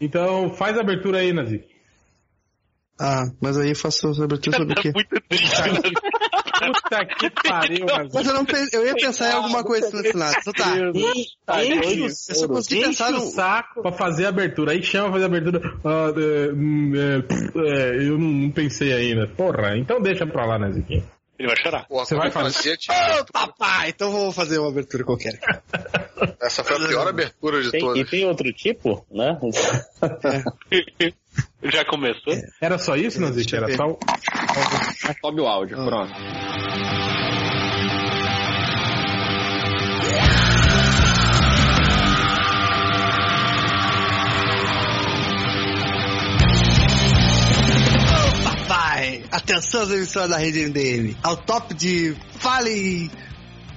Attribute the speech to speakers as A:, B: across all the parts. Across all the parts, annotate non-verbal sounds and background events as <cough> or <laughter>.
A: Então faz a abertura aí, Nazik.
B: Ah, mas aí eu faço a abertura sobre o quê?
C: É Muito triste, né?
A: Puta que pariu, Nazik.
B: <laughs> Mas eu, não, pe- <laughs> eu ia pensar em alguma coisa nesse lado. Então tá.
A: Enche,
B: Eu só consegui
A: enche
B: pensar
A: o
B: no.
A: saco pra fazer a abertura. Aí chama pra fazer a abertura. Ah, é, hum, é, pff, é, eu não, não pensei ainda. Porra, então deixa pra lá, Nazik.
C: Ele vai chorar.
D: Pô,
A: Você vai falar.
D: fazia, tipo,
B: Ô, papai! Então vou fazer uma abertura qualquer.
D: Essa foi a pior abertura de
E: Tem, e
D: todas.
E: tem outro tipo, né?
C: É. <laughs> Já começou?
A: Era só isso, Nazik?
B: Deixa eu
A: Era
B: ver.
A: só. o-
E: Sobe o áudio,
B: Ah.
E: pronto.
B: Papai! Atenção, emissoras da rede MDM. Ao top de Fale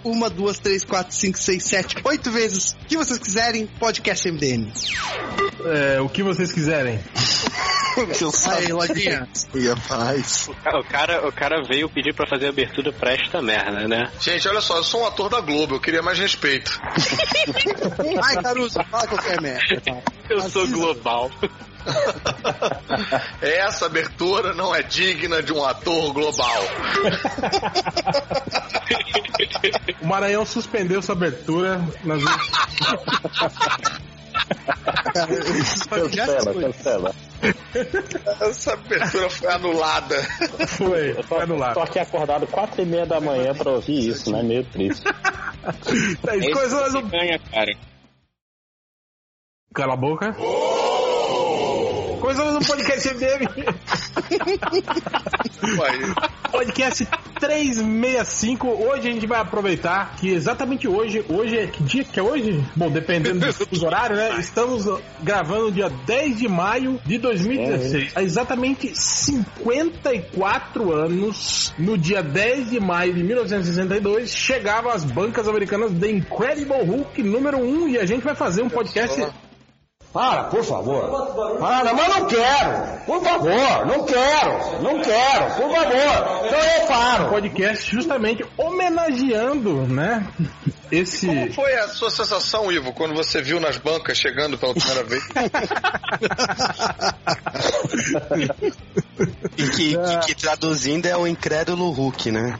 B: uma, duas, três, quatro, cinco, seis, sete, oito vezes o que vocês quiserem, podcast MDM.
A: É, o que vocês quiserem.
B: Eu Aí, lojinha.
C: O ca- o cara, o cara veio pedir pra fazer a abertura pra esta merda, né?
D: Gente, olha só, eu sou um ator da Globo, eu queria mais respeito.
B: Ai, Caruso, fala qualquer merda. tá.
C: Eu
B: Assista.
C: sou global.
D: Essa abertura não é digna de um ator global.
A: O Maranhão suspendeu sua abertura. Nazik. <laughs>
B: Cara, <laughs> eu- eu já
E: Cancela, cancela.
D: Essa abertura foi anulada. <laughs>
A: Foi, foi anulado.
E: Tô aqui acordado quatro e meia da manhã pra
A: é
E: ouvir isso,
A: assim.
E: né? Meio triste.
A: Tá, e coisa mais um-
C: Ganha, cara.
A: Cala a boca. Coisamos no um podcast MDM.
D: Ué,
A: Podcast 365. Hoje a gente vai aproveitar que exatamente hoje, hoje é que dia que é hoje? Bom, dependendo do fuso horário, né? Estamos gravando dia 10 de maio de 2016. Há exatamente 54 anos, no dia 10 de maio de 1962, chegava às bancas americanas The Incredible Hulk número 1 e a gente vai fazer um podcast
F: Para, por favor. Para, mas não quero. Por favor, não quero. Não quero, por favor. Então eu
A: um
F: paro.
A: podcast justamente homenageando, né? Esse.
D: Como foi a sua sensação, Ivo, quando você viu nas bancas chegando pela primeira vez? <laughs>
G: E que, que- que traduzindo é o incrédulo Hulk, né?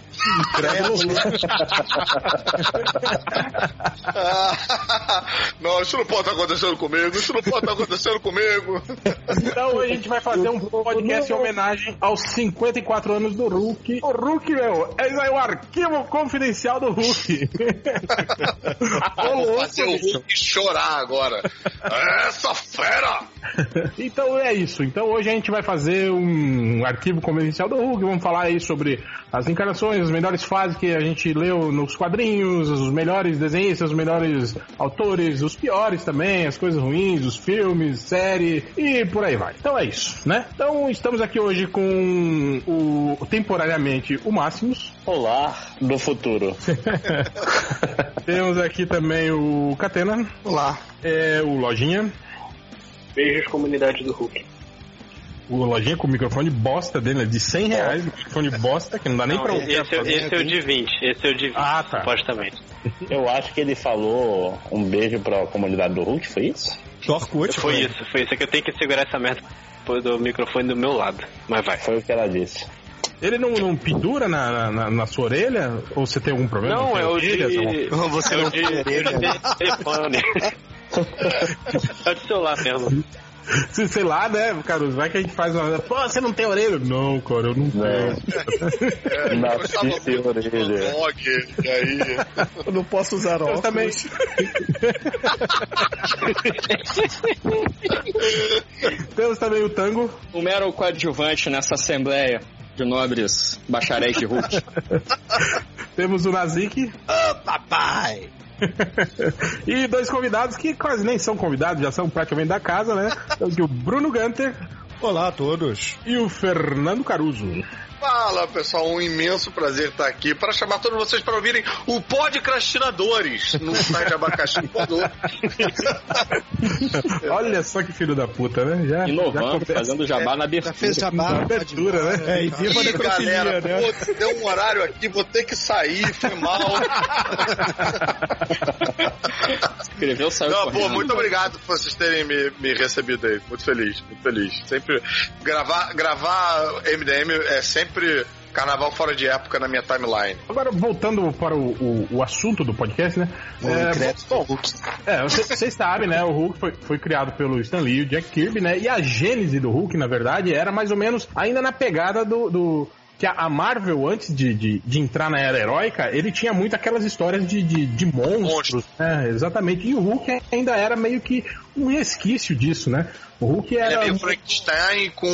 D: Ah, não, isso não pode estar acontecendo comigo, isso não pode estar acontecendo comigo.
A: Então hoje a gente vai fazer um podcast em homenagem aos 54 anos do Hulk. O Hulk, meu, é isso aí, o arquivo confidencial do Hulk.
D: <laughs>
A: Tá,
D: Vou fazer o Hulk chorar agora. Essa fera!
A: <laughs> Então é isso. Então hoje a gente vai fazer um arquivo confidencial do Hulk. Vamos falar aí sobre as encarnações, as melhores fases que a gente leu nos quadrinhos, os melhores desenhistas, os melhores autores, os piores também, as coisas ruins, os filmes, série e por aí vai. Então é isso, né? Então estamos aqui hoje com o temporariamente o Máximos.
E: Olá, do futuro.
A: Temos aqui também o Catena,
B: Olá.
A: é, o Lojinha.
C: Beijos, comunidade do Hulk.
A: O Lojinha com o microfone bosta dele, né? de 100 reais, microfone bosta, que não dá nem pra ouvir.
C: esse, é- esse é o de 20. Esse é o de 20.
A: né? Ah, tá.
C: Supostamente.
E: Eu acho que ele falou um beijo pra comunidade do Hulk, foi isso?
C: Foi
A: né?
C: isso, foi isso. É que eu tenho que segurar essa merda do microfone do meu lado. Mas vai.
E: Foi o que ela disse.
A: Ele não, não pendura na, na- na, na sua orelha? Ou você tem algum problema?
C: Não,
A: Tem
C: é o de.
A: orelhas, alguma-
G: Você
C: É
G: não
C: o de. É o de telefone. É o de celular mesmo.
A: Se- <laughs> Sei lá, né, Caruso? Vai que a gente faz uma. Pô, você não tem orelha? Não, cara, eu não tenho.
D: É,
E: Não,
D: eu gostava
E: sim, é.
D: muito do
E: orelha.
D: Dog, e aí...
B: Eu não posso usar
A: Eu também. Temos também o tango.
H: um mero coadjuvante nessa assembleia de nobres bacharéis de Hulk.
A: Temos o Nazik.
B: Papai!
A: <laughs> E
I: <laughs>
A: dois convidados que quase nem são convidados, já são praticamente da casa, né? Temos aqui o Então, Bruno Gunter.
I: Olá a todos.
A: E o Fernando
I: <laughs>
A: Caruso.
D: Fala pessoal, um imenso prazer estar aqui para chamar todos vocês para ouvirem o Podcrastinadores no site
I: <laughs>
D: abacaxi.org.
A: Olha só que filho da puta, né? Já, já
H: Inovando,
A: começa
H: fazendo jabá na
B: Já
H: abertura.
B: fez jabá?
A: a abertura, né?
I: É, e viva a
D: Ih,
I: necrofilia,
D: galera,
I: né?
D: pô, deu um horário aqui, vou ter que sair, foi
I: <laughs>
D: mal.
H: Escreveu, saiu
D: Não, pô,
H: correndo.
D: muito obrigado por vocês terem me, me recebido aí. Muito feliz, muito feliz. Sempre gravar, gravar MDM é sempre carnaval fora de época na minha timeline.
A: Agora, voltando para o, o, o assunto do podcast, né?
G: O
A: É,
G: incrédulo do Hulk.
A: É, vocês sabem, né? O Hulk foi, foi criado pelo Stan Lee, o Jack Kirby, né? E a gênese do Hulk, na verdade, era mais ou menos ainda na pegada do. do- que a- a Marvel, antes de, de, de entrar na era heróica, ele tinha muito aquelas histórias de, de, de monstros. né? exatamente. E o Hulk ainda era meio que um resquício disso, né? O Hulk
D: Ele é
A: era. um
D: meio Frankenstein com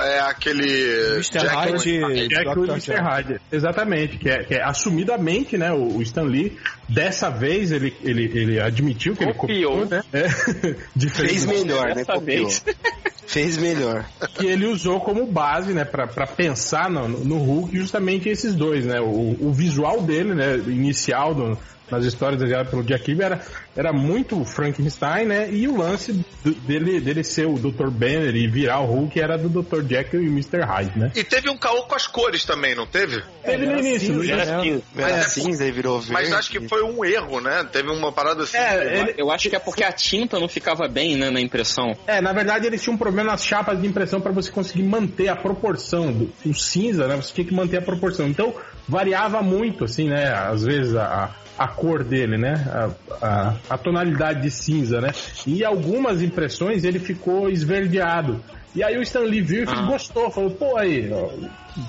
D: é, aquele.
I: Mr.
D: Jack-
I: Hyde,
A: Jack
I: Dr.
A: e o Mr. Hyde. Exatamente, que é, que é assumidamente, né? O, o Stan Lee, dessa vez, ele, ele, ele admitiu que ele
C: Copiou.
A: copiou, né? É, <laughs>
G: Fez
A: diferente
G: melhor, né?
H: Dessa
G: Copiou.
H: vez.
G: Fez melhor.
A: que ele usou como base, né, pra, pra pensar no, no Hulk justamente esses dois, né? O, o visual dele, né, inicial do- nas histórias desenhadas pelo Jack Kirby era, era muito Frankenstein, né? E o lance do- dele, dele ser o Dr. Banner e virar o Hulk era do Dr. Jekyll e Mr. Hyde, né?
D: E teve um caô com as cores também, não teve?
A: Teve no início, no início.
E: Era assim,
G: Era cinza e virou verde.
D: Mas acho que foi um erro, né? Teve uma parada assim.
A: É, ele-
H: Eu acho que é porque a tinta não ficava bem, né, na impressão.
A: é, na verdade eles tinham um problema nas chapas de impressão para você conseguir manter a proporção do o cinza, né? Você tinha que manter a proporção. Então variava muito, assim, né? Às vezes a, a a cor dele, né? A, a, a tonalidade de cinza, né? E algumas impressões ele ficou esverdeado. E aí o Stan Lee viu e
D: Ah.
A: ficou- gostou, falou, pô, aí, ó,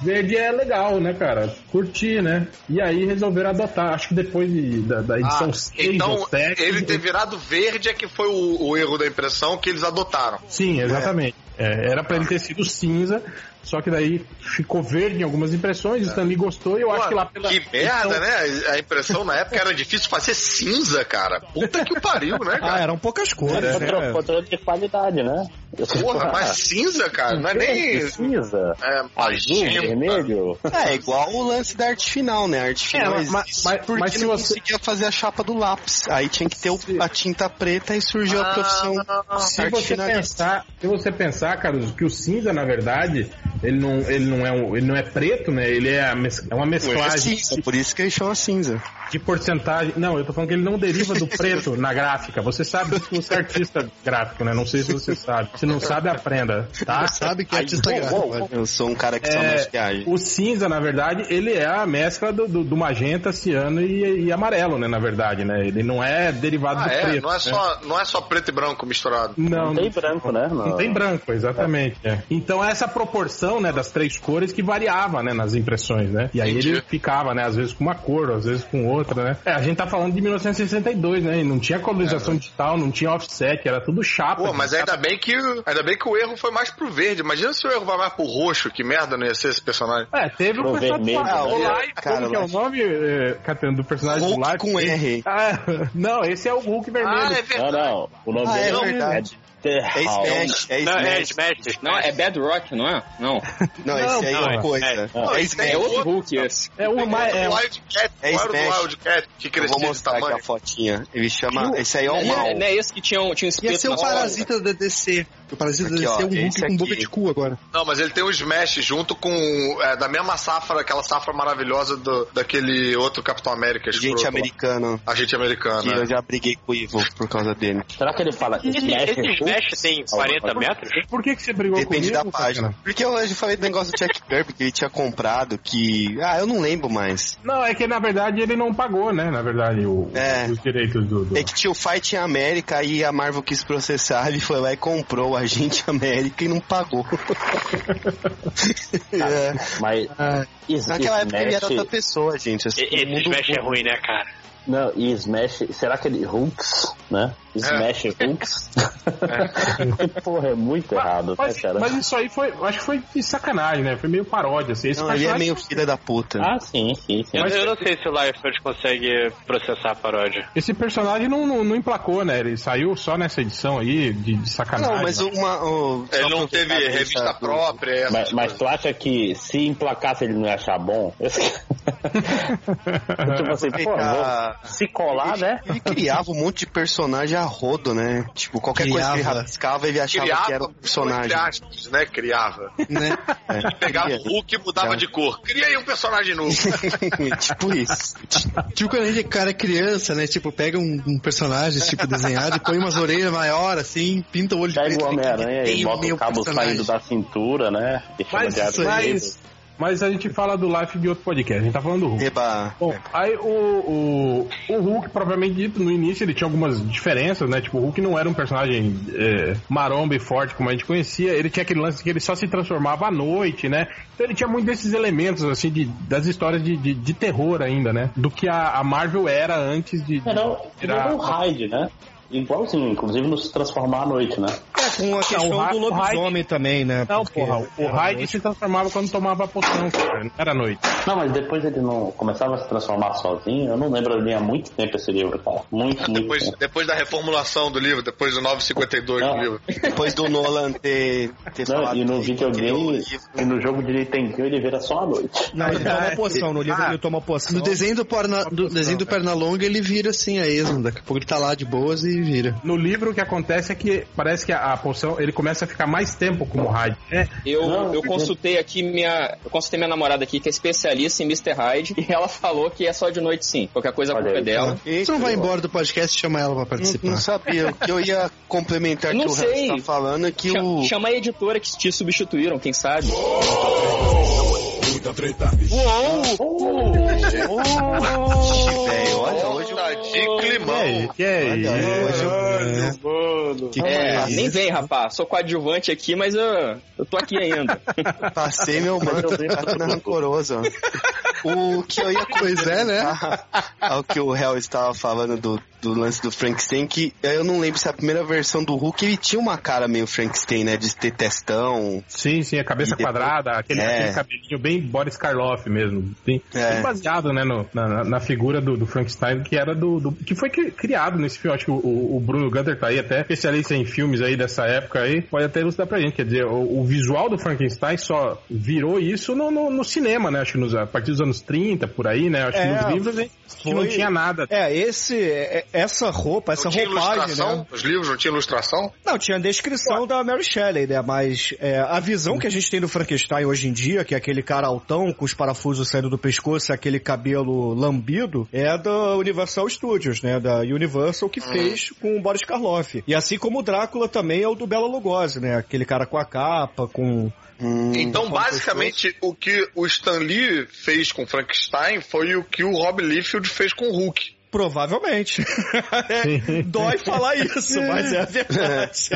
A: verde é legal, né, cara? Curti, né? E aí resolveram adotar. Acho que depois de- da, da
D: Ah,
A: edição 6 ou né?
D: então,
A: 7.
D: ele ter virado verde é que foi o, o erro da impressão que eles adotaram.
A: Sim, exatamente. É, era pra ele ter sido cinza, só que daí ficou verde em algumas impressões, o Stanley gostou e eu acho que lá pela.
D: Que merda, né? A impressão na época era difícil fazer cinza, cara. Puta que o pariu, né,
I: Ah,
D: cara?
I: eram poucas cores,
E: controle,
I: né?
E: controle é. de qualidade, né?
A: um
E: <laughs>
D: Porra, mas cinza, cara, não é nem.
E: Cinza,
D: É,
E: azul,
D: magenta.
E: vermelho.
G: É, igual o lance da arte final, né? A arte final
A: É, mas-
G: existe
A: mas-
G: porque
A: mas se
G: não
A: você-
G: conseguia fazer a chapa do lápis. Aí tinha que ter o- a tinta preta e surgiu a profissão
A: Se
G: arte
A: você,
G: finalista.
A: pensar, se você pensar, Caruso, que o cinza, na verdade, ele não, ele não, é, um, ele não é preto, né? Ele é, a mes- é uma
G: É
A: mesclagem
G: cinza, por isso que ele chama cinza.
A: de porcentagem. Não, eu tô falando que ele não deriva do preto na gráfica. Você sabe disso, você é artista gráfico, né? Não sei se você sabe. Se não sabe, aprenda, tá?
I: Sabe que é artista gráfico. né?
G: Eu sou um cara que só
A: É,
G: maquiagem.
A: O cinza, na verdade, ele é a mescla do, do- do magenta, ciano e, e amarelo, né? Na verdade, né? Ele não é derivado
D: Ah,
A: do
D: é?
A: preto.
D: Não é,
A: né?
D: só, não é só preto e branco misturado.
A: Não,
E: Não tem branco, né?
A: não tem branco, exatamente. é. Então é essa proporção, né, das três cores que variava, né, nas impressões, né? E aí
D: Entendi.
A: ele ficava, né, às vezes com uma cor, às vezes com outra, né? É, a gente tá falando de 1962, né? E não tinha colorização digital, não tinha offset, era tudo chapa.
D: É,
A: né?
D: Pô, mas é ainda bem que ainda bem que o erro foi mais pro verde. Imagina se o erro vai mais pro roxo, que merda não ia ser esse personagem.
A: É, teve o
E: Pro
A: personagem
E: vermelho,
A: do
G: né?
A: Lai,
G: Cara,
A: como que é o
G: mas-
A: nome, eh, Catena, do personagem do Lai?
G: Hulk com R.
A: Ah, <laughs> não, esse é o Hulk
D: Ah,
A: vermelho.
E: Não, não. O nome
G: Ah, é
E: dele
G: verdade. É
E: Terral.
G: Smash, é
C: Não, é
G: Smash.
C: Smash, Smash.
H: Não, é Bad Rock, não é? Não.
G: Não, esse aí é
C: não,
G: uma
C: é-
G: coisa.
E: é-
G: É
H: É
G: Smash.
H: outro Hulk esse.
A: É o mais. É,
D: O Wildcat,
G: É
D: qual era
G: Smash.
D: o Wildcat que
G: Eu vou
D: cresceu desse
G: mostrar aqui a
D: tamanho?
G: fotinha. Ele chama. Esse aí é
H: Não
G: o mal.
H: é, não é esse que tinha um, tinha um espeto
B: Ia ser
H: na
B: o
H: boca?
B: Parasita da DC. O Parasita
G: Aqui,
B: da DC é
G: ó,
B: um Hulk
G: esse
B: com
G: aqui.
B: boca de cu agora.
D: Não, mas ele tem o Smash junto com. é, da mesma safra, aquela safra maravilhosa do, daquele outro Capitão América.
G: Gente americana.
D: Agente americano.
G: Que
D: né?
G: eu já briguei com o Ivo por causa dele.
E: Será que ele fala
C: Esse,
E: Smash?
C: esse É Smash tem 40 metros?
A: por que, que você brigou
G: Depende da
A: comigo?
G: página. Porque eu hoje falei do negócio do Jack Kirby que ele tinha comprado, que. Ah, eu não lembro mais.
A: Não, é que na verdade ele não pagou, né? Na verdade, o-
G: É.
A: os direitos do. do-
G: É que tinha o Fight em América e a Marvel quis processar, ele foi lá e comprou o Agente América e não pagou. <laughs> é.
E: Mas is-
G: Naquela época ele era outra
E: Smash...
G: pessoa, gente. Assim,
C: E-
G: todo
C: Esse
G: mundo-
C: Smash é ruim, né, cara?
E: Não, e Smash... Será que ele... Hulks, né? Smash Hooks. Porra, é muito errado,
A: Mas,
E: né, cara?
A: mas isso aí foi, eu acho que foi de sacanagem, né? Foi meio paródia, assim. Esse
J: Não, ele é
A: personagem-
J: meio filha da puta.
E: Ah, sim, sim, sim.
C: Eu, eu não sei se o Liefeld consegue processar a paródia.
A: Esse personagem não, não, não emplacou, né? Ele saiu só nessa edição aí de, de sacanagem.
J: Ah,
A: né?
J: não, mas uma. o- só
D: Ele não teve
J: aproveitar a deixa
D: revista
J: do-
D: própria. é, essas
E: Mas, mas
D: coisas.
E: tu acha que se emplacasse ele não ia achar bom? tipo assim, pô,
J: Aproveitar-
E: vou se colar, né?
J: Ele criava um monte de personagem a rodo, né? Tipo, qualquer coisa que
K: Criava.
J: ele rabiscava, ele achava que era um personagem.
D: entre aspas,
B: <laughs>
D: né? Criava.
K: né?
D: <laughs>
J: É,
D: Pegava o
J: cria.
D: Hulk e mudava de cor. Cria aí um personagem novo.
J: tipo isso.
K: Tipo quando a gente cara é criança, né? Tipo, pega um, um personagem, tipo, desenhado e põe umas orelhas maior, assim, pinta o olho de
E: Pega
K: preto.
E: o
K: né?
E: Homem-Aranha
K: Tem
E: e bota o
K: meu
E: cabo
K: personagem.
E: saindo da cintura, né? E chama
A: <laughs> Mas,
E: de
A: mas,
E: Iron Man.
A: mas, a gente fala do life de outro podcast, a gente tá falando do Hulk.
J: Eba.
A: Bom, aí o, o, o Hulk, propriamente dito, no início ele tinha algumas diferenças, né? Tipo, o Hulk não era um personagem é, maromba e forte como a gente conhecia. Ele tinha aquele lance que ele só se transformava à noite, né? Então ele tinha muito desses elementos, assim, de, das histórias de, de, de terror ainda, né? Do que a, a Marvel era antes de... de-
E: Era um o-
A: Tirar-
E: era o Hyde, né? Igualzinho, inclusive no se transformar à noite, né?
B: É, com a questão
A: Ra-
B: do
A: o Raiden-
B: lobisomem também, né?
A: Não,
B: Porque
A: porra, o
B: era
A: Raid se transformava quando tomava poção, cara. Não era à noite.
E: Não, mas depois ele não começava a se transformar sozinho. Eu não lembro, eu li há muito tempo esse livro, cara. Muito, muito
D: Depois,
E: tempo.
D: depois da reformulação do livro, depois do 952 do
E: Não.
D: livro.
J: Depois do Nolan ter, ter
E: Não,
J: falado
E: e no
J: que- que deu
E: videogame,
J: livro.
E: e no jogo de Nintendo ele vira só à noite.
B: Não, ele toma poção. No livro
K: Ah,
B: ele toma poção. é.
K: No desenho do, Perna, do, desenho do Pernalonga, ele vira assim a esmo. Daqui a pouco ele tá lá de boas e vira.
A: No livro o que acontece é que parece que a, a poção, ele começa a ficar mais tempo como Raid, né?
G: Eu,
E: Não, não.
G: eu consultei aqui minha. Eu consultei minha namorada aqui, que é especialista em Mr. Hyde, <laughs> e ela falou que é só de noite sim. Qualquer coisa a
E: Olha
G: culpa é
E: aí,
G: dela.
K: Você não vai embora do podcast e chama ela pra participar.
J: Não, não sabia. O que eu ia complementar
G: Não
J: que o Hans
G: sei.
J: tá falando é que
G: Cha-
J: o.
G: Chama a editora que te substituíram, quem sabe?
J: velho, olha, hoje
D: Volta de climão.
A: Que é isso? É.
J: o que
G: É,
J: que
G: nem vem, rapaz. Sou coadjuvante aqui, mas eu, eu tô aqui ainda.
J: eu passei meu manto, tá ficando rancoroso. ó. O que eu ia
K: Pois é, né?
J: comentar ao que o Hell estava falando do, do lance do Frankenstein, que eu não lembro se é a primeira versão do Hulk ele tinha uma cara meio Frankenstein, né? De ter testão.
A: Sim, sim, a cabeça
J: E depois-
A: quadrada, aquele,
J: É.
A: aquele cabelinho bem Boris Karloff mesmo. Sim.
J: É.
A: Bem Baseado né, no- na, na- na figura do, do Frankenstein, que era do, do- que foi cri- criado nesse filme. Acho que o- o, o Bruno Gunter tá aí, até especialista em filmes aí dessa época aí, pode até ilustrar pra gente. Quer dizer, o, o visual do Frankenstein só virou isso no, no- no cinema, né? Acho que nos, a partir dos anos 30, por aí, né? Acho que
B: É,
A: nos livros hein, que não
B: foi-
A: tinha nada. <laughs>
B: É, esse, é- é- essa roupa, essa
D: Não tinha
B: roupagem,
D: ilustração?
B: né?
D: Os livros não tinham ilustração?
B: Não, tinha a descrição da Mary Shelley, né? Mas é, a visão que a gente tem do Frankenstein hoje em dia, que é aquele cara altão, com os parafusos saindo do pescoço e aquele cabelo lambido, é da Universal Studios, né? Da Universal que fez com o Boris Karloff. E assim como o Drácula também é o do Bela Lugosi, né? Aquele cara com a capa, com...
D: Então, basicamente, o que o Stan Lee fez com Frankenstein foi o que o Rob Liefeld fez com o Hulk.
B: Provavelmente. <laughs> É, dói falar isso, mas é a verdade.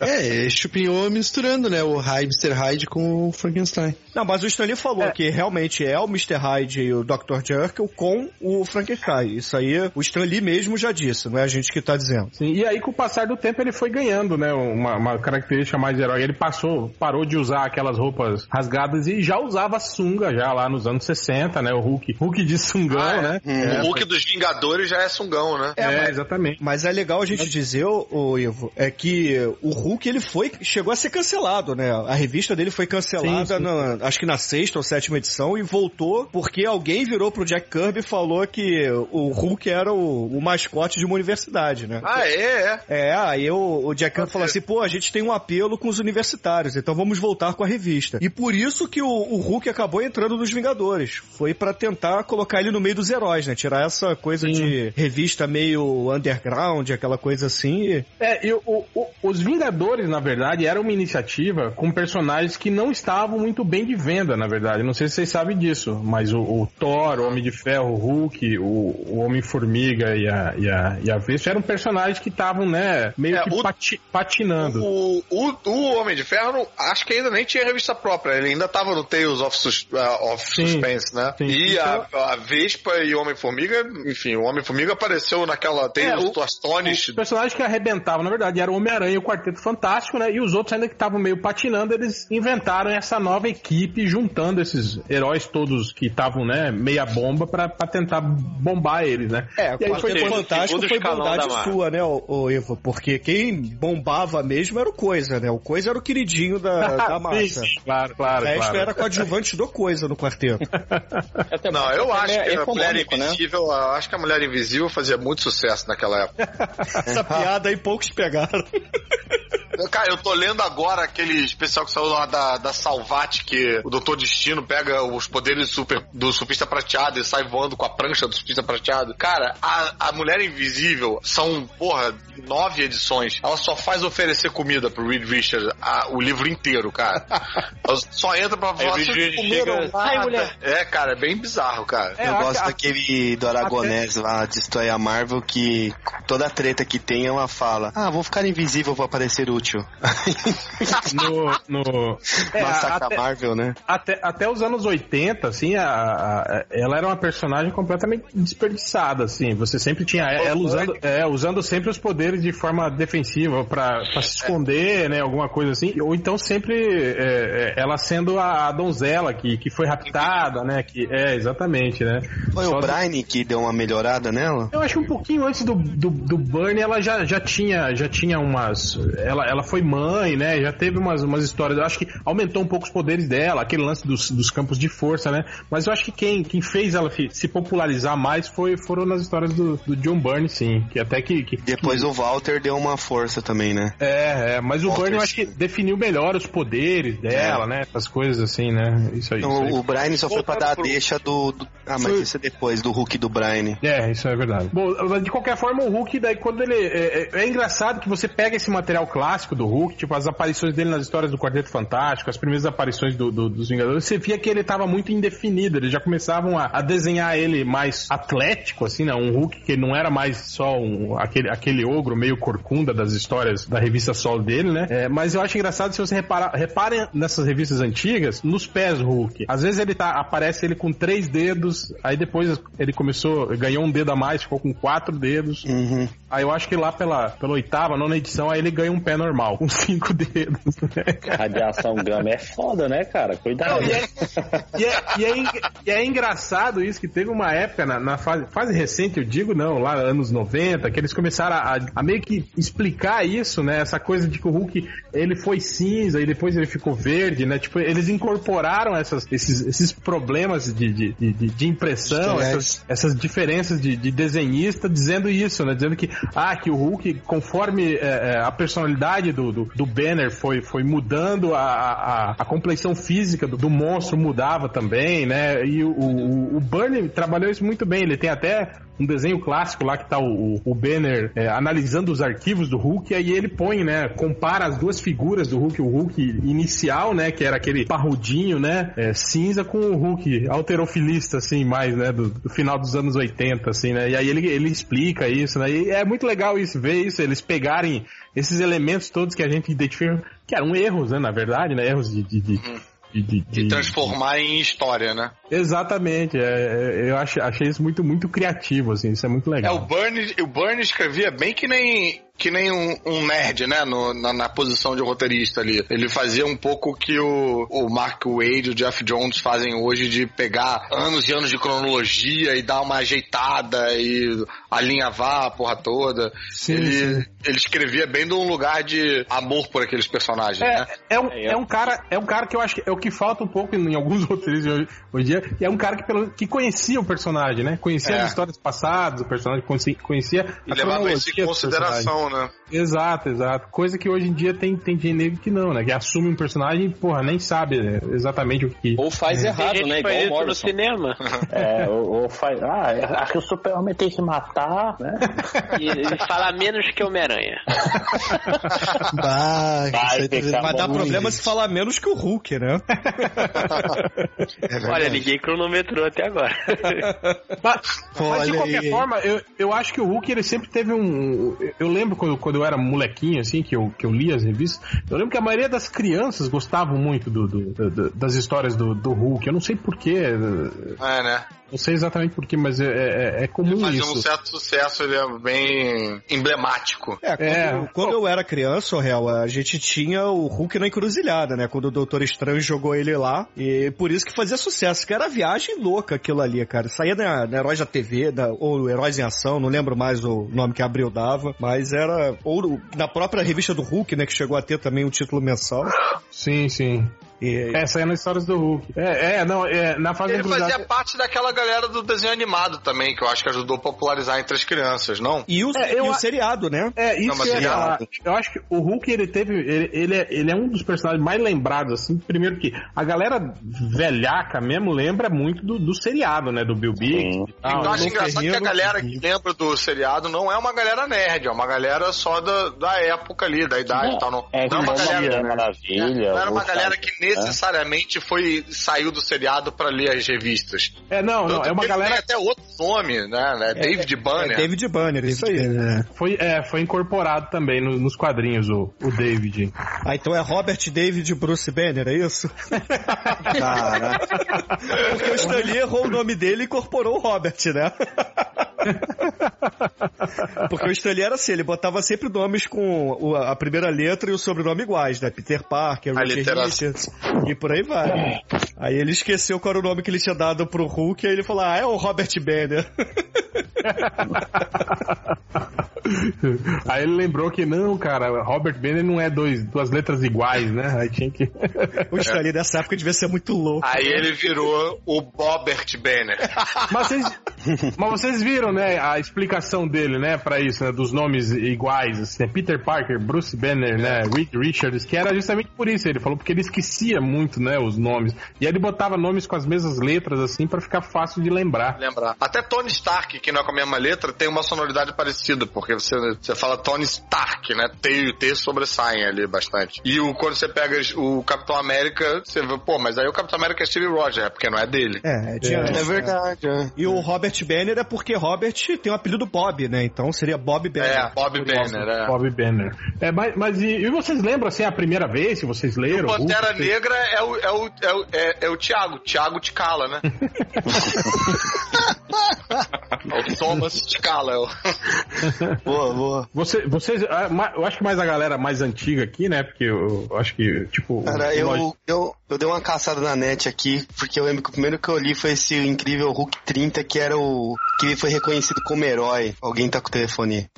K: É, chupinhou misturando, né? O Hyde, Mr. Hyde com o Frankenstein.
B: Não, mas o Stanley falou que realmente é o Mr. Hyde e o Dr. Jekyll com o Frankenstein. Isso aí o Stanley mesmo já disse, não é a gente que tá dizendo.
A: Sim, e aí com o passar do tempo ele foi ganhando, né, uma, uma característica mais de herói. Ele passou, parou de usar aquelas roupas rasgadas e já usava sunga já lá nos anos 60, né, o Hulk, Hulk de sungão,
D: Ah, é?
A: né?
D: o Hulk dos Vingadores já é sungão, né?
A: É, exatamente.
B: Mas é legal a gente dizer, ô, ô, Ivo, é que o Hulk ele foi, chegou a ser cancelado, né? A revista dele foi cancelada,
A: Sim, sim.
B: na- acho que na sexta ou sétima edição e voltou porque alguém virou pro Jack Kirby e falou que o Hulk era o, o mascote de uma universidade, né?
D: Ah, é, é.
B: É, aí o, o Jack
C: Ah,
B: Kirby falou
C: é.
B: assim, pô, a gente tem um apelo com os universitários, então vamos voltar com a revista. E por isso que o, o Hulk acabou entrando nos Vingadores. Foi pra tentar colocar ele no meio dos heróis, né? Tirar essa coisa de revista meio underground, aquela coisa assim.
A: É, e o- o- os Vingadores, na verdade, era uma iniciativa com personagens que não estavam muito bem de venda, na verdade. Não sei se vocês sabem disso, mas o, o Thor, o Homem de Ferro, o Hulk, o, o Homem-Formiga e a, e a, e a Vespa eram personagens que estavam, né, meio
D: É,
A: que
D: o-
A: pati- patinando.
D: O, o, o Homem de Ferro, acho que ainda nem tinha revista própria, ele ainda tava no Tales of, Sus- uh, of
A: Sim.
D: Suspense, né?
A: Sim.
D: E a, a Vespa e o Homem-Formiga, enfim, o Homem-Formiga apareceu naquela. Tem
A: É,
D: os
A: o-
D: Tostones.
A: Os personagens que arrebentavam, na verdade, era o Homem-Aranha e o Quarteto Fantástico, né? E os outros, ainda que estavam meio patinando, eles inventaram essa nova equipe, juntando esses heróis todos que estavam, né, meia bomba, pra, pra tentar bombar eles, né?
I: É, o
A: E aí foi
I: Quarteto
A: teve o
I: Fantástico
C: segundo
I: foi
C: escalão da
I: bondade
C: Marvel.
I: sua, né, ô, ô, Ivo? Porque quem bombava mesmo era o Coisa, né? O Coisa era o
A: <laughs>
I: queridinho da, da
A: Sim,
I: massa.
A: sim, claro,
I: O
A: claro,
I: resto
A: claro.
I: era coadjuvante do Coisa
A: <laughs>
I: no quarteto.
H: Até
D: Não, eu acho
H: é
D: que a Mulher
H: econômico, né?
D: Invisível, eu acho que a Mulher Invisível fazia muito sucesso naquela época.
I: Essa piada aí poucos pegaram.
D: Cara, eu tô lendo agora aquele especial que saiu lá da, da Salvat, que o Doutor Destino pega os poderes do super, do surfista prateado e sai voando com a prancha do surfista prateado. Cara, a, a Mulher Invisível são, porra, nove edições. Ela só faz oferecer comida pro Reed Richards a- o livro
C: <laughs>
D: inteiro, cara. Ela só entra pra falar,
C: Reed
D: vocês
C: Richards
D: comeram
C: chega,
A: "Ai,
D: nada.
A: mulher."
D: É, cara, é bem bizarro, cara.
A: É,
G: eu
A: a-
G: gosto
A: a-
G: daquele do Aragonés lá, de História Marvel, que toda treta que tem ela fala: Ah, vou ficar invisível, vou aparecer útil.
A: No, no... É,
G: Massacre
A: até-
G: a Marvel, né?
A: Até, até os anos 80, assim, a, a- ela era uma personagem completamente desperdiçada, assim. Você sempre tinha ela
G: Uhum.
A: usando, é, usando sempre os poderes de forma defensiva pra pra
G: É.
A: se esconder, né, alguma coisa assim. Ou então sempre é, é, ela sendo a, a donzela que, que foi raptada, né, que é, exatamente, né.
G: Foi
A: Só
G: o Brian que deu uma melhorada nela?
A: eu acho que um pouquinho antes do, do, do Burn ela já, já tinha já tinha umas. Ela, ela foi mãe, né? Já teve umas, umas histórias. Eu acho que aumentou um pouco os poderes dela, aquele lance dos, dos campos de força, né? Mas eu acho que quem, quem fez ela fi- se popularizar mais foi, foram nas histórias do, do John Byrne, sim. Que até que. que-
G: Depois o Walter deu uma força também, né?
A: é, é, mas o
G: Walter
A: Byrne eu acho que definiu melhor os poderes dela, né? Essas coisas assim, né? Isso aí.
G: É. Então,
A: isso
G: o Brian só foi pra dar a
C: pro-
G: deixa do, do- Ah, mas
A: Foi-
G: isso é depois, do Hulk do Brian.
A: aí. É, isso é verdade. Bom, mas de qualquer forma, o Hulk, daí quando ele. É, é- é engraçado que você pega esse material clássico do Hulk, tipo as aparições dele nas histórias do Quarteto Fantástico, as primeiras aparições do- do- dos Vingadores, você via que ele tava muito indefinido, eles já começavam a, a desenhar ele mais atlético, assim, né? Um Hulk que não era mais só um, aquele, aquele ogro meio corcunda das histórias da revista Sol dele, né? É, mas eu acho engraçado se você reparar, reparem nessas revistas antigas, nos pés do Hulk. Às vezes ele tá, aparece ele com três dedos, aí depois ele começou, ganhou um dedo a mais, ficou com quatro dedos.
G: Uhum.
A: Aí eu acho que lá pela, pela oitava, nona edição, aí ele ganha um pé normal, com cinco <laughs> dedos. né?
E: <laughs> Radiação gama é foda, né, cara? Cuidado.
A: Não, e, é, e, é, e é en- e é engraçado isso, que teve uma época na, na fase, fase recente, eu digo não, lá anos 90, que eles começaram a, a meio que explicar isso, né? Essa coisa de que o Hulk, ele foi cinza e depois ele ficou verde, né? Tipo, eles incorporaram essas, esses, esses problemas de, de, de, de- de impressão,
B: Diferentes.
A: essas, essas diferenças de, de desenhista dizendo isso, né? Dizendo que, ah, que o Hulk, conforme é, é, a personalidade do, do, do Banner foi, foi mudando, a, a, a- a complexão física do, do monstro mudava também, né? E o, o, o Burnie trabalhou isso muito bem. Ele tem até um desenho clássico lá que tá o, o- o Banner é, analisando os arquivos do Hulk, aí ele põe, né? Compara as duas figuras do Hulk, o Hulk inicial, né? Que era aquele parrudinho, né? é, cinza com o Hulk alterofilista, assim, mais, né? Do, do final dos anos 80, assim, né? E aí ele, ele explica isso, né? E é muito legal isso, ver isso, eles pegarem esses elementos todos que a gente identifica, que eram erros, né? Na verdade, né? Erros de. de, de- de- de-
D: Uhum. De
A: de-
D: transformar em história, né?
A: Exatamente, é, é, eu achei, achei isso muito, muito criativo, assim, isso é muito
D: É, o
A: legal.
D: Burns, o Burns escrevia bem que nem, que nem um, um nerd, né? no- na, na posição de roteirista ali. Ele fazia um pouco o que o, o Mark Wade e o Jeff Jones fazem hoje de pegar anos e anos de cronologia e dar uma ajeitada e alinhavar a porra toda.
A: Sim,
D: ele, ele escrevia bem de um lugar de amor por aqueles personagens, né?
A: É, é, um, é um cara, é um cara que eu acho que é o que falta um pouco em alguns <laughs> roteiros de hoje, hoje em dia, que é um cara que, pelo, que conhecia o personagem, né? Conhecia
D: É.
A: as histórias passadas, o personagem conhecia, conhecia
D: E levava isso em
A: cronologia do personagem.
D: consideração, né?
A: Exato, exato. Coisa que hoje em dia tem, tem gente negro que não, né? Que assume um personagem e, porra, nem sabe né, exatamente o que.
H: Ou faz
C: Tem
H: errado,
C: gente
H: né?
C: que faz
H: Igual o
C: isso no
H: Morrison.
C: cinema.
E: É, ou, ou faz. Ah, eu acho que o Super-Homem tem que matar, né?
C: E, e fala menos que Homem-Aranha.
B: Vai,
E: Vai, ficar
I: Vai dar
E: bom.
G: <laughs>
I: problema se falar menos que o Hulk, né?
C: Olha, Nick, Ninguém cronometrou até agora.
A: Mas, mas de
G: Olha
A: qualquer
G: aí.
A: forma, eu, eu acho que o Hulk ele sempre teve um. Eu lembro quando, quando eu era molequinho, assim, que eu, que eu li as revistas, eu lembro que a maioria das crianças gostavam muito do, do- do- do- das histórias do, do Hulk. Eu não sei porquê,
D: É, né?
A: não sei exatamente porquê, mas é, é, é comum
D: Fazia um
A: isso.
D: certo sucesso, ele é bem emblemático.
B: É, quando,
A: É.
B: eu- quando eu era criança, ô réu, a gente tinha o Hulk na encruzilhada, né? Quando o Doutor Estranho jogou ele lá. E por isso que fazia sucesso, que era viagem louca aquilo ali, cara. Saía na, na Heróis da TV, da, ou Heróis em Ação, não lembro mais o nome que abriu dava. Mas era. Ou no- na própria revista do Hulk, né? Que chegou a ter também um título mensal.
A: Sim, sim.
B: E,
A: Essa é nas histórias do Hulk. É, é, não, é, na fase
D: Ele fazia
A: cruzada.
D: parte daquela galera do desenho animado também, que eu acho que ajudou a popularizar entre as crianças, não?
B: e o,
A: É,
B: e
A: eu
B: o
A: a-
B: seriado, né?
A: É, isso
D: Não, mas
A: que eu
D: ele
A: ia
D: é
A: falar. Eu acho que o Hulk, ele teve. Ele, ele, é, ele é um dos personagens mais lembrados, assim. Primeiro que a galera velhaca mesmo lembra muito do, do seriado, né? Do Bill Big.
E: Sim.
A: e tal.
D: eu acho
A: Não-
D: engraçado que a galera que lembra do seriado não é uma galera nerd, é uma galera só da, da época ali, da idade e tal. Não
E: É,
D: não é uma
E: como
D: galera
E: Mulher
D: É,
E: Maravilha.
D: não era uma
E: Hulk,
D: galera
E: né?
D: que necessariamente foi saiu do seriado pra ler as revistas.
A: É, não, não.
D: Tanto
A: É uma
D: que ele
A: galera
D: tem até outro nome, né? né? David
B: É
D: Banner.
B: David Banner, isso aí.
A: que foi, é, foi incorporado também no- nos quadrinhos, o, o David. <laughs>
B: Ah, então é Robert David Bruce Banner, é isso?
G: Caraca.
B: Porque o Stan Lee errou o nome dele e incorporou o Robert, né? Porque o Stan Lee era assim, ele botava sempre nomes com o- a primeira letra e o sobrenome iguais, né? Peter Parker,
D: A
B: Richard
D: literatura.
B: Richards, e por aí vai. Aí ele esqueceu qual era o nome que ele tinha dado pro Hulk, aí ele falou, ah, é o Robert Banner. <laughs>
A: Aí ele lembrou que, não, cara, Robert Banner não é dois, duas letras iguais, né? Aí tinha que.
B: O Stan Lee nessa época devia ser muito louco.
D: Aí ele virou o Bobert Banner.
A: Mas vocês, mas vocês viram, né, a explicação dele, né, pra isso, né, dos nomes iguais, assim, né, Peter Parker, Bruce Banner, né, Reed Richards, que era justamente por isso, ele falou, porque ele esquecia muito, né, os nomes. E aí ele botava nomes com as mesmas letras, assim, pra ficar fácil de lembrar.
D: Lembrar. Até Tony Stark, que não é com a mesma letra, tem uma sonoridade parecida, porque você, você fala Tony Stark, né? T e o T sobressaem ali bastante. E o, quando você pega o Capitão América, você vê, pô, mas aí o Capitão América é Steve Rogers, é porque não é dele.
B: É, tinha...
G: É verdade, é.
B: E o Robert Banner é porque Robert tem o apelido Bob, né? Então seria Bob Banner.
D: É, Bob Banner, é.
A: Bob Banner. É, mas mas e, e vocês lembram, assim, a primeira vez, se vocês
D: O
A: leram?
D: Pantera
A: Hulk,
D: Negra é o, é o, é o, é, é o Thiago, Thiago Ticala, né? é o Thomas Ticala. é o-
G: Boa, boa.
A: Você, vocês, ah, ma- eu acho que mais a galera mais antiga aqui, né, porque eu, eu acho que, tipo... o-
G: Cara,
A: nós-
G: eu, eu, eu dei uma caçada na net aqui, porque eu lembro que o primeiro que eu li foi esse incrível Hulk 30, que era o. que ele foi reconhecido como herói. Alguém tá com o telefone.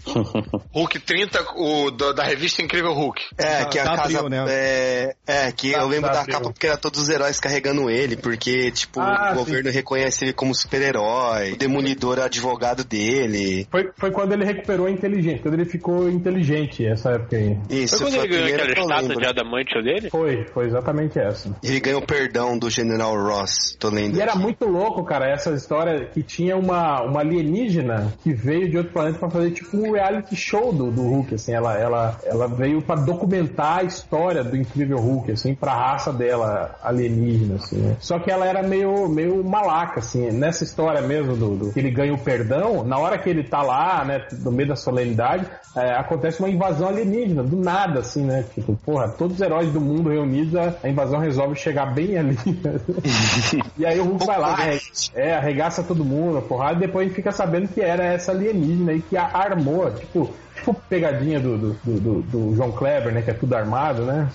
D: Hulk 30, o, da, da revista Incrível Hulk.
G: É,
B: Tá-
G: que a
B: tá
G: casa.
B: abril, né?
G: É, é, que
A: Tá-
G: eu lembro
A: tá
G: da
A: abril.
G: capa porque era todos os heróis carregando ele, porque, tipo,
A: Ah,
G: o
A: sim.
G: governo reconhece ele como super-herói, o demolidor é advogado dele.
A: Foi, foi quando ele recuperou a inteligência, quando ele ficou inteligente, essa época aí.
G: Isso,
C: Foi
G: foi,
C: quando
G: a
C: ele ganhou
G: primeira
C: aquela
G: que eu
C: estátua
G: lembro.
C: de adamantio dele?
A: Foi, foi exatamente essa.
G: Ele ganhou o perdão do General Ross, tô lendo.
A: E era
G: aqui.
A: muito louco, cara, essa história que tinha uma, uma alienígena que veio de outro planeta pra fazer tipo um reality show do, do Hulk, assim. Ela, ela, ela veio pra documentar a história do incrível Hulk, assim, pra raça dela alienígena, assim. né? Só que ela era meio, meio malaca, assim. Nessa história mesmo do, do que ele ganha o perdão, na hora que ele tá lá, né, no meio da solenidade, é, acontece uma invasão alienígena, do nada, assim, né? Tipo, porra, todos os heróis do mundo reunidos, a, a invasão resolve chegar bem ali. <laughs> E aí o Hulk vai lá, arre- é, arregaça todo mundo, a porrada, e depois a gente fica sabendo que era essa alienígena aí que a armou, tipo, tipo pegadinha do, do, do- do- do João Kleber, né? Que é tudo armado, né?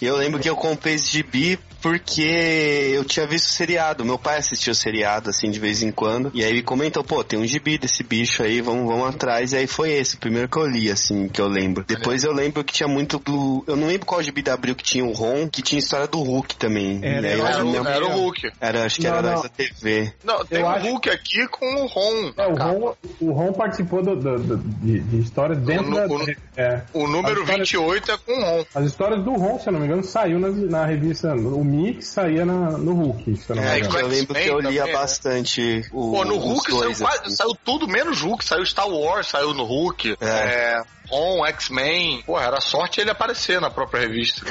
G: Eu lembro que eu comprei esse gibi porque eu tinha visto o seriado. Meu pai assistia o seriado, assim, de vez em quando. E aí ele comentou, pô, tem um gibi desse bicho aí, vamos, vamos atrás. E aí foi esse, o primeiro que eu li, assim, que eu lembro. Depois eu lembro que tinha muito do... Eu não lembro qual gibi da Abril que tinha o Ron, que tinha história do Hulk também.
B: É,
G: E aí eu
D: Era,
G: lembro-
D: o- era o Hulk.
G: era, acho que
A: Não,
G: era
A: não.
G: nessa TV.
D: Não, tem
A: Eu
D: o
A: acho-
D: Hulk aqui com o Ron.
A: É, o
D: cara.
A: Ron, o Ron participou do- do- do- de, de histórias dentro
D: no-
A: da.
D: o no-
A: é,
D: O
A: A
D: número
A: história-
D: 28 é com o Ron.
A: as histórias do Ron, se eu não me engano, saiu na, na revista. O Mix saía na- no Hulk, se eu não me
G: É,
A: engano. <laughs>
D: com
G: eu lembro que eu
D: X-Men
G: lia
D: também, né?
G: bastante o,
D: Pô, no
G: os
D: Hulk saiu,
G: dois,
D: quase-
G: assim.
D: saiu tudo menos Hulk. Saiu Star Wars, saiu no Hulk.
G: É.
D: É, On, X-Men. Porra, era sorte ele aparecer na própria
G: <laughs>
D: revista.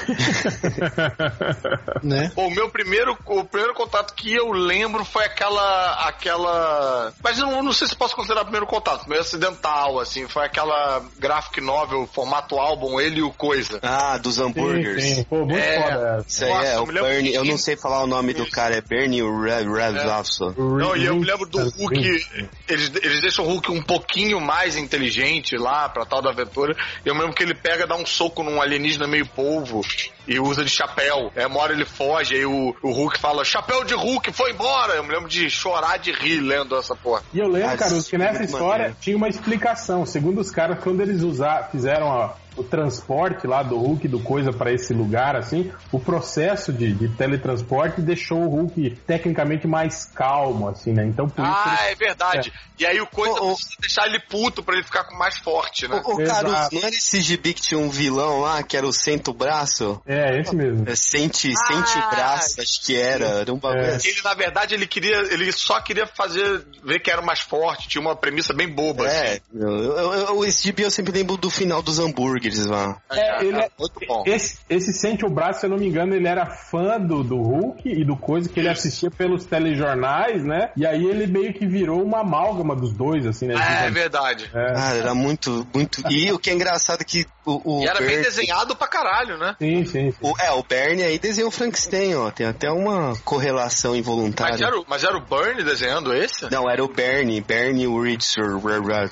B: Né?
D: Pô, o meu primeiro, o primeiro contato que eu lembro foi aquela, aquela, mas eu não, não sei se posso considerar primeiro contato, meio acidental, assim, foi aquela graphic novel, formato álbum, ele e o Coisa.
G: Ah, dos hambúrgueres.
A: Sim, sim. Pô, muito
D: É.
A: foda essa.
G: Isso aí
D: Nossa,
G: é,
D: eu
G: o
D: me lembro
G: Bernie.
D: que-
G: Eu não sei falar o nome do cara, é Bernie Ravzavso.
D: Não, e eu me lembro do Hulk. Eles, eles deixam o Hulk um pouquinho mais inteligente lá pra tal da aventura. Eu me lembro que ele pega, dá um soco num alienígena meio polvo e usa de chapéu. É, uma hora ele foge, aí o, o Hulk fala: Chapéu de Hulk, foi embora! Eu me lembro de chorar de rir lendo essa porra.
A: E eu lembro,
G: Ah,
A: cara,
G: isso
A: que
G: é
A: nessa
G: muito
A: história
G: maneiro.
A: tinha uma explicação. Segundo os caras, quando eles usar, fizeram ó, o transporte lá do Hulk, do coisa pra esse lugar, assim, o processo de, de teletransporte deixou o Hulk tecnicamente mais calmo, assim, né? Então, por isso.
D: Ah, é verdade. E aí o coisa
G: Ô, ô.
D: precisa deixar ele puto pra ele ficar com mais forte, né?
G: Ô, ô
A: Exato.
G: Caruso, não era esse gibi que tinha um vilão lá, que era o Cento Braço?
A: ele- É, esse mesmo.
G: É, Sente,
D: Ah,
G: sente o braço, acho que era. Era um bagulho
A: É.
G: assim.
D: Ele, na verdade, ele queria. Ele só queria fazer. ver que era mais forte, tinha uma premissa bem boba. assim.
G: É, eu, eu, eu- esse gibi eu sempre lembro do final dos hambúrgueres lá.
A: É, ele é-
D: Muito tá bom.
A: Esse, esse Sente o Braço, se eu não me engano, ele era fã do, do Hulk e do coisa que ele assistia pelos telejornais, né? E aí ele meio que virou uma amálgama dos dois, assim, né?
D: É verdade.
A: É.
G: Cara, era muito, muito. E o que é engraçado é que o. o
D: E era bem
G: Bernie-
D: desenhado pra caralho, né?
A: Sim, sim, sim.
G: o- é, o Bernie aí desenhou o Frankenstein, ó. Tem até uma correlação
D: Mas
G: involuntária.
D: era, o- mas era o Bernie desenhando esse?
G: Não, era o Bernie, Bernie Ritzer,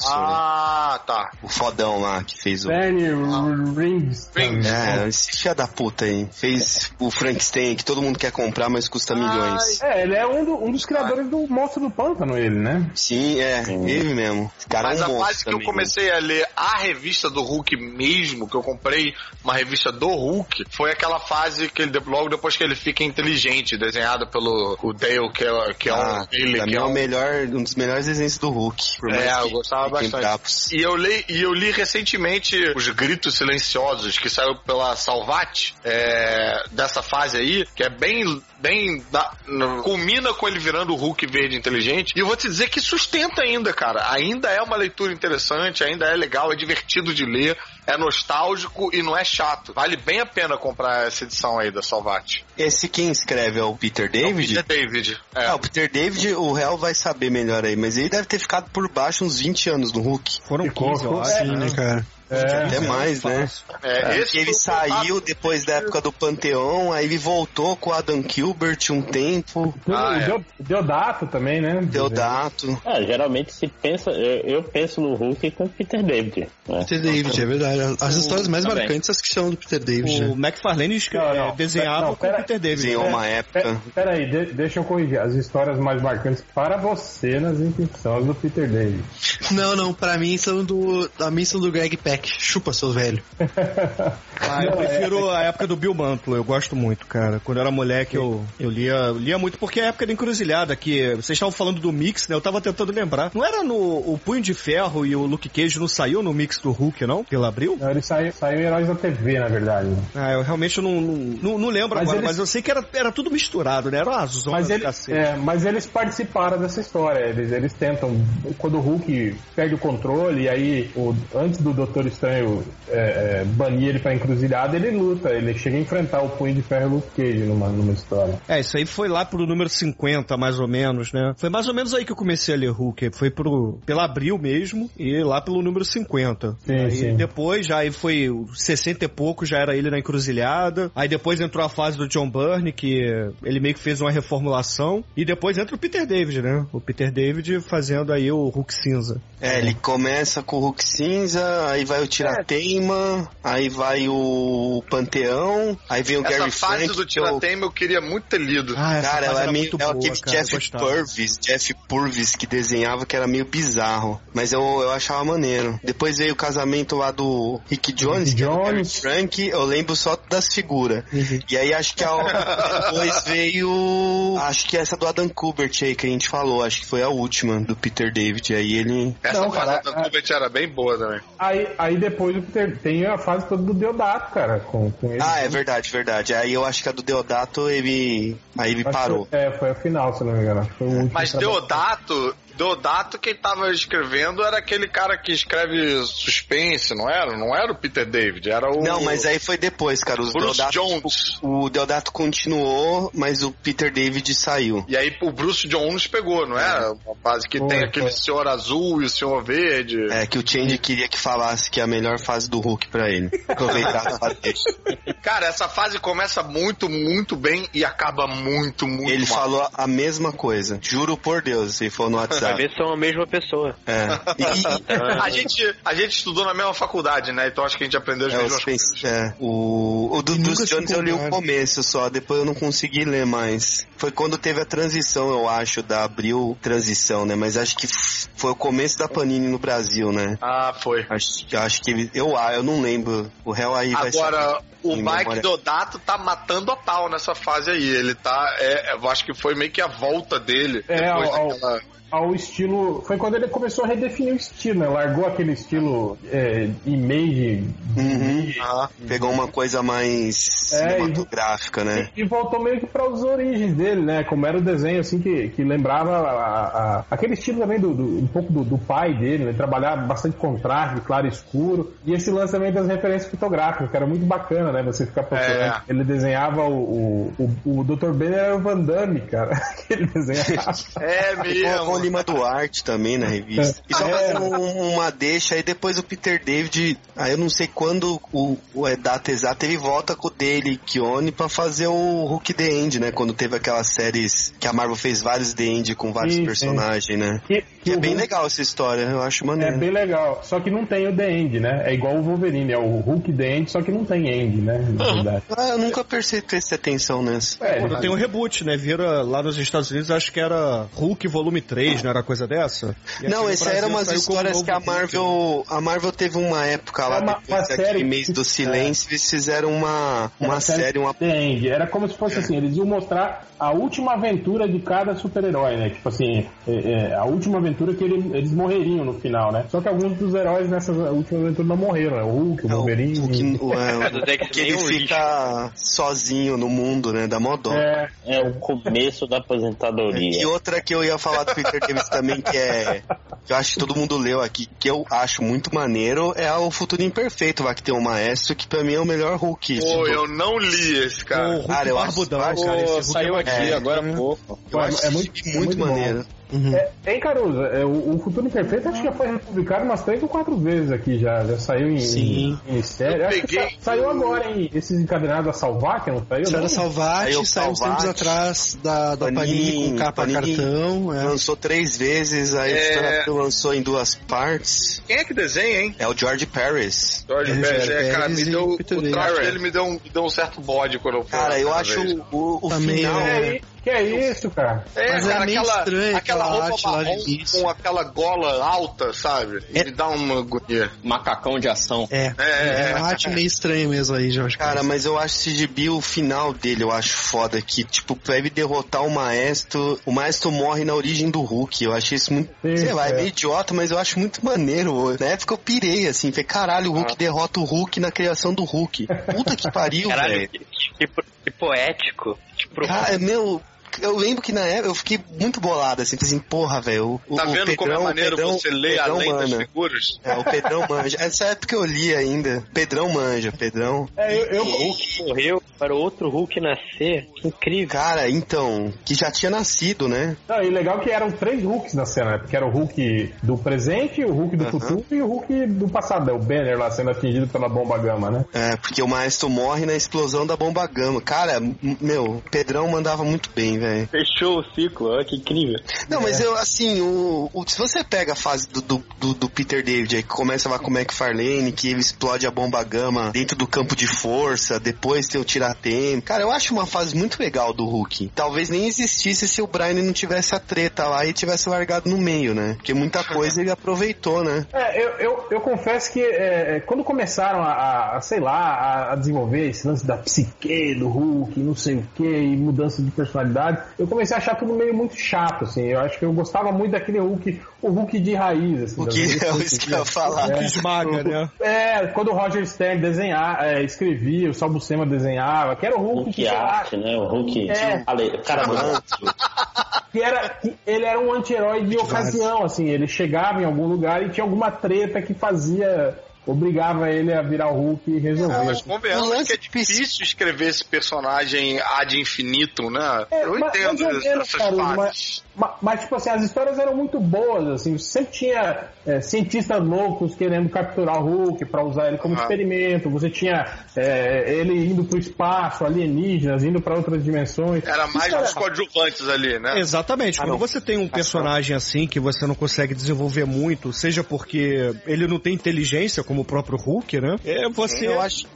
D: Ah, tá.
G: o fodão lá que fez o.
A: Bernie Rings.
D: Rings.
G: É, esse filho da puta aí. Fez o Frankenstein que todo mundo quer comprar, mas custa milhões.
A: É, ele é um, do- um dos criadores do Monstro do Pântano, ele, né?
G: Sim, é, ele mesmo. Esse cara
D: Mas
G: é
D: a fase
G: um monstro
D: que eu
G: também, né?
D: comecei a ler a revista do Hulk mesmo, que eu comprei uma revista do Hulk, foi aquela fase que ele, de- logo depois que ele fica inteligente, desenhada pelo o Dale, que é, que é
G: Ah,
D: um, ele,
G: pra
D: que
G: mim
D: é
G: é o
D: um
G: melhor, um dos melhores desenhos do Hulk. por mais
D: É, eu
G: que
D: gostava
G: fiquem
D: bastante.
G: bravos.
D: E eu, li, e eu li recentemente Os Gritos Silenciosos, que saiu pela Salvat, é, dessa fase aí, que é bem. bem da- no- culmina com ele virando o Hulk verde inteligente. E eu vou te dizer que sustenta ainda, cara. Ainda é uma leitura interessante, ainda é legal, é divertido de ler, é nostálgico e não é chato. Vale bem a pena comprar essa edição aí da Salvat.
G: Esse quem escreve é o Peter David?
D: É David. É.
G: Ah, o Peter David, o réu vai saber melhor aí, mas ele deve ter ficado por baixo uns 20 anos no Hulk.
I: Foram
A: Ficou,
I: 15, eu
A: ficou
I: acho.
A: assim,
I: né?
A: né,
I: cara?
D: um
G: até mais, né?
D: é, esse
G: Porque ele
D: foi o-
G: saiu depois da época do Panteão, aí ele voltou com o Adam Kilbert um tempo,
D: Ah, é.
A: deu, deu data também, né?
G: Deodato.
E: É, geralmente se pensa, eu, eu penso no Hulk com o Peter David. Né?
B: Peter David, é verdade.
A: Tá
B: As histórias mais
H: Também.
B: marcantes são as que são do Peter David, né?
I: O McFarlane escre-
A: Não, não,
B: é,
I: eh, desenhava
A: não,
I: com o
A: pera-
I: Peter David.
G: Desenhou uma época.
A: Pe- É, Peraí, de, deixa eu corrigir. As histórias mais marcantes para você nas intenções do Peter David.
B: Não, não, pra mim são do. A mim são do Greg Peck. Chupa, seu velho.
I: <laughs> Ah,
A: é.
I: eu prefiro a época do Bill Mantlo, eu gosto muito, cara. Quando eu era moleque, eu, eu lia, eu lia muito, porque é a época da encruzilhada, que vocês estavam falando do mix, né? Eu tava tentando lembrar. Não era no o Punho de Ferro e o Luke Cage não saiu no mix do Hulk, não? Que ele abriu?
A: Não, ele saiu, saiu em Heróis da TV, na verdade.
I: Ah, eu realmente não, não, não- não lembro
A: Mas
I: agora,
A: eles-
I: mas eu sei que era, era tudo misturado, né? Era uma zona
A: Mas,
I: do
A: ele-
I: cacete.
A: é, mas eles participaram dessa história. Eles, eles tentam. Quando o Hulk perde o controle, e aí o- antes do Doutor Estranho é, é, banir ele pra encruzilhada, ele luta. Ele chega a enfrentar o punho de ferro e o Luke Cage numa, numa história.
I: É, isso aí foi lá pro número 50, mais ou menos, né? Foi mais ou menos aí que eu comecei a ler Hulk. Foi pro, pela abril mesmo e lá pelo número 50.
A: Sim,
I: aí
A: sim.
I: depois já aí foi o 60 e pouco, já era ele na encruzilhada. Aí depois entrou a fase do John Byrne, que ele meio que fez uma reformulação. E depois entra o Peter David, né? O Peter David fazendo aí o Hulk cinza.
G: É, ele começa com o Hulk Cinza, aí vai o Tirateima, aí vai o Panteão, aí vem o
D: Essa
G: Gary
D: fase
G: Frank.
D: do
G: que eu-
D: Tiratema eu queria muito ter lido.
I: Ah,
G: Cara, ela é
I: era
G: meio.
I: muito
G: ela
I: boa,
G: teve
I: cara, eu
G: Jeff
I: gostava.
G: Purvis, Jeff Purvis que desenhava que era meio bizarro. Mas eu, eu achava maneiro. Depois veio o casamento lá do Rick Jones,
A: Rick
G: que era o Gary
A: Jones.
G: Frank, eu lembro só das figuras. E aí acho que a,
I: <laughs>
G: depois veio. Acho que essa do Adam Kubert aí que a gente falou, acho que foi a última do Peter David. Aí ele.
D: Essa
A: Não,
D: fase
A: cara,
D: da Kubert era bem boa também.
A: Aí, aí depois o Peter tem a fase toda do Deodato, cara, com, com ele.
G: Ah, é verdade, verdade. Aí eu acho que a do Deodato ele. Aí ele
A: Acho que-
G: parou.
A: É, foi a final, se não me engano. Acho que Foi o último
D: Mas
A: trabalho.
D: Deodato, Deodato, quem tava escrevendo era aquele cara que escreve suspense, não era? Não era o Peter David, era o.
G: Não, mas aí foi depois, cara. Os
D: Bruce
G: Deodato, tipo,
D: Jones.
G: O Deodato continuou, mas o Peter David saiu.
D: E aí o Bruce Jones pegou, não é? Uma fase que tem aquele senhor azul e o senhor verde.
G: É, que o Change queria que falasse que é a melhor fase do Hulk pra ele. Aproveitar a fase
D: <laughs>
G: dele.
D: Cara, essa fase começa muito, muito bem e acaba muito, muito
G: Ele
D: mal.
G: falou a mesma coisa. Juro por Deus, se for no
D: É
C: Vai
G: WhatsApp.
C: ver se são a mesma pessoa.
G: É. E,
D: A gente, a gente estudou na mesma faculdade, né? Então acho que a gente aprendeu as
G: é,
D: mesmas
G: os
D: coisas.
G: pens- é, o, o do
I: E
G: Bruce
I: nunca se
G: Jones eu li o
I: encontraram.
G: começo só, depois eu não consegui ler mais. Foi quando teve a transição, eu acho, da Abril transição, né? Mas acho que f- foi o começo da Panini no Brasil, né?
D: Ah, foi.
G: Acho, acho que ele- eu, ah, eu não lembro. O réu aí vai
D: Agora, o
G: Em
D: Mike
G: memória.
D: Dodato tá matando a pau nessa fase aí. Ele tá. É, eu acho que foi meio que a volta dele.
A: É,
D: depois
A: ao- ao-
D: daquela-
A: ao estilo. Foi quando ele começou a redefinir o estilo, né? Largou aquele estilo é, image
G: Uhum.
D: Ah,
G: Pegou uma coisa mais
A: É, e-
G: cinematográfica, né?
A: e voltou meio que para as origens dele, né? Como era o desenho, assim, que, que lembrava a- a- aquele estilo também do, do- um pouco do, do pai dele, né? Trabalhar bastante contraste, claro e escuro. E esse lance também das referências fotográficas, que era muito bacana, né? Você ficar procurando.
D: É.
A: Ele desenhava o, o, o, o Dr. Ben era o Van Damme, cara. <laughs> que Ele desenhava.
D: É
G: Colocou o
D: mesmo.
G: Lima Duarte também na revista. E só
A: É.
G: fazendo um- uma deixa, aí depois o Peter David, aí eu não sei quando o, o é data exata, ele volta com o Daily Kione pra fazer o Hulk The End, né? Quando teve aquelas séries que a Marvel fez vários The End com vários
A: Sim, sim.
G: personagens, né?
A: Que,
G: <laughs> Que é
A: o
G: bem
A: Hulk
G: legal né? essa história, eu acho
A: É
G: maneiro.
A: bem legal. Só que não tem o The End, né? É igual o Wolverine, é o Hulk The End, só que não tem End, né? Na verdade.
G: Ah, eu nunca percebi prestei atenção nessa.
A: É,
I: Quando tem um reboot, né? Vira lá nos Estados Unidos, acho que era Hulk volume 3, não era coisa dessa? E aqui
G: Não,
I: no
G: essa eram
I: Brasil
G: umas
I: saiu como
G: histórias
I: novo
G: que a
I: Hulk.
G: Marvel. A Marvel teve uma época
A: né? É
G: lá,
A: uma-
G: depois
A: uma
G: daquele
A: série
G: mês
A: que- É
G: do silêncio, eles fizeram uma,
A: Era
G: uma série, uma É.
A: The End. Era como se fosse assim, eles iam mostrar a última aventura de cada super-herói, né? Tipo assim, é, é, a última aventura que ele- eles morreriam no final, né? Só que alguns dos heróis nessa última aventura não morreram, né? O Hulk, o
G: É, o-
A: Wolverine.
G: O <laughs> que, o-
H: <laughs>
G: é,
C: Dos
G: o
C: X-Men
G: que ele
C: é um
G: fica sozinho no mundo, né? Da modó.
A: É,
E: É o começo da aposentadoria.
G: E outra que eu ia falar do Peter Davis também, que é. Que eu acho que todo mundo leu aqui, que eu acho muito maneiro, é o Futuro Imperfeito, lá que tem o Maestro, que pra mim é o melhor Hulk.
D: Pô, eu não li esse
I: O
D: cara.
I: Hulk
G: Cara, eu acho-
I: Barbudão,
G: eu acho-
I: cara. Esse
H: Pô,
I: Hulk
H: saiu
I: é
H: aqui
G: bacana.
H: agora há pouco.
G: Eu
A: é-
G: acho
A: é muito-
G: muito,
A: muito bom.
G: maneiro.
A: Hein, Caruso? É, o, o Futuro Imperfeito
I: Uhum.
A: acho que já foi republicado umas três ou quatro vezes aqui já. Já saiu em,
B: Sim.
A: em série.
D: Eu
A: Acho que
D: peguei-
A: sa- saiu agora, hein? Esses encadenados da Salvac, não saiu? né?
B: Sara
A: não?
G: Aí o
B: Salvati, saiu uns tempos
G: Salvati,
B: atrás da, da Panini com capa
G: Panini.
B: cartão. é.
G: Lançou três vezes, aí
D: É.
G: o Starapil lançou em duas partes.
D: Quem é que desenha, hein?
G: É o George Paris.
D: Jorge
B: É,
D: Pérez,
B: Jorge
D: é, cara,
B: Pérez
D: me
B: e
D: deu, o
B: Peter David.
D: traço dele me deu, um, me deu um certo bode quando eu fui
G: Cara,
D: lá
G: eu
D: cada
G: acho
D: vez.
G: o, o
B: Também
G: final.
B: é.
A: É, que é isso, cara?
D: É,
B: Mas
D: cara,
B: é meio
D: aquela,
B: estranho
D: aquela
B: aquela
D: roupa
B: arte lá de
D: marrom
B: início.
D: com aquela gola alta, sabe? Me dá uma agonia.
H: Macacão de ação.
B: É,
D: É, é,
B: é,
D: é.
B: uma arte meio estranha mesmo aí, Jorge.
G: Cara, mas eu acho esse gibi, o final dele, eu acho foda. Que, tipo, pra ele derrotar o maestro, o maestro morre na origem do Hulk. Eu achei isso muito.
A: Sim,
G: sei lá, é
A: é.
G: meio idiota, mas eu acho muito maneiro. Na época eu pirei, assim, falei, caralho, o Hulk derrota o Hulk na criação do Hulk. Puta que pariu,
C: Caralho,
G: velho.
C: que, que, pro- que poético. Que profundo.
G: Cara, meu. Eu lembro que na época eu fiquei muito bolado, assim, falei assim, porra, velho. o-
D: Tá
G: o
D: vendo como é
G: Pedrão- o
D: maneiro
G: Pedrão-
D: você ler
G: Pedrão
D: além das
G: mana.
D: figuras?
G: É, o Pedrão manja. Essa época eu li ainda. Pedrão manja, Pedrão.
A: É, eu, eu-
C: O Hulk morreu para outro Hulk nascer. Que incrível.
G: Cara, então, que já tinha nascido, né?
A: Não, e legal que eram três Hulks na cena, né? Porque era o Hulk do presente, o Hulk do
G: Aham.
A: futuro e o Hulk do passado, né? O Banner lá sendo atingido pela bomba gama, né?
G: É, porque o maestro morre na explosão da bomba gama. Cara, m- meu, o Pedrão mandava muito bem, velho.
C: Fechou o ciclo, olha que incrível.
G: Não, mas eu, assim, o, o- se você pega a fase do, do, do- do Peter David aí, que começa lá com o McFarlane, que ele explode a bomba gama dentro do campo de força, depois tem o Tiratempo. Cara, eu acho uma fase muito legal do Hulk. Talvez nem existisse se o Brian não tivesse a treta lá <laughs> e tivesse largado no meio, né? Porque muita coisa ele aproveitou, né?
A: É, eu, eu, eu confesso que é, é, quando começaram a, a- a, sei lá, a, a desenvolver esse lance da psique do Hulk, não sei o que, e mudança de personalidade, eu comecei a achar tudo meio muito chato, assim. Eu acho que eu gostava muito daquele Hulk, o Hulk de raiz, assim.
G: O
A: das
G: que
A: vezes
G: é isso que eu ia falar.
I: Que esmaga, né?
A: É, quando o Roger Stern desenhar, é, escrevia, o
E: é
A: Salbucema desenhava, que era o Hulk
E: Hulk
A: que sei lá,
E: arte, né? O Hulk.
A: É.
E: Ale- Cara, branco.
A: que era que ele era um anti-herói de ocasião, assim, ele chegava em algum lugar e tinha alguma treta que fazia obrigava ele a virar o Hulk e resolver.
D: Ah, mas convenhamos que é difícil escrever esse personagem ad infinitum, né?
A: É,
D: eu
A: mas- mas
D: entendo
A: eu- eu não
D: essas
A: quero,
D: partes.
A: Ma- Mas, tipo assim, as histórias eram muito boas, assim, sempre tinha é, cientistas loucos querendo capturar o Hulk pra usar ele como
D: Ah.
A: experimento, você tinha é, ele indo pro espaço, alienígenas, indo pra outras dimensões.
D: Era mais
A: Isso
D: os coadjuvantes ali, né?
B: É.
I: Exatamente.
G: Ah,
I: Quando você tem
G: Tá
I: um personagem assim que você não consegue desenvolver muito, seja porque ele não tem inteligência, como o próprio Hulk, né? É, você
B: Eu acho-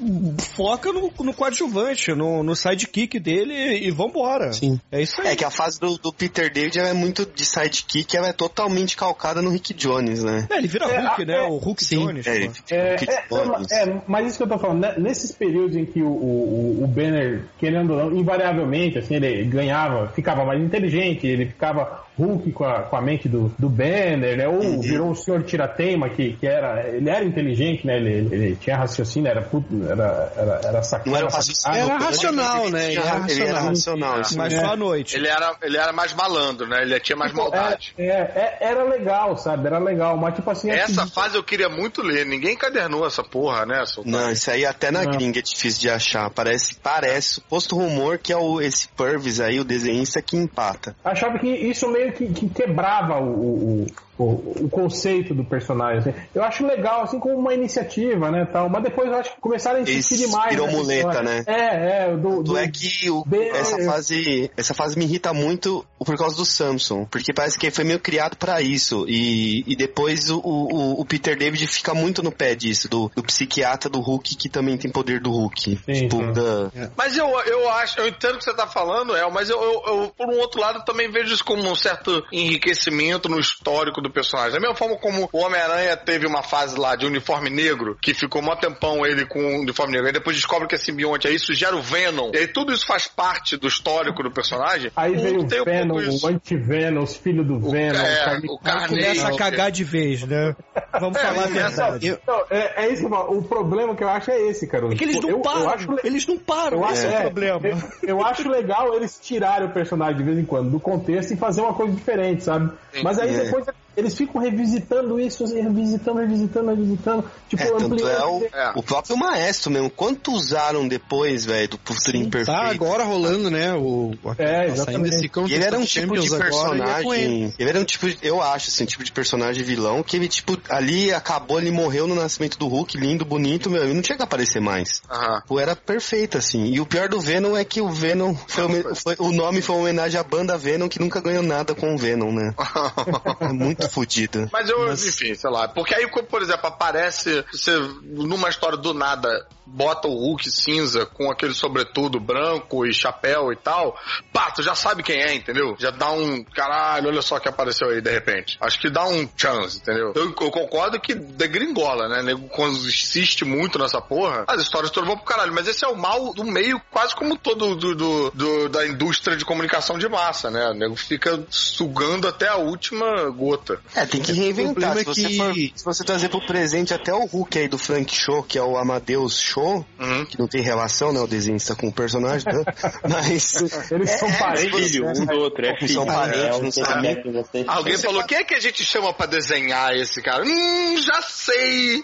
I: foca no, no coadjuvante, no, no sidekick dele e, e vambora.
G: Sim.
I: É isso aí.
G: É que a fase do, do Peter David ela é muito de sidekick, ela é totalmente calcada no Rick Jones, né?
I: É, ele vira
A: É,
I: Hulk,
A: a-
I: né?
A: é-
I: o Hulk
G: Sim,
I: Jones.
G: é,
I: pô.
A: É,
G: Rick
A: é, é, ma-
G: Jones.
A: é, mas isso que eu tô falando, né, nesses períodos em que o, o, o- o Banner, querendo ou não, invariavelmente, assim, ele ganhava, ficava mais inteligente, ele ficava Hulk com a, com a mente do, do Banner, né, ou virou o senhor Tiratema, que, que era, ele era inteligente, né, ele, ele- ele tinha raciocínio, era, puto- era, era, era sacana,
G: Não era o
A: sacana.
G: raciocínio.
I: Era
G: pelo
I: racional,
G: menos,
I: né?
G: Ele,
I: Era
G: era- ele era
I: racional.
G: racional. assim. É. isso
I: Mas
G: mesmo.
I: só à noite.
D: Ele era, ele era mais malandro, né? Ele tinha mais maldade.
A: É, é, é, era legal, sabe? Era legal, mas tipo assim.
D: Essa
A: assim,
D: fase eu queria muito ler. Ninguém encadernou essa porra, né? Essa...
G: Não, isso aí até na
A: Não.
G: gringa é difícil de achar. Parece, parece, suposto rumor que é o, esse Purvis aí, o desenhista, que empata.
A: achava que isso meio que, que quebrava o, o, o, o conceito do personagem. assim. Eu acho legal, assim, como uma iniciativa, né, tal. Mas depois eu acho que começaram a insistir
G: Esse
A: demais.
G: virou
A: nessa
G: muleta,
A: história.
G: né?
A: É, é. Do,
G: Tanto
A: do,
G: é que o-
A: Bem-
G: essa, fase, essa fase me irrita muito por causa do Samson, porque parece que ele foi meio criado pra isso, e, e depois o, o- o Peter David fica muito no pé disso, do, do psiquiatra do Hulk que também tem poder do Hulk.
A: Sim,
G: tipo,
A: sim.
G: da-
D: Mas eu, eu acho, eu entendo o que você tá falando, El, mas eu, eu- eu, por um outro lado, também vejo isso como um certo enriquecimento no histórico do personagem. Da mesma forma como o Homem-Aranha teve uma fase lá de uniforme negro, que ficou mó tempão ele com o uniforme negro, aí depois descobre que é simbionte, aí isso gera o Venom. E aí tudo isso faz parte do histórico do personagem.
A: Aí
D: Eu
A: veio o
D: tenho
A: Venom,
D: um pouco isso.
A: o anti-Venom, os filhos do
D: O-
A: Venom.
D: é,
A: Carnificina.
D: o Carne-
I: Começa
D: Não,
I: a cagar de vez, né? Vamos
D: É,
I: falar a
D: mas
I: verdade.
A: Não, não, é, é isso, que eu falo. o problema que eu acho é esse, cara.
I: É que eles não
A: eu,
I: param.
A: eu acho le-
I: Eles não param.
A: Eu acho,
I: esse é,
A: é,
I: o problema.
A: Eu, eu acho legal eles tirarem o personagem de vez em quando do contexto e fazer uma coisa diferente, sabe? Mas aí
G: é.
A: depois eles ficam revisitando isso, assim, revisitando, revisitando, revisitando. Tipo,
G: É, tanto é o,
D: É.
G: o próprio maestro mesmo. Quanto usaram depois, velho, do Futurinho Perfeito?
B: Tá agora rolando, né? O, o-
A: É,
B: tá saindo
A: exatamente.
B: esse
G: E ele era um tipo de
B: Champions agora, e é com ele.
G: personagem. Ele era um tipo, de- eu acho, assim, um tipo de personagem vilão que ele, tipo, ali acabou, ele morreu no nascimento do Hulk, lindo, bonito, meu, ele não tinha que aparecer mais.
D: Aham.
G: Pô, era perfeito, assim. E o pior do Venom é que o Venom foi, homen- foi- o nome foi uma homenagem à banda Venom que nunca ganhou nada com o Venom, né?
A: <laughs>
G: É muito fodida.
D: Mas eu, enfim, sei lá. Porque aí, por exemplo, aparece você, numa história do nada, bota o Hulk cinza com aquele sobretudo branco e chapéu e tal. Pá, tu já sabe quem é, entendeu? Já dá um. Caralho, olha só que apareceu aí de repente. Acho que dá um chance, entendeu? Eu, eu concordo que degringola, né? Nego quando insiste muito nessa porra, as histórias todas vão pro caralho. Mas esse é o mal do meio, quase como todo do, do- do- da indústria de comunicação de massa, né? O nego fica sugando até a última gota.
G: É, tem que
B: problema
G: reinventar.
B: é
G: Se você,
B: que-
G: for- se você trazer pro presente até o Hulk aí do Frank Show, que é o Amadeus Show,
D: Uhum.
G: que não tem relação, né? O desenhista com o personagem, <laughs> né? Mas.
A: Eles
G: É,
A: são parentes.
C: Filho, um do outro, é filho.
G: São
E: É
G: parentes,
E: o
G: não
E: que
G: sabe.
E: quer que você
D: Alguém falou, quem é que a gente chama pra desenhar esse cara? Hum, já sei!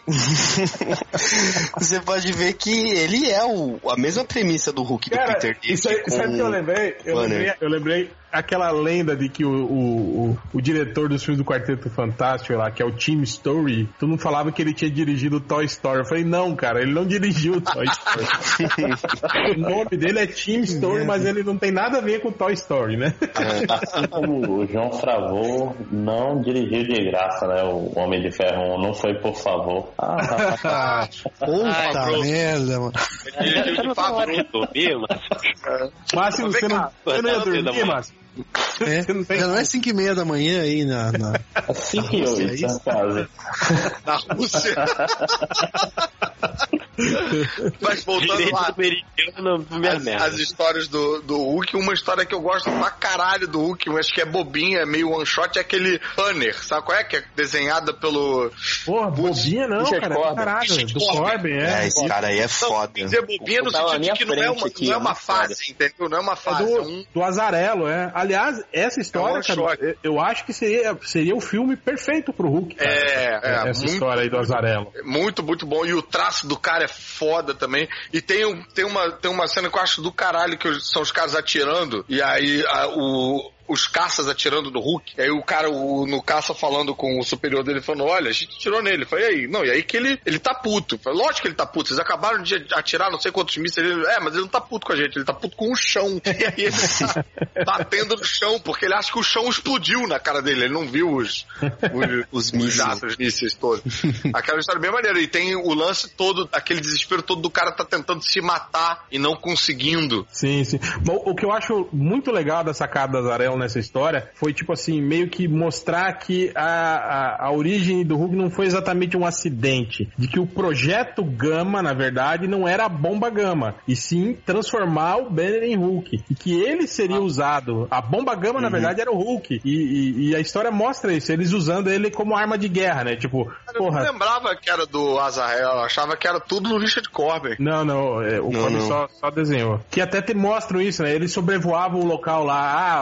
G: Você pode ver que ele é o, a mesma premissa do Hulk do
A: Cara,
G: Peter David.
A: isso aí, sabe o que eu lembrei? Eu
G: Banner.
A: lembrei, eu lembrei aquela lenda de que o, o, o, o diretor dos filmes do Quarteto Fantástico lá, que é o Tim Story, tu não falava que ele tinha dirigido Toy Story. Eu falei, não, cara, ele não dirigiu Toy Story. o nome dele é Tim Story, mas ele não tem nada a ver com Toy Story, né?
E: Assim como o João Fravô não dirigiu de graça, né? O Homem de Ferro 1 não foi por favor. Ah, rapaz,
B: Puta
D: bro.
B: merda,
A: <laughs>
B: mano.
D: Dirigiu é de É. Favreau.
C: dormir, mas...
A: Márcio,
D: Vem
A: você não,
D: cá.
A: você não ia
C: Tá,
A: dormir,
C: Pedro,
A: Márcio?
B: É,
A: Você não tem-
B: já não é 5 e meia da manhã aí na.
A: <laughs>
B: na-
E: assim que
B: Nossa,
E: eu,
B: é
E: isso
H: <laughs>
B: isso?
E: é caso.
D: Na Rússia. Mas voltando
C: Direito
D: lá,
C: do meridiano, minha
D: as,
C: merda.
D: as histórias do, do Hulk, uma história que eu gosto pra caralho do Hulk, mas que é bobinha, é meio one shot, é aquele Banner, sabe qual é? Que é desenhada pelo.
A: Porra, bobinha não,
H: Richard
A: cara.
H: Corbin.
A: Caralho, do
D: Corbin.
A: Corbin,
G: É,
A: é.
G: esse cara aí é foda.
D: Quer dizer, bobinha no
H: Eu tava
D: sentido de
H: na
D: que
H: minha
D: não é uma,
H: frente aqui, né,
D: não é
H: ó,
D: uma
H: uma
D: fase, entendeu? Não é uma
A: É
D: fase. É um...
A: do, do Azarelo, é. Aliás, essa história,
D: É um
A: cara,
D: choque.
A: eu- eu acho que seria, seria o filme perfeito pro Hulk. cara.
D: É, é,
A: essa
D: muito,
A: história aí do Azarelo.
D: muito, muito bom. E o traço do cara é foda também. E tem, um, tem, uma, tem uma cena que eu acho do caralho, que são os caras atirando, e aí a- o- Os caças atirando no Hulk. E aí o cara o- no caça falando com o superior dele, falando: Olha, a gente atirou nele. Eu Falei, e aí? Não, e aí que ele, ele tá puto. Eu Falei, Lógico que ele tá puto. Vocês acabaram de atirar não sei quantos mísseis. Ele, é, mas ele não tá puto com a gente. Ele tá puto com o chão. <laughs> E aí ele tá batendo no chão, porque ele acha que o chão explodiu na cara dele. Ele não viu os, os,
G: Os mísseis.
D: desastres mísseis todos. Aquela história é bem maneira. E tem o lance todo, aquele desespero todo do cara tá tentando se matar e não conseguindo.
A: Sim, sim. Bom, o que eu acho muito legal da sacada da Zarel nessa história foi, tipo assim, meio que mostrar que a, a, a origem do Hulk não foi exatamente um acidente. De que o projeto Gama, na verdade, não era a bomba Gama, e sim transformar o Banner em Hulk. E que ele
D: Ah.
A: seria usado. A bomba Gama,
D: Uhum.
A: na verdade, era o Hulk. E, e, e a história mostra isso, eles usando ele como arma de guerra, né? Tipo,
D: Cara, eu não
A: porra.
D: lembrava que era do Azrael, eu achava que era tudo no Richard Corbin.
A: Não, não, é, o
G: Não,
A: Corbin
G: não.
A: Só, só desenhou. Que até te mostram isso, né? Eles sobrevoavam o local lá.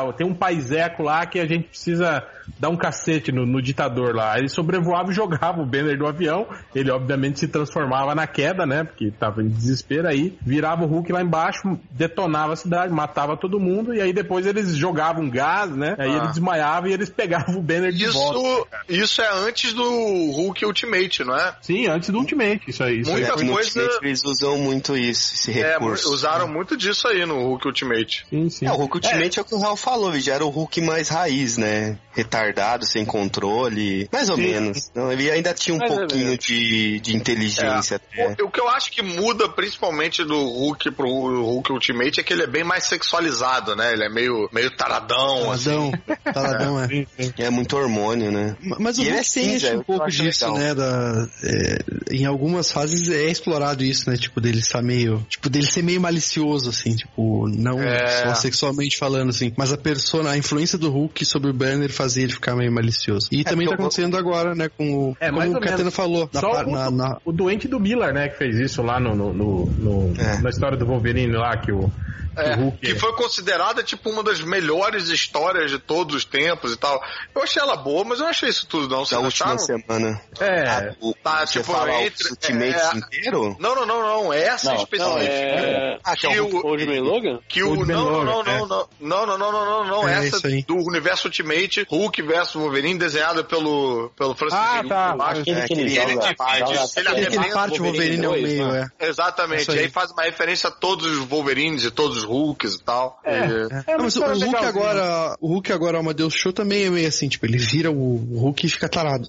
A: Ah, tem um paiseco lá que a gente precisa dar um cacete no, no ditador lá. Eles sobrevoavam e jogavam o banner do avião. Ele, obviamente, se transformava na queda, né? Porque tava em desespero aí. Virava o Hulk lá embaixo, detonava a cidade, matava todo mundo. E aí depois eles jogavam gás, né? Aí
D: Ah.
A: ele desmaiava e eles pegavam o banner de volta.
D: Isso, isso é antes do Hulk Ultimate, não é?
A: Sim, antes do Ultimate. Isso aí. Isso aí.
D: Muito- muita
G: É, no
D: coisa-
G: Ultimate eles usam muito isso, esse
D: É,
G: recurso.
D: usaram muito disso aí no Hulk Ultimate.
A: Sim, sim.
G: É, o Hulk Ultimate é, o que o Raul falou, já era o Hulk mais raiz, né? Retardado, sem controle, mais ou
A: Sim.
G: menos. Não, ele ainda tinha um
C: Mais ou
G: pouquinho de, de
D: É,
G: inteligência até.
D: O, o que eu acho que muda principalmente do Hulk pro Hulk Ultimate é que ele é bem mais sexualizado, né? Ele é meio, meio taradão, assim.
B: Taladão, taladão é.
A: Sim, sim.
G: É muito hormônio, né?
B: Mas o
G: E ele é
B: Hulk tem
G: cinza,
B: esse-
G: eu
B: um pouco
G: acho
B: disso,
G: legal.
B: né? Da, é, em algumas fases é explorado isso, né? Tipo, dele estar meio. Tipo, dele ser meio malicioso, assim, tipo, não
D: É.
B: só sexualmente falando, assim. Mas a persona, a influência do Hulk sobre o Banner fazia ele ficar meio malicioso. E também tá
D: porque eu-
B: acontecendo agora, né? Com o.
A: É, mais
B: como o
A: ou menos.
B: Catena falou. Na,
A: Só É,
B: par-
A: o-
B: na, na-
A: O doente do Miller, né, que fez isso lá no, no- no- no-
G: É.
A: na história do Wolverine lá, que o, que
D: É,
A: o Hulk.
D: que foi considerada tipo uma das melhores histórias de todos os tempos e tal. Eu achei ela boa, mas eu não achei isso tudo não.
G: Da
D: Vocês
G: última
D: acharam?
G: semana.
A: É,
G: O,
D: Tá,
G: você
D: tipo,
G: fala
D: entre-
G: o Ultimate
D: é-
G: inteiro?
D: Não, não, não, não. Essa
E: Não,
D: em
E: não,
D: específico.
C: É.
G: Ah, que é
D: que
G: o
D: o-
G: Hulk
C: Old Man Logan?
D: Que o.
A: Old Man
D: Não, não, não,
A: Logan,
D: não, não. Não, não, não, não, não, não.
B: É
D: Essa
B: isso aí.
D: do universo Ultimate, Hulk versus Wolverine, desenhada pelo, pelo Francis
A: Ah,
D: Yu,
A: tá.
D: eu acho.
C: Aquele
G: é,
C: que ele
G: aquele
C: joga.
G: joga-
C: joga-
D: ele
B: Ele que
D: arrebenta
A: um
B: parte o Wolverine ao
C: dois,
B: meio,
C: né?
B: é.
D: Exatamente.
B: Isso aí.
D: E aí faz uma referência a todos os Wolverines e todos os Hulks e tal. E-
A: é
B: Não,
A: uma
B: Ah, mas o
A: história
B: Hulk
A: legalzinha.
B: agora, o Hulk agora, o Amadeus Show também é meio assim, tipo, ele vira o Hulk e fica tarado.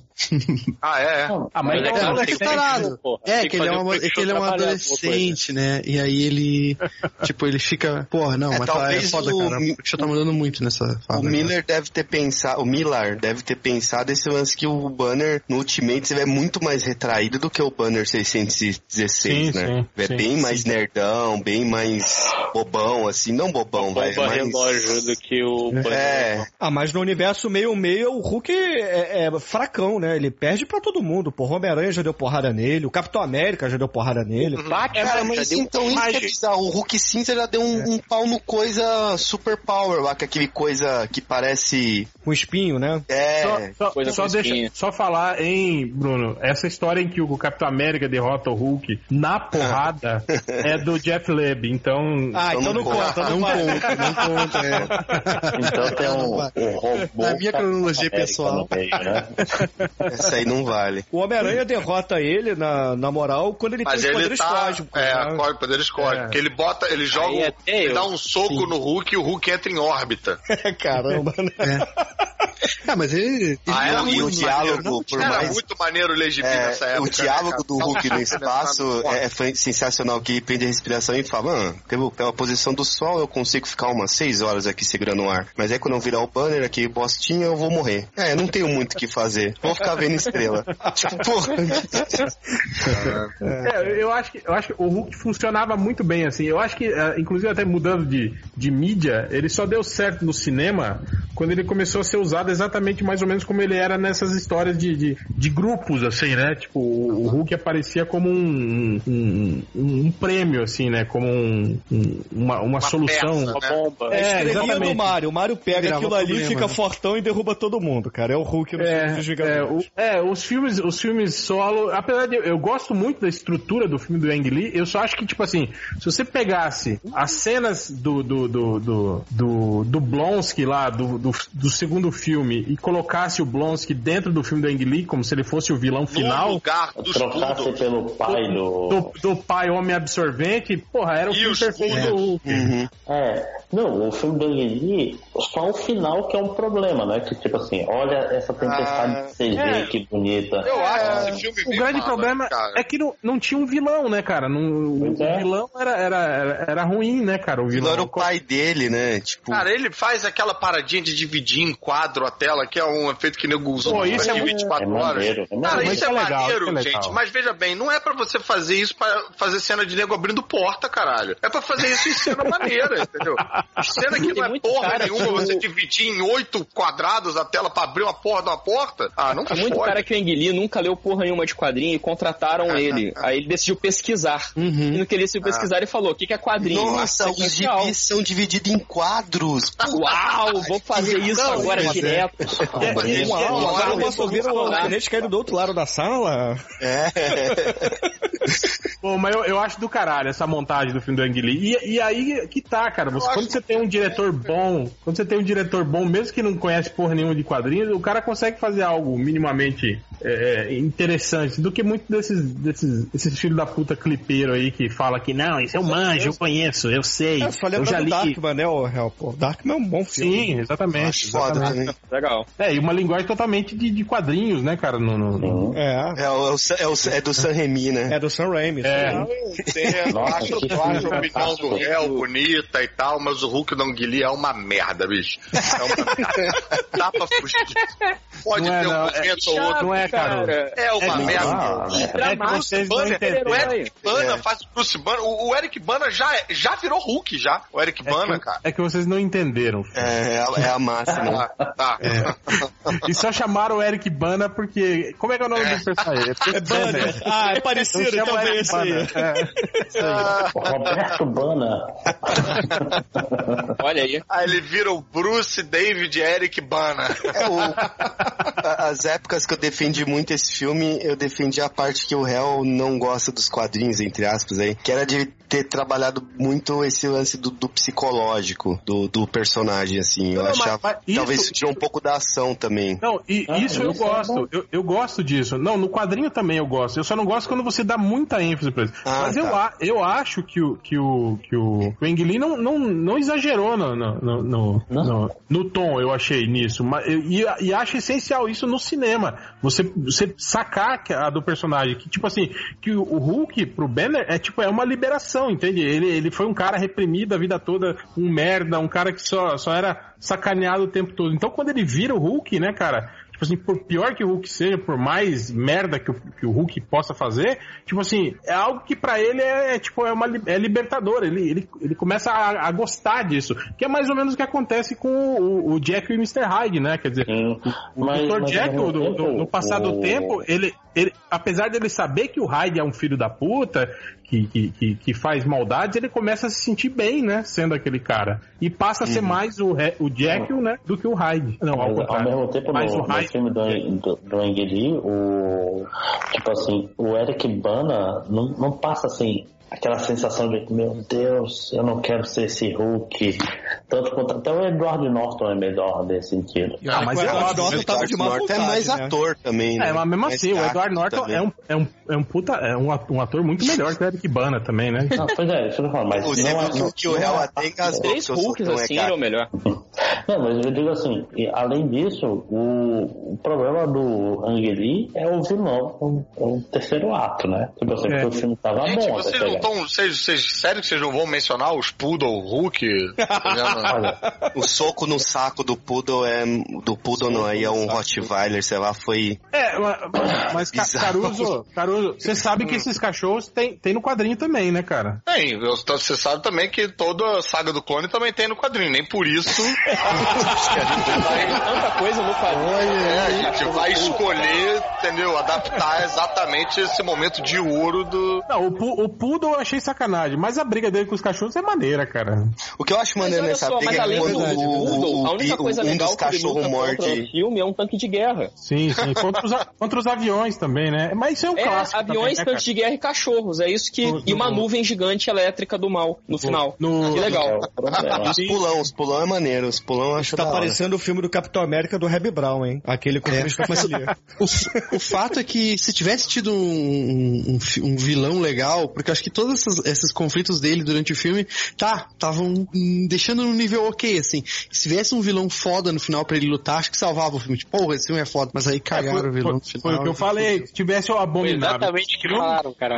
D: Ah, é, é.
A: Ah, mas
C: Mas
A: então,
C: é claro,
A: tem
B: moleque
A: que-
B: tarado.
C: porra.
B: É,
C: Tem
B: que
C: que
B: ele é,
C: fazer
B: uma,
C: um
B: é que ele é um
C: trabalhar, alguma coisa.
B: adolescente, né? E aí ele, tipo, ele fica, porra, não,
G: É,
B: mas tá, é
G: talvez
B: foda,
G: o-
B: cara. O Show tá mandando muito nessa fala.
G: O Miller deve ter pensado, o Miller deve ter pensado esse lance que o banner no Ultimate é muito mais retraído do que o banner 616,
A: Sim,
G: né?
A: sim,
G: é
A: sim,
G: bem mais nerdão, bem mais bobão, assim, não bobão, vai,
C: Bomba
G: mas...
C: relógio do que o
G: É,
I: Ah, mas no universo meio-meio, o Hulk é, é fracão, né? Ele perde pra todo mundo. Porra, Homem-Aranha já deu porrada nele, o Capitão América já deu porrada nele.
C: Batman.
G: Cara, mas
C: deu
G: então isso que é
C: imagem.
G: bizarro. O Hulk Cinza já deu um, um pau no coisa super power lá, que é aquele coisa que parece.
I: Com espinho, né?
G: É.
A: Só, só,
C: Coisa
A: só
C: fresquinha.
A: deixa, só falar, hein, Bruno? Essa história em que o Capitão América derrota o Hulk na
B: <laughs>
A: porrada é do Jeff Leb, então.
I: Ah,
G: então
I: então não
G: não
I: conta,
B: Não
I: não conta.
B: conta, não conta, é.
E: Então tem um, um robô.
B: Na minha
E: Capitão
B: cronologia
E: América
B: pessoal.
E: no meio, né?
G: Essa aí não vale.
I: O Homem-Aranha derrota ele, na, na moral, quando ele
D: Mas
I: tem
D: ele
I: os poderes
D: tá.
I: cósmicos.
D: é,
I: né?
D: né? poderes
A: É.
D: cósmicos. Porque ele bota, ele joga.
C: Aí é
D: o-
C: até
D: Ele
A: <laughs>
C: eu.
D: dá um soco no Hulk e o Hulk entra em órbita.
I: Caramba, né?
B: Ah, mas ele.
D: Ah, era
G: e o- e
D: muito
G: o
D: maneiro,
G: diálogo, por
D: Era
G: mais
D: muito maneiro o Legibi
G: É,
D: nessa época.
G: o diálogo
D: né, cara?
G: do
D: <laughs>
G: Hulk no espaço é, foi sensacional, que prende a respiração e fala, mano, pelo- pela posição do sol eu consigo ficar umas 6 horas aqui segurando o ar, mas aí quando eu virar o banner aqui, bostinha, eu vou morrer. É, não tenho muito o que fazer, vou ficar vendo estrela. <laughs> Tipo, porra,
A: É, eu acho, que, eu acho que o Hulk funcionava muito bem, assim. Eu acho que, eh, inclusive até mudando de, de mídia, ele só deu certo no cinema quando ele começou a ser usado exatamente mais ou menos como ele era nessas histórias de, de, de grupos, assim, né? Tipo, o, o Hulk aparecia como um, um, um- um prêmio, assim, né? Como um- um- uma, uma, solução.
D: peça,
C: Uma
D: né?
C: bomba.
A: É,
I: Estrelinha
A: exatamente.
I: do Mario. O Mario pega
B: Virava
I: aquilo ali,
B: problema,
I: fica
B: né?
I: fortão e derruba todo mundo, cara. É o Hulk no
A: É, é, o-
I: Vingadores.
A: é, os filmes, os filmes solo, apesar de eu, eu gosto muito da estrutura do filme do Ang Lee, eu só acho que tipo assim, se você pegasse as cenas do do do do, do, do Blonsky lá do, do, do segundo filme e colocasse o Blonsky dentro do filme do Ang Lee como se ele fosse o vilão
D: No
A: final
D: lugar dos
E: Trocasse
D: escudo.
E: pelo pai do.
A: do, do pai homem absorvente, porra, era o
D: E
A: filme
D: os
A: perfeito do Hulk.
E: É, não, o filme do Guilherme, só o final que é um problema, né? Que tipo assim, olha essa tempestade
D: Ah,
E: de CG,
A: é.
E: que bonita.
D: Eu acho esse filme
A: O
D: bem
A: grande
D: maluco,
A: problema
D: cara.
A: é que não, não tinha um vilão, né, cara? Não- o,
E: Pois é.
A: o vilão era, era, era, era ruim, né, cara? O
G: o vilão
A: vilão.
G: era o pai dele, né? Tipo,
D: Cara, ele faz aquela paradinha de dividir em quadro a tela, que é um efeito que nego usa
A: Pô,
D: no
A: isso é
D: aqui
A: muito-
D: 24
E: é
D: horas.
E: maneiro, é
D: Cara,
E: maneiro.
D: isso é,
A: Mas é legal,
D: maneiro,
A: isso é legal.
D: gente. Mas veja bem, não é pra você fazer isso pra fazer cena de nego abrindo porta, caralho. É pra fazer isso em cena maneira, entendeu? Cena que não é
H: muito
D: porra
H: cara
D: nenhuma,
H: que o-
D: você dividir em oito quadrados a tela pra abrir uma porra de uma porta. Ah, não
H: Há muito
D: fode.
H: cara é que o Anguili nunca leu porra nenhuma de quadrinho e contrataram
G: <laughs>
H: ele. Aí ele decidiu pesquisar. E no que ele decidiu pesquisar, ele falou: o que, que é quadrinho?
G: nossa,
H: Marketing
G: os
H: social.
G: gibis são divididos em quadros.
H: Uau, vou fazer isso
D: Não,
H: agora
D: mas é.
H: direto.
D: Vou
E: é
D: fazer isso
I: Uau,
D: agora,
I: agora eu
D: eu
I: posso
D: vou
I: ouvir o
D: falar.
I: alfinete caindo do outro lado da sala.
A: Pô, mas eu, eu acho do caralho essa montagem do filme do Ang Lee. E, e aí que tá, cara. Você- quando você tem um diretor bom, quando você tem um diretor bom, mesmo que não conhece porra nenhuma de quadrinhos, o cara consegue fazer algo minimamente é, é, interessante do que muito desses, desses esses filhos da puta clipeiro aí que fala que não, isso eu manjo, eu conheço, eu sei,
I: É, só
A: eu já
I: lembrando do
A: li.
I: Darkman, né, o Hell? Pô, Darkman é um bom filme.
A: Sim, exatamente.
G: Acho foda
A: exatamente.
G: também.
H: Legal.
A: É, e uma linguagem totalmente de, de quadrinhos, né, cara? No, no- no-
I: É.
G: É, o- é, o Sa- é o- é do San Remi, né?
I: É do Sam Raimi.
A: É.
I: Sam Raimi.
E: Nossa,
D: acho
E: que
D: eu acho a
E: filme
D: opinião do
E: fantástico.
D: réu bonita e tal, mas o Hulk do Anguili é uma merda, bicho. É uma merda. Dá pra fugir. Pode
A: Não é,
D: ter um
A: não, é-
D: momento ou outro.
A: não é, cara.
D: É uma
A: não,
D: merda.
E: Ah, né?
A: É que vocês não entenderam.
D: O
H: é-
D: Eric Bana faz o Bruce Banner. O, o Eric Bana já, é- já virou Hulk, já. O Eric Bana,
A: é que,
D: cara.
A: é que vocês não entenderam.
G: É, é a, é a máxima.
D: Ah, tá.
A: <laughs> E só chamaram o Eric Bana porque. Como é que é o nome do personagem? É Banner.
I: Ah, é parecido,
A: Então chama
I: então
A: o
I: é
A: Eric
I: esse aí.
A: Bana. É.
E: Roberto Bana.
H: Olha aí.
D: Aí Ah, ele vira o Bruce David Eric Bana.
G: É, o- a- as épocas que eu defendi muito esse filme, eu defendi a parte que o réu não gosta dos quadrinhos, entre aspas, aí, que era de ter trabalhado muito esse lance do, do psicológico do, do personagem, assim. Eu
A: Não, mas-
G: achava.
A: mas isso-
G: talvez isso tirou um pouco da ação também.
A: Não, e
E: Ah,
A: isso eu
E: isso é
A: gosto. eu, eu gosto disso. Não, no quadrinho também eu gosto. Eu só não gosto quando você dá muita ênfase pra isso.
G: Ah,
A: Mas
G: tá.
A: eu, a- eu acho que o, que o, que o, que o Ang Lee não, não, não exagerou no, no, no, no,
E: Não?
A: no- no tom, eu achei, nisso. Mas, eu- e, e acho essencial isso no cinema. Você, você sacar que a do personagem. Que, tipo assim, que o, o Hulk pro Banner é tipo, é uma liberação, entende? Ele, ele foi um cara reprimido a vida toda, um merda, um cara que só, só era sacaneado o tempo todo. Então quando ele vira o Hulk, né, cara? Tipo assim, por pior que o Hulk seja, por mais merda que o, que o Hulk possa fazer, tipo assim, é algo que pra ele é, é, tipo, é, uma, li- é libertador. Ele, ele, ele começa a, a gostar disso. Que é mais ou menos o que acontece com o, o Jack e o Mr. Hyde, né? Quer dizer,
E: Sim.
A: o Dr. Jack,
E: ao
A: do,
E: mesmo
A: do-
E: tempo,
A: no passar do
E: é um o-
A: tempo, ele, ele, apesar dele saber que o Hyde é um filho da puta, que, que, que, que faz maldades, ele começa a se sentir bem, né? Sendo aquele cara. E passa a ser mais o, Re- o Jack, né? Do que o Hyde. Não, ao
E: Uhum. Mas, ao
A: contrário.
E: mesmo tempo,
A: Mas
E: no,
A: o
E: no
A: Hyde-
E: filme do, do, do Ang Lee, o. Tipo assim, o Eric Bana não, não passa assim. aquela sensação de que, meu Deus, eu não quero ser esse Hulk. Tanto quanto até o Edward Norton é melhor nesse sentido.
I: Ah, mas é
G: ótimo,
I: ótimo,
G: mas
I: tava
G: o
I: de má
G: Norton
I: vontade,
G: é mais
I: né?
G: ator também, né?
A: É, mas mesmo
G: Mais
A: assim, o
G: craque
A: Edward Norton
G: também.
A: é um, é, um, é um puta, é um ator, um ator muito melhor que o Eric Bana também, né?
E: Ah, pois é, deixa eu falar, mas não
G: O
E: é-
G: segundo que o
E: não é-
G: Real até engasgou.
H: Três
G: porque o
H: Hulks
G: Sultão é
H: assim
G: craque.
H: era o melhor.
E: Não, mas eu digo assim, e além disso, o, o problema do Ang Lee é o vilão, o, o terceiro ato, né? Tipo assim,
A: É.
E: porque o filme tava bom.
D: Gente,
E: até
D: vocês não tá-
E: chegar.
D: estão. Vocês, vocês, sério que vocês não vão mencionar os Poodle, Hulk?
E: Olha,
G: O soco no saco do Poodle é. Do Poodle não, aí é um Rottweiler, sei lá, foi.
A: É, mas, mas Ca-
G: Bizarro.
A: Caruso, Caruso, você sabe que esses cachorros tem, tem no quadrinho também, né, cara?
D: Tem, eu- você sabe também que toda a saga do clone também tem no quadrinho, nem por isso.
H: Tanta coisa no quadrinho.
D: É, a gente vai escolher, entendeu? Adaptar exatamente esse momento de ouro do.
A: Não, o, Pu- o Poodle eu achei sacanagem, mas a briga dele com os cachorros é maneira, cara.
G: O que eu acho
H: Mas
G: maneiro
H: olha
G: nessa
H: só, mas
G: briga é que
H: além do
G: quando o, o,
H: Poodle, a
G: o, bi-
H: única coisa
G: um dos
H: legal que ele luta
G: cachorros
H: contra o
G: morde.
H: filme é um tanque de guerra.
A: Sim, sim. Contra os, <laughs> a- contra os aviões também, né? Mas isso é um
H: É,
A: clássico.
H: aviões,
A: também, né,
H: tanques de guerra e cachorros. É isso que.
A: No-
H: E uma
A: no-
H: nuvem gigante elétrica do mal no final.
A: no-
H: que
E: é
H: legal.
E: o problema.
G: E os pulão, os pulão é maneiro, os pulão eu acho
I: Tá
G: da hora.
I: parecendo o filme do Capitão América do Reb Brown, hein? Aquele com o
A: É.
I: Christopher Lee.
A: <laughs>
B: O, f- o fato é que se tivesse tido um, um- um fi- um vilão legal, porque eu acho que todos esses, esses conflitos dele durante o filme, tá, estavam hum, deixando num nível ok, assim. Se tivesse um vilão foda no final pra ele lutar, acho que salvava o filme. Tipo, porra, esse filme é foda, mas aí cagaram o vilão
A: cara?
B: no
A: Foi,
B: final. né?
A: foi o que eu falei, se tivesse o
H: Foi
A: abominável.
H: exatamente o que falaram,
G: um
H: cara.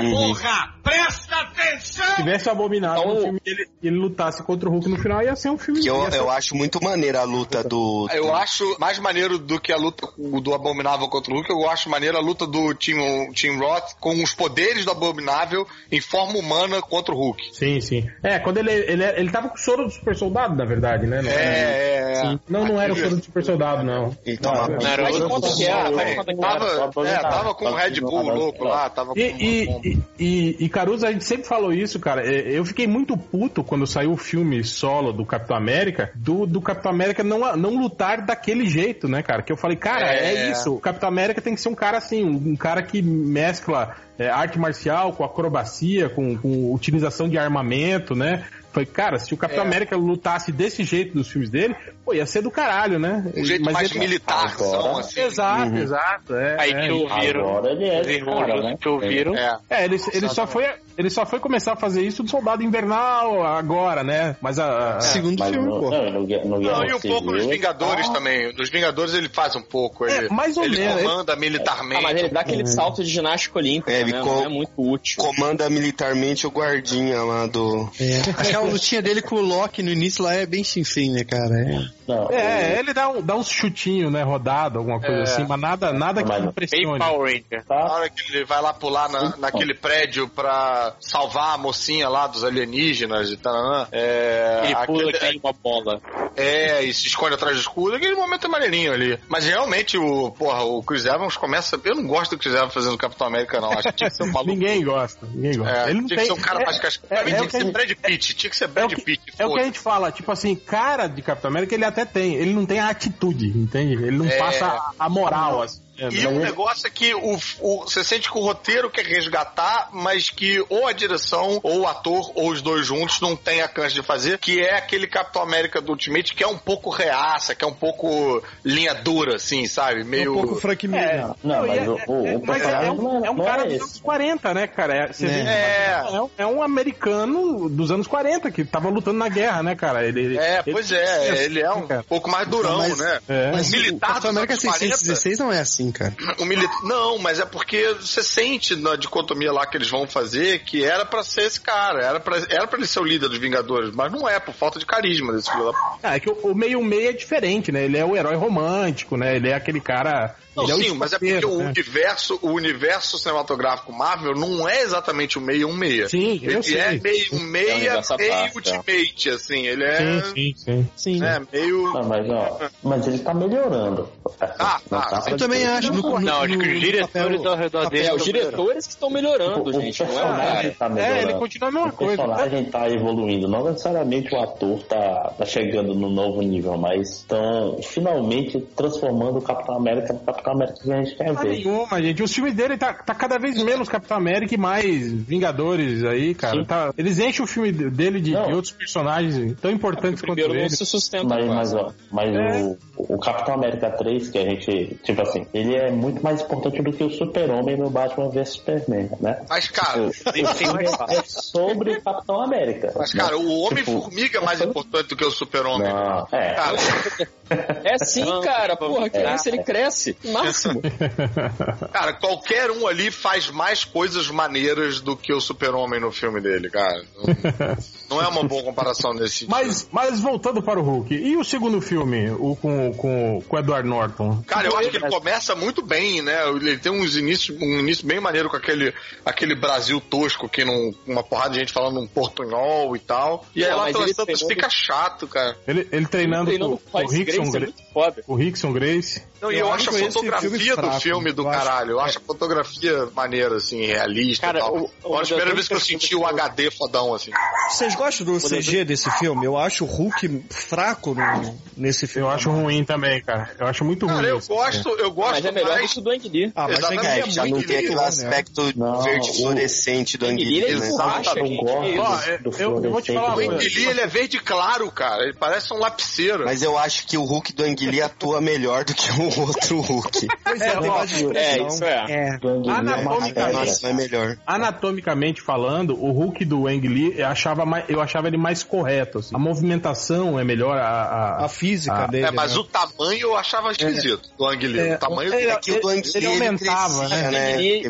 A: Se tivesse o abominável
H: Então,
A: no filme, ele, ele lutasse contra o Hulk no final, ia ser um filme.
G: Que eu, é
A: ia ser-
G: eu acho muito maneira a luta do.
H: Ah,
G: do-
D: Eu acho mais maneiro do que a luta do Abominável contra o Hulk, eu acho maneiro a luta do Team, Team Roth com os poderes do Abominável em forma humana contra o Hulk.
A: Sim, sim. É, quando ele, ele, ele tava com o soro do super soldado, na verdade, né? Não era-
D: É, é.
A: Sim. Não, não era o soro do super soldado, não.
G: Ele toma
H: Vai de conta que é, vai de conta que era.
D: Tava, é, tava com o Red Bull louco lá, tava com
A: E, e, e, e- e, Caruso, a gente sempre falou isso, cara. É, Eu fiquei muito puto quando saiu o filme solo do Capitão América, do, do Capitão América não, não lutar daquele jeito, né, cara? Que eu falei, cara, é,
D: É.
A: isso. O Capitão América tem que ser um cara assim, um, um cara que mescla é, arte marcial com acrobacia, com, com utilização de armamento, né? Falei, cara, se o
D: É.
A: Capitão América lutasse desse jeito nos filmes dele, pô, ia ser do caralho, né?
D: um jeito
A: Mas
D: mais
A: ele-
D: militarzão,
E: Agora-
D: assim.
A: Exato, exato. É,
C: Aí
A: é.
C: te ouviram.
E: Agora ele é
C: Os
E: esse
C: irmãos
E: cara,
C: russos
E: né?
C: te ouviram.
D: É.
A: É, ele, ele, só foi, ele só foi começar a fazer isso do Soldado Invernal agora, né? Mas
E: É.
A: a. a-
B: É, Segundo
E: Mas
B: um filme,
E: no,
B: pô.
E: não, no, Gue- no
D: Não,
E: Guerra
D: e um
E: Civil,
D: pouco nos Vingadores tá- também. Nos Vingadores ele faz um pouco. Ele,
A: É, mais ou
D: ele
A: menos.
D: comanda
H: Ah, mas
D: militarmente.
H: ele dá aquele salto de ginástica olímpica,
G: É,
H: é,
G: ele
H: né?
G: co-
H: Não é muito útil.
G: Comanda militarmente o guardinha lá do.
A: É.
B: Aquela lutinha dele com o Loki no início lá é bem sem fim, né, cara? É.
E: Não,
A: É, ele dá, um, dá uns chutinhos, né? Rodado, alguma coisa
D: É.
A: assim, mas nada, nada que
E: Mas-
C: Bem
A: impressione.
C: Power Ranger.
D: Na
E: tá,
D: hora que ele vai lá pular na- naquele prédio pra salvar a mocinha lá dos alienígenas e tal, é,
C: Ele pula
D: aquele-
C: que tem uma bola.
D: é, e se esconde atrás do escudo, aquele momento é maneirinho ali. Mas realmente o, porra, o Chris Evans começa. Eu não gosto do Chris Evans fazendo Capitão América, não. Acho que tinha que ser
A: <laughs>
D: um maluco.
A: Ninguém gosta, ninguém gosta.
D: É,
A: ele não
D: tinha
A: tem.
D: que ser um cara
A: é,
D: mais casca.
A: é-
D: Pra mim
A: é o
D: tinha que
A: que a
D: ser
A: gente-
D: Brad Pitt, tinha que ser
A: é o
D: Brad
A: que,
D: Pitt.
A: é o que a
D: foda-se.
A: gente fala, tipo assim, cara de Capitão América ele até tem, ele não tem a atitude, entende? Ele não
D: É.
A: passa a- a moral, assim. É,
D: E o negócio é que o, o- você sente que o roteiro quer resgatar, mas que ou a direção, ou o ator, ou os dois juntos não tem a chance de fazer, que é aquele Capitão América do Ultimate que é um pouco reaça, que é um pouco linha dura, assim, sabe?
I: É
D: Meio.
I: Um pouco Frank Miller.
E: não,
A: Não, e
E: mas
A: é-
E: o, o,
A: é-
E: o
A: mas é, é
E: personagem não
A: um, é um
E: não
A: cara
E: é
A: dos anos
E: esse.
A: 40, né, cara? É, você
B: Né.
A: vê-
D: É.
A: É, um- é um americano dos anos 40 que tava lutando na guerra, né, cara? Ele,
D: É,
A: ele-
D: pois é,
A: ele- né,
D: ele é um
A: cara.
D: pouco mais durão,
B: Mas-
D: né?
A: É.
D: Um militar
B: o Capitão
D: dos
B: América
D: anos 40.
B: 616 não é assim, cara.
D: O mili- Um Não, mas é porque você sente na dicotomia lá que eles vão fazer que era pra ser esse cara, era pra, era pra ele ser o líder dos Vingadores, mas não é, por falta de carisma desse filho da
A: Ah, é que o o meio-meio é diferente, né? Ele é o herói romântico, né? Ele é aquele cara.
D: Não,
A: ele é o
D: sim, mas é porque
A: escoteiro,
D: o
A: né?
D: universo, o universo cinematográfico Marvel não é exatamente o meio um meia.
A: Sim, eu
D: ele
A: sei.
D: é meio
H: É um
D: meia,
H: universo à
D: meio
H: parte,
D: ultimate, assim, ele é,
A: Sim, sim, sim.
B: Sim.
D: né, meio
E: Não, mas, ó, mas ele tá melhorando.
D: Ah,
E: Não
D: ah,
E: tá-
B: Eu também acho. No, no,
C: Não, acho que os
B: no
C: diretores
B: papel-
C: ao redor
H: É,
C: dele.
H: os diretores que estão melhorando,
E: o
H: gente. Não é o
E: personagem
H: cara.
E: tá melhorando.
A: É, ele continua a mesma
E: O
A: coisa. né?
E: personagem tá evoluindo, não necessariamente o ator tá, tá chegando no novo nível, mas estão finalmente transformando o Capitão América no Capitão América que a gente quer
A: Porra
E: ver.
A: nenhuma, gente. Os filmes dele tá, tá cada vez menos Capitão América e mais Vingadores aí, cara.
E: Sim.
A: Tá- eles enchem o filme dele de,
E: Não.
A: de outros personagens tão importantes
H: O
A: quanto
H: primeiro
A: ele.
H: não se sustenta
E: Mas, mas,
H: quase.
E: ó, mas
A: É.
E: o, o Capitão América 3, que a gente, tipo assim, ele é muito mais importante do que o Super-Homem no Batman vs Superman, né?
D: Mas,
E: O,
D: cara,
E: o filme é sobre o Capitão América.
D: mas, cara, o
E: formiga
D: Homem-Formiga é mais importante do que o Super-Homem.
E: Não, é.
D: Cara,
H: É sim, cara. Porra, que isso ele <laughs> cresce. Máximo.
D: cara, qualquer um ali faz mais coisas maneiras do que o Super-Homem no filme dele, cara.
A: <laughs>
D: Não, não é uma boa comparação nesse.
A: Mas, mas voltando para o Hulk, e o segundo filme, o com, com, com o Edward Norton?
D: Cara, eu acho que ele começa muito bem, né? Ele tem uns inícios, um início bem maneiro com aquele, aquele Brasil tosco, que não, uma porrada de gente falando um portunhol e tal. E aí
H: Não,
D: lá
H: mas
D: pelas
H: ele
D: tantas
H: pegou-
D: fica chato, cara.
A: Ele, ele treinando,
H: Treinando
A: com, com o
H: faz
A: Rickson
H: Grace é
A: Grace.
H: muito foda.
A: Com o Rickson Grace.
D: Não, e
I: Eu
D: eu,
I: acho
D: acho a
I: esse filme
D: fotografia do
I: fraco,
D: filme do
I: eu acho- é.
D: caralho. Eu acho a fotografia maneira, assim, realista
H: Cara,
D: e tal.
H: o- o-
D: eu acho a primeira
H: o-
D: vez que eu senti
H: um
D: o HD fodão, assim.
I: Vocês gostam do CG desse filme? Eu acho o Hulk fraco no- nesse filme.
A: Eu acho ruim também, cara. Eu acho muito ruim.
D: Cara, eu
A: esse filme.
D: gosto, eu gosto
H: Mas é melhor do
D: mais.
H: que o do Ang Lee.
I: Ah, mas tem que
D: Exatamente,
I: é
D: já
I: muito
D: não
G: Não tem aquele
I: legal, né?
G: aspecto
E: Não,
G: verde
E: o-
G: fluorescente do
H: Ang Lee
G: anguilha,
H: ele
G: né?
H: borracha,
E: Não
H: gente.
E: gosto.
H: que
A: Ó,
H: isso.
A: é-
E: Do
A: eu, eu vou te
E: Florentino
A: falar
D: O
A: uma
E: Wayne.
A: coisa.
D: Enguili, ele é verde claro, cara. Ele parece um lapiseiro.
G: Mas eu acho que o Hulk do Anguili atua melhor do que o <laughs> outro Hulk.
I: Pois é, tem mais
H: É,
I: expressão.
H: isso é.
I: É.
A: Ah,
G: É,
A: Anatomicamente,
G: nossa, é melhor.
A: Anatomicamente falando, o Hulk do Wang Lee eu achava, mais, eu achava ele mais correto. assim. A movimentação é melhor, a.
I: A
A: a-
I: física
A: Ah,
I: dele.
D: É, mas
I: né? É.
D: o tamanho eu achava esquisito do Anguili.
A: É,
D: o tamanho
A: ele-
G: É que o do Anguili
A: Ele aumentava, né?
G: crescia,
H: O Ang Lee,
G: né? Ele
H: é, ele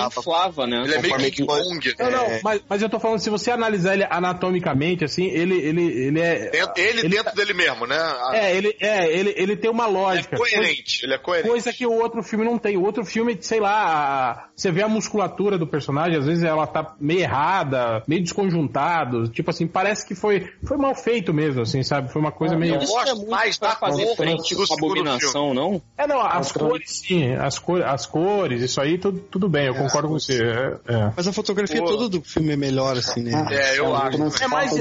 G: aumentava.
H: inflava,
D: Ele
H: né?
D: é meio
G: Conforme
D: que
G: que
D: King
G: pode-
D: Kong. né?
A: Não, não,
G: É.
A: mas, mas eu tô falando, se você analisar ele anatomicamente, assim, ele, ele, ele é.
D: Dentro- ele, dentro dele mesmo, né? A-
A: É, ele, é ele, ele tem uma
D: ele
A: lógica.
D: é coerente. Ele é coerente.
A: Coisa que o outro filme não tem. O outro filme, sei lá, a- você vê a musculatura do personagem, às vezes ela tá meio errada, meio desconjuntado. Tipo assim, parece que foi, foi mal feito mesmo, assim, sabe? Foi uma coisa meio.
H: Isso
D: gosto
H: é muito
D: mais
H: pra
D: da
H: fazer
D: cor
H: frente
D: do
H: com a
D: segundo
H: abominação, não?
A: É, não, as cores, sim. As, cor, as cores, isso aí, tudo, tudo bem, eu concordo com você. É, é.
B: Mas a fotografia
D: Pô.
B: toda do filme é melhor, assim, né?
G: Ah,
D: É, eu acho.
A: É mais-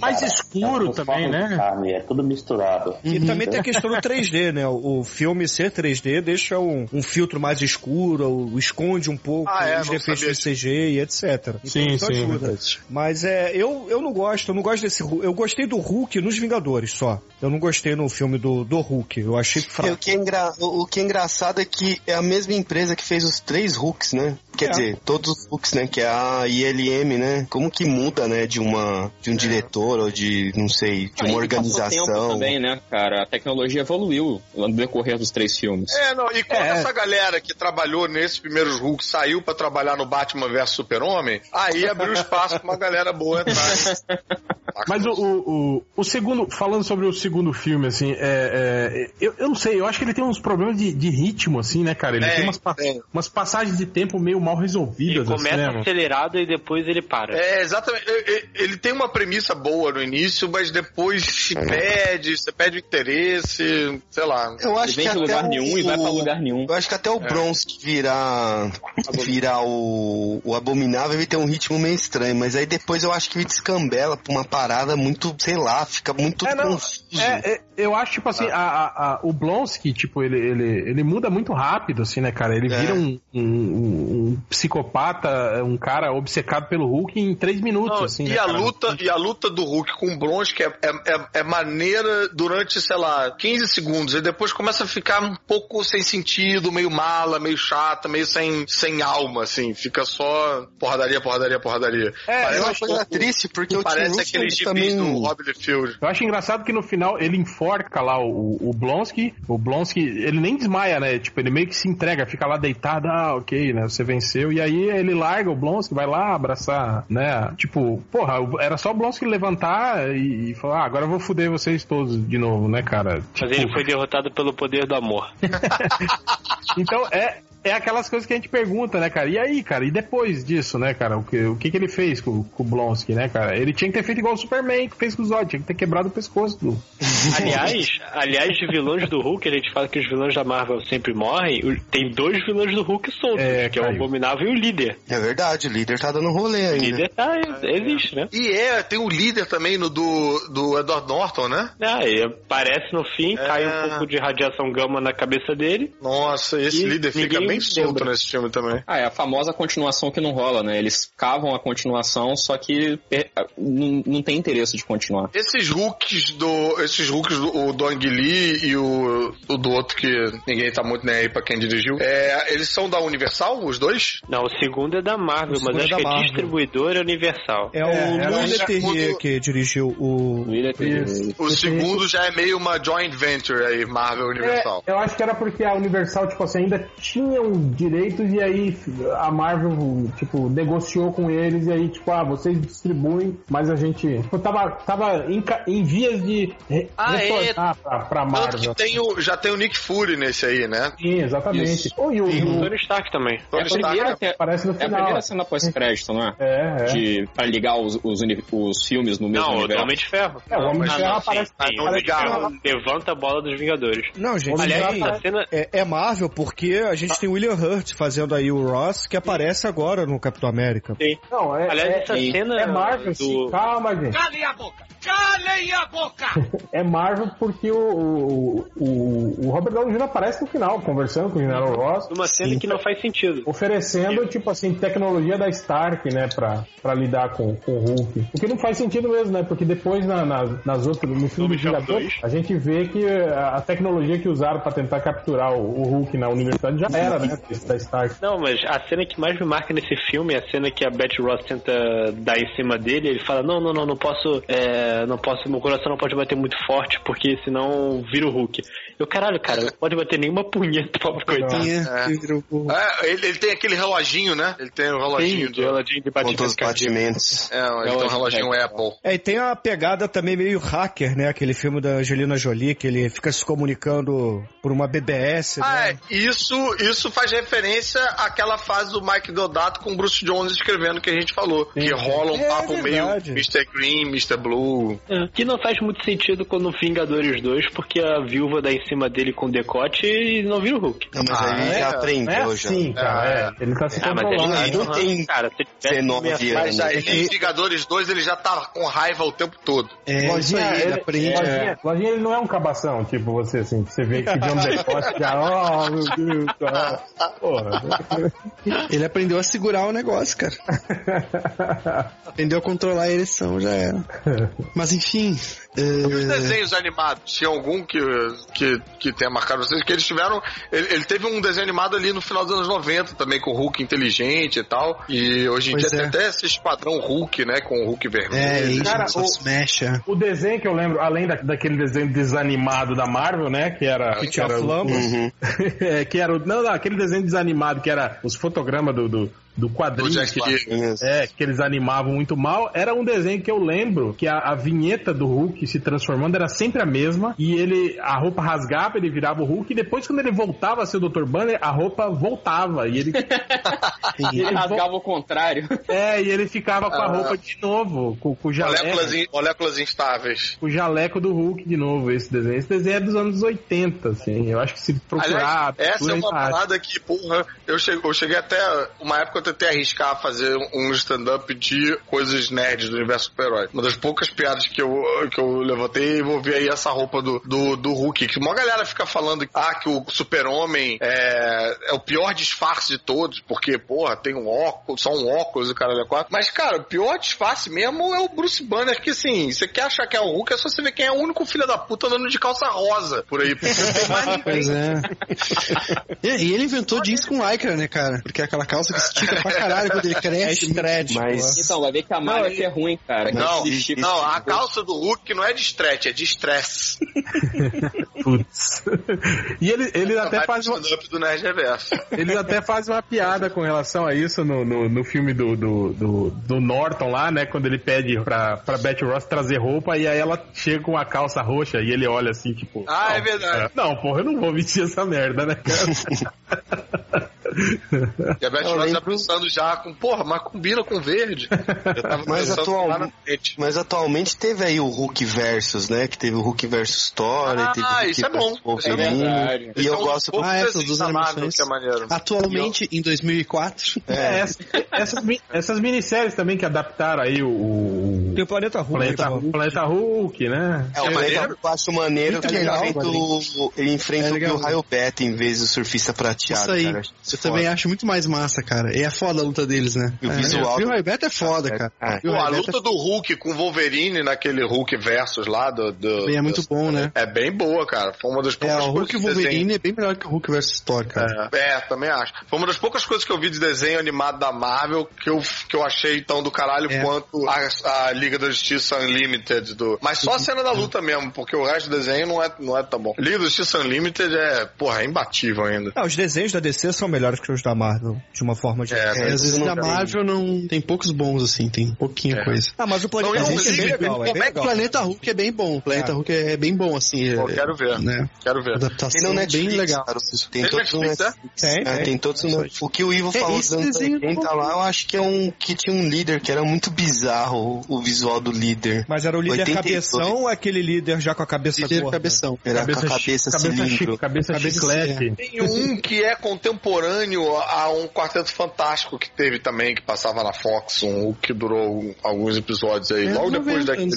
A: mais escuro também, né?
E: Carne, é tudo misturado.
I: E
A: Uhum.
I: também tem a questão do 3D, né? O o filme ser 3D deixa um, um filtro mais escuro, ou esconde um pouco
D: Ah, é,
I: os
D: não
I: defeitos
D: sabia
I: do CG e etc. Então
A: Sim,
I: isso
A: sim, é
I: ajuda. Mas é, eu, eu não gosto, eu não gosto desse Hulk. Eu gostei do Hulk nos Vingadores só. Eu não gostei no filme do, do Hulk. Eu achei
G: E O
I: fraco.
G: que, é engra- o o que é engraçado é que é a mesma empresa que fez os três Hulks, né? Quer
I: É.
G: dizer, todos os Hulks, né? Que é a ILM, né? Como que muda, né? De uma de um diretor ou de, não sei, de
H: É. Ah, e
G: uma
H: passou tempo
G: organização.
H: também, né, cara? A tecnologia evoluiu no decorrer dos três filmes.
D: É, não, e quando essa galera que trabalhou nesses primeiros Hulk saiu pra trabalhar no Batman vs Super-Homem, aí abriu espaço pra uma galera boa entrar.
A: Mas o, o, o, o segundo, falando sobre o segundo filme, assim, é, é, eu, eu não sei, eu acho que ele tem uns problemas de, de ritmo, assim, né, cara? Ele
D: É,
A: tem umas, pa-
D: é.
A: umas passagens de tempo meio mal
C: Ele
A: resolvidas, assim, né?
C: começa
A: mano?
C: acelerado e depois ele para.
D: <laughs> É, exatamente. E- e- Ele tem uma premissa boa no início, mas depois se perde, você perde o interesse, sei lá.
G: Eu
H: né? Ele
G: acho
H: vem
G: que
H: de
G: até
H: lugar nenhum Um É. e vai pra
G: o-
H: lugar nenhum.
G: Eu acho que até o Bronze virar, virar o, o Abominável, ele tem um ritmo meio estranho, mas aí depois eu acho que ele descambela pra uma parada muito, sei lá, fica muito
A: É, não,
G: confuso.
A: É, é, eu acho, tipo
D: Ah.
A: assim, a, a- a- o Blonsky, tipo, ele, ele, ele muda muito rápido, assim, né, cara? Ele
G: É.
A: vira um, um- um- um psicopata, um cara obcecado pelo Hulk em três minutos,
D: Não,
A: assim,
D: e,
A: né,
D: a
A: cara?
D: luta, e a luta do Hulk com o Bronski é, é, é- é maneira durante, sei lá, 15 segundos. E depois começa a ficar um pouco sem sentido, meio mala, meio chata, meio sem, sem alma, assim. Fica só porradaria, porradaria, porradaria.
G: É
D: parece
G: uma coisa triste, porque o tá
D: parece
G: Tim
D: aqueles
G: Russo
D: gibis
G: também...
D: do Rob Liefeld.
A: Eu acho engraçado que no final ele enforca lá o, o Blonsky. O Blonsky, ele nem desmaia, né? Tipo, ele meio que se entrega, fica lá deitado, ah, ok, né? Você venceu. E aí ele larga o Blonsky, vai lá abraçar, né? Tipo, porra, o- era só o Blonsky levantar e, e falar, ah, agora eu vou fuder vocês todos de novo, né, cara?
C: Mas ele foi derrotado pelo poder do amor.
A: Então é. é aquelas coisas que a gente pergunta, né, cara? E aí, cara, e depois disso, né, cara? O que, o que, que ele fez com, com o Blonsky, né, cara? Ele tinha que ter feito igual o Superman que fez com o Zod, tinha que ter quebrado o pescoço do.
C: Aliás, aliás, de vilões do Hulk, a gente fala que os vilões da Marvel sempre morrem. o- Tem dois vilões do Hulk soltos,
A: É,
C: que é o
A: caiu.
C: Abominável e o Líder.
G: É verdade, o líder tá dando rolê
C: O
G: ainda.
C: Líder tá, existe, né?
D: E é, tem o líder também no do, do Edward Norton, né?
C: Ah, e aparece no fim,
D: É.
C: cai um pouco de radiação gama na cabeça dele.
D: Nossa, esse
C: E
D: líder fica
C: ninguém
D: bem solto
C: lembra.
D: nesse filme também.
H: Ah, é a famosa continuação que não rola, né? Eles cavam a continuação, só que per- não, não tem interesse de continuar.
D: Esses Hulks do. Esses Hulks do, o do Ang Lee e o, o do outro que ninguém tá muito nem aí pra quem dirigiu. É, eles são da Universal, os dois?
C: Não, o segundo é da Marvel,
I: O
C: mas
I: segundo
C: acho
I: é da
C: que é
I: Marvel.
C: distribuidora universal.
I: É, o
A: era
I: Louis
D: isso.
I: Leterrier que dirigiu o.
H: Líder
D: O segundo já é meio uma joint venture aí, Marvel Universal.
A: É, eu acho que era porque a Universal, tipo assim, ainda tinham direitos e aí a Marvel, tipo, negociou com eles e aí, tipo, ah, vocês distribuem, mas a gente. Tipo, tava, tava em, ca- em vias de re
D: Ah, é.
A: retornar pra, pra
D: Tanto que
A: Marvel.
D: tem o, já tem o Nick Fury nesse aí, né?
A: Sim, exatamente. Ô, e o,
C: E o
A: o-
C: Tony Stark também.
H: É
D: Tony
H: a
D: Stark,
H: primeira, é
A: aparece no
H: a
A: final.
H: primeira cena pós-crédito, não é?
A: É, é.
H: De, pra ligar os, os, uni- os filmes no mesmo
C: Não, o do
H: universo.
C: Homem de Ferro.
A: É, o Homem de
C: Ah,
A: Ferro
C: não,
A: aparece-
C: sim, sim, o Homem de
D: aparece-
C: Ferro levanta a bola dos Vingadores.
I: Não, gente,
C: Aliás, tá
I: aí-
C: essa cena,
I: é, é Marvel porque a gente tem William Hurt fazendo aí o Ross, que aparece agora no Capitão América.
A: Não, é,
C: aliás,
A: é-
C: essa
A: é,
C: cena
A: é Marvel,
C: do-
A: sim. Calma, gente.
F: Calem a boca! Calem a boca!
A: É Marvel porque o, o, o, o Robert Downey Jr. aparece no final, conversando com o General Ross.
C: uma cena que não faz sentido.
A: Oferecendo, tipo assim, tecnologia da Stark, né, pra, pra lidar com, com o Hulk. O que não faz sentido mesmo, né? Porque depois na, na- nas outras, no filme do
C: Homem de Ferro
A: Vingador,
C: dois.
A: a gente vê que a, a tecnologia que usaram pra tentar capturar o, o Hulk na universidade já era, né? Da Stark.
C: Não, mas a cena que mais me marca nesse filme é a cena que a Betty Ross tenta dar em cima dele. Ele fala: Não, não, não, não posso, é, não posso, meu coração não pode bater muito forte porque senão vira o Hulk. Eu, caralho, cara, não pode bater nenhuma punheta, pobre coitado.
B: É, que trocou.
D: É, ele, ele tem aquele reloginho, né? Ele tem o reloginho do.
C: Ela de
G: Com todos os batimentos.
D: É, ele tem um reloginho Apple.
I: É, e tem a pegada também meio hacker, né? Aquele filme da Angelina Jolie, que ele fica se comunicando por uma BBS,
D: Ah,
I: né?
D: é. Isso, isso faz referência àquela fase do Mike Deodato com o Bruce Jones escrevendo que a gente falou. Que rola um
I: É
D: papo
I: verdade.
D: meio Mr. Green, Mr. Blue.
C: É, Que não faz muito sentido quando Vingadores 2, porque a viúva dá em cima dele com decote e não vira o Hulk.
G: Não, mas aí
D: Ah,
G: já
D: é?
A: Não é
G: aprendeu já.
A: assim, cara. É. Ele tá se
C: Ah, mas
A: controlando.
G: ele não tem
C: Cara, se tivesse
G: 19
D: Mas
G: anos.
D: aí, em Vingadores 2, ele já tá com raiva o tempo todo.
B: É, isso aí, ele aprende.
A: Lojinha, Lojinha, ele não é um cabação, tipo você, assim, que você vê que de um decote já, oh meu Deus, tá. Porra.
B: Ele aprendeu a segurar o negócio,
G: <laughs>
B: cara. Aprendeu a controlar a ereção, já era. Mas enfim.
D: Os
B: é,
D: desenhos animados, tinha algum que, que, que tenha marcado vocês? Que eles tiveram. Ele, ele teve um desenho animado ali no final dos anos 90 também, com o Hulk inteligente e tal. E hoje em
B: Pois
D: dia
B: é.
D: tem até esse esquadrão Hulk, né? Com o Hulk vermelho.
B: É,
A: Cara,
B: Agents
A: o-
B: of Smash. é.
A: O desenho que eu lembro, além da- daquele desenho desanimado da Marvel, né, que era... Que
I: Tinha
A: era, o-
I: flambo.
G: Uhum.
A: <laughs> é, que era o- não, não, aquele desenho desanimado que era os fotogramas do, do, do
D: do
A: quadrinho
D: Jack
A: que-
D: Kirby.
G: Beleza.
A: É, que eles animavam muito mal. Era um desenho que eu lembro que a, a vinheta do Hulk se transformando era sempre a mesma. E ele, a roupa rasgava, ele virava o Hulk. E depois, quando ele voltava a ser o Dr. Banner, a roupa voltava.
D: <laughs>
A: E ele, e ele vo-
H: Ah, Rasgava o <laughs> contrário.
A: é, e ele ficava com a roupa de novo, com, com o
D: Ah.
B: é.
D: Moléculas,
A: jaleco.
D: in- moléculas instáveis.
A: O jaleco do Hulk de novo, esse desenho. Esse desenho é dos anos 80, assim. Eu acho que se procurar.
D: Aliás, essa é
A: procura, a
D: uma
A: gente acha.
D: parada que, porra, eu cheguei, eu cheguei até. Uma época eu tentei arriscar fazer um stand-up de coisas nerds do universo super-herói. Uma das poucas piadas que eu, que eu levantei envolvia aí essa roupa do, do, do Hulk. Que uma galera fica falando ah, que o super-homem é, é o pior disfarce de todos, porque, porra, tem um óculos, só um óculos e o cara da quatro. Mas, cara, o pior disfarce mesmo é o Bruce Banner, que assim, você quer achar que é o Hulk, é só você ver quem é o único filho da puta andando de calça rosa por aí. Porque não tem mais ninguém.
B: Pois é. E e ele inventou jeans com lycra, né, cara? Porque é aquela calça que estica pra caralho quando ele
I: É
B: cresce.
I: stretch.
G: Mas-
H: Então, vai ver que a malha que é ruim, cara. Que
D: Não,
H: esse tipo-
D: não, a calça do Hulk não é de stretch, é de stress.
A: Putz. <laughs> e ele, ele até
D: Vai pro
A: faz uma.
D: stand-up do
A: <laughs>
D: Nerd Reverso.
A: Eles até fazem uma piada com relação a isso no, no, no filme do, do, do, do Norton lá, né? Quando ele pede pra, pra Betty Ross trazer roupa e aí ela chega com a calça roxa e ele olha assim, tipo.
D: Ah, é
A: "Não,
D: verdade.
I: <laughs>
A: Não, porra, eu não vou vestir essa merda, né, cara?
D: E a Beth
G: Eu
D: Ross já
G: lembro-
D: pensando já com, porra, mas combina com verde. Eu tava
G: Mas
D: pensando
G: atual-
D: lá na frente.
G: Mas atualmente teve aí o Hulk versus, né? Que teve o Hulk versus Thor,
D: Ah,
G: e teve o Hulk
D: isso é bom,
G: versus Wolverine.
D: isso é
H: verdade.
G: E eu
D: São
G: gosto
D: poucos
B: Ah, essas duas
D: desinstalados,
B: animações. Ah,
D: que é maneiro.
B: Atualmente, em 2004, <laughs>
A: É, essa- essas, mi- essas minisséries também que adaptaram aí o, o
I: Tem o Planeta Hulk.
A: Planeta, Hulk. Planeta Hulk, né?
G: É, o
D: É
G: Planeta
D: maneiro?
G: Hulk eu acho maneiro
B: Muito
G: que
B: legal,
G: ele enfrenta, o, ele enfrenta
B: É
G: o
B: legal.
G: Bill Raiobeto em vez do surfista prateado,
B: isso aí.
G: cara.
B: eu também acho muito mais massa, cara. E é foda a luta deles, né?
G: E o
B: É,
G: visual
B: O Bill Ryback é foda, cara.
G: Ah,
B: O
D: Pô, a
B: Ryback
D: luta do Hulk com o Wolverine naquele Hulk versus lá do. do-
B: também é muito
D: do-
B: bom, né?
D: É bem boa, cara. Foi uma das
B: É,
D: poucas
B: o
D: coisas
B: Hulk e
D: de
B: o
D: desenho.
B: Wolverine é bem melhor que o Hulk versus Thor, cara.
D: É, também acho. Foi uma das poucas coisas que eu vi de desenho animado da Marvel que eu, que eu achei tão do caralho
B: É.
D: quanto a, a Liga da Justiça Unlimited. Do... Mas só a cena da luta mesmo, porque o resto do desenho não é, não é tão bom. Liga da Justiça Unlimited é, porra, é imbatível ainda.
I: Ah, os desenhos da DC são melhores que os da Marvel, de uma forma de.
B: É, às vezes da Marvel não tem poucos bons, assim, tem pouquinha
D: É.
B: coisa.
I: Ah, mas o Planeta
D: Não,
I: Hulk é bem
D: inclusive,
I: legal, é bem
B: Como é que o
I: legal.
B: Planeta Hulk é bem bom? O Planeta Hulk é bem bom, assim.
D: Pô,
B: é-
D: quero ver.
B: Né?
D: Quero ver.
B: Adaptação
G: Tem no
B: bem
G: Netflix,
B: legal.
G: é cara,
D: Tem
G: tem todos no
D: Netflix, né?
G: Netflix.
I: Tem,
G: Ah,
I: tem.
G: tem todos no... O que o Ivo
B: É,
G: falou dos
B: esse
G: anos
B: desenho
G: 80 lá, eu acho que é um que tinha um líder que era muito bizarro o, o visual do líder.
I: Mas era o líder
G: 82.
I: cabeção ou aquele líder já com a cabeça
B: Líder
I: gorda?
B: cabeção.
G: Era com a
A: chi-
G: cabeça,
A: cabeça,
G: cilindro.
A: chi- cabeça,
B: Cabeça
A: chiclete.
D: Tem um que é contemporâneo a um Quarteto Fantástico que teve também, que passava na Fox, um que durou alguns episódios aí. Logo depois daquele.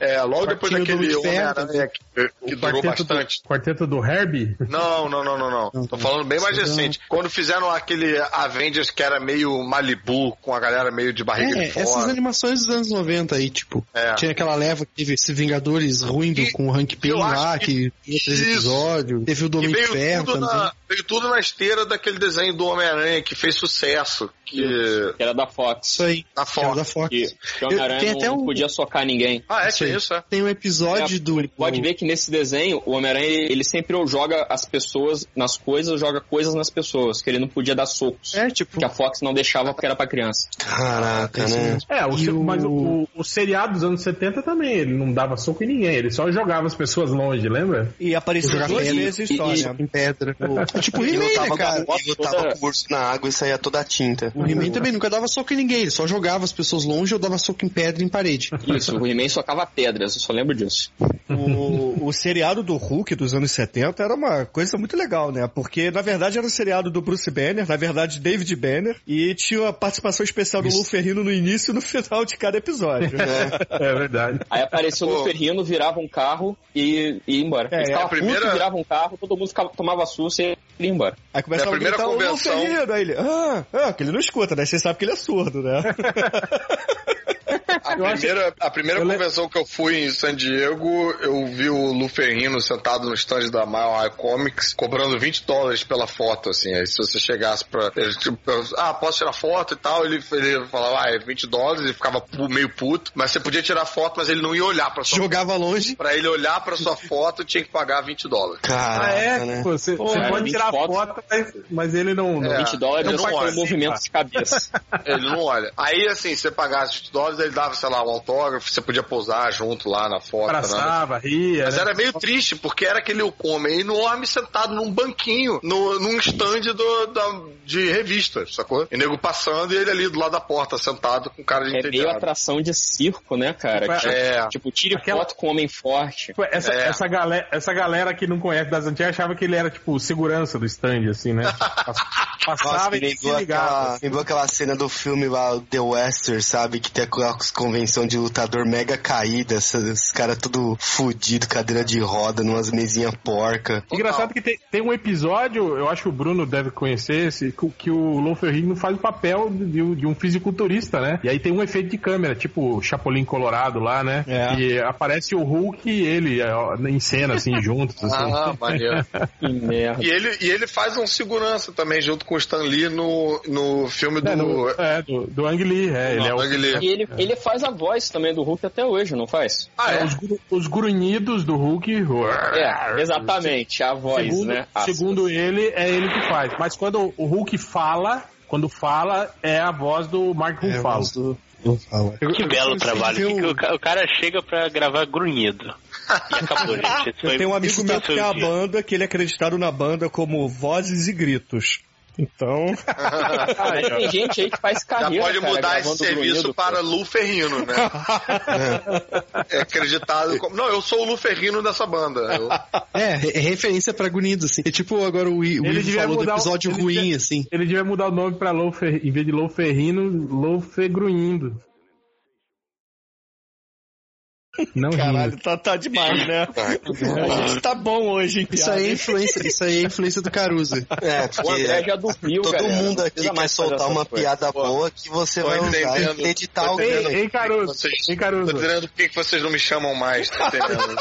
D: É, logo depois
B: Quartinho do né,
D: daquele
B: Inferno.
D: Homem-Aranha que, que durou bastante.
A: Do, quarteto do Herbie?
D: Não, não, não, não, não. Tô falando bem mais recente. Quando fizeram aquele Avengers que era meio Malibu, com a galera meio de barriga
B: É,
D: de
B: essas
D: fora.
B: animações dos anos 90 aí, tipo,
D: É.
B: tinha aquela leva que teve esse Vingadores ruim do-
D: E-
B: com o Hank Pym
D: eu
B: lá,
D: acho
B: que tinha três
D: isso.
B: episódios, teve o
D: E
B: Domingo
D: veio
B: Inferno
D: tudo,
B: também.
D: na, veio tudo na esteira daquele desenho do Homem-Aranha que fez sucesso. Que.
H: Que era da Fox.
B: Isso aí,
D: Na
B: que era
D: Fox.
B: da Fox.
H: Que, que o Homem-Aranha
B: tem
H: não,
B: até
H: não
B: um-
H: podia socar ninguém.
D: Ah, é,
B: Isso
D: tinha
B: aí.
D: isso, é.
B: Tem um episódio
H: É,
B: do.
H: Pode ver que nesse desenho, o Homem-Aranha, ele sempre joga as pessoas nas coisas, joga coisas nas pessoas, que ele não podia dar socos.
B: É, tipo.
H: Que a Fox não deixava porque era pra criança.
G: Caraca, né?
A: É, o,
B: E
A: se-
B: o-
A: mas o, o seriado dos anos 70 também, ele não dava soco em ninguém, ele só jogava as pessoas longe, lembra?
I: E
B: Eu
I: apareceu
B: jogava
I: duas
B: ele
I: vezes
H: e-
I: só,
H: e-
I: né?
B: Em pedra. O- tipo, o
G: E
B: He-Man, né,
G: lutava,
B: cara?
G: com, e lutava com o urso na água e saía toda a tinta.
B: O He-Man também nunca dava soco em ninguém, ele só jogava as pessoas longe ou dava soco em pedra e em parede.
H: Isso, o He-Man socava pedras, eu só lembro disso.
I: O, o seriado do Hulk dos anos 70 era uma coisa muito legal, né? Porque, na verdade, era o seriado do Bruce Banner, na verdade, David Banner, e tinha a participação especial do Lu Ferrino no início e no final de cada episódio.
A: É verdade.
H: Aí apareceu o
D: Pô.
H: Luferrino, virava um carro e, e ia embora.
I: É,
H: ele
D: é a
H: ficava
D: primeira-
H: puto, virava um carro, todo mundo ficava- tomava susto e ele ia embora.
I: Aí começava
D: Na
I: a
D: É primeira
I: gritar, o Lu
D: convenção-
I: Ferrino, aí ele, ah, ah, que ele não escuta, né? Você sabe que ele é surdo, né?
D: A primeira, a primeira
A: eu le-
D: convenção que eu fui em San Diego, eu vi o Luferrino sentado no stand da Mile High Comics, cobrando 20 dólares pela foto, assim. Aí se você chegasse pra. Ele, tipo, ah, posso tirar foto e tal? Ele, ele falava, ah, é 20 dólares, ele ficava pu- meio puto, mas você podia tirar foto, mas ele não ia olhar pra sua
B: Jogava longe.
D: Pra ele olhar pra sua foto, tinha que pagar 20 dólares.
G: <laughs> Caraca,
A: Ah, é?
G: né?
A: Pô, Você, você
H: cara,
A: pode
H: 20
A: tirar
H: fotos.
A: foto, mas, mas ele não.
D: É.
A: não-
H: 20 dólares
D: eu
H: eu
D: não
H: só com
D: olho,
H: movimento de <laughs> cabeça.
D: Ele não olha. Aí, assim, você pagasse 20 dólares, ele dava, sei lá, um autógrafo, você podia posar junto lá na foto. né?
A: Abraçava, ria.
D: Mas
A: né?
D: era meio triste, porque era aquele homem enorme sentado num banquinho, no, num stand do, da- de revista, sacou? E nego passando e ele ali do lado da porta, sentado com cara de
H: É meio
D: entediado.
H: atração de circo, né, cara? Tipo,
D: É.
H: tipo, tire
A: Aquela-
H: foto com homem forte.
A: Tipo, Essa,
D: É.
A: essa, galera, essa galera que não conhece das antigas achava que ele era, tipo, segurança do stand, assim,
G: <laughs>
A: né? Pass-
G: Nossa,
A: Passava
G: me
A: e se
G: lembrou
A: ligava.
G: aquela, lembrou aquela cena do filme lá, The Western, sabe? Que tem aquela convenção de lutador mega caída, essa- os caras tudo fudido, cadeira de roda, numas mesinhas porca.
A: Engraçado que tem, tem um episódio, eu acho que o Bruno deve conhecer esse, que, o- que o Lon Ferrigno faz o papel de, um- de um fisiculturista, né? E aí tem um efeito de câmera, tipo o Chapolin Colorado lá, né?
I: É.
A: E aparece o Hulk e ele é, ó, em cena, assim, juntos. Assim.
D: <laughs> Ah, maneiro.
H: <laughs> Que merda.
D: E ele, e ele faz um segurança também, junto com o Stan Lee no, no filme do...
A: É, do, é, do, do Ang Lee, é, ele é o
D: Ang Lee.
H: E ele, ele faz a voz também do Hulk até hoje, não faz?
D: Ah, é?
A: Os, gru- os grunhidos do Hulk.
H: É, exatamente, a voz,
A: segundo,
H: né? Aspas.
A: segundo ele, é ele que faz. Mas quando o Hulk fala, quando fala, é a voz do Mark
B: É,
A: Ruffalo.
B: mas do- do Fala. Eu-
C: Que
B: eu
C: belo
B: comecei a
C: trabalho.
B: ver
C: Que que
B: um-
C: o, ca- o cara chega pra gravar grunhido. E
I: <laughs>
C: acabou, gente. Esse
I: Eu
C: foi-
I: tenho um amigo
C: esse
I: meu
C: foi
I: que
C: o
I: tem a
C: dia.
I: banda, que ele é acreditado na banda como Vozes e Gritos. Então.
H: Mas tem gente aí que faz
D: Já
H: carreira.
D: pode
H: cara,
D: mudar esse
H: gravando
D: serviço
H: grunhido,
D: para
H: pô.
D: Lu Ferrino, <laughs> né? é acreditado como. Não, eu sou o Lu Ferrino dessa banda. Eu-
B: É, é referência pra Gunido, assim. É tipo agora o Will
A: Ele
B: Will
A: devia
B: falou do
A: mudar o-
B: episódio
A: ele
B: ruim,
A: devia-
B: assim.
A: Ele devia mudar o nome pra Lou Fer... em vez de Lou Ferrino, Lou Fegruindo. Não rindo.
I: Caralho, tá, tá demais, né? A gente tá bom hoje, hein?
B: Isso aí é influência, isso aí é influência do Caruso.
G: É,
H: O André
G: porque
H: já dupliu,
G: todo
H: galera.
G: mundo
H: Não
G: aqui
H: precisa
G: quer
H: mais fazer
G: soltar
H: essas
G: uma
H: coisas.
G: piada boa que você
D: Tô
G: vai usar
D: entendendo,
G: e editar
D: tô
G: alguém.
D: entendendo.
A: Ei, ei,
D: <laughs>
A: Caruso,
D: Vocês-
A: ei,
D: Tô
A: Caruso,
D: entendendo por que que vocês não me chamam mais. Tá entendendo?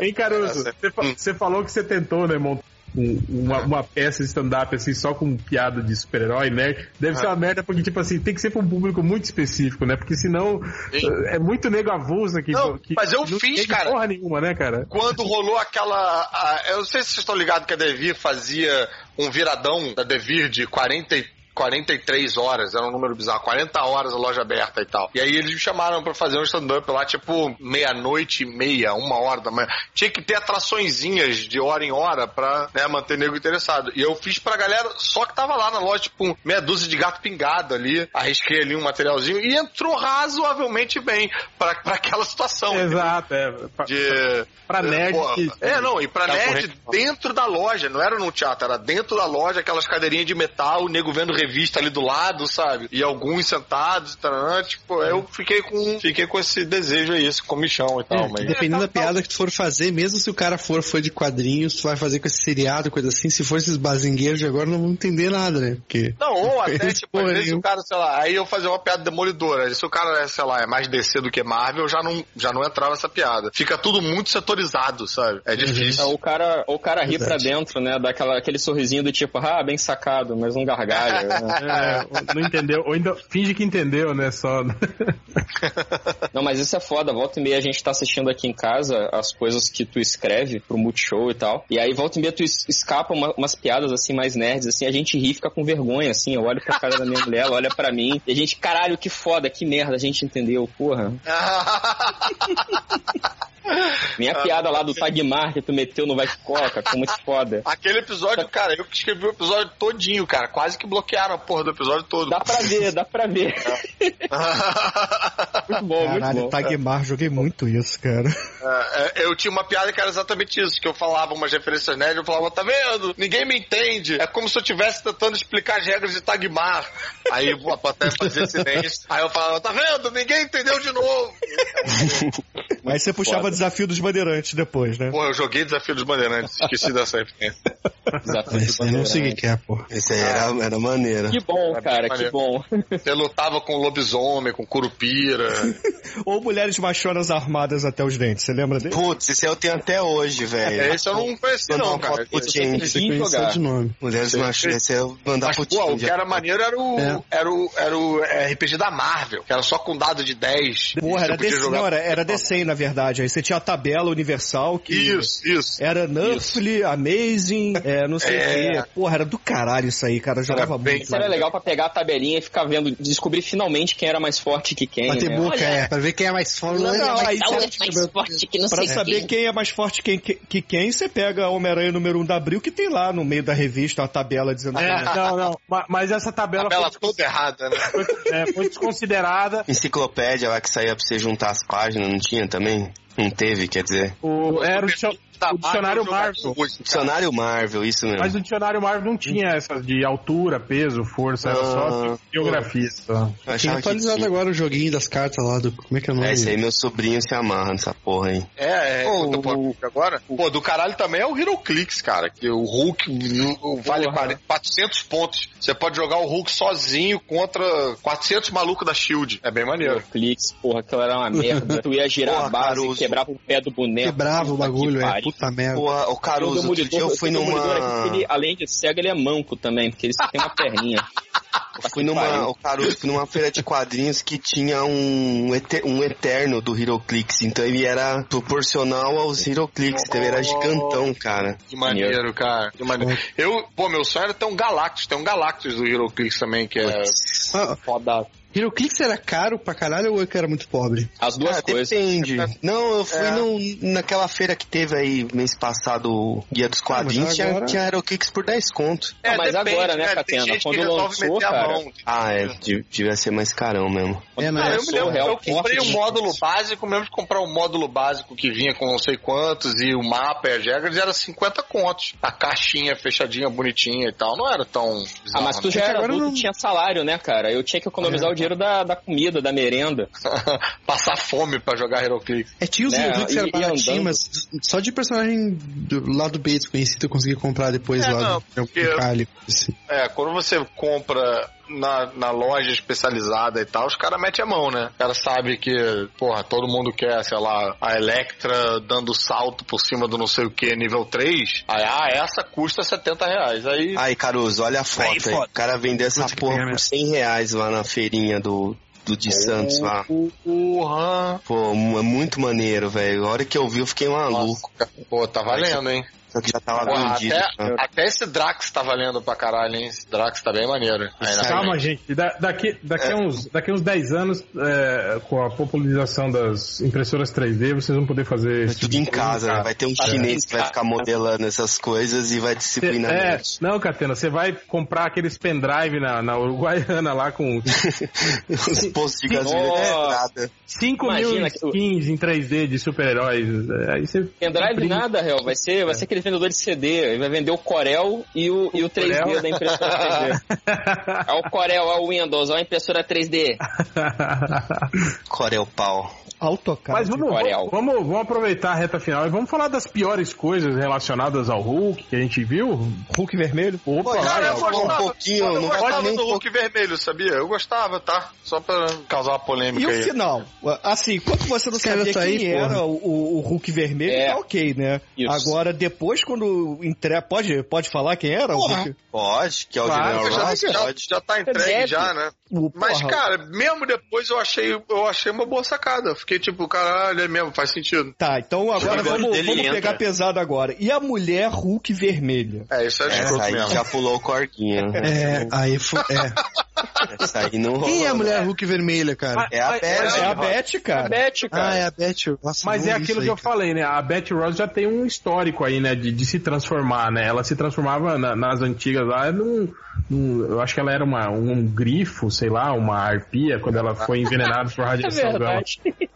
A: ei, Caruso. Você
D: Hum.
A: fa- Você falou que você tentou, né, montar um- uma, uma peça de stand-up assim, só com piada de super-herói, né? Deve
D: Ah.
A: ser uma merda, porque, tipo assim, tem que ser pra um público muito específico, né? Porque senão
D: Sim.
A: eh, é muito nego avulso aqui.
D: Não,
A: que
D: mas eu fiz,
A: tem de
D: cara.
A: porra nenhuma, né, cara?
D: Quando rolou aquela. a- eu não sei se vocês estão ligados que a Devir fazia um viradão da Devir de 40 e. 43 horas, era um número bizarro, 40 horas a loja aberta e tal. E aí eles me chamaram pra fazer um stand-up lá, tipo, meia-noite e meia, uma hora da manhã. Tinha que ter atraçõezinhas de hora em hora pra né, manter o nego interessado. E eu fiz pra galera, só que tava lá na loja, tipo, meia dúzia de gato pingado ali, arrisquei ali um materialzinho e entrou razoavelmente bem pra, pra aquela situação.
A: Exato, é. Pra,
D: De,
A: pra nerd.
D: Pô,
A: que-
D: É, não, e pra nerd dentro da loja, não era num teatro, era dentro da loja, aquelas cadeirinhas de metal, o nego vendo revista ali do lado, sabe? E alguns sentados, tarã, tipo, eu fiquei com, fiquei com esse desejo aí, esse comichão e tal, mas...
B: Dependendo da piada que tu for fazer, mesmo se o cara for fã de quadrinhos, tu vai fazer com esse seriado, coisa assim. Se for esses bazingueiros de agora, não vão entender nada, né? Porque.
A: <laughs>
D: Não, ou até,
B: Fez
D: tipo, às
B: porra
D: vezes o
B: nenhuma.
D: cara, sei lá, aí eu fazia uma piada demolidora. aí Se o cara, é, sei lá, é mais DC do que Marvel, eu já não, já não entrava essa piada. Fica tudo muito setorizado, sabe? É
H: É,
D: difícil.
H: o cara, o cara ri
B: Verdade.
H: pra dentro, né? Dá aquela- aquele sorrisinho do tipo, ah, bem sacado, mas um gargalho. né?
A: É, ou- não entendeu. Ou ainda finge que entendeu, né? <laughs> Só.
H: Não, mas isso é foda. Volta e meia a gente tá assistindo aqui em casa as coisas que tu escreve pro Multishow e tal. E aí volta e meia tu es- escapa uma- umas piadas assim mais nerds, assim. A gente ri e fica com vergonha, assim. Eu olho pra cara da minha <laughs> mulher, ela olha pra mim. E a gente, caralho, que foda, que merda, a gente entendeu, porra.
A: Uhum.
H: Minha piada lá do Tagmar que tu meteu no Vai que Coca, ficou muito foda.
D: <laughs> Aquele episódio, cara, eu que escrevi o episódio todinho, cara. Quase que bloquearam a porra do episódio todo.
H: Dá pra ver, dá pra ver. Muito bom, muito
I: Caralho,
H: bom.
I: Tagmar, joguei muito isso, cara.
D: É, é, eu tinha uma piada que era exatamente isso, que eu falava umas referências nerd, eu falava, tá vendo? Ninguém me entende. É como se eu estivesse tentando explicar as regras de Tagmar. Aí o até fazia silêncio. Aí eu falava, tá vendo? Ninguém entendeu de novo.
I: Aí você puxava
H: foda.
I: desafio dos bandeirantes depois, né?
D: Pô, eu joguei Desafio dos Bandeirantes, esqueci dessa referência.
H: Desafio
B: Esse aí eu não sei o que
H: Bandeirante.
B: que é, pô.
G: Esse aí era, era maneiro.
H: Ah. Que bom, cara, que
D: maneiro.
H: bom.
D: Você lutava com lobisomem, com curupira.
I: Ou mulheres machonas armadas até os dentes, você lembra dele?
G: Putz, esse eu tenho até hoje,
H: É
G: velho.
D: É, Esse eu não conheci
G: Mandar
D: não,
G: um
D: cara.
G: copo quente.
B: Você
H: Vim
B: conheceu
H: jogar.
B: de nome.
G: Mulheres machistas, esse eu mandar
D: Mas,
G: pro
D: pô, o que
G: Tinder.
D: era maneiro era o,
B: É.
D: era, o, era o é, RPG da Marvel, que era só com dado de 10.
I: Porra,
D: Você
I: era
D: podia
I: DC,
D: jogar-
I: não, era, era DC, na verdade. Aí você tinha a tabela universal que...
D: Isso, isso.
I: Era Nuffly, Amazing, é, não sei o
D: É.
I: quê. Porra, era do caralho isso aí, cara. Eu jogava
D: bem-
I: muito. né?
H: Isso era
I: mano.
H: legal pra pegar a tabelinha e ficar vendo, descobrir finalmente quem era mais forte que quem.
B: Bater
H: né?
B: boca, é. Pra ver quem é mais foda.
I: Não, não, aí
L: Tá
I: você-
L: hoje mais forte que não
I: Pra
L: sei
I: saber quem é mais forte que, que, que quem, você pega Homem-Aranha número 1 da Abril, que tem lá no meio da revista a tabela dizendo... quem é.
A: não, não. Ma- Mas essa tabela,
D: Tabela toda errada, né?
A: foi, foi- é, foi desconsiderada.
G: Enciclopédia lá que saía pra você juntar as páginas, não tinha também? Não teve, quer dizer.
A: O, era o, dicio-
D: Da
A: o dicionário
D: é
A: Marvel.
G: Dicionário Marvel, isso mesmo.
A: Mas o dicionário Marvel não tinha essas de altura, peso, força, era só
G: Ah.
A: geografia. Só.
G: Eu
B: Tinha
G: achava que
B: é atualizado
G: tinha.
B: agora o joguinho das cartas lá do. Como é que é o nome?
G: É, esse aí meu sobrinho se amarra nessa porra aí.
D: É, é.
G: Pô,
D: conta, pô, agora? Pô, do caralho também é o Heroclix, cara. Que o Hulk o- o vale 40 400 pontos. Você pode jogar o Hulk sozinho contra 400 malucos da Shield. É bem maneiro.
H: Clix, porra, aquilo era
B: <laughs>
H: uma merda. Tu ia girar
G: Porra,
H: a base,
G: Caruso.
H: quebrava o pé do boneco.
B: Quebrava o
H: Puta que
B: bagulho, é.
H: pariu.
B: Puta merda.
G: Porra, o Caruso, outro dia eu fui
H: o um Demolidor
G: numa.
H: aqui, ele, além de cego, ele é manco também, porque ele só tem uma perninha.
G: <laughs> Eu fui numa, o Caruso, fui numa feira de quadrinhos que tinha um, ete- um eterno do Heroclix. Então ele era proporcional aos Heroclix. Então ele era gigantão, cara.
D: Que maneiro, cara. Que maneiro.
A: Uhum.
D: Eu, pô, meu sonho era ter um Galactus. Tem um Galactus do Heroclix também, que é.
B: Ah,
H: Foda.
B: Heroclix era caro pra caralho ou eu que era muito pobre?
H: As duas
G: Ah,
H: coisas.
G: depende. Não, eu fui
B: É.
G: num- naquela feira que teve aí mês passado o Guia dos Quadrinhos, tinha,
B: Ah, agora-
G: tinha Aerokicks por 10 conto.
H: Não, mas agora, né, Catena? Quando lançou, cara,
D: né?
G: Ah, é, de- devia ser mais carão mesmo.
B: É,
D: Ah, eu
H: lançou
D: me
H: o
D: lembro,
H: Real
D: eu
H: Forte
D: comprei o
H: de-
D: módulo básico, mesmo de comprar o módulo básico que vinha com não sei quantos e o mapa e as regras, era 50 contos. A caixinha fechadinha, bonitinha e tal, não era tão...
H: Ah,
D: bizarro,
H: mas tu
D: né? <laughs>
H: já era
B: Agora
H: adulto,
B: não-
H: tinha salário, né, cara? Eu tinha que
D: É.
H: economizar o dinheiro da, da comida, da merenda.
D: Passar fome pra jogar Heroclix.
B: É, tinha os
H: Né,
B: Heroclix
H: e-
B: era
H: e
B: baratinho,
H: andando.
B: mas só de personagem do lado B desconhecido eu consegui comprar depois
D: É,
B: lá
D: não,
B: do- do
D: porque-
B: Cali. assim.
D: É, quando você compra na, na loja especializada e tal, os caras metem a mão, né? Ela sabe que, porra, todo mundo quer, sei lá, a Electra dando salto por cima do não sei o que, nível 3. Aí, ah, essa custa 70 reais. Aí,
H: Ah.
G: Aí, Caruso, olha a foto aí. O cara vendeu essa porra
B: merda.
G: por 100 reais lá na feirinha do, do de Santos lá.
D: porra...
G: Pô, mu- é muito maneiro, velho. A hora que eu vi, eu fiquei maluco.
D: Nossa, cara. Pô, tá valendo, hein?
G: Só que já tava
D: Pô,
G: vendido.
D: até,
G: né?
D: até esse Drax tá valendo pra caralho, hein? Esse Drax tá bem maneiro. Aí, na-
A: Calma, gente. Da- daqui, daqui, a uns, daqui a uns 10 anos, é, com a popularização das impressoras 3D, vocês vão poder fazer.
G: Vai
A: esse
G: tudo
A: tipo
G: em
A: de
G: casa, né?
A: coisa.
G: Vai ter um chinês que vai ficar modelando essas coisas e vai
A: Cê-
G: disciplinar.
A: É,
G: eles.
A: não, Catena, você vai comprar aqueles pendrive na, na Uruguaiana lá com
G: Os postos de gasolina
H: Nossa.
G: quebrada.
A: 5 mil
H: Imagina que-
A: skins em 3D de super-heróis. É, Aí você.
H: Pendrive
A: imprime-
H: nada, Real. Vai ser,
D: É.
H: vai ser aquele vendedor de CD. Ele vai vender o Corel e o, e o 3D
A: Corel.
H: da impressora
D: <laughs>
H: 3D. é o Corel, é o Windows, é a impressora 3D.
A: <laughs>
G: Corel pau.
I: AutoCAD.
A: Mas vamos,
H: Corel.
A: vamos, vamos, vamos aproveitar a reta final e vamos falar das piores coisas relacionadas ao Hulk que a gente viu.
I: Hulk vermelho?
A: Opa,
D: Cara, eu
A: vai,
D: gostava,
G: um pouquinho,
D: eu
G: não vai
D: gostava
G: nem
D: do
G: um
D: look vermelho, sabia? Eu gostava, tá? Só pra causar uma polêmica
I: E o
D: aí.
I: final? Assim, enquanto você não
B: Esse cara
I: sabia
B: tá aí,
I: quem
B: porra.
I: era o, o Hulk vermelho,
H: É.
I: tá ok, né?
H: Isso.
I: Agora, depois, quando entrega... Pode, pode falar quem era o Hulk?
G: Pode, que é o
A: Claro,
G: General
D: já,
G: Ross,
D: já,
G: pode.
D: já tá entregue,
H: Deve.
D: já, né?
I: O,
D: Mas,
I: porra,
D: cara, mesmo depois eu achei, eu achei uma boa sacada. Fiquei tipo, caralho, é mesmo, faz sentido.
I: Tá, então agora
G: Agora
I: vamos,
G: dele
I: vamos
G: entra.
I: pegar pesado agora. E a mulher Hulk vermelha?
D: É, isso é
G: Essa
D: escroto
G: né? aí
D: mesmo.
G: já pulou o corguinho. né?
B: É, aí foi. É.
G: Essa aí não
B: Quem é a
G: rolou.
B: mulher Hulk vermelha, cara?
G: É a
I: É,
G: Beth.
I: a Beth, cara.
H: Bete, cara.
B: Ah, é a Beth. Nossa,
A: Mas
B: não
A: é aquilo
B: vi isso
A: que eu
B: aí, cara.
A: falei, né? A Betty Ross já tem um histórico aí, né? De, de se transformar, né? Ela se transformava na- nas antigas lá num, num- Eu acho que ela era uma, um grifo, sei lá, uma arpia, quando ela foi envenenada por <laughs> radiação dela.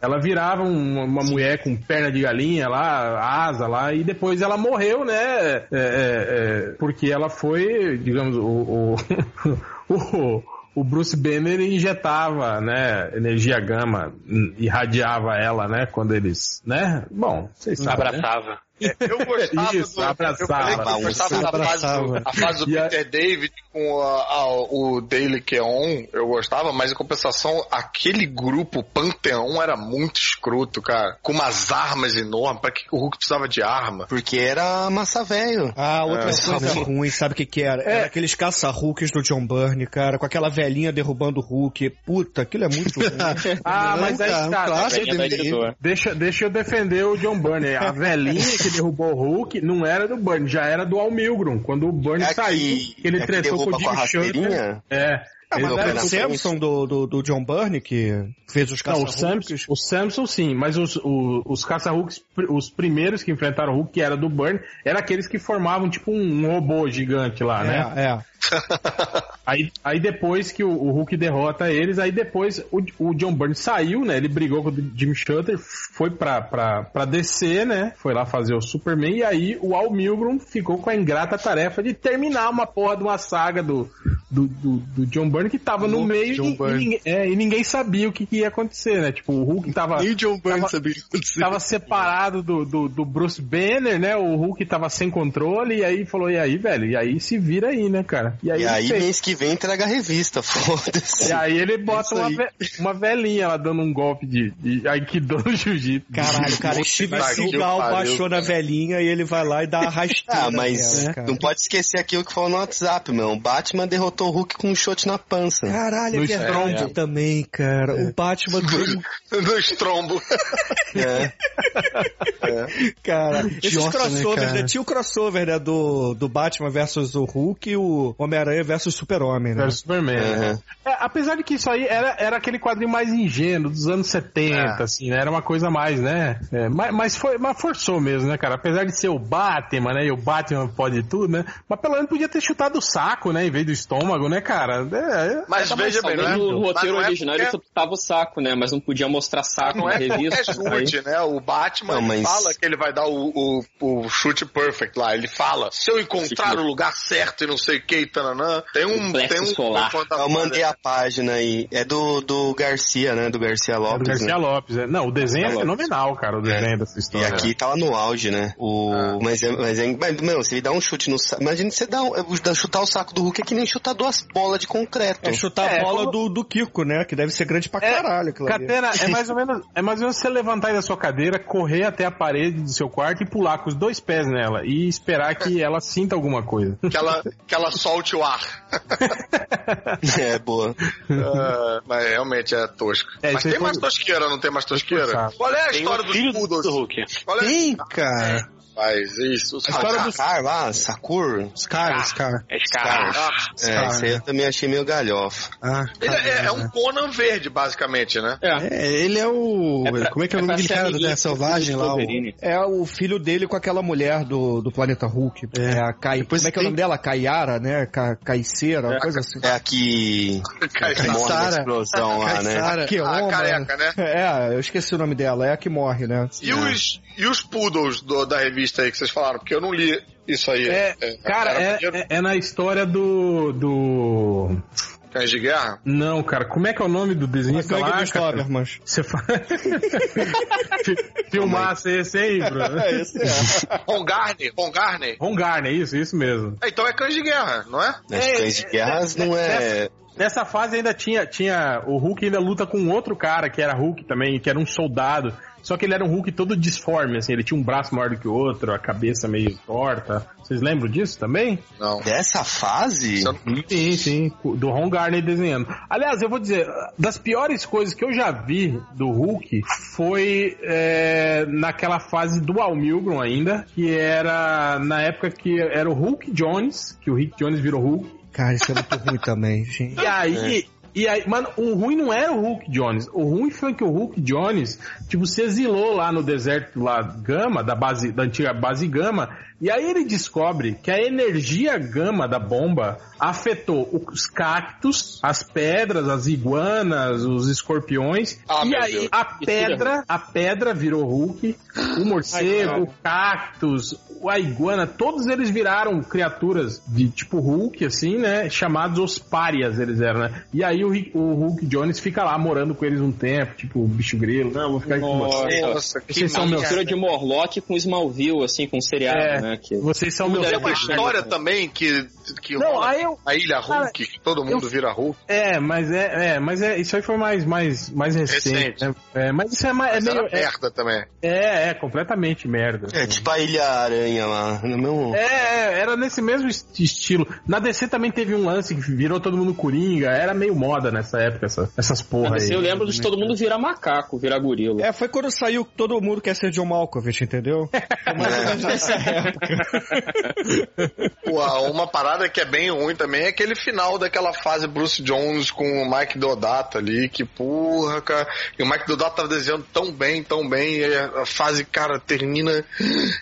A: Ela virava um- uma mulher com perna de galinha lá, asa lá, e depois ela morreu, né? É, é, é, porque ela foi, digamos, o. <laughs> o, o o Bruce Banner injetava, né, energia gama, hum, irradiava ela, né, quando eles, né? Bom, vocês
B: Um
A: sabem, né?
C: Abraçava.
D: Eu gostava
A: Isso,
D: do. Eu
A: abraçava.
D: falei que eu gostava da fase do,
B: Abraçava.
D: a fase do
A: E a-
D: Peter David com a- a- o Daily Keon, eu gostava, mas em compensação, aquele grupo Panteão era muito escroto, cara. Com umas armas enormes. Pra que que o Hulk precisava de arma?
G: Porque era massa velho.
I: Ah,
G: É,
I: outra coisa
G: sabe?
I: ruim, sabe o que É. que era? Era aqueles caça-Hulks do John Byrne, cara, com aquela velhinha derrubando o Hulk. Puta, aquilo é <laughs> muito ruim.
A: Ah,
B: Não,
A: mas aí
B: cara, um
A: tá,
B: clássico.
H: Velhinha
B: Nossa,
H: da editora.
A: Deixa, deixa eu defender o John Burney. A velhinha que derrubou o Hulk não era do Burney, já era do Almilgrom. Quando o Burney
G: É
A: saiu,
G: que-
A: ele
G: é que
A: tretou com
G: derruba
A: o
G: com a
A: Jim Shooter.
G: rasteirinha?
A: É.
I: Ah,
A: Eles
I: mas não
G: Ele
I: era
A: eram-
I: o Samson do, do, do John Byrne que fez os
A: Não, o
I: caça-Hulks?
A: Samson, o Samson sim, mas os, o- os caça-Hulks, pr- os primeiros que enfrentaram o Hulk, que era do Burn, eram aqueles que formavam tipo um robô gigante lá, né?
I: É, é.
A: Aí, aí depois que o, o Hulk derrota eles, aí depois o, o John Byrne saiu, né? Ele brigou com o Jim Shutter, foi pra, pra, pra DC, né? Foi lá fazer o Superman, e aí o Al Milgrom ficou com a ingrata tarefa de terminar uma porra de uma saga do, do, do, do John Byrne que tava no
B: Louco,
A: meio
B: John
A: e, e
B: Byrne.
A: ninguém, é, e ninguém sabia o que, que ia acontecer, né? Tipo, o Hulk tava
B: Nem o John Byrne
A: Tava-
B: sabia o que aconteceu.
A: tava separado do, do, do Bruce Banner, né? O Hulk tava sem controle, e aí falou, e aí, velho? E aí se vira aí, né, cara? E aí,
G: E
A: ele
G: aí,
A: fez.
G: mês que vem, entrega a revista, <laughs> foda-se.
A: E aí ele bota
B: Isso
A: uma,
B: aí.
A: ve- uma velhinha lá dando um golpe de, de Aikido no Jiu-Jitsu.
I: Caralho, cara, o Steve
D: que
I: Seagal
D: pariu, <laughs>
I: baixou na velhinha e ele vai lá e dá a <laughs> rasteira.
G: Ah, mas
I: nela, cara.
G: não pode esquecer aquilo que falou no WhatsApp, meu. O Batman derrotou o Hulk com um chute na pança.
I: Caralho, é
A: No
I: verdade
A: estrondo.
I: também, cara. O Batman...
D: No estrombo.
G: É.
D: né?
I: Cara, esses
B: Idiota, né,
I: crossovers, né,
B: cara?
I: Tinha o crossover, né? Do, do Batman versus o Hulk e o Homem-Aranha versus Super-Homem, né?
A: Era o Superman. né? É, apesar de que isso aí era, era aquele quadrinho mais ingênuo dos anos 70, assim, né? Era uma coisa mais, né? É, mas, mas, foi, mas forçou mesmo, né, cara? Apesar de ser o Batman, né? E o Batman pode tudo, né? Mas pelo menos podia ter chutado o saco, né? Em vez do estômago, né, cara? É, é-
H: tá
D: Mas veja bem, não é?
H: Talvez o
D: mas
H: roteiro
D: não é
H: original
D: porque-
H: ele só tava o saco, né? Mas não podia mostrar saco
D: Não
H: na
D: é qualquer
H: revista. aí-
D: chute, né? O Batman
G: Não,
D: ele
G: mas-
D: fala que ele vai dar o, o, o chute perfect lá. Ele fala, se eu encontrar o lugar certo e não sei o que, e tananã, tem um...
H: Complexo
D: Tem um
H: solar.
G: Eu mandei a página aí. É do, do Garcia, né? Do Garcia
A: Era o
G: Lopes.
A: Garcia
G: né?
A: Lopes, né? Não, o desenho é
H: Lopes.
A: fenomenal, cara, o desenho dessa
G: E
A: história.
G: aqui tava no auge, né? O... Mas, é, mas, é, mas, meu, se ele dá um chute no saco. Imagina você dá um, é, chutar o saco do Hulk é que nem chutar duas bolas de concreto.
I: É chutar
A: É,
I: a bola
A: como-
I: do, do Kiko, né? Que deve ser grande pra
A: É,
I: caralho, claro.
A: Catena, é mais ou menos, é mais ou menos você levantar aí da sua cadeira, correr até a parede do seu quarto e pular com os dois pés nela e esperar que ela sinta alguma coisa.
D: Que ela, que ela solte o
A: <laughs>
D: ar.
G: <laughs> é, boa.
D: Ah, mas realmente é tosco.
A: É,
D: mas
A: isso aí
D: tem
A: foi-
D: mais tosqueira, não tem mais tosqueira?
A: forçado.
D: Qual é a
C: Tem um
D: história
C: o
D: dos
C: filho do
D: poodles?
C: Hulk.
D: Qual é
B: Sim, cara.
D: Faz isso.
G: A história do Scar lá, Sakur.
B: Scar, Scar.
C: É escala.
D: Ah,
G: É, isso aí eu também achei meio galhofa.
B: Ah,
D: <laughs> ele é, é um Conan verde, basicamente, né?
H: É.
B: É, ele é o.
H: pra-
B: como é que é o nome
H: pra
B: daquele
H: ser
B: cara
H: amiguinho
B: da selvagem
H: do
B: lá? O...
H: Wolverine.
I: É o filho dele com aquela mulher do, do planeta Hulk. É, a Kai...
B: Depois
I: Como é que é o
B: tem-
I: nome dela? Caiara, né? Ca... Caiceira, uma coisa assim.
G: É a que
D: <laughs> Cara,
G: que morre na
B: Sara.
G: explosão lá, né?
B: Sara.
I: Que
D: a tá. careca, né?
I: É, eu esqueci o nome dela. É a que morre, né?
D: E os, e os poodles do- da revista aí que vocês falaram? Porque eu não li isso aí.
A: É, Cara, é, é- é na história do. do.
D: Cães de guerra?
A: Não, cara, como é que é o nome do
I: A
A: desenhista
I: gangue
A: lá?
I: dos
A: cara?
I: Dobermans.
A: Você fala. <laughs> Fi- Filmasse esse aí, <laughs> Bruno.
D: <laughs> Ron Garney? Ron Garney?
A: Ron Garner, isso, isso mesmo.
D: É, Então é cães de guerra, não é?
G: Nas cães de guerras não é.
A: Nessa fase ainda tinha, tinha. O Hulk ainda luta com outro cara que era Hulk também, que era um soldado. Só que ele era um Hulk todo disforme, assim, ele tinha um braço maior do que o outro, a cabeça meio torta. Vocês lembram disso também?
D: Não.
G: Dessa fase?
D: Isso-
A: Sim, sim, do Ron Garney desenhando. Aliás, eu vou dizer, das piores coisas que eu já vi do Hulk foi é, naquela fase do Al Milgrom ainda, que era na época que era o Hulk Jones, que o Rick Jones virou Hulk.
I: Cara, isso é muito ruim também, gente.
A: E
D: É.
A: aí, e aí, mano, o ruim não era o Hulk Jones. O ruim foi que o Hulk Jones, tipo, se exilou lá no deserto lá Gama, da base, da antiga base Gama, e aí ele descobre que a energia gama da bomba afetou os cactos, as pedras, as iguanas, os escorpiões,
D: Ah,
A: e
D: meu
A: aí
D: Deus.
A: a pedra, a pedra virou Hulk, o morcego, o cactus, a iguana, todos eles viraram criaturas de tipo Hulk, assim, né? Chamados os párias, eles eram, né? E aí o, Rick- o Hulk Jones fica lá morando com eles um tempo, tipo o bicho grilo, não, eu vou ficar aqui com vocês.
D: Nossa, que
A: Vocês são meus-
H: Mistura de Morlock com Smallville, assim, com seriado,
A: É.
H: né? Que...
A: Vocês são meus
D: Tem uma história também que, que
A: Não,
D: rola
A: aí eu.
D: a Ilha Hulk, que todo mundo vira Hulk.
A: É, mas é, é, mas é, isso aí foi mais, mais, mais recente.
D: Recente.
A: né? É, mas isso é mais,
D: Mas
A: é
D: era
A: meio, é,
D: merda também.
A: é, é, completamente merda.
G: É tipo a Ilha Aranha lá. No meu...
A: É, é, era nesse mesmo est- estilo. Na DC também teve um lance que virou todo mundo coringa. Era meio moda nessa época, essa- essas porra
H: Mas assim,
A: aí.
H: eu lembro de todo mundo virar macaco, virar gorila.
I: É, foi quando saiu Todo Mundo Quer Ser John Malkovich, entendeu?
D: Pô, uma parada que é bem ruim também é aquele final daquela fase Bruce Jones com o Mike Dodata ali, que porra, cara. E o Mike Dodata tava desenhando tão bem, tão bem, e a fase, cara, termina.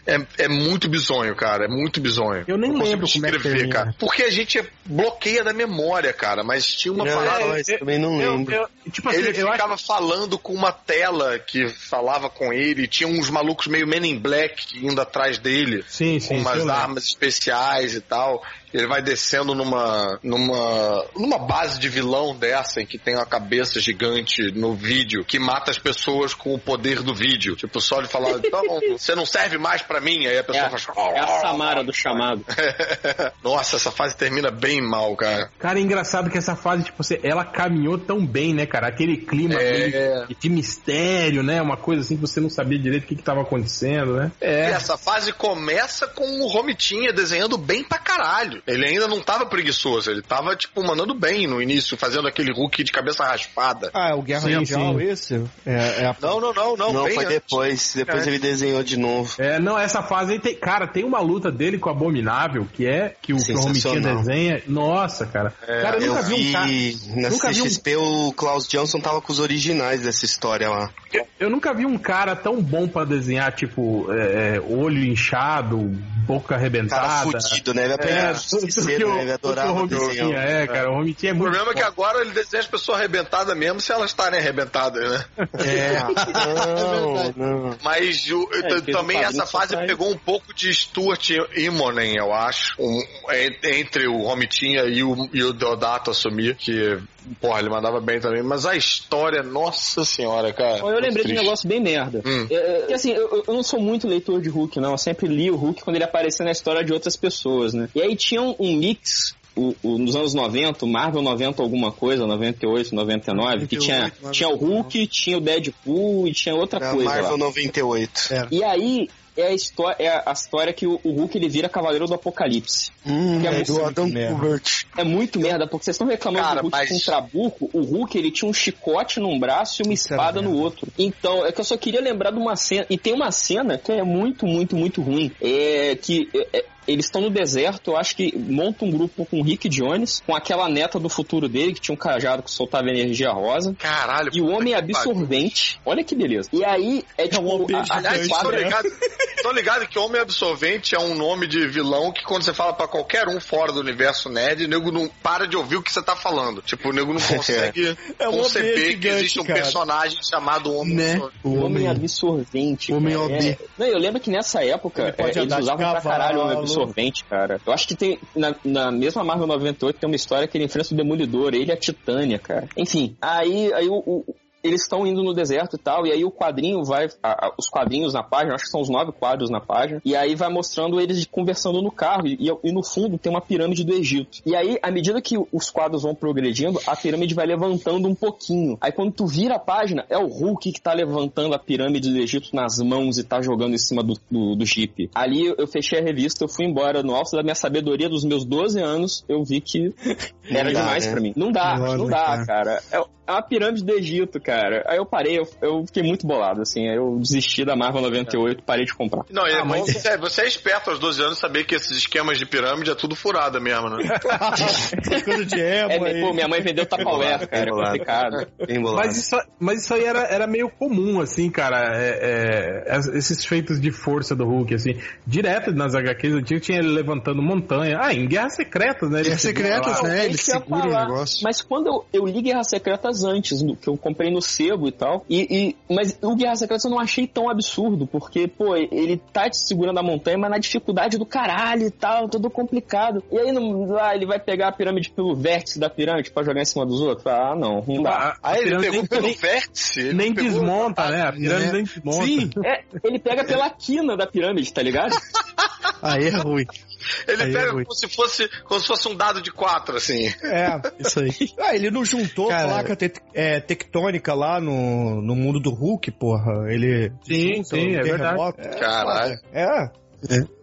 D: É, é muito bizonho, cara. É muito bizonho.
A: Eu nem
D: Não consigo
A: lembro como é que
D: descrever,
A: termina.
D: cara. Porque a gente bloqueia da memória, cara. Mas tinha uma
G: Não,
D: parada.
G: eu
A: eu-
G: também não
A: Eu-
G: lembro.
A: É, eu- tipo assim,
D: Ele
A: eu acho
D: ficava falando com uma tela que falava com ele, tinha uns malucos meio Men in Black indo atrás dele
A: Sim,
D: com
A: sim. isso eu
D: umas
H: né?
A: lembro.
D: armas especiais e tal. Ele vai descendo numa, numa, numa base de vilão dessa em que tem uma cabeça gigante no vídeo que mata as pessoas com o poder do vídeo. Tipo, só ele falar,
H: <laughs>
D: então, você não serve mais pra mim. Aí a pessoa
H: É.
D: faz.
H: É a Samara do chamado.
D: <laughs> Nossa, essa fase termina bem mal, cara.
A: Cara, é engraçado que essa fase, tipo assim, ela caminhou tão bem, né, cara? Aquele clima
D: É.
A: de, de mistério, né? Uma coisa assim que você não sabia direito o que, que tava acontecendo, né?
H: É.
D: E essa fase começa com o Romitinha desenhando bem pra caralho. episódio. Ele ainda não tava preguiçoso, ele tava, tipo, mandando bem no início, fazendo aquele Hulk de cabeça raspada.
I: Ah, é o Guerra
A: Sim,
I: Mundial,
A: sim.
I: esse? É, é a...
D: Não, não, não, não.
G: Não,
D: bem
G: foi
D: antes.
G: depois. Depois ele desenhou de novo.
A: É, não, essa fase aí tem. Cara, tem uma luta dele com o Abominável, que é que o Romitinho
G: Sensacional.
A: desenha. Nossa, cara.
G: É,
A: cara, eu nunca vi, um cara.
G: na
A: nunca vi um-
G: CXP o Klaus Johnson tava com os originais dessa história lá.
A: Eu nunca vi um cara tão bom pra desenhar, tipo, é, é, olho inchado, boca arrebentada.
G: Cara fudido, né? Ele
A: É,
G: apanhava
A: <laughs>
G: de
A: tudo
G: CXP,
A: que o,
G: né? Ele
A: tudo que o
G: adorava
A: Romitinho
G: desenhar. né?
A: é, cara. O Romitinho é
D: O
A: muito.
D: problema é que agora ele desenha as pessoas arrebentadas mesmo se elas estarem arrebentadas, né?
G: É,
A: <laughs> É
G: não, não.
D: Mas o-
H: É,
D: eu
H: um
D: t-
C: porque
D: também
C: o
D: essa
C: Fabinho só
D: fase
C: faz-
D: pegou um pouco de Stuart Immonen, eu acho. Um- en- entre o Romitinha e o, e o Deodato assumir, que, porra, ele mandava bem também. Mas a história, nossa senhora, cara.
H: Ó, Eu lembrei de um
D: Triste.
H: negócio bem merda.
D: Hum.
H: É, é, que, assim, eu, eu- eu não sou muito leitor de Hulk, não. Eu sempre li o Hulk quando ele aparecia na história de outras pessoas, né? E aí tinha um, um mix. o- o- nos anos 90, o Marvel 90 alguma coisa, 98, 99, que tinha,
B: 98,
H: tinha o Hulk, tinha o Deadpool e tinha outra
G: Era
H: coisa
G: Marvel
H: lá.
G: 98.
H: E aí é a, histó- é a- a história que o, o Hulk ele vira Cavaleiro do Apocalipse.
G: Hum,
H: Que é
G: é
H: muito
G: do Adam
I: merda.
G: Kubert.
H: É muito merda, porque vocês estão reclamando
D: Cara,
H: do Hulk
D: mas-
H: com um trabuco. O Hulk, ele tinha um chicote num braço e uma
I: Isso era
H: espada no
I: merda.
H: outro. Então, é que eu só queria lembrar de uma cena. E tem uma cena que é muito, muito, muito ruim. É que. é- é- eles estão no deserto, eu acho que monta um grupo com o Rick Jones, com aquela neta do futuro dele, que tinha um cajado que soltava energia rosa,
D: Caralho.
H: e o
D: puta
H: homem
D: que pariu.
H: absorvente. Olha que beleza. E aí é tipo.
I: homem
H: a- a- a
D: Aliás, tô
H: quadra-
D: ligado, tô ligado que Homem Absorvente é um nome de vilão que quando você fala pra qualquer um fora do universo nerd, o nego não para de ouvir o que você tá falando. Tipo, o nego não consegue
I: É um homem
D: conceber que
I: gigante,
D: existe um
I: cara.
D: personagem chamado Homem
B: Né?
D: Absorvente.
B: O
H: Homem
B: homem.
H: absorvente.
B: Homem
H: cara.
B: OB.
H: É- Não, eu lembro que nessa época
I: Ele
H: é,
I: pode
H: eles
I: andar de
H: usavam pra
I: cavalo.
H: caralho homem absorvente, cara. Eu acho que tem. Na, na mesma Marvel 98 tem uma história que ele enfrenta o Demolidor, ele e a Titânia, cara. Enfim, aí, aí o. o- eles estão indo no deserto e tal, e aí o quadrinho vai. a- a- os quadrinhos na página, acho que são os nove quadros na página, e aí vai mostrando eles conversando no carro, e, e no fundo tem uma pirâmide do Egito. E aí, à medida que os quadros vão progredindo, a pirâmide vai levantando um pouquinho. Aí quando tu vira a página, é o Hulk que tá levantando a pirâmide do Egito nas mãos e tá jogando em cima do, do, do Jeep. Ali eu fechei a revista, eu fui embora. No alto da minha sabedoria dos meus 12 anos, eu vi que era
G: Não dá,
H: demais
G: né?
H: pra mim. Não dá,
B: Não,
H: não,
B: não
H: dá, cara. É é uma pirâmide do Egito, cara. Aí eu parei, eu, eu fiquei muito bolado, assim. Aí eu desisti da Marvel 98, parei de comprar.
D: Não, e é
A: Ah,
D: bom,
A: mas-
D: você, é- você é esperto aos 12 anos saber que esses esquemas de pirâmide é tudo furada mesmo, né?
I: Trocando de emo
H: É,
I: aí.
H: pô, minha mãe vendeu tapaué, cara. É complicado.
G: Bem bolado.
A: Mas isso, mas isso aí era, era meio comum, assim, cara. é- é, es- esses feitos de força do Hulk, assim. Direto nas HQs antigas tinha ele levantando montanha. Ah, em Guerras Secretas, né? Ele
B: É secretas,
A: lá.
B: né? Ele
H: Isso que eu ia
B: segura o
H: falar.
B: negócio.
H: Mas quando eu, eu li Guerras Secretas antes, no- que eu comprei no sebo e tal, e, e- mas o Guerras Secretas eu não achei tão absurdo, porque, pô, ele tá te segurando a montanha, mas na dificuldade do caralho e tal, tudo complicado. E aí, não, lá, ele vai pegar a pirâmide pelo vértice da pirâmide pra jogar em cima dos outros? Ah, não, não dá.
A: A- a- a
D: Aí ele
A: pirâmide
D: pegou
A: nem,
D: pelo vértice. ele
A: nem
D: pegou-
A: desmonta, né? A pirâmide
B: né?
A: nem desmonta.
B: Sim,
H: É, ele pega pela quina da pirâmide, tá ligado?
B: aí é ruim.
D: Ele
B: Aí é
D: pega
B: ruim.
D: como se, fosse, como se fosse um dado de quatro, assim.
I: É.
B: Isso aí.
I: Ah, ele não juntou
B: Cara,
I: placa te- é, tectônica lá no, no mundo do Hulk, porra. então, Ele.
A: Sim,
I: junta
A: sim,
I: o
A: é
I: terremoto.
D: Caralho.
I: É,
B: É.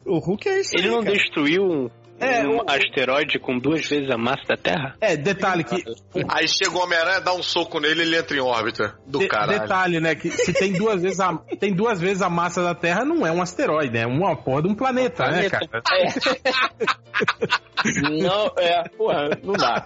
I: O Hulk é isso
C: Ele
I: aí,
C: não
I: cara.
C: destruiu um,
A: É,
C: um asteroide com duas vezes a massa da Terra?
A: É, detalhe que.
D: Aí chega o Homem-Aranha, dá um soco nele ele entra em órbita. Do
A: de-
D: caralho.
A: detalhe, né? Que se tem duas vezes a <laughs> tem duas vezes a massa da Terra, não é um asteroide, né? é uma porra de um planeta, né,
H: planeta.
A: cara?
H: não, é, porra, não dá.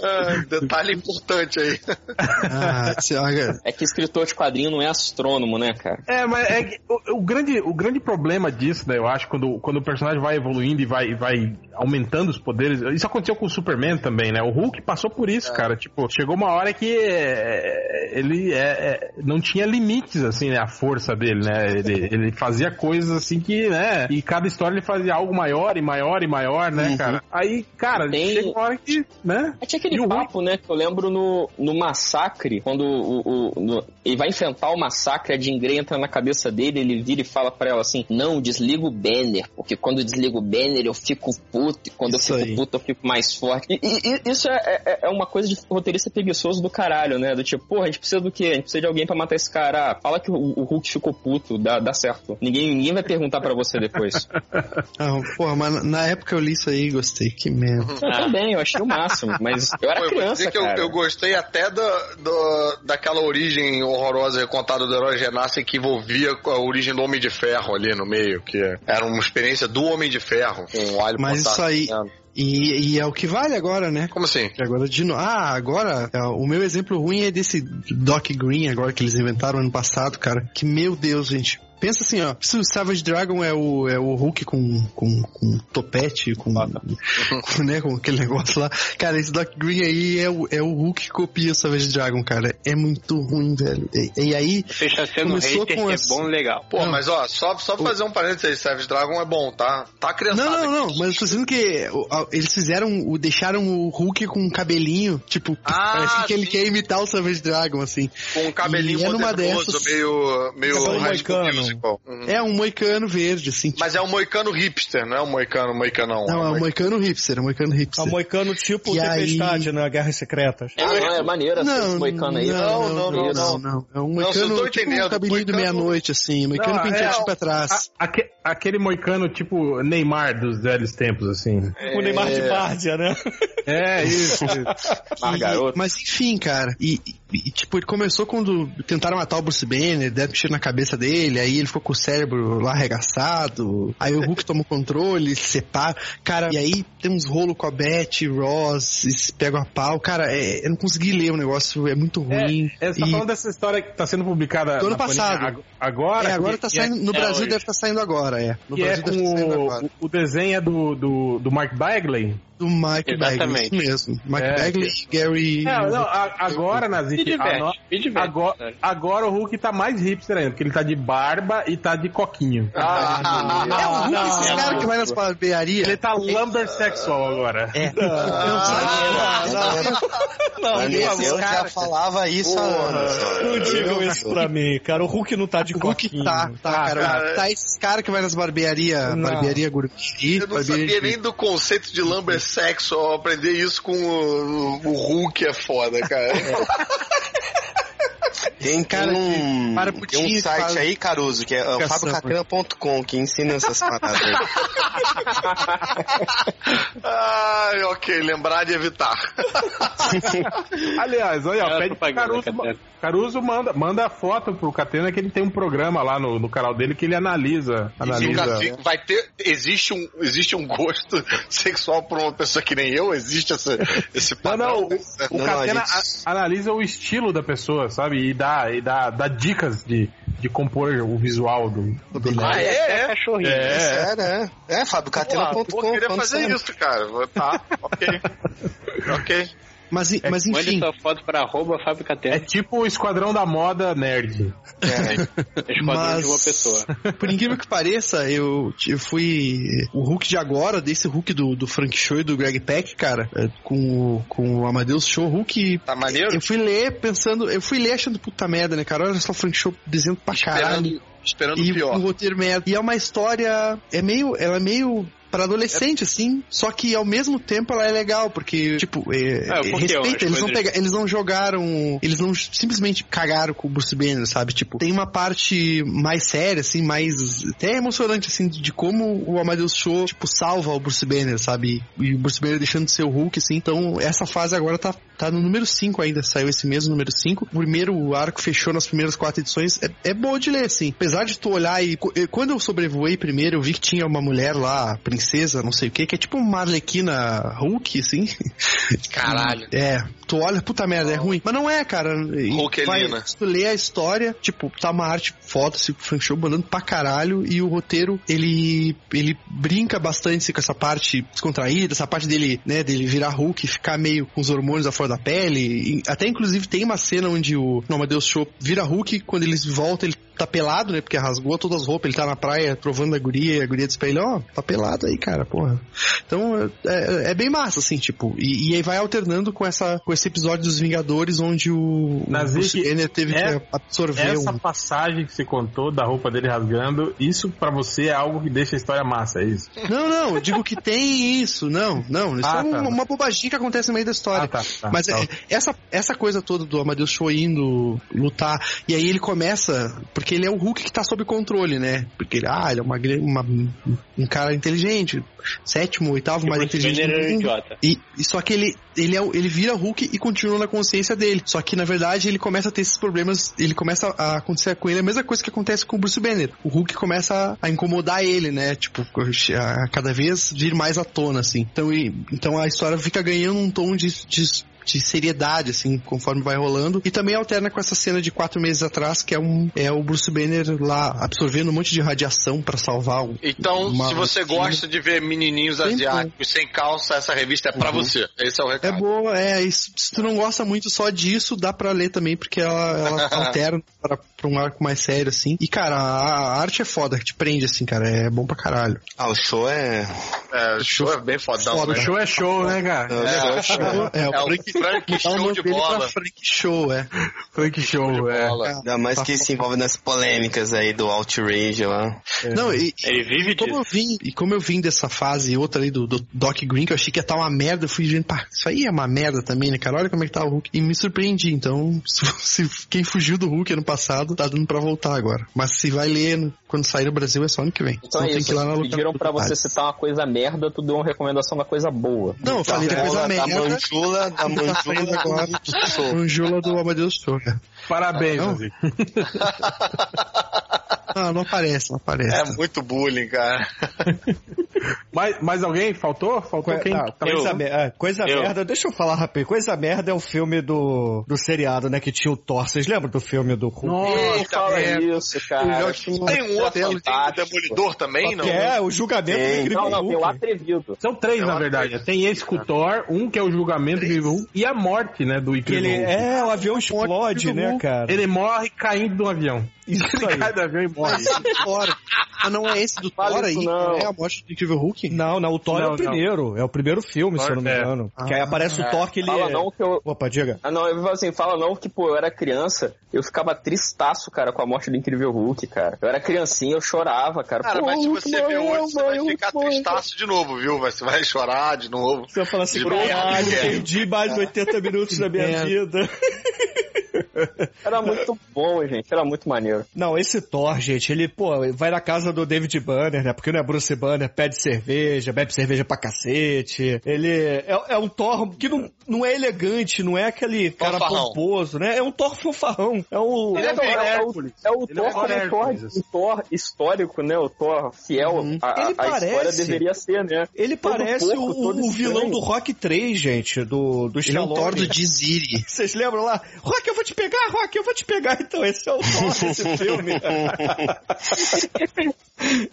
D: Ah, detalhe importante aí.
B: Ah, se-
I: <laughs>
B: olha,
H: É que escritor de quadrinho não é astrônomo, né, cara?
A: É, mas é que o, o grande, o grande problema disso, né, eu acho, quando, quando o personagem vai evoluindo e vai, vai aumentando os poderes. Isso aconteceu com o Superman também, né? O Hulk passou por isso, cara. Tipo, chegou uma hora que é, ele é, é, não tinha limites, assim, né? A força dele, né? Ele, ele fazia coisas assim que, né? E cada história ele fazia algo maior e maior e maior, né, cara? Aí, cara,
H: Tem-
A: chega uma hora que, né?
H: Mas Tinha É que aquele papo, né, que eu lembro no, no Massacre, quando o, o- no- ele vai enfrentar o Massacre, a Jean Grey entra na cabeça dele, ele vira e fala pra ela assim, não, desliga o banner, porque quando eu desligo o banner eu fico puto, e quando
B: Isso
H: eu fico
B: aí.
H: puto eu fico mais forte. E, e- e isso é, é- é uma coisa de roteirista preguiçoso do caralho, né, do tipo, porra, a gente precisa do quê? A gente precisa de alguém pra matar esse cara. Ah, fala que o, o Hulk ficou puto, dá, dá certo. Ninguém, ninguém vai perguntar pra
D: <laughs>
H: você depois.
B: Ah, porra, mas na- na época eu li isso aí e gostei. Que merda.
H: Eu também, eu achei o máximo, mas eu era
D: Pô, eu vou
H: criança,
D: dizer que eu,
H: cara.
D: eu gostei até da, da- daquela origem horrorosa contada do herói Genassi que envolvia com a origem do Homem de Ferro ali no meio, que era uma experiência do Homem de Ferro com o alho
B: Mas
D: potássio.
B: isso aí. E, e é o que vale agora, né?
D: Como assim?
B: Que Agora de no... Ah, agora é, o meu exemplo ruim é desse Doc Green agora que eles inventaram ano passado, cara. Que meu Deus, gente. Pensa assim, ó. Se o Savage Dragon é o, é o Hulk com, com, com topete, com, <laughs> com, né, com aquele negócio lá. Cara, esse Doc Green aí é o, é o Hulk que copia o Savage Dragon, cara. É muito ruim, velho. E, e aí,
C: Fecha sendo
B: Começou
C: hater, que
B: com
C: é
B: esse-
C: bom legal.
D: Pô,
B: Não.
D: mas ó, só, só pra fazer um parênteses aí, Savage Dragon é bom, tá? Tá criançada.
B: Não, não,
D: aqui.
B: não, mas eu tô dizendo que o- a- eles fizeram, o, deixaram o Hulk com um cabelinho, tipo,
D: Ah,
B: parece que ele
D: sim.
B: quer imitar o Savage Dragon, assim.
D: Com um cabelinho
B: E é numa
D: modernoso,
B: dessas-
D: meio, meio
I: Cabelo
D: High School
I: moicano.
D: Musical. Uhum.
B: É um moicano verde, assim. tipo.
D: Mas é um moicano hipster, não é um moicano moicanão.
B: não, é um
D: moicano-
B: moicano hipster, é um moicano
I: A
B: hipster.
I: moicano tipo
B: E aí-
I: Tempestade na Guerra Secretas.
H: É, não, é maneiro, assim, esse moicano aí.
B: não, não, não,
H: Isso.
B: não, não. É um
D: vocês
B: moicano
D: não tão
B: tipo
D: entendendo,
B: um cabelinho do
D: moicano-
B: meia-noite, assim, um moicano
A: Não,
B: penteadinho
A: é,
B: pra trás.
A: A- aque- aquele moicano tipo Neymar dos velhos tempos, assim.
B: É.
I: O Neymar de Bárdia, né?
A: É, isso.
H: Ah,
B: E-
H: garoto.
B: Mas enfim, cara. E, e- e, tipo, ele começou quando tentaram matar o Bruce Banner, deram um tiro na cabeça dele, aí ele ficou com o cérebro lá arregaçado, aí o Hulk tomou controle, se separa. Cara, e aí tem uns rolos com a Beth, Ross, e se pega a pau. Cara, é- eu não consegui ler o negócio, é muito ruim.
A: É, você tá
B: E-
A: falando dessa história que tá sendo publicada.
B: Do ano
A: na Panini
B: passado.
A: ag- Agora.
B: é, agora tá
A: que- que é-
B: saindo. No
C: é
B: Brasil
C: hoje.
B: deve estar saindo agora, é. No
A: Que é
B: Brasil
A: com
B: deve estar saindo agora.
A: o, o desenho é do, do, do Mark Bagley.
B: Do Mike Bagley,
C: Exatamente.
B: isso mesmo. Mike
A: É.
B: Bagley e Gary.
A: É, não, a- agora,
C: Me
A: Nazik, a no-
C: diverte, me diverte.
A: agora,
C: cara.
A: agora o Hulk tá mais hipster ainda, porque ele tá de barba e tá de coquinho.
D: Ah, ah, ah,
B: é o Hulk,
A: não,
B: esse cara
A: não.
B: que vai nas barbearias.
A: Ele tá lumbersexual agora.
B: É. Não,
A: tá
G: Ah,
B: sabe? tá
A: <laughs>
G: Mas
B: Esse
G: eu já
B: cara-
G: falava isso há anos.
I: Não digam isso pra mim, cara. O Hulk não tá de
B: O Hulk
I: coquinho.
B: tá, tá,
A: Ah,
B: cara.
D: cara.
B: Tá esses caras que vai nas barbearias,
I: Não.
B: barbearia gourmet,
D: Eu não sabia
B: barbearia...
D: nem do conceito de lumber sexo. ó, Aprender isso com o, o Hulk é foda, cara.
G: Tem,
B: cara
G: um,
B: para
G: tem
B: putinho
G: um
B: que
G: site
B: faz-
G: aí, Caruso, que é o
B: Caçamba.
G: fabricatran.com, que ensina essas paradas. aí.
D: Ai, ok, lembrar de evitar.
A: Aliás,
B: É
A: olha, ó,
C: Aquela
A: pede pro
C: propaganda,
A: Caruso,
C: Catena.
A: Caruso manda, manda a foto pro Catena que ele tem um programa lá no, no canal dele que ele analisa.
B: um
D: Fica-
A: analisa.
D: fica- vai ter. Existe um, existe um gosto <laughs> sexual pra uma pessoa que nem eu? Existe essa, esse
A: Não, não,
D: padrão?
A: o, o
G: Não,
A: Catena
G: não, a gente-
A: a- analisa o estilo da pessoa, sabe? E dá, e dá, dá dicas de, de compor o visual do, do
D: Ah, é? é.
C: Cachorrinho.
A: É,
G: Sério, é. É, fabricatran.com.
D: Pô, eu queria fazer isso, cara. Tá, ok. ok.
B: Mas, e- mas
C: Mande
B: enfim,
C: sua foto pra arroba Fábrica
A: É
C: Terra,
A: tipo o Esquadrão da Moda Nerd.
D: <laughs>
C: esquadrão
B: mas-
C: É, né? de uma pessoa.
B: por incrível que pareça, eu, eu fui o Hulk de agora, desse Hulk do, do Frank Show e do Greg Peck, cara, é, com, o- com o Amadeus Show, Hulk...
D: Tá maneiro?
B: Eu fui ler pensando, eu fui ler achando puta merda, né, cara? Olha só o Frank Show desenhando pra caralho.
D: Esperando, esperando
B: e
D: o pior.
B: um roteiro merda. E é uma história. É meio. Ela é meio. Pra
D: É
B: adolescente, assim, só que ao mesmo tempo ela é legal, porque, tipo, é,
C: Ah,
B: é,
C: porque eu acho
B: respeita, eles não,
C: que-
B: pega- eles não jogaram, eles não simplesmente cagaram com o Bruce Banner, sabe? Tipo, tem uma parte mais séria, assim, mais, até emocionante, assim, de como o Amadeus Show, tipo, salva o Bruce Banner, sabe? E o Bruce Banner deixando de ser o Hulk, assim, então essa fase agora tá, tá no número 5 ainda, saiu esse mesmo número 5, o primeiro arco fechou nas primeiras quatro edições, é, é boa de ler, assim, apesar de tu olhar e, co- e quando eu sobrevoei primeiro, eu vi que tinha uma mulher lá, princesa, não sei o que, que é tipo uma Arlequina Hulk, assim,
D: Caralho.
B: é, tu olha, puta merda, é ruim. Mas não é, cara. E
D: Hulk
B: vai-
D: Helena.
B: se tu lê a história, tipo, tá uma arte foda, se o Frank Show mandando pra caralho, e o roteiro, ele, ele brinca bastante assim, com essa parte descontraída, essa parte dele, né, dele virar Hulk e ficar meio com os hormônios à flor da pele. E até, inclusive, tem uma cena onde o Nomadeus Show vira Hulk, e quando eles voltam, ele tá pelado, né, porque rasgou todas as roupas, ele tá na praia provando a guria, e a guria diz pra ele, ó, tá pelado aí, cara, porra. Então é, é- é bem massa, assim, tipo. E, e aí vai alternando com, essa, com esse episódio dos Vingadores, onde o, o
A: Mas
B: Bruce
A: e que-
B: Banner teve
A: é-
B: que absorver
A: Essa
B: um.
A: passagem que você contou da roupa dele rasgando, isso pra você é algo que deixa a história massa, é isso?
B: Não, não, eu digo que tem isso. Não, não. Isso
A: Ah,
B: é uma,
A: tá.
B: uma bobaginha que acontece no meio da história.
A: tá, tá.
B: Mas
A: tá.
B: é- essa, essa coisa toda do Amadeus Cho indo lutar, e aí ele começa, porque ele é o Hulk que tá sob controle, né? Porque ele, ah, ele é uma, gran- uma- um cara inteligente, sétimo, oitavo
A: Tipo
B: mais
C: Bruce
B: inteligente.
C: Banner
B: do
C: era um
B: mundo.
C: idiota.
B: E, e só que ele, ele, é, o- ele vira Hulk e continua na consciência dele. Só que, na verdade, ele começa a ter esses problemas, ele começa a acontecer com ele a mesma coisa que acontece com o Bruce Banner. O Hulk começa a incomodar ele, né? Tipo, a, a cada vez vir mais à tona, assim. Então, e- então a história fica ganhando um tom de- de de seriedade, assim, conforme vai rolando. E também alterna com essa cena de quatro meses atrás, que é, um, é o Bruce Banner lá absorvendo um monte de radiação pra salvar o.
D: Então,
B: uma
D: se você
B: rotina.
D: gosta de ver menininhos
B: Tem
D: asiáticos sem calça, essa revista é pra você. Esse é o
B: É
D: recado.
B: boa, é. e Se se tu não gosta muito só disso, dá pra ler também, porque ela, ela
D: <laughs>
B: alterna pra, pra um arco mais sério, assim. E, cara, a, a arte é foda, te prende, assim, cara. É bom pra caralho.
G: Ah, o show é.
D: É, o show é bem fodão.
B: Foda.
D: né?
A: Show é show, né, cara?
G: é.
B: É,
D: É o Frank
B: dá o
D: Show
B: nome
D: de
B: dele pra
D: bola.
B: Frank Show, é.
A: Frank Show, é.
D: Bola.
G: Ainda mais que se envolve nas polêmicas aí do Outrage lá.
D: É.
B: Não, e,
C: Ele vive
B: E como
C: disso.
B: eu vim, e como eu vim dessa fase outra aí do, do Doc Green, que eu achei que ia estar uma merda, eu fui vendo, pá, isso aí é uma merda também, né, cara? Olha como é que tá o Hulk. E me surpreendi, então, <laughs> se, se quem fugiu do Hulk ano passado, tá dando pra voltar agora. Mas se vai ler no- quando sair no Brasil, é só ano que vem.
H: Então é
B: tem
H: isso.
B: que ir lá na locadora.
H: Pediram pra você citar uma coisa merda, tu deu uma recomendação da coisa boa.
B: Não, eu
H: Tá
B: falei da coisa
G: Da
B: merda. Tá
G: manjula, da manjula
B: agora.
G: do show.
B: Manjula do Amadeus Torre.
A: Parabéns,
B: Não?
A: Zico.
B: Ah, não aparece, não aparece.
D: É muito bullying, cara.
A: Mais, mais alguém? Faltou? Faltou
I: Co-
A: quem?
I: tá, coisa mer- é, coisa
C: Eu.
I: merda, deixa eu falar rapidinho. Coisa merda é o filme do, do seriado, né? Que tinha o Thor. Vocês lembram do filme do Hulk?
H: Não fala
D: merda.
H: isso, cara.
D: Tem um outro que tem o Demolidor também, não?
I: que é o julgamento do
G: Tem.
I: Incrível
H: Não, não,
I: Hulk.
H: tem o Atrevido.
A: São três,
D: É
A: na
D: uma
A: verdade.
D: coisa.
A: Tem esse com o Thor, um que é o julgamento do Incrível Hulk, e a morte, né, do
I: Que
A: Incrível
I: ele,
A: Hulk.
I: é, o avião
A: um
I: explode, né, cara?
A: Ele morre caindo do avião.
I: Isso
A: Ele cai
I: aí.
A: do avião e morre.
B: Thor. Ah, não é esse do
H: Fala
B: Thor aí?
H: isso não.
B: É a morte do Incrível Hulk?
I: Não, não, o Thor é
A: Não,
I: o primeiro. É o primeiro filme, se eu não me
A: É.
I: engano. que aí aparece o Thor que ele.
B: é.
H: Fala não que eu.
I: Opa, diga.
H: Ah, não, eu falo assim, fala não que, pô, eu era criança, eu ficava tristaço, cara, com a morte do Incrível Hulk, cara. Eu era criancinha, eu chorava, cara.
D: Cara,
H: pô,
D: mas se
H: Hulk
D: você ver
H: morreu,
D: hoje, você vai
H: Hulk
D: ficar
H: morreu.
D: tristaço de novo, viu? Mas Você vai chorar de novo.
I: Você fala assim,
D: De
I: caralho,
D: merda.
I: perdi mais de 80 minutos da minha
B: merda.
I: vida.
H: Era muito bom, gente, era muito maneiro.
I: Não, esse Thor, gente, ele, pô, vai na casa do David Banner, né? Porque não é Bruce Banner, pede cerveja, bebe cerveja pra cacete. Ele é, é um Thor que não, não é elegante, não é aquele cara
D: Fanfarrão.
I: pomposo, né? É um Thor fanfarrão. É um...
H: Ele é
A: bem
H: o- é o-
A: Hércules.
H: É o
A: Ele
H: Thor,
A: é Thor
H: como o Thor,
A: Hércules.
H: o Thor
D: assim.
H: histórico, né? O Thor fiel
B: Uhum.
H: a, a-
I: Ele
H: a história
I: parece-
H: deveria ser, né?
I: Ele
H: Todo
I: parece
H: porco,
I: o-
H: todo
I: o, vilão
H: estranho.
I: do Rock 3, gente, do, do
B: Ele é o
I: Stallone.
B: Thor do Diziri.
I: <laughs> Vocês lembram lá? Rock, eu vou te pegar, Rock, eu vou te pegar. Então, esse é o Thor desse filme.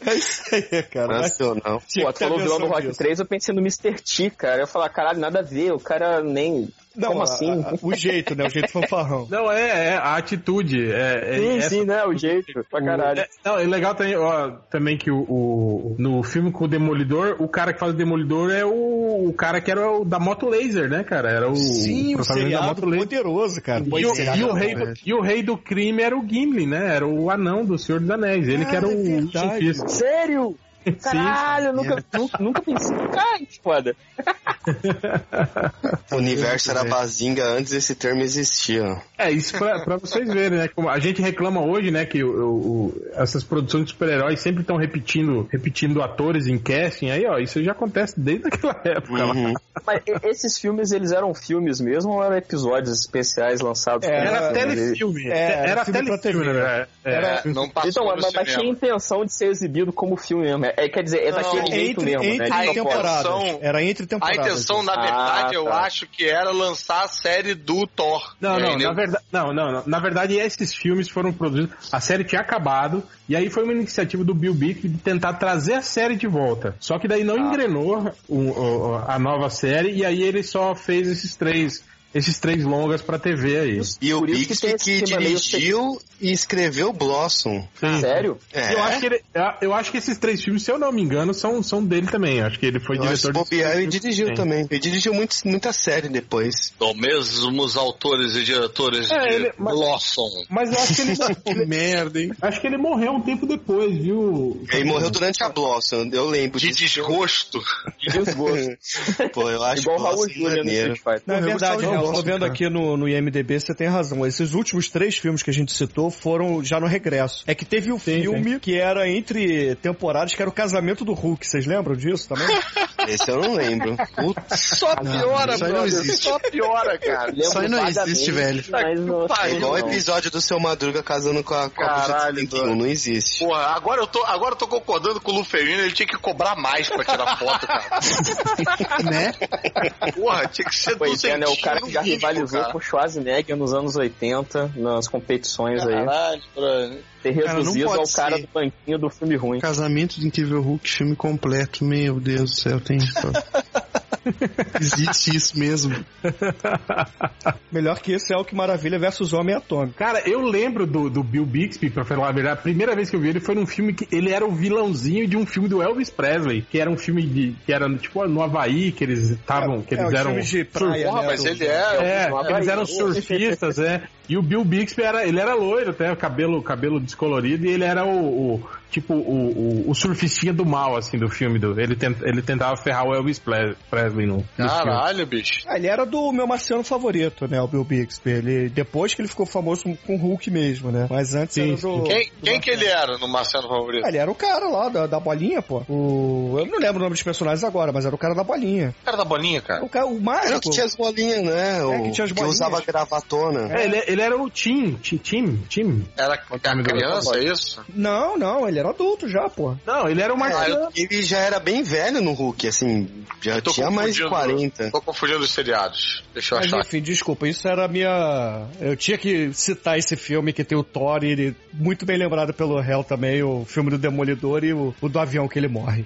I: é isso aí, cara. Mas-
G: Nacional.
I: Tinha
H: Pô,
I: que ter
H: até o vilão do
I: menção
H: Rock
I: disso.
H: 3 eu pensei no Mr. T, cara. Eu falar, caralho, nada a ver, o cara nem.
I: Não,
H: Como
I: a-
H: assim?
I: a- o jeito, né? O jeito fanfarrão.
A: Não, é, é a atitude. É, é
H: sim,
A: essa-
H: sim, né? O jeito, pra caralho.
A: É, não, é legal também, ó, também que o, o- no filme com o Demolidor, o cara que faz o Demolidor é o, o cara que era o da moto laser, né, cara? Era o
I: Sim, o
A: protagonista da
B: é
I: seriado
A: moto laser.
I: poderoso, cara.
A: E o, e o rei do, e o rei do crime era o Gimli, né? Era o anão do Senhor dos Anéis. Ele que era
I: Ah, é
A: o
I: verdade.
A: cientista.
H: Sério? Caralho, eu nunca, nunca, nunca pensei. Ai, que foda.
G: O universo era bazinga antes desse termo existir, ó.
A: É, isso pra, pra vocês verem, né? Como a gente reclama hoje, né, que o, o- o- essas produções de super-heróis sempre estão repetindo, repetindo atores em casting. Aí, ó, isso já acontece desde aquela época. lá.
G: Uhum.
H: Mas e- esses filmes, eles eram filmes mesmo ou eram episódios especiais lançados?
I: É,
A: Era
I: Era-
A: telefilme.
I: é,
A: era
I: filme pra
A: telefilme,
I: TV.
A: né? É,
D: É, não passou
H: Então,
D: no
H: mas, mas tinha
D: cinema.
H: intenção de ser exibido como filme mesmo. É, É, é, quer dizer, é
D: Não,
H: daquele
I: Entre,
H: jeito mesmo,
I: entre
H: né? de
D: a
H: propósito.
I: temporadas.
D: intenção-
A: É
I: Era entre
D: Então, A
I: temporadas.
D: intenção, na
H: Ah,
D: verdade, eu
H: tá.
D: acho que era lançar a série do Thor.
I: É,
A: Não,
D: E aí,
A: não,
D: né?
A: na verdade, não, não, não. Na verdade, esses filmes foram produzidos. A série tinha acabado, e aí foi uma iniciativa do Bill Bick de tentar trazer a série de volta. Só que daí
I: Ah.
A: não engrenou o- o- a nova série, e aí ele só fez esses três, esses três longas pra TV aí.
G: E o
H: Por isso que
G: Bix
H: tem
G: que,
H: esse esquema meio
G: dirigiu e escreveu Blossom.
I: Ah,
H: Sério?
G: É.
A: Eu, acho que ele- eu acho que esses três filmes, se eu não me engano, são, são dele também. Eu acho que ele foi
G: Eu acho que
A: diretor
G: bobear, ele
A: desses três
G: dirigiu
A: filmes.
G: também. Ele dirigiu muito, muita série depois.
D: São mesmos autores e diretores
A: É,
D: de
A: ele- mas-
D: Blossom.
A: Mas eu acho que ele,
G: <laughs>
B: Que merda, hein?
A: acho que ele morreu um tempo depois, viu?
G: Ele morreu durante a Blossom, eu lembro
D: De
G: disso.
D: desgosto.
H: De desgosto.
G: <laughs> Pô, eu acho
H: Igual o Raul né?
G: Blossom
H: Júlia no
G: maneiro.
H: Street Fighter.
I: Não, é
B: Morreu
I: verdade,
B: Gustavo
I: né? Eu
B: Rosa,
I: tô vendo
B: cara.
I: aqui no, no IMDB, você tem razão. Esses últimos três filmes que a gente citou foram já no regresso. É que teve o filme que era entre temporadas, que era o casamento do Hulk. Vocês lembram disso <laughs> também?
G: Esse eu não <laughs> lembro. Putz,
D: Só piora,
B: isso aí não
D: brother.
B: existe.
D: Só
C: <laughs>
D: piora, cara.
H: Lembro
B: Isso aí não
H: vagamente,
B: existe, velho.
H: Mas não,
D: Tá,
G: é
H: sei
G: igual o
H: não.
G: episódio do seu Madruga casando com a
D: Caralho,
G: Copa
D: mano.
G: Não existe.
D: Porra, agora eu tô, agora eu tô concordando com o Luferino, ele tinha que cobrar mais pra tirar foto, cara.
B: Né?
D: Porra, tinha que ser
H: Pois é, né? O cara que já
D: duzentinho no mínimo,
H: rivalizou
D: cara.
H: com o Schwarzenegger nos anos 80, nas competições aí.
D: Caralho, brother.
H: Ter
B: Cara, não
H: reduzido
B: pode
H: ao cara
B: ser.
H: do banquinho do filme ruim.
B: Casamento do Incrível Hulk, filme completo. Meu Deus do céu, tem.
I: <laughs>
B: Existe isso mesmo.
I: Melhor que esse é o que Maravilha versus Homem Atômico.
A: Cara, eu lembro do, do Bill Bixby, pra falar a verdade, a primeira vez que eu vi ele foi num filme que ele era o vilãozinho de um filme do Elvis Presley, que era um filme de, que era tipo no Havaí, que eles estavam, que eles
I: É, os
A: eram...
I: filmes de praia,
D: Porra,
I: né,
D: mas
I: do-
D: ele é.
A: É,
H: no
A: que eles
D: <laughs>
H: Havaí.
A: eram surfistas, é. E o Bill Bixby era, ele era loiro, até o cabelo, cabelo descolorido, e ele era o, o- tipo o, o, o surfistinha do mal, assim, do filme. Do, ele, tent- ele tentava ferrar o Elvis Pres- Presley no, no
D: Ah,
A: filme.
D: Caralho, bicho.
I: Ah, ele era do meu marciano favorito, né? O Bill Bixby. Ele, depois que ele ficou famoso com o Hulk mesmo, né? Mas antes
A: Sim,
I: era do.
D: Quem, quem que ele era no Marcelo Favorito?
I: Ah, ele era o cara lá da, da bolinha, pô. O... Eu não lembro o nome dos personagens agora, mas era o cara da bolinha.
D: O cara da bolinha, cara.
I: O, cara, o
G: Era
I: mágico.
G: o que Ah, tinha as bolinhas, né? O,
I: É, que
G: que,
I: tinha as bolinhas.
G: usava gravatona.
A: É, ele, ele era o Tim, Ti- Tim, Tim.
D: Era a criança, é isso?
I: Não, não, ele era adulto já, pô.
A: Não, ele era
D: Ah,
A: o Marciano.
G: Ele já era bem velho no Hulk, assim, já
D: tô
G: tinha mais de
D: confundindo.
G: 40.
D: Tô confundindo os seriados. Deixa eu
I: Mas
D: achar.
I: enfim, desculpa, isso era a minha. Eu tinha que citar esse filme que tem o Thor e ele, muito bem lembrado pelo Hell também, o filme do Demolidor e o, o do avião que ele morre.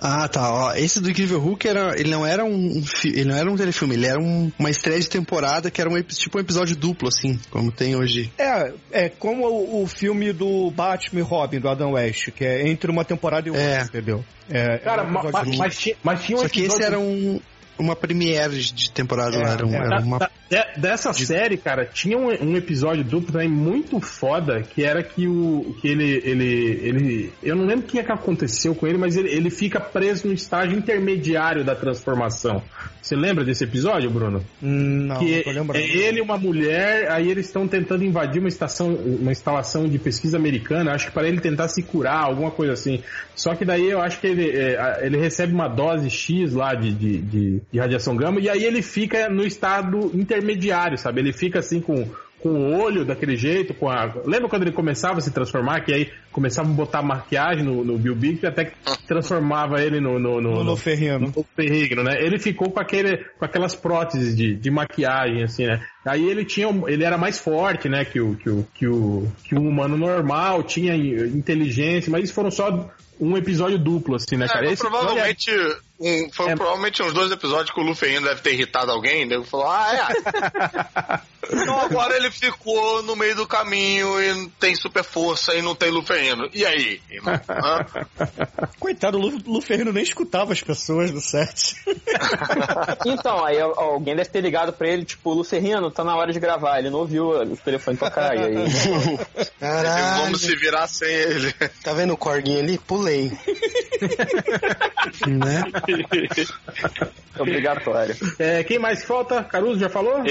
B: Ah, tá. Ó, esse do Incrível Hulk era, ele não era um, fi- ele não era um telefilme, ele era um- uma estreia de temporada que era um, epi- tipo um episódio duplo, assim, como tem hoje.
I: <laughs> é, é como o, o filme do Batman e Robin, do Adam West, que é entre uma temporada e outra,
B: É.
I: entendeu? É,
A: Cara,
I: é um
A: ma- ma-
I: episódio
A: mas, tinha, mas tinha um
B: Só que esse
A: episódio-
B: era um, uma premiere de temporada,
I: É,
B: não era, um,
I: é.
B: era uma
A: Da- de- Tá, é, dessa série, cara, tinha um, um episódio duplo também muito foda, que era que o que ele ele ele eu não lembro o que é que aconteceu com ele, mas ele, ele fica preso no estágio intermediário da transformação. Você lembra desse episódio, Bruno?
I: Hum, Não,
A: que
I: não tô lembrando.
A: é ele e uma mulher, aí eles estão tentando invadir uma estação, uma instalação de pesquisa americana, acho que para ele tentar se curar, alguma coisa assim. Só que daí eu acho que ele, é, a- ele recebe uma dose X lá de, de, de- de radiação gama, e aí ele fica no estado intermediário, sabe? Ele fica assim com. Com o olho daquele jeito, com a. Lembra quando ele começava a se transformar? Que aí começava a botar maquiagem no, no Bill Bixby até que transformava ele no- no-
I: No,
A: no,
I: no
A: no
I: Ferrino.
A: o Ferrigno, né? Ele ficou com, aquele, com aquelas próteses de, de maquiagem, assim, né? Aí ele tinha, um- ele era mais forte, né? Que o, que o, que o, que o humano normal, tinha in- inteligência, mas eles foram só um episódio duplo, assim, né,
D: É,
A: cara?
D: mas
A: Esse
D: provavelmente, um, foi
A: É.
D: provavelmente uns dois episódios que o Luffy ainda deve ter irritado alguém, né? Ele falou, ah, é. então agora ele ficou no meio do caminho e não tem super força e não tem Luffy ainda. E aí, irmão? Hã?
I: Coitado, o Lu, Lu Ferrino nem escutava as pessoas do set.
H: <laughs> Então, aí al- alguém deve ter ligado pra ele, tipo, Lucerrino, tá na hora de gravar. Ele não ouviu o telefone tocar. E aí,
B: <laughs>
G: Caralho,
D: Vamos se virar sem ele.
G: tá vendo o corguinho ali? Pulei.
B: né?
H: é obrigatório.
A: é, quem mais falta? Caruso já falou?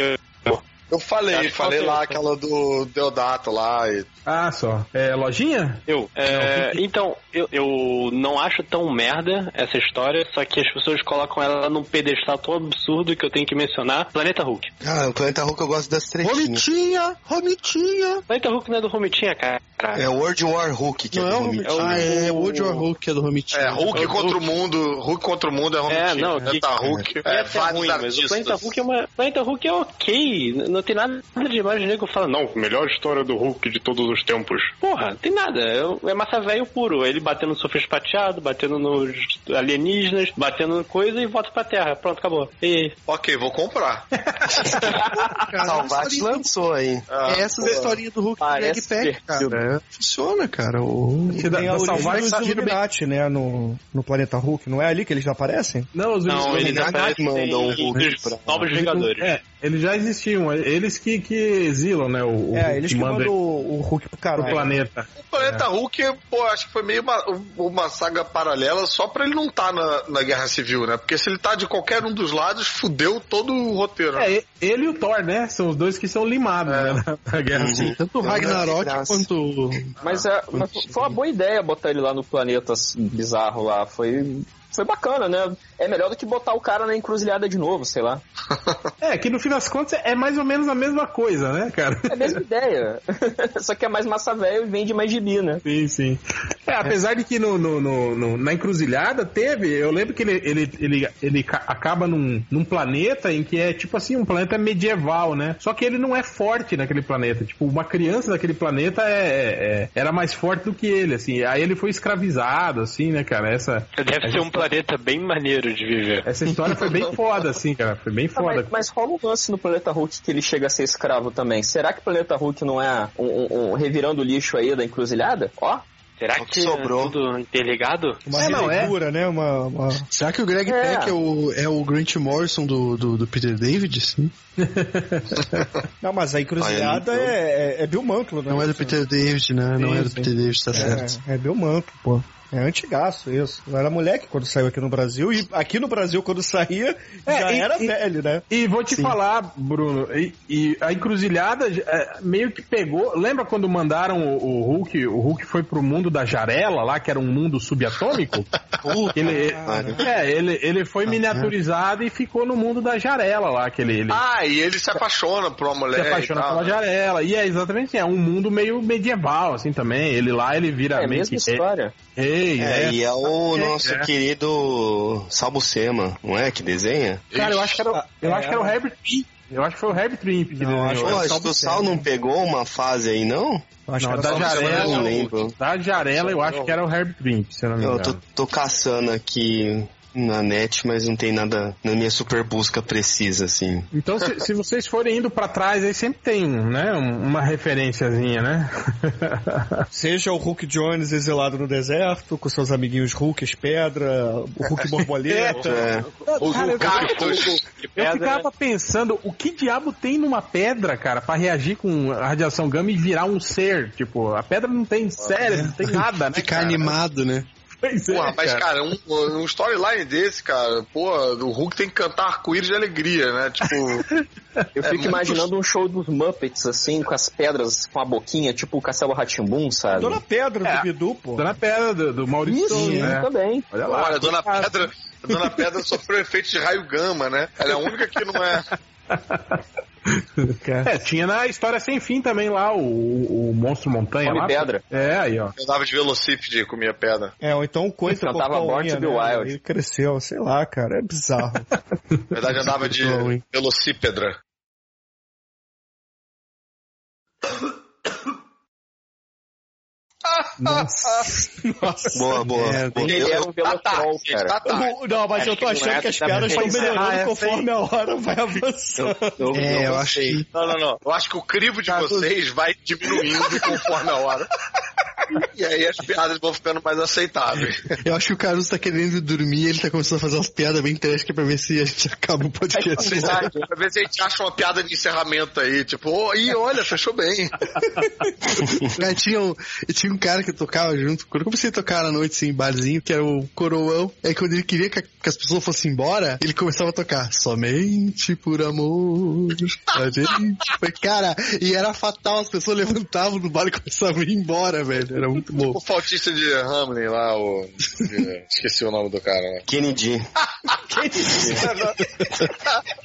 D: Eu falei, falei lá aquela do Deodato lá. E...
A: Ah, só. É, lojinha?
C: Eu, é, então, eu, eu não acho tão merda essa história, só que as pessoas colocam ela num pedestal tão absurdo que eu tenho que mencionar. Planeta Hulk.
G: Ah, o Planeta Hulk eu gosto das trechinhas.
B: Romitinha! Romitinha!
C: Planeta Hulk não é do Romitinha, cara. Cara.
G: É World War Hulk que
B: Não
G: é
B: é
G: do
B: o
G: Romitinho.
B: Romitinho. Ah, é World War Hulk, que é do Romitinho.
D: É, Hulk contra o mundo, Hulk contra o mundo é Romitinho.
C: É, não, que-
D: Planeta Hulk,
C: É,
D: é,
C: até
D: vários
C: ruim, mas o
D: artistas.
C: Planeta Hulk é uma. Planeta Hulk é ok. n- Não tem nada demais de nego fala, não, melhor história do Hulk de todos os tempos. Porra, não tem nada. É, o- é massa velho puro. Ele batendo no surfista prateado, batendo nos alienígenas, batendo em coisa e volta pra terra. Pronto, acabou. E
D: Ok, vou comprar.
G: Salvat lançou aí.
D: Ah,
B: É essas historinhas do Hulk do
H: Parece
B: Greg Peck, cara. Funciona, cara. O...
A: Que dá-
I: É. Tem
A: dá
I: a origem
A: salvar
I: dos
A: eles agiram bem.
I: Illuminati, né, no, no planeta Hulk. Não é ali que eles aparecem?
A: Não, os
C: não,
A: Illuminati-
C: ele não aparece
G: mandam
C: em-
G: o um Hulk pra-
C: os Novos Vingadores.
A: É, eles já existiam, é, eles que, que exilam, né? O, o-
I: É, eles que mandam
A: o
I: o, o Hulk pro
A: pro
I: caralho.
A: planeta.
D: O Planeta
A: É.
D: Hulk, pô, acho que foi meio uma, uma saga paralela só pra ele não tá na, na Guerra Civil, né? Porque se ele tá de qualquer um dos lados, fudeu todo o roteiro. né?
A: É, e- ele e o Thor, né? São os dois que são limados, né? Na, na guerra. Civil.
B: Tanto o Ragnarok
G: graça.
B: quanto.
H: Mas, é, mas foi uma boa ideia botar ele lá no planeta bizarro lá. Foi, foi bacana, né? É melhor do que botar o cara na encruzilhada de novo, sei lá.
A: É, que no fim das contas é mais ou menos a mesma coisa, né,
B: <laughs>
A: cara?
H: É a mesma <laughs> ideia. Só que é mais massa velho e vende mais gibi, né?
A: Sim, sim. É, apesar de que no, no- no- no- na encruzilhada teve, eu lembro que ele, ele, ele, ele ca- acaba num, num planeta em que é tipo assim, um planeta medieval, né? Só que ele não é forte naquele planeta. Tipo, uma criança daquele planeta é, é- era mais forte do que ele, assim. Aí ele foi escravizado, assim, né, cara? Essa,
C: Deve ser um planeta bem maneiro de viver.
A: essa história foi bem foda, assim, cara. Foi bem
H: Ah,
A: foda.
H: Mas, mas rola um lance no Planeta Hulk que ele chega a ser escravo também. Será que o Planeta Hulk não é um, um- um revirando o lixo aí da encruzilhada? Ó,
C: Será
G: O que
C: que
G: sobrou?
C: sobrou tudo interligado?
I: Uma
A: É, não, é.
I: releitura, né? Uma, uma-
B: Será que o Greg
H: É.
B: Peck é o, é o Grant Morrison do, do, do Peter David? Sim.
I: Não, mas a encruzilhada é, é, é Bill Mantlo, né?
B: Não é do Peter David, né? Não é do
I: Sim, sim.
B: Peter David, tá certo.
I: É, é Bill Mantlo, pô. É antigaço isso. Eu era moleque quando saiu aqui no Brasil, e aqui no Brasil, quando saía,
A: É,
I: já
A: e-
I: era
A: e-
I: velho, né?
A: E vou te falar, Bruno, e, e a encruzilhada é, meio que pegou. Lembra quando mandaram o, o Hulk? O Hulk foi pro mundo da Jarela lá, que era um mundo subatômico? ele, é, ele, ele foi miniaturizado e ficou no mundo da Jarela lá, que ele, ele
D: Ah, e ele se apaixona por uma
A: se
D: mulher.
A: apaixona
D: e tal,
A: pela
D: né?
A: Jarela. E é exatamente assim, é um mundo meio medieval, assim também. Ele lá, ele vira
H: é a
A: meio
H: mesma
A: que
H: história.
A: rei,
G: É,
A: né?
G: e é o
A: É,
G: nosso
A: é.
G: querido Salbucema, não é? Que desenha?
A: Cara, eu acho que era, eu acho que era o
I: É.
A: Herbert Imp. Eu acho que foi o Herbert Imp que é desenhou.
G: Pô, acho que o Sal não pegou uma fase aí, não?
I: Acho
A: Não,
I: que
A: da
I: era só-
G: Jarela,
A: Jarela,
G: eu não
A: o-
G: lembro.
A: Da Jarela, eu acho que era o Herb Trimp, se eu não me
G: Eu
A: engano.
G: tô, tô caçando aqui na net, mas não tem nada na minha super busca precisa, assim.
A: Então, se, se vocês forem indo pra trás, aí sempre tem um, né, um- uma referenciazinha, né?
I: Seja o Hulk Jones exilado no deserto, com seus amiguinhos Hulks Pedra, o Hulk <laughs> Borboleta.
G: É.
D: O, o Cactus.
A: eu ficava pensando, o que diabo tem numa pedra, cara, pra reagir com a radiação gama e virar um ser? Tipo, a pedra não tem cérebro, não tem nada, né?
B: Ficar
A: cara?
B: animado, né?
A: Pois é,
D: Porra, mas
A: cara.
D: cara, um, um storyline desse, cara, pô, o Hulk tem que cantar arco-íris de alegria, né? Tipo,
H: Eu
D: É
H: fico
D: muito-
H: imaginando um show dos Muppets, assim, com as pedras, com a boquinha, tipo o Castelo Ratimbum, sabe?
I: Dona Pedra do
A: É.
I: Bidu, pô.
A: Dona Pedra do, do Maurício,
H: Isso,
A: né?
H: também.
A: <laughs> Olha lá.
D: olha, a Dona Pedra, a Dona Pedra sofreu efeito de raio gama, né? Ela é a única que não é.
A: É, tinha na História Sem Fim também lá o, o, o Monstro Montanha
H: Come
A: lá.
H: pedra.
A: É, aí, ó.
D: Eu andava de velocípede e comia pedra.
I: É, ou então coisa
H: Ele cantava
I: com a
H: Born to
I: unha,
H: be
I: né?
H: Wild.
I: Ele cresceu, sei lá, cara, é bizarro.
D: Na verdade, eu andava de velocípedra.
G: Boa, boa.
B: É,
G: boa.
H: Ele era um Velotrol,
D: gente,
H: cara.
D: tá tarde.
I: O- Não, mas
C: Acho
I: eu tô
C: que não
I: achando
C: é,
I: que as
C: tá
I: piadas
C: bem.
I: estão melhorando
A: Ah, eu
I: conforme a hora vai avançando.
B: <laughs> É, eu acho que.
D: Não, não, não. Eu acho que o crivo de
B: Tá
D: vocês vai diminuindo conforme a hora. <laughs> E aí as piadas vão ficando mais aceitáveis.
B: Eu acho que o Caruso tá querendo dormir, ele tá começando a fazer umas piadas bem trágicas pra ver se a gente acaba o podcast.
D: Vocês acham? Às vezes a gente acha uma piada de encerramento aí, tipo, oh, ih, olha, fechou <laughs> bem.
B: Cara, tinha, um, tinha um cara que eu tocava junto. Quando eu comecei a tocar na noite, assim, em barzinho, que era o Coroão, aí quando ele queria que, a- que as pessoas fossem embora, ele começava a tocar somente por amor. A gente foi, cara, e era fatal, as pessoas levantavam do bar e começavam a ir embora, velho. Era muito bom.
D: O fautista de Hamlin lá, o. Esqueci o nome do cara, né?
G: Kennedy.
I: Que isso?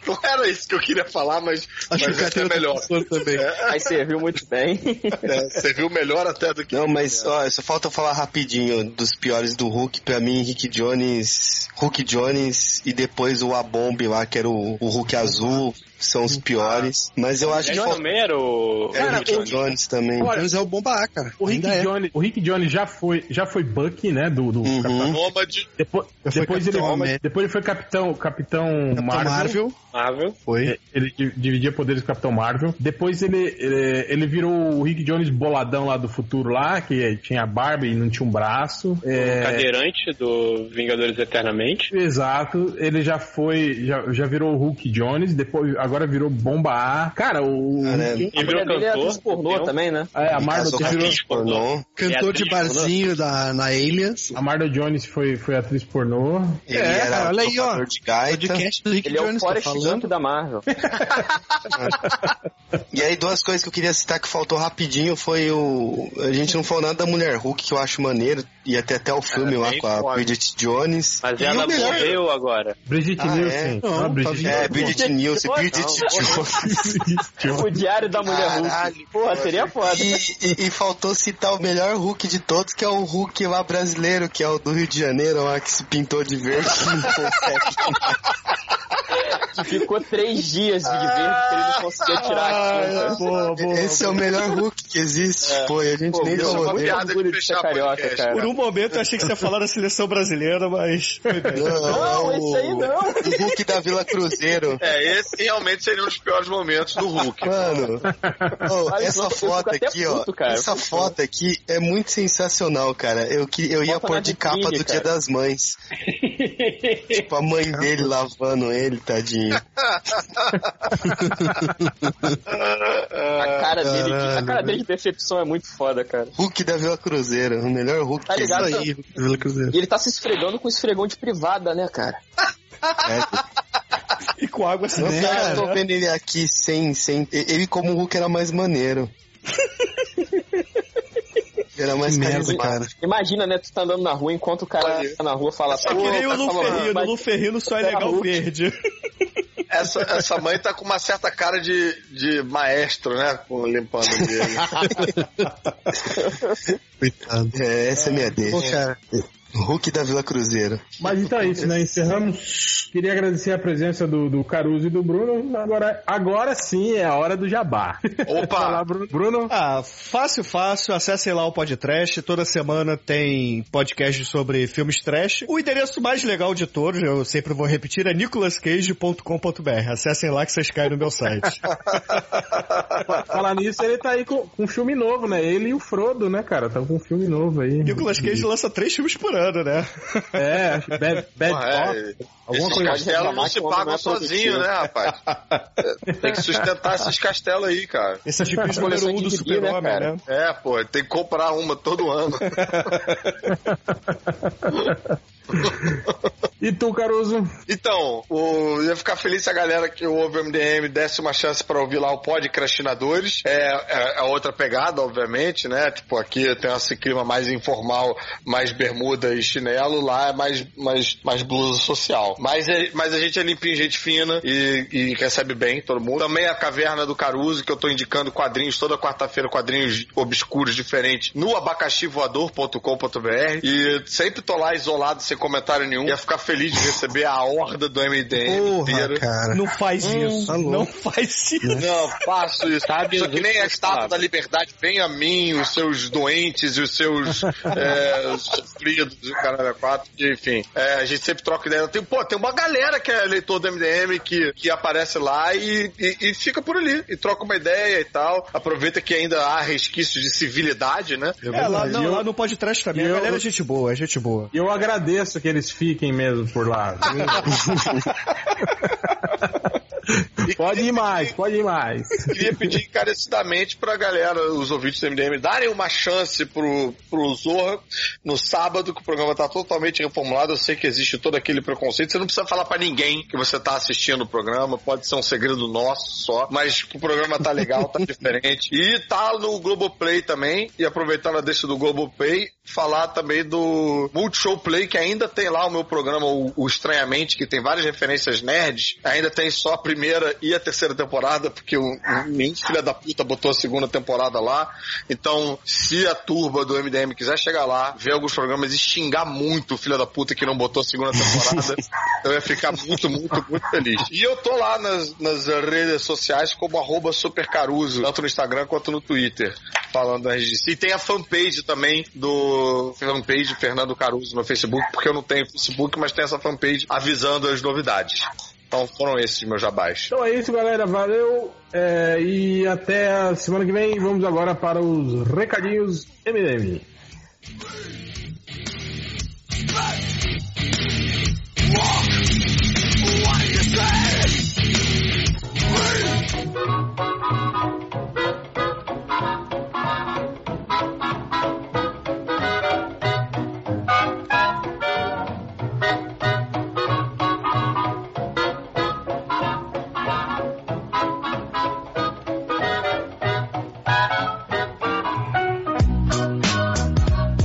D: Não era isso que eu queria falar, mas,
B: Acho
D: mas
B: que o
D: esse é
B: Catena tá
D: melhor.
B: passando também.
H: Aí serviu muito bem.
D: né? Você viu melhor até do que.
G: Não, mas ó, só falta eu falar rapidinho dos piores do Hulk. Pra mim, Rick Jones, Hulk Jones e depois o Abomb lá, que era o, o Hulk azul, são os piores. Mas eu acho que
C: Jack
G: falta
C: também era o.
G: é, o
C: Cara,
G: Rick Jones também.
A: Olha,
B: Mas é o Bomba A, cara.
A: O Rick,
B: Ainda é.
A: Jones, o Rick Jones já foi, já foi Bucky, né? Do, do
G: Uhum.
B: Hum?
A: Capitão-
D: Nômade.
A: Depois,
B: Já foi
A: depois ele,
B: Capitão América.
A: depois ele foi Capitão, Capitão,
B: Capitão
A: Marvel. É,
B: Marvel.
C: Marvel.
B: Foi.
A: Ele di- dividia poderes com o Capitão Marvel. Depois ele, ele, ele virou o Rick Jones boladão lá do futuro lá, que é, tinha barba e não tinha um braço. É,
C: Cadeirante do Vingadores Eternamente.
A: Exato, ele já foi, já, já virou o Hulk Jones, depois agora virou Bomba A. Cara, o,
G: Cara,
B: é
A: o Hulk,
C: E virou cantor.
H: é pornô
C: campeão.
H: também, né?
A: é, a Marvel
G: Casou com
A: Jones
G: a
A: virou,
G: atriz pornô.
B: Cantor de
C: atriz,
B: barzinho da, na Aliens.
A: a Marvel Jones foi, foi atriz pornô.
G: Ele
B: É,
G: era
B: cara, olha aí, ó.
G: tocador de gaita.
B: Podcast do Rick
H: Ele é o
B: Jones, tá
H: Forrest Gump
B: falando.
H: da Marvel.
G: E aí duas coisas que eu queria citar que faltou rapidinho foi o. A gente não falou nada da Mulher Hulk, que eu acho maneiro, e até até o filme lá
D: bem
G: com a
D: foda.
G: Bridget Jones.
C: Mas
G: E
C: ela
G: o melhor-
C: morreu agora.
A: Bridget
G: Ah,
A: Nielsen.
G: é?
A: Não,
B: Não,
A: Bridget,
B: tá
G: É,
A: Nielsen.
G: Bridget Nielsen, Bridget Jones.
H: O Diário da Mulher
G: Caralho.
H: Hulk. Porra, seria foda.
G: E, e- e faltou citar o melhor Hulk de todos, que é o Hulk lá brasileiro, que é o do Rio de Janeiro lá, que se pintou de verde.
H: Ficou três dias de verde que ele não conseguia tirar
I: Ah,
H: né? a tinta.
A: Boa, boa.
G: <laughs> Esse é o melhor Hulk que existe,
B: É.
G: pô, e a gente
H: Pô,
G: nem
D: é
H: eu
G: falou
H: sou muito
G: dele.
H: orgulho de ser carioca,
I: Por
H: cara.
I: um momento eu achei que você ia falar da seleção brasileira, mas.
G: Não,
H: Não, esse aí não.
G: O Hulk da Vila
B: <laughs>
G: Cruzeiro.
D: É, esse realmente seria um dos piores momentos do Hulk.
G: Mano, ô,
H: Mas eu
G: essa
H: fico
G: foto
H: até
G: aqui, ó.
H: puto, cara.
G: Essa
H: Puto.
G: foto aqui é muito sensacional, cara. Eu, que- eu ia
H: Bota
G: pôr
H: na
G: de capa
H: vitrine,
G: do Dia
H: cara.
G: das
H: <laughs>
G: Mães. tipo, a mãe dele lavando ele, tadinho.
H: A cara dele, de- a cara
G: Caralho.
H: dele de decepção é muito foda, cara.
G: Hulk da Vila Cruzeiro, o melhor Hulk
H: Tá
G: que
H: ligado?
G: existe.
B: Aí, Hulk da Vila Cruzeiro.
H: E ele tá se esfregando com esfregão de privada, né, cara?
G: É,
I: E com água assim.
G: Nossa, eu tô vendo ele aqui sem, sem. e- Ele como Hulk era mais maneiro.
H: <laughs>
G: Era mais
B: merda,
G: carismático.
H: Imagina, né? Tu tá andando na rua enquanto o cara tá na rua fala.
I: É que nem o Luferrino. O
H: Mas
I: Luferrino só é
H: Era
I: legal
H: Hulk.
I: verde.
D: Essa, essa mãe tá com uma certa cara de, de maestro, né? Com- Limpando dele.
B: Coitado.
G: É, essa é minha deixa.
B: Pô, cara,
G: Hulk da Vila Cruzeiro.
A: Mas então é isso, né? Encerramos. Queria agradecer a presença do, do Caruso e do Bruno. Agora, agora sim é a hora do jabá. Olá,
D: Opa!
A: Bruno. Bruno,
I: Ah, fácil, fácil. Acessem lá o podcast. Toda semana tem podcast sobre filmes trash. O endereço mais legal de todos, eu sempre vou repetir, é nicolascage.com.br. Acessem lá que vocês caem no meu
H: <laughs>
I: site.
A: fa- falar nisso, ele tá aí com, com um filme novo, né? Ele e o Frodo, né, cara? Tá com um filme novo aí.
I: Nicolas Cage lança três filmes por ano, né?
A: É, acho que Bad, Bad
D: Porra, é,
A: Cop. Alguma
D: Esses
A: coisa assim.
D: castelos não se
H: que o homem não
D: pagam
H: é
D: sozinhos, né, rapaz? É, Tem que sustentar esses castelos aí, cara.
I: Esse é o
H: <laughs>
I: tipo de número
H: Coleção
I: um do
H: de gibi, né,
I: super-homem,
H: cara?
I: né?
D: É, pô, tem que comprar uma todo ano.
A: E tu, Caruso?
D: Então, o- eu ia ficar feliz se a galera que ouve o MDM desse uma chance pra ouvir lá o Podcrastinadores. É, é, é outra pegada, obviamente, né? Tipo, aqui tem esse clima mais informal, mais bermuda e chinelo, lá é mais, mais, mais blusa social. Mas, é- mas a gente é limpinho, gente fina e, e recebe bem todo mundo. Também a Caverna do Caruso, que eu tô indicando quadrinhos toda quarta-feira, quadrinhos obscuros diferentes, no abacaxivoador.com.br. E sempre tô lá isolado, sem comentário nenhum. Ia ficar feliz de receber a horda do MDM inteiro.
B: porra, cara.
I: Não faz
A: Hum,
I: isso.
B: tá louco.
I: não faz isso.
D: Não, faço isso.
C: Sabe,
D: Só
C: os
D: que nem a
C: últimos
D: estátua
C: sabem.
D: da liberdade vem a mim, os seus doentes e os seus é, sofridos, o caralho a quatro. Enfim, é, a gente sempre troca ideia. Tem, pô, tem uma galera que é leitor do MDM que, que aparece lá e, e- e fica por ali, e troca uma ideia e tal. Aproveita que ainda há resquício de civilidade, né?
I: É, lá,
A: E
I: não,
A: eu-
I: lá no podcast também.
A: eu-
I: A galera é gente boa, é gente boa.
A: E eu agradeço que eles fiquem mesmo por lá. Pode ir mais, pode ir mais.
D: Queria pedir encarecidamente pra galera, os ouvintes do MDM, darem uma chance pro, pro Zorra no sábado, que o programa tá totalmente reformulado. Eu sei que existe todo aquele preconceito. Você não precisa falar pra ninguém que você tá assistindo o programa. Pode ser um segredo nosso só. Mas o programa tá legal, tá diferente. E tá no Globoplay também. E aproveitando a deixa do Globoplay, falar também do Multishow Play, que ainda tem lá o meu programa, o, o Estranhamente, que tem várias referências nerds. Ainda tem só a primeira e a terceira temporada, porque o, nenhum filho da puta botou a segunda temporada lá. Então, se a turba do MDM quiser chegar lá, ver alguns programas e xingar muito o filho da puta que não botou a segunda temporada, eu ia ficar muito, muito, muito feliz. E eu tô lá nas, nas redes sociais como arroba supercaruso, tanto no Instagram quanto no Twitter, falando da RGC. E tem a fanpage também do fanpage Fernando Caruso no Facebook, porque eu não tenho Facebook, mas tem essa fanpage avisando as novidades. Então foram esses meus jabás.
A: Então é isso, galera. Valeu. é, e até a semana que vem. Vamos agora para os recadinhos MDM.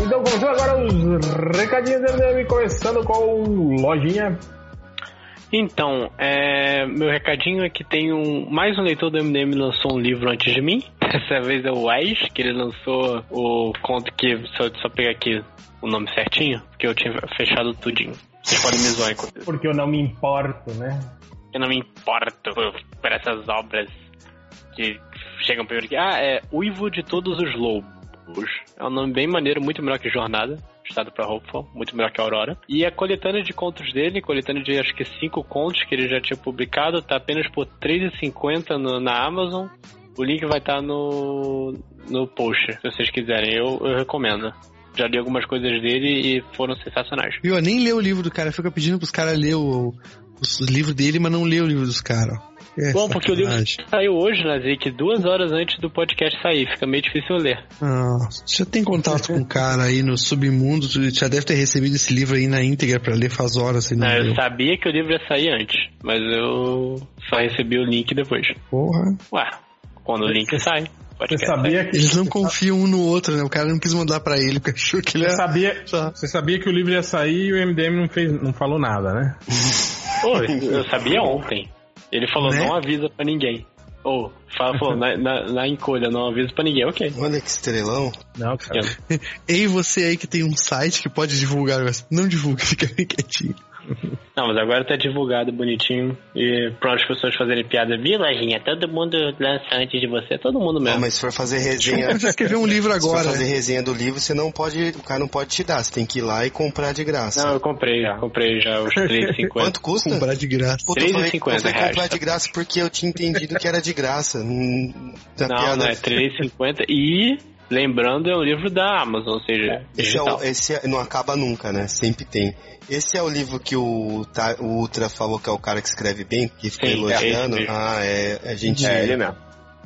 A: Então começando agora os recadinhos MDM, começando com o Lojinha.
C: Então, é, meu recadinho é que tem um, mais um leitor do MDM lançou um livro antes de mim. <laughs> Dessa vez é o Wise, que ele lançou o conto que. Só, só pegar aqui o nome certinho, porque eu tinha fechado tudinho. Vocês podem me zoar enquanto
A: Porque eu não me importo, né?
C: eu não me importo por, por essas obras que chegam primeiro que. Ah, é Uivo de Todos os Lobos. É um nome bem maneiro, muito melhor que Jornada. Estado pra Hopeful, muito melhor que Aurora. E a coletânea de contos dele, coletânea de acho que cinco contos que ele já tinha publicado, tá apenas por R$3,50 no- na Amazon. O link vai estar no, no post, se vocês quiserem. Eu, eu recomendo. Já li algumas coisas dele e foram sensacionais.
B: Viu? Eu nem leio o livro do cara, fica pedindo pros caras ler o, o livro dele, mas não lê o livro dos caras. É
C: Bom, porque o livro
B: sacanagem.
C: saiu hoje, Nazik, duas horas antes do podcast sair. Fica meio difícil eu ler.
B: Ah, você tem contato com o cara aí no submundo, tu já deve ter recebido esse livro aí na íntegra pra ler faz horas, assim, não
C: Não, eu
B: leu.
C: sabia que o livro ia sair antes, mas eu só recebi o link depois.
B: Porra.
C: Ué, quando o link sai, o
A: Você
C: podcast sai.
A: sabia que.
B: Eles não
C: tá-
B: confiam um no outro, né? O cara não quis mandar pra ele, porque achou que ele
A: Você
B: era...
A: sabia, você sabia que o livro ia sair e o MDM não, fez, não falou nada, né?
C: Pô, eu
G: <laughs>
C: sabia ontem. Ele falou,
B: Né?
C: não avisa pra ninguém. Ou, fala, falou, na, na, na encolha, não avisa pra ninguém. Ok.
G: Olha que estrelão.
A: Não, cara.
B: <laughs> Ei, você aí que tem um site que pode divulgar, mas não divulga, <laughs> fica bem quietinho.
C: Não, mas agora tá divulgado bonitinho e pronto as pessoas fazerem piada. Viu, Lojinha? Todo mundo lança antes de você, todo mundo
B: É.
G: Não,
C: mesmo.
G: mas se for fazer
B: <laughs>
G: resenha.
B: Você escreveu um livro
G: Se for
B: agora.
G: fazer resenha do livro, você não pode. O cara não pode te dar. Você tem que ir lá e comprar de graça.
C: Não, eu comprei, comprei já os 3,50.
G: Quanto custa?
B: Comprar de graça.
G: Puta, eu falei-
C: 3,50
G: eu falei
C: reais,
G: comprar
C: tá?
G: de graça porque eu tinha entendido que era de graça. Hum, da
C: Não,
G: piada.
C: não, é 3,50 e, lembrando, é um livro da Amazon, ou seja,
G: Esse, é
C: digital.
G: o, esse é- não acaba nunca, né? Sempre tem. Esse é o livro que o, Ta- o Ultra falou que é o cara que escreve bem, que fica
C: Sim, é
G: elogiando.
C: esse mesmo.
G: ah, é. A gente,
C: É, ele mesmo.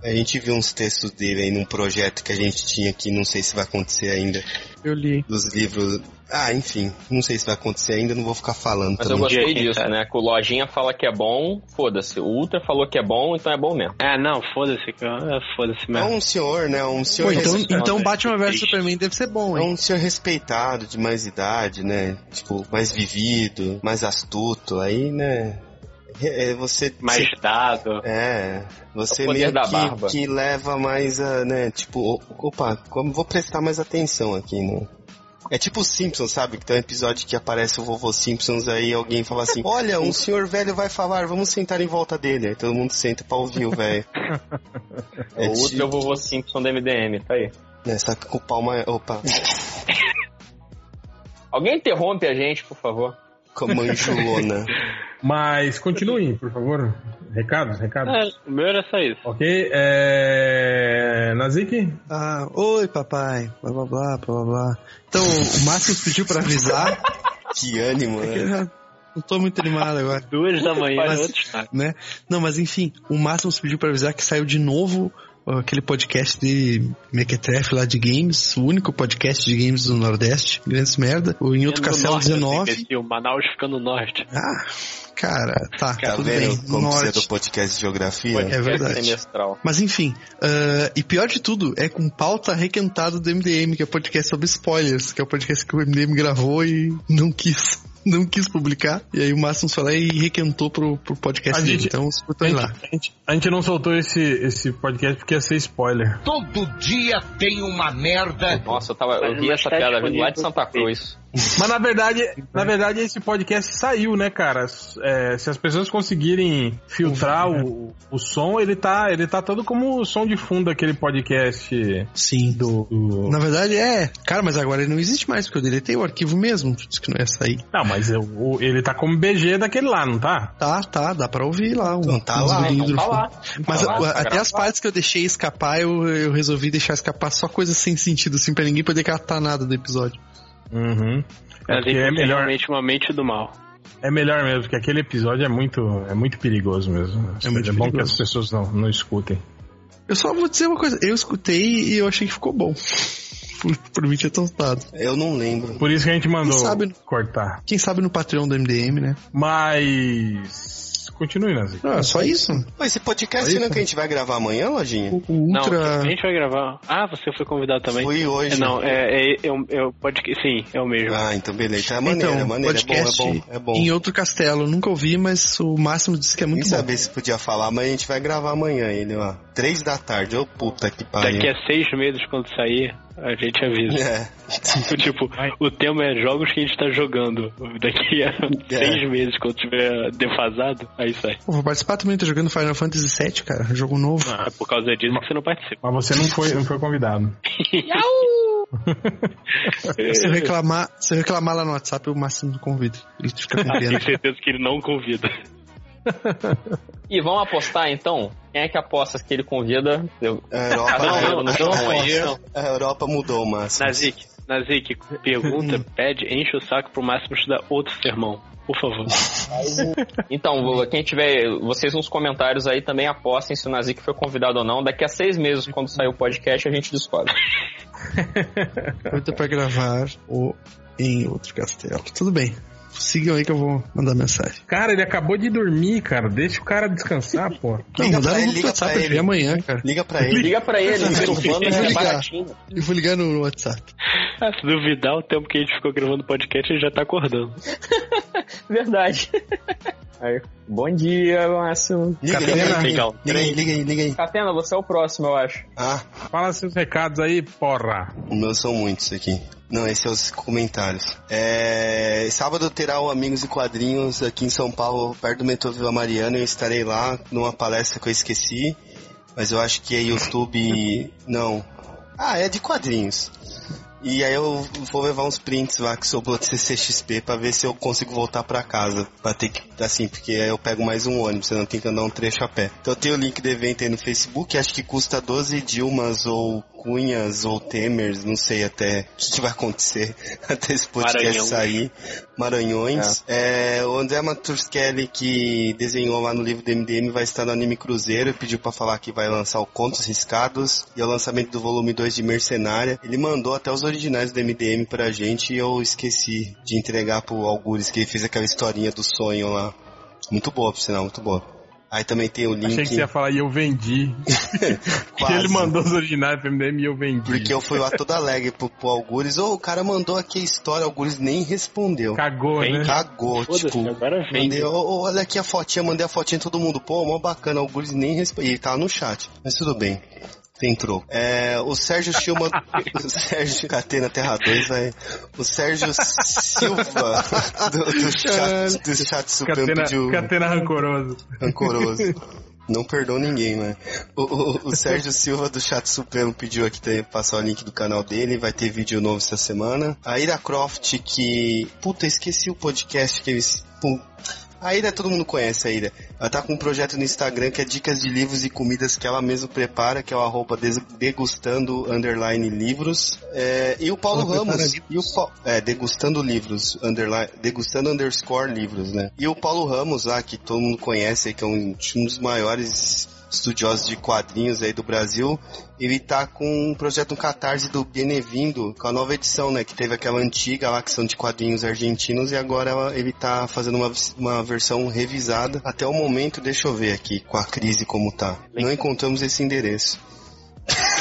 G: a gente viu uns textos dele aí num projeto que a gente tinha que não sei se vai acontecer ainda.
B: Eu li.
G: Dos livros. Ah, enfim, não sei se vai acontecer ainda, não vou ficar falando
H: Mas eu
G: também.
H: gostei
C: Dia, quem
H: disso,
C: sabe?
H: né? Que o Lojinha fala que é bom, foda-se. O Ultra falou que é bom, então é bom mesmo.
C: Ah, não, foda-se, que eu- ah, foda-se
G: É
C: mesmo.
G: um senhor, né? Um senhor,
B: Pô, então,
G: respe-
H: é
B: então Batman vs
C: Ixi.
B: Superman deve ser bom,
G: é
B: hein?
G: um senhor respeitado, de mais idade, né? Tipo, mais vivido, mais astuto, aí, né? É, é, Você
C: Mais dado.
G: É, você
H: É o poder
G: meio
H: da
G: que,
H: barba.
G: que leva mais a, né, tipo, o- opa, como vou prestar mais atenção aqui, né? É tipo os Simpsons, sabe? Que tem um episódio que aparece o vovô Simpsons aí alguém fala
H: <laughs>
G: assim, olha, um senhor velho vai falar, vamos sentar em volta dele. Aí todo mundo senta pra ouvir o
H: <laughs>
G: velho.
H: O
G: É
H: Ultra
G: tipo,
H: é o vovô Simpson do MDM, tá aí.
G: né, só que com o palma, opa,
H: Alguém interrompe a gente, por favor.
G: com a
H: <laughs>
G: manjulona.
A: Mas continuem, por favor. Recados, recados.
C: Ah, o meu era só isso.
A: Ok, é... Nazik?
B: Ah, oi papai, blá blá
C: <laughs>
B: blá, blá blá blá. Então, o Márcio pediu pra avisar.
C: É.
G: que ânimo, né?
B: Não tô muito animado agora.
C: Duas da manhã,
B: Mas-
C: outro estado.
B: né? Não, mas enfim, o Máximos pediu pra avisar que saiu de novo ó, aquele podcast de Mequetrefe lá de games, o único podcast de games do Nordeste, grandes merda, o Inhoto
C: Ficando
B: Castelo
C: norte, assim,
B: 19.
C: imbecil, Manaus ficando norte.
B: Ah, cara, tá, tá
G: Tá
B: tudo
G: vendo
B: bem,
G: como que você é do Assim
B: Norte.
G: podcast de geografia?
B: É verdade.
H: semestral.
B: Mas enfim, ah, e pior de tudo, é com pauta requentada do MDM, que é o podcast sobre spoilers, que é o podcast que o MDM gravou e não quis. <laughs> Não quis publicar, e aí o Máximos foi lá e requentou pro, pro podcast
A: A
B: dele.
A: gente-
B: então
A: A
B: escutem
A: gente,
B: lá.
A: a, gente, a gente não soltou esse, esse podcast porque ia ser spoiler.
F: Todo dia tem uma merda.
H: Nossa, eu, tava, eu vi
C: Mas
H: essa
C: tá
H: piada vindo lá de
C: disponível
H: Santa
C: pra vocês.
H: Cruz.
A: Mas na verdade, na verdade esse podcast saiu, né, cara? S- é, se as pessoas conseguirem filtrar o, o som, ele tá, ele tá todo como o som de fundo daquele podcast
B: Sim.
A: do. do-
B: Na verdade é. Cara, mas agora ele não existe mais, porque eu deletei o arquivo mesmo. Tu disse que não ia sair.
A: Não, mas eu- o- ele tá como BG daquele lá, não tá?
B: Tá, tá, dá pra ouvir lá. Um,
G: tá
B: uns
G: lá,
B: grilinhos
G: então
B: do
G: tá
B: fundo.
G: lá.
B: Mas
H: Tá lá,
B: a-
H: tá
B: até
H: gravado.
B: as partes que eu deixei escapar, eu, eu resolvi deixar escapar só coisas sem sentido, assim, pra ninguém poder catar nada do episódio.
A: Uhum. É,
C: Mas
A: porque
C: ele
A: é
C: tem
A: melhor,
C: realmente uma mente do mal.
A: é melhor mesmo, porque aquele episódio é muito, é muito perigoso mesmo. É,
B: muito
A: bom
B: perigoso.
A: que as pessoas não, não escutem.
B: Eu só vou dizer uma coisa, eu escutei e eu achei que ficou bom. <laughs> Por, por mim tinha tostado.
G: Eu não lembro.
A: Por isso que a gente mandou
B: Quem sabe-
A: cortar.
B: Quem sabe no Patreon do MDM, né?
A: Mas. Continue, Nazi.
B: Não, é só isso.
G: Pô, esse podcast
B: Aí,
G: não é que
B: cara.
G: a gente vai gravar amanhã, Lojinha?
B: O, o Ultra.
C: Não, a gente vai gravar. Ah, você foi convidado também.
G: Fui
C: É,
G: hoje.
C: Não, é, é, é, um- é um podcast. Sim, é o mesmo.
G: Ah, então beleza. Então É maneiro,
B: então,
G: é maneiro. É bom, é
B: podcast
G: bom. É bom.
B: em outro castelo. Nunca ouvi, mas o Máximo disse que é
G: Nem
B: muito bom.
G: saber se podia falar, mas a gente vai gravar amanhã ele, ó. Três da tarde. Ô puta que pariu.
C: Daqui a seis meses, quando sair, a gente avisa.
G: É,
C: <laughs> tipo, o tema é jogos que a gente tá jogando. Daqui a seis meses, quando tiver defasado, aí sai.
B: Pô, vou participar também, tô jogando Final Fantasy VII, cara. Jogo novo.
C: É por causa disso que você não participa.
A: Mas você não foi, não foi convidado.
B: Se eu reclamar, se eu reclamar lá no WhatsApp, o Máximo convida. Ele fica com
G: <laughs>
B: pena.
C: Tenho certeza que ele não convida.
H: E vamos apostar então? Quem é que aposta que ele convida? Eu-
G: a Europa,
C: Ah, <laughs> não, não,
G: a, Europa-
C: não, aí-
G: a Europa mudou, mas
C: Nazik, Nazik, pergunta,
B: <laughs>
C: pede, enche o saco pro máximo te dar outro sermão. Por favor.
H: Então, vou- quem tiver, vocês nos comentários aí também apostem se o Nazik foi convidado ou não. Daqui a seis meses, quando sair o podcast, a gente descobre.
B: Pergunta pra gravar ou em outro castelo. Tudo bem. Sigam aí que eu vou mandar mensagem.
A: Cara, ele acabou de dormir, cara. Deixa o cara descansar,
G: <laughs>
A: pô.
B: Não,
G: Liga pra
B: mandaram
G: ele,
B: no grupo
G: liga
B: do WhatsApp,
G: pra
B: eu
G: ele.
B: vi amanhã, cara.
G: Liga pra ele.
H: Liga pra ele,
C: tá
H: perturbando
B: Vou
H: é
B: ligar.
H: baratinho.
B: Eu vou ligar no WhatsApp.
C: né? Ah, se duvidar, o tempo que a gente ficou gravando podcast, ele já tá acordando.
H: <laughs> Verdade. Aí, bom dia, Márcio.
G: Liga, liga,
A: Catena,
G: aí,
C: legal.
G: liga aí, liga aí, liga aí.
H: Catena, você é o próximo, eu acho.
G: Ah,
A: Fala seus recados aí, porra.
G: os meus são muitos aqui. Não, esses são os comentários. É, sábado terá o Amigos e Quadrinhos aqui em São Paulo, perto do metrô Vila Mariana. Eu estarei lá numa palestra que eu esqueci, mas eu acho que é YouTube. Não. Ah, é de quadrinhos. E aí eu vou levar uns prints lá que sobrou de CCXP pra ver se eu consigo voltar pra casa. Pra ter que, assim, porque aí eu pego mais um ônibus, eu não tenho que andar um trecho a pé. Então tem o link do evento aí no Facebook, acho que custa 12 Dilmas ou Cunhas ou Temers, não sei até o que, que vai acontecer <laughs> até esse podcast
C: Maranhão.
G: sair. Maranhões. É, o André Maturskeli, que desenhou lá no livro do MDM, vai estar no Anime Cruzeiro, pediu pra falar que vai lançar o Contos Riscados e é o lançamento do volume 2 de Mercenária. Ele mandou até os originais do MDM pra gente e eu esqueci de entregar pro Algures, que ele fez aquela historinha do sonho lá. Muito boa, por sinal, muito boa. Aí também tem o link.
A: Achei que você ia falar e eu
G: <laughs>
A: vendi.
G: Quase.
A: Que ele mandou os originais pro MDM e eu vendi.
G: Porque eu fui lá todo alegre pro, pro Algures. Ô, o cara mandou aqui a história, o Algures nem respondeu.
A: Cagou, né?
G: Cagou,
C: Foda-se,
G: tipo,
C: agora vem.
G: Mandei, ó, ó, olha aqui a fotinha, mandei a fotinha em todo mundo. Pô, mó bacana, o Guris nem responde. Ele tava no chat, mas tudo bem. Tem troco. É, o Sérgio Silva. <laughs> o Sérgio Catena Terra 2 vai. O Sérgio Silva <laughs> do, do chat, do chat Supremo
A: Catena,
G: pediu
A: catena rancoroso. <laughs>
G: rancoroso. Não perdoa ninguém, né? O, o- o Sérgio Silva do Chat Supremo pediu aqui também pra passar o link do canal dele, vai ter vídeo novo essa semana. A Ira Croft que. Puta, esqueci o podcast que eles. Pô, A Ida todo mundo conhece, a Ida. Ela tá com um projeto no Instagram que é dicas de livros e comidas que ela mesma prepara, que é o arroba des- degustando underline livros. É, e o Paulo
B: Ela prepara
G: Ramos. E o Pau- é, degustando livros, underline, degustando underscore livros, né? E o Paulo Ramos, lá, que todo mundo conhece, aí, que é um, um dos maiores estudiosos de quadrinhos aí do Brasil, ele tá com um projeto no Catarse do Benevindo, com a nova edição, né? Que teve aquela antiga lá, que são de quadrinhos argentinos, e agora ela- ele tá fazendo uma, uma versão revisada. Até o momento, deixa eu ver aqui, com a crise como tá. Não encontramos esse endereço. <laughs>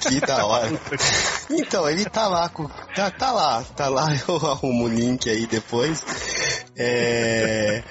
G: que da hora. Então, ele tá lá, com- tá, tá lá, tá lá, <laughs> eu arrumo o link aí depois. É...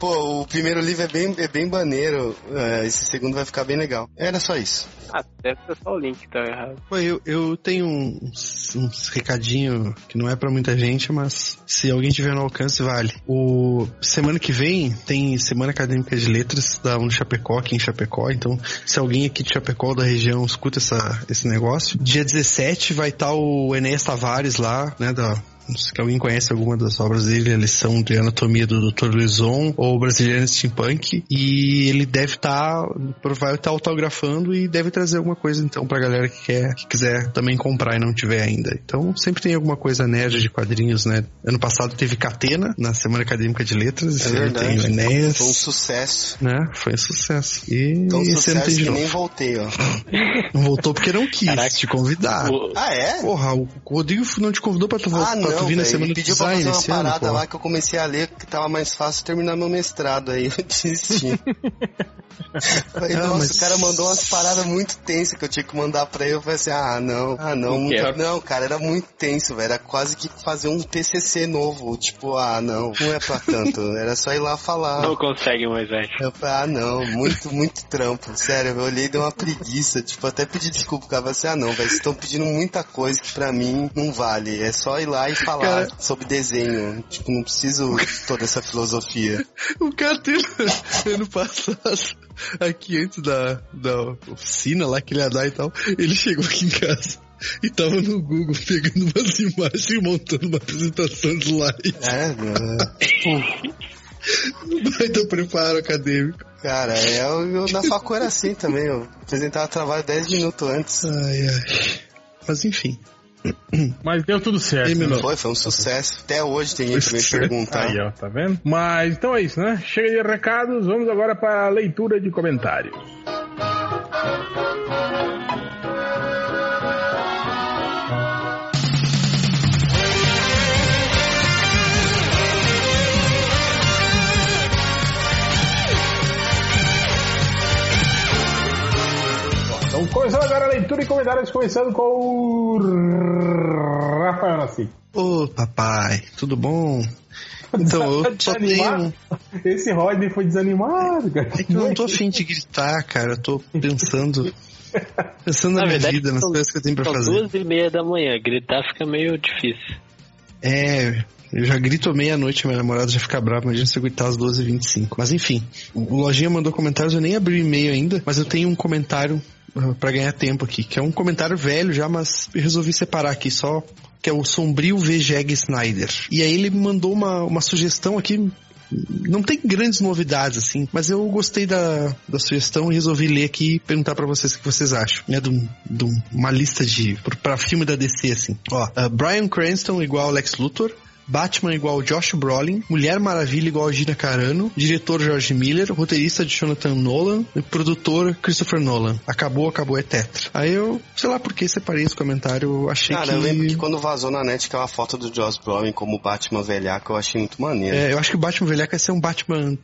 G: Pô, o primeiro livro é bem, é bem baneiro, é, esse segundo vai ficar bem legal. Era só isso.
C: Ah, deve ser só o link que tá errado.
B: Pô, eu, eu tenho uns, uns recadinho que não é pra muita gente, mas se alguém tiver no alcance, vale. O semana que vem tem Semana Acadêmica de Letras da um Chapecó aqui em Chapecó, então se alguém aqui de Chapecó ou da região escuta essa, esse negócio, dia 17 vai estar o Enéas Tavares lá, né, da se alguém conhece alguma das obras dele, a lição de anatomia do Dr. Luizon ou Brasiliano Steampunk, e ele deve estar, vai estar autografando e deve trazer alguma coisa então pra galera que quer, que quiser também comprar e não tiver ainda. Então sempre tem alguma coisa nerd de quadrinhos, né? Ano passado teve Catena na Semana Acadêmica de Letras, esse ano tem o Enéas,
G: É Foi um sucesso.
B: né? Foi um sucesso. E
G: Tão
B: esse ano
G: sucesso
B: tem de
G: que
B: novo.
G: nem voltei, ó.
B: Não voltou porque não quis
G: Caraca.
B: te convidar.
G: Ah, é?
B: Porra, o Rodrigo não te convidou pra tu, vol-
G: Ah,
B: pra
G: não,
B: tu vir na
G: velho,
B: semana do
G: ele pediu pra
B: design
G: fazer uma
B: esse ano,
G: parada
B: porra.
G: lá que eu comecei a ler que tava mais fácil terminar meu mestrado aí. <laughs> Eu
B: <laughs>
G: desisti. falei,
B: Ah,
G: nossa,
B: mas-
G: o cara mandou umas paradas muito tensas que eu tinha que mandar pra ele. Eu falei assim, ah, não, ah, não,
H: Não
G: muito-
H: quero.
G: não, cara, era muito tenso, velho. Era quase que fazer um TCC novo. Tipo, ah, não, não é pra tanto. Era só ir lá
H: <laughs>
G: falar.
C: Não consegue, Moisés.
G: Eu falei, ah não, muito, muito trampo. Sério, eu olhei e dei uma preguiça. Tipo, até pedi desculpa. O cara falou assim, ah não, velho, vocês estão pedindo muita coisa que pra mim não vale. É só ir lá e falar sobre desenho. Tipo, não preciso de toda essa filosofia.
B: O cara teve <laughs> ano passado, aqui antes da, da oficina lá que ele ia dar e tal, ele chegou aqui em casa e tava no Google pegando umas <laughs> imagens e montando uma apresentação de slide.
G: É, mano.
B: Vai do preparo acadêmico.
G: cara, é, eu, eu
B: Tipo
G: na facura era assim também. Eu apresentava trabalho 10 minutos antes.
B: Ai, ai. Mas enfim.
A: Mas deu tudo certo.
B: Ei, meu
A: né?
G: Foi, foi um sucesso. Até hoje tem gente que me
B: Sucesso.
G: perguntar.
A: Aí, ó, tá vendo? Mas então é isso, né? Chega de recados, vamos agora para a leitura de comentários. Então, começando agora a leitura e comentários, começando com o Rafael Nascimento.
B: Ô, papai, tudo bom? Então, eu só
A: Tá
B: tenho...
A: Esse Rodney foi desanimado, cara.
B: É que eu não tô afim de gritar, cara. Eu tô pensando. Pensando na,
C: Na
B: minha
C: verdade,
B: vida, nas
C: são-
B: coisas que eu tenho pra
C: São
B: fazer.
C: duas e meia da manhã, gritar fica meio difícil.
B: É, eu já grito meia-noite, minha namorada já fica brava, imagina se eu gritar às 12h25. Mas enfim, o Lojinha mandou comentários, eu nem abri o e-mail ainda, mas eu tenho um comentário ah, pra ganhar tempo aqui, que é um comentário velho já, mas eu resolvi separar aqui só, que é o Sombrio VJEG Snyder. E aí ele me mandou uma, uma sugestão aqui. Não tem grandes novidades, assim, mas eu gostei da, da sugestão e resolvi ler aqui e perguntar pra vocês o que vocês acham. Né, de, um- de um- uma lista de. pro- pra filme da DC, assim. Ó, ah, Brian Cranston igual Lex Luthor, Batman igual Josh Brolin, Mulher Maravilha igual Gina Carano, diretor George Miller, roteirista de Jonathan Nolan e produtor Christopher Nolan. Acabou, acabou, é tetra. Aí eu, sei lá por que separei esse comentário, eu achei
G: Cara,
B: que...
G: eu lembro que quando vazou na net aquela foto do Joss Brolin como Batman velhaco, eu achei muito maneiro.
B: É, eu acho que o Batman velhaco ia ser um Batman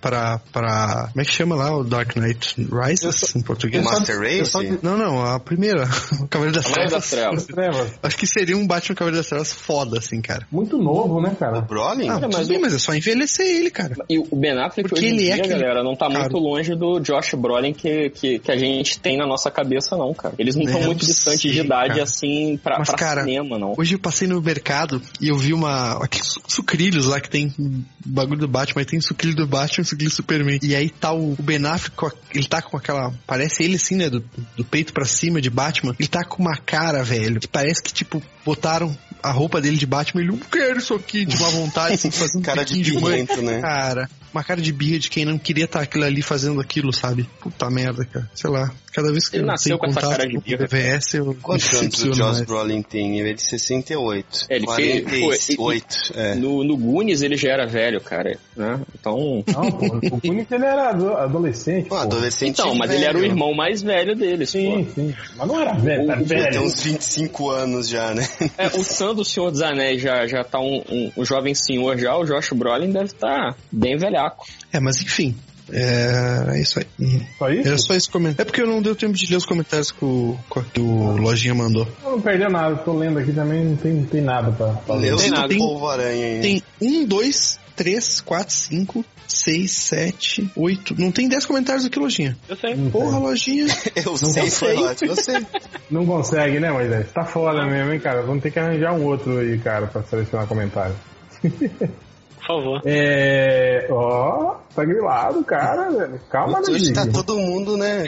B: para para como é que chama lá o Dark Knight Rises em português?
G: Master
A: eu só-
G: Race?
B: Não, não, a primeira, <laughs> o Cavaleiro das
H: Cavaleiro
B: Trevas.
H: das Trevas.
A: Trevas.
B: Acho que seria um Batman Cavaleiro das Trevas foda assim, cara.
A: Muito novo, né,
G: O
A: cara?
G: Brolin?
B: Ah, tudo bem, mas é só envelhecer ele, cara.
H: E o Ben Affleck
B: Porque
H: hoje em
B: ele é
H: dia,
B: aquele
H: galera, não tá
B: cara.
H: muito longe do Josh Brolin que, que, que a gente tem na nossa cabeça, não, cara. Eles não é
B: Eu
H: estão
B: não
H: muito distantes de
B: sei,
H: idade,
B: cara.
H: assim, pra,
B: Mas,
H: pra
B: cara,
H: cinema, não.
B: Hoje eu passei no mercado e eu vi uma. Aqueles su- sucrilhos lá que tem um bagulho do Batman, aí tem sucrilho do Batman e um sucrilho do Superman. E aí tá o, o Ben Affleck, com a- ele tá com aquela. Parece ele assim, né? Do, do peito pra cima de Batman. Ele tá com uma cara, velho, que parece que, tipo, botaram. a roupa dele de Batman, ele não quero isso aqui, de má vontade,
G: <laughs>
B: assim, fazendo
G: Cara de
B: biquinho mãe.
G: birrento, né?
B: Cara, uma cara de birra de quem não queria estar aquilo ali fazendo aquilo, sabe? Puta merda, cara. Sei lá. Cada vez que
H: Ele
B: eu
H: nasceu
B: tenho
H: com essa
B: contato
H: cara de
B: com o
H: birra.
B: BVS, eu
G: Quantos anos o
B: decepciono
G: Josh
B: mais.
G: Brolin tem? Ele é de 68.
H: É, ele fez-
G: 48, é.
H: No, no Goonies ele já era velho, cara. Né? Então.
A: Não, pô, o Phoenix ele era ado- adolescente.
G: Um
A: pô.
G: adolescente
H: Então, mas ele era o
G: velho.
H: irmão mais velho deles.
A: Sim,
H: pô.
A: sim. Mas não era velho, era
G: Ele tem
A: velho.
G: uns 25 anos já, né?
H: É, o Sam do Senhor dos Anéis já, já tá um, um, um jovem senhor já, o Josh Brolin deve estar bem <laughs> velhaco.
B: É, mas enfim. É, é isso aí. Uhum.
A: Só isso?
B: Era só esse comentário. É porque eu não deu tempo de ler os comentários que o, que o Lojinha mandou.
A: Eu não perdeu nada, tô lendo aqui também, não tem, não tem nada pra falar.
G: Leu
H: tem nada.
G: o Polvo Aranha ainda.
B: Tem um, dois, três, quatro, cinco, seis, sete, oito. Não tem dez comentários aqui, Lojinha.
H: Eu sei.
A: Não,
B: Porra,
A: tem.
G: <laughs>
B: Lojinha.
G: Eu sei, foi
B: sei.
G: ótimo. Eu sei.
A: Não consegue, né, Moisés? Tá foda mesmo, hein, cara? Vamos ter que arranjar um outro aí, cara, pra selecionar comentário.
C: Por favor.
A: É. Ó, tá grilado, cara, velho. Calma,
G: Hoje
A: Lojinha.
G: tá todo mundo, né?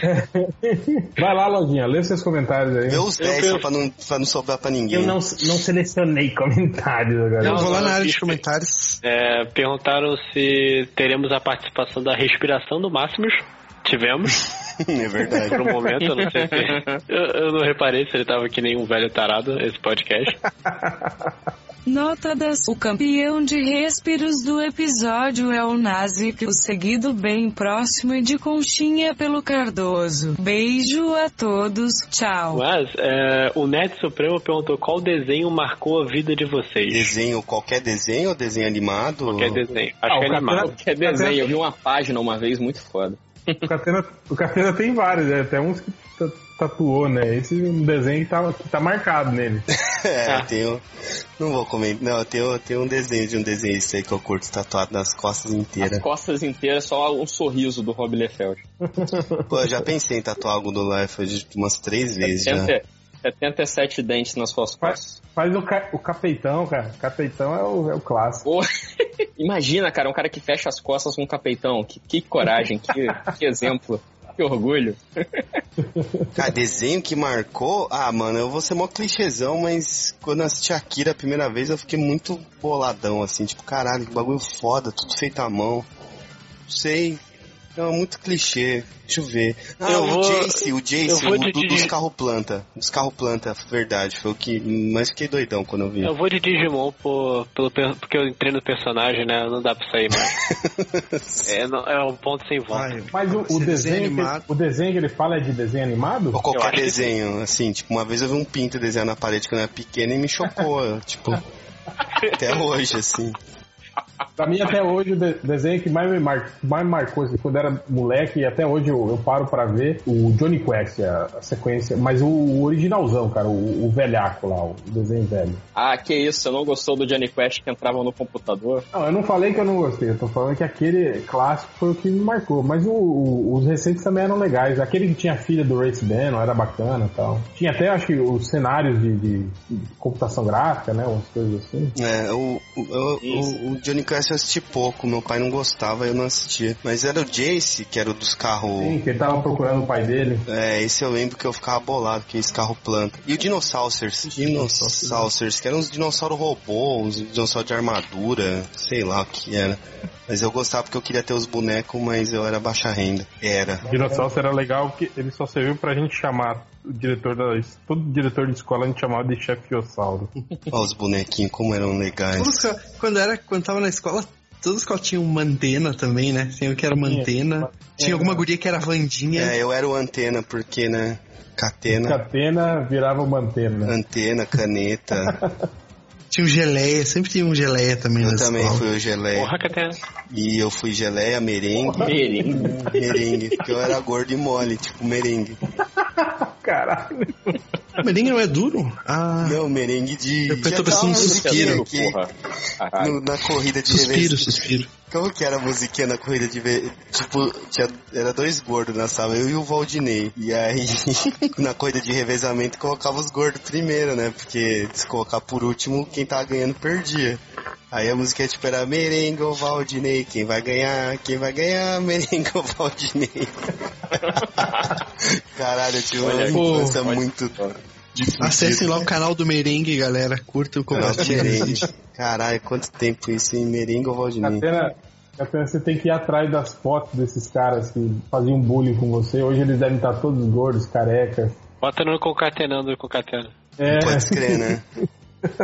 A: Vai lá, Lojinha, lê seus comentários aí.
G: Vê os 10 só pra não, pra não sobrar pra
A: Eu
G: ninguém. <laughs>
A: não, não selecionei comentários agora.
B: Eu vou lá
C: não,
B: na área de
C: isso-
B: comentários.
C: É, perguntaram se teremos a participação da respiração do Máximos.
A: <laughs>
C: Tivemos,
G: É verdade.
C: por um momento, eu não sei se. Eu, eu não reparei se ele tava que nem um velho tarado esse podcast.
L: Nota 10. O campeão de respiros do episódio é o Nazico, seguido bem próximo e de conchinha pelo Cardoso. Beijo a todos. Tchau.
C: Mas é, o Nerd Supremo perguntou qual desenho marcou a vida de vocês.
G: Desenho, qualquer desenho, ou desenho animado.
C: Qualquer desenho. Acho
A: Ah,
C: que é
A: o
C: animado.
A: Catena-
H: É desenho, eu vi uma página uma vez muito foda.
A: O Catena, o Catena tem vários, né? até uns que ta- tatuou, né? Esse é um desenho que tá, que tá marcado nele.
G: É, eu tenho. Não vou comentar. Não, eu tenho, eu tenho um desenho de um desenhista aí que eu curto tatuado nas costas
H: As
G: inteiras.
H: costas inteiras, só um sorriso do Rob Liefeld.
G: Pô, eu já pensei em tatuar algo do Life hoje umas três vezes já.
H: 70 77 dentes nas suas costas.
A: Faz o, ca, o Capetão, cara. Capetão é o, é o clássico.
H: Pô, Imagina, cara, um cara que fecha as costas com um capetão. Que, que coragem, que, que exemplo, que orgulho.
G: Cara, Ah, desenho que marcou. Ah, mano, eu vou ser mó clichêzão, mas quando eu assisti Akira a primeira vez eu fiquei muito boladão, assim, tipo, caralho, que bagulho foda, tudo feito à mão. Não sei. É muito clichê. Deixa eu ver. Ah,
C: Eu
G: o
C: vou-
G: Jace, o Jace,
C: eu vou
G: o
C: te
G: do-
C: dizer-
G: dos carro planta. Dos carro planta, verdade. Foi o que. Mas fiquei doidão quando eu vi.
C: Eu vou de Digimon por, pelo, per- porque eu entrei no personagem, né? Não dá pra sair mais.
B: <laughs>
C: é, não- é um ponto sem volta.
B: Vai.
A: Mas o, o
B: Esse
A: desenho,
B: animado.
A: que, o desenho que ele fala é de desenho animado?
G: Ou qualquer
C: acho que-
G: desenho, assim, tipo, uma vez eu vi um pinto desenhar na parede quando eu era pequeno e me chocou, <laughs> eu,
C: <laughs>
G: tipo. Até hoje, assim.
A: Pra mim, até hoje, o de- desenho que mais me, mar- mais me marcou assim, quando era moleque, e até hoje eu, eu paro pra ver o Johnny Quest, a, a sequência, mas o, o originalzão, cara, o, o velhaco lá, o desenho velho.
H: Ah, que isso, você não gostou do Johnny Quest que entrava no computador?
A: Não, eu não falei que eu não gostei, eu tô falando que aquele clássico foi o que me marcou, mas o- o- os recentes também eram legais. Aquele que tinha a filha do Race Bannon era bacana e tal. Tinha até, acho que, os cenários de, de- de computação gráfica, né, umas coisas assim.
G: É, o, o, o, o Johnny Cash eu assisti pouco, meu pai não gostava, eu não assistia. Mas era o Jace, que era o dos
A: Sim,
G: carros.
A: que ele tava procurando o pai dele.
G: É, esse eu lembro que eu ficava bolado, que esse carro planta. E o Dinossaucers. Dinossaucers, que eram uns dinossauros robô, uns dinossauros de armadura, sei lá o que era. Mas eu gostava porque eu queria ter os bonecos, mas eu era baixa renda. Era.
A: Dinossauro era legal porque ele só serviu pra gente chamar o diretor da. Todo diretor de escola a gente chamava de chefe Ossauro.
G: Olha os bonequinhos, como eram legais.
B: Todos que- quando era, quando tava na escola, todas que tinham uma antena também, né? Tinha o que era uma antena. Tinha alguma guria que era Vandinha.
G: É, eu era o antena, porque, né?
A: É.
G: Catena,
A: Catena virava mantena. né?
G: antena, caneta.
B: Tinha um geleia, sempre tinha um geleia também na
G: Eu também
B: escola.
G: fui o geleia.
C: Porra, Catena.
G: E eu fui geleia, merengue,
H: Ele.
G: merengue. Porque eu era gordo e mole, tipo merengue.
A: Caralho.
B: Mas nem não é duro? Ah,
G: Não, merengue de.
B: Eu tô
G: Já
B: pensando em
G: tava uma
B: um suspiro,
G: musiquinha aqui
H: Porra. Caralho.
G: no- na corrida de
B: suspiro,
G: revés.
B: suspiro.
G: Como que era a musiquinha na corrida de ve- Tipo, tinha, era dois gordos na sala, eu e o Valdinei. E aí, <laughs> na corrida de revezamento, colocava os gordos primeiro, né? Porque se colocar por último, quem tava ganhando perdia. Aí a música tipo, era Merengue ou Valdinei, quem vai ganhar, quem vai ganhar, <laughs> Merengue ou Valdinei. <laughs> Caralho, eu tive uma
H: Olha aí.
G: infância muito de fudido.
B: Acessem lá o canal do Merengue, galera. Curtam é e compartilhem.
G: Merengue. Caralho, quanto tempo isso, hein? Merengue ou Valdinei?
A: Catena, Catena, você tem que ir atrás das fotos desses caras que faziam bullying com você. Hoje eles devem estar todos gordos, carecas.
C: Bota no concatenando, concatena.
H: Tá
A: É,
G: Pode crer, né?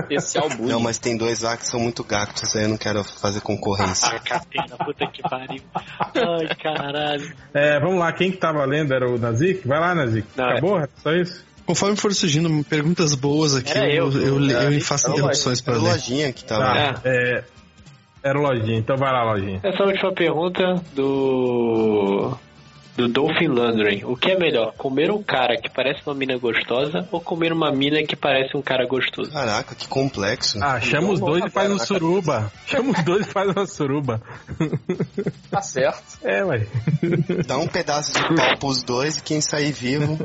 H: Esse é o bullying.
G: Não, mas tem dois lá que são muito gatos, aí eu não quero fazer concorrência.
C: Ah, catena, puta que pariu. Ai, caralho.
A: é, vamos lá, quem que tava lendo era o Nazik? Vai lá, Nazik.
C: Não, é-
A: Acabou? Só isso?
B: Conforme for surgindo perguntas boas aqui,
C: Era
B: eu,
C: eu,
B: eu, eu,
H: né?
G: Era-
B: faço
G: era
B: interrupções
G: lojinha-
B: pra
G: era
B: ler.
G: lojinha que tava.
A: Tá, é, era o Lojinha, então vai lá, Lojinha.
C: Essa última pergunta do. Do Dolphin Landry. O que é melhor, comer um cara que parece uma mina gostosa ou comer uma mina que parece um cara gostoso?
G: Caraca, que complexo.
A: Ah, chama os dois e faz um suruba. <laughs> Chama os dois e faz uma suruba.
H: Tá certo.
A: É, <laughs> ué.
G: Dá um pedaço de pau pros dois e quem sair vivo.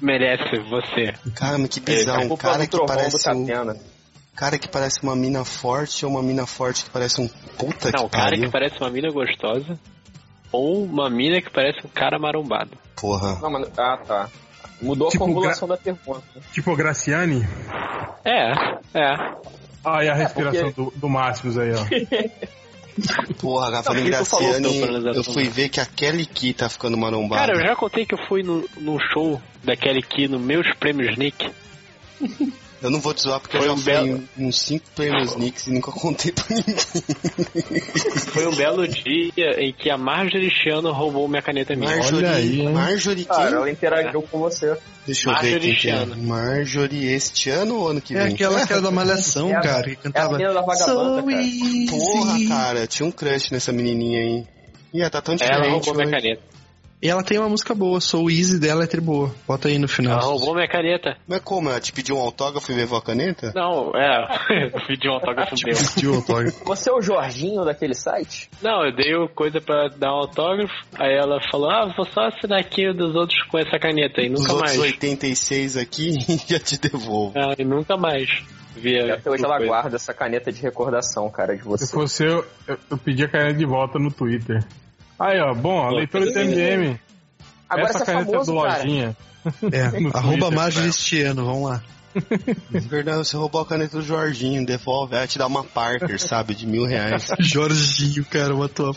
C: Merece você.
G: Cara, mas que
H: É,
G: bizarro.
H: a
G: Um
H: culpa é
G: cara
H: do
G: que
H: trovão do
G: parece um
H: Catena.
G: cara que parece uma mina forte ou uma mina forte que parece um puta
C: Não,
G: que
C: o cara
G: pariu.
C: que parece uma mina gostosa ou uma mina que parece um cara marombado.
G: Porra.
H: Não, mano. Ah, tá. Mudou
A: Tipo,
H: a formulação da pergunta.
A: Tipo o Graciani.
C: É, é.
A: Olha a respiração do, do Máximos aí,
C: <laughs>
A: ó.
G: Porra, cara, falando em
C: Não, por que tu falou
G: Graciane,
C: teu, Fernando?
G: eu fui ver que a Kelly Key tá ficando marombada.
C: Cara, eu já contei que eu fui no- num show da Kelly Key no meus prêmios Nick.
G: Eu não vou te zoar porque
C: Foi
G: eu
C: um
G: já fui
C: belo-
G: em uns 5 prêmios Knicks e nunca contei pra ninguém.
C: Foi um belo dia em que a Marjorie Chiano roubou minha caneta minha.
G: Marjorie,
A: aí, hein?
G: Marjorie quem?
H: Cara, ela interagiu com você.
G: Deixa eu ver
C: Marjorie
G: quem que é.
C: Chiano.
G: Marjorie este ano ou ano que
B: É
G: vem?
B: aquela que era da Malhação,
H: <laughs> É a-
B: cara, que
H: É a
B: cantava.
H: menina da vagabanda,
B: So
H: cara.
B: easy.
G: Porra, cara, eu tinha um crush nessa menininha aí. Ih, ela tá tão
C: Ela
G: diferente
C: roubou minha
G: hoje.
C: caneta.
B: E ela tem uma música boa, Sou Easy dela é triboa. Bota aí no
C: Ela
B: final.
C: roubou minha caneta.
G: Mas como, ela te pediu um autógrafo e levou a caneta?
C: Não, é. <laughs> Eu pedi um autógrafo meu.
B: Pediu o autógrafo.
H: Você é o Jorginho daquele site?
C: Não, eu dei o coisa pra dar um autógrafo. Aí ela falou: Ah, vou só assinar aqui o dos outros com essa caneta. E
G: Os
C: nunca
G: outros
C: mais.
G: 86 aqui <laughs> já te devolvo.
C: Ah, e nunca mais.
G: É,
C: Via
H: Até hoje ela
C: coisa.
H: guarda essa caneta de recordação, cara, de
A: Se
H: você.
A: fosse eu, eu, eu pedi a caneta de volta no Twitter. Aí, ó, bom, a leitura do MDM.
H: Agora
A: essa
H: você é
A: caneta
H: famoso,
A: do
H: cara.
A: Lojinha. No
B: É, arroba
A: Twitter,
B: Majoristiano, vamos lá.
G: Verdade, você roubou a caneta do Jorginho, devolve. Ela te dá uma Parker, sabe, de mil reais.
B: <laughs> Jorginho, cara, uma tua.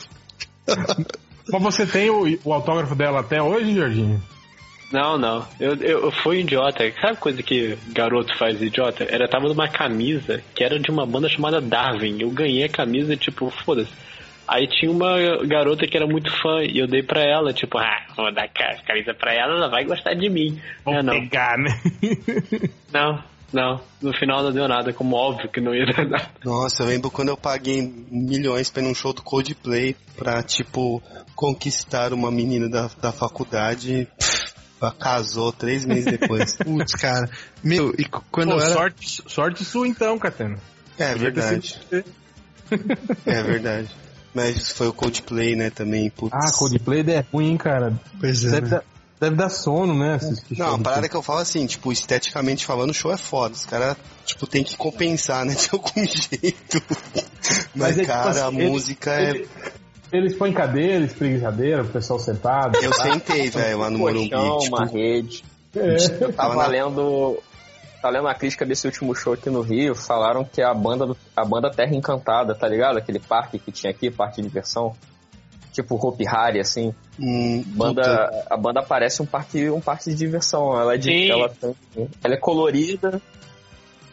A: Mas você tem o, o autógrafo dela até hoje, Jorginho?
C: Não, não. Eu, eu, eu fui um idiota. Sabe coisa que garoto faz idiota? Era tava numa camisa que era de uma banda chamada Darwin. Eu ganhei a camisa, tipo, foda-se. Aí tinha uma garota que era muito fã e eu dei pra ela, tipo, ah, vou dar a camisa pra ela, ela vai gostar de mim.
A: Vou
C: É, não,
A: pegar, né?
C: não, não. No final não deu nada, como óbvio que não ia <laughs> dar nada.
G: Nossa, eu lembro quando eu paguei milhões pra ir num show do Coldplay pra, tipo, conquistar uma menina da, da faculdade. Pff, Ela casou três meses depois.
B: Putz, cara. Meu, e c- quando
A: Pô,
B: eu era.
A: sorte, sorte sua então, Catena.
G: É verdade. É verdade. Mas foi o Coldplay, né, também. Putz.
A: Ah, Coldplay é ruim, cara.
B: Pois é,
A: Deve,
B: né?
A: dar, deve dar sono, né? assistir
G: Não, a
A: show.
G: parada que eu falo assim, tipo, esteticamente falando, o show é foda. Os caras, tipo, tem que compensar, né, <laughs> de algum jeito.
A: Mas
G: Mas,
A: é tipo
G: cara, a
A: assim, ele-
G: música é.
A: Ele- Eles põem cadeira, espreguiçadeira, o pessoal sentado.
G: Eu sentei, velho, lá no Morumbi.
H: Colchão,
G: tipo,
H: uma rede.
A: É.
H: Eu tava
G: Tava na-
H: lendo. Tá lendo a crítica desse último show aqui no Rio, falaram que é a banda, do- a banda Terra Encantada, tá ligado? Aquele parque que tinha aqui, parque de diversão. Tipo Hope Harry, assim.
G: hum, puta.
H: Banda, a banda parece um parque, um parque de diversão. Ela é, de-
C: Sim.
H: ela tem- ela é colorida.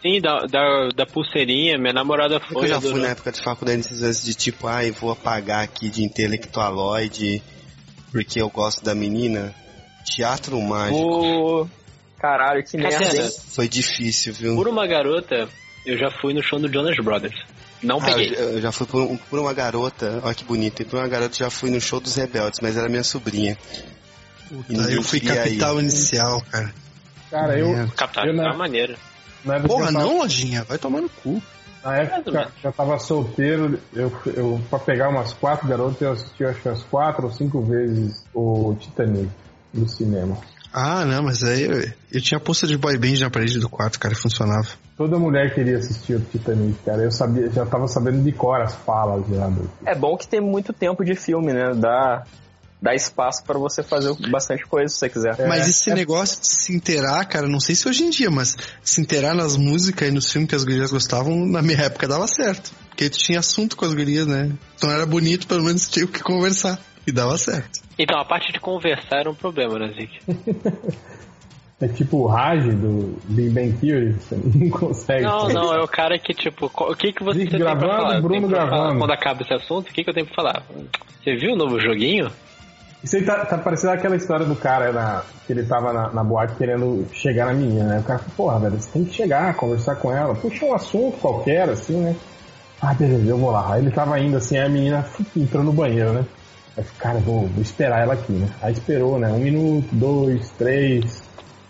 C: Sim, da, da, da pulseirinha, minha namorada
G: É que Eu
C: foi.
G: já fui
C: adorou.
G: na época de faculdade nesses lances de tipo, ai, vou apagar aqui de intelectualoide porque eu gosto da menina. Teatro mágico.
H: Pô, Caralho, que merda,
C: Catena,
H: hein?
G: Foi difícil, viu?
C: por uma garota, eu já fui no show do Jonas Brothers. Não
G: Ah,
C: peguei.
G: eu eu já fui por, um- por uma garota, olha que bonita, e por uma garota já fui no show dos rebeldes, mas era minha sobrinha.
B: Puta, eu fui
G: E aí?
B: capital inicial, cara.
A: Cara, eu.
B: Merda.
C: Captar,
A: Eu não-
C: tá maneiro.
A: Na época,
B: Porra,
A: eu tava-
B: não, Lojinha? Vai tomar no cu.
A: Na
C: né?
A: época que eu tava solteiro, eu, eu pra pegar umas quatro garotas, eu assisti acho que umas quatro ou cinco vezes o Titanic no cinema.
B: Ah, não, mas aí eu, eu tinha a posta de boy band na parede do quarto, cara, e funcionava.
A: Toda mulher queria assistir o Titanic, cara. Eu sabia, já tava sabendo de cor as falas já. do-
H: É bom que tem muito tempo de filme, né? Dá, dá espaço pra você fazer bastante coisa se você quiser.
B: Mas
H: É.
B: esse negócio de se inteirar, cara, não sei se hoje em dia, mas se inteirar nas músicas e nos filmes que as gurias gostavam, na minha época dava certo. Porque tu tinha assunto com as gurias, né? Então era bonito, pelo menos tinha o que conversar. E dava certo.
C: Então, a parte de conversar era um problema, né, Zic?
M: É tipo o Raj do Big Bang Theory, você não
A: <laughs>
M: consegue.
C: Não, não, é o cara que, tipo, co- o que que você
M: Zic
C: tem
M: gravando,
C: pra falar? Eu
M: Bruno
C: tenho pra falar-
M: gravando.
C: Quando acaba esse assunto, o que que eu tenho pra falar? Você viu o novo joguinho?
M: Isso aí tá, tá parecendo aquela história do cara na- que ele tava na, na boate querendo chegar na menina, né? O cara falou, porra, velho, você tem que chegar, conversar com ela, puxa um assunto qualquer, assim, né? Ah, beleza, eu vou lá. Aí ele tava indo assim, aí a menina fu- entrou no banheiro, né? Aí, eu, cara, vou, vou esperar ela aqui, né? Aí esperou, né? Um minuto, dois, três,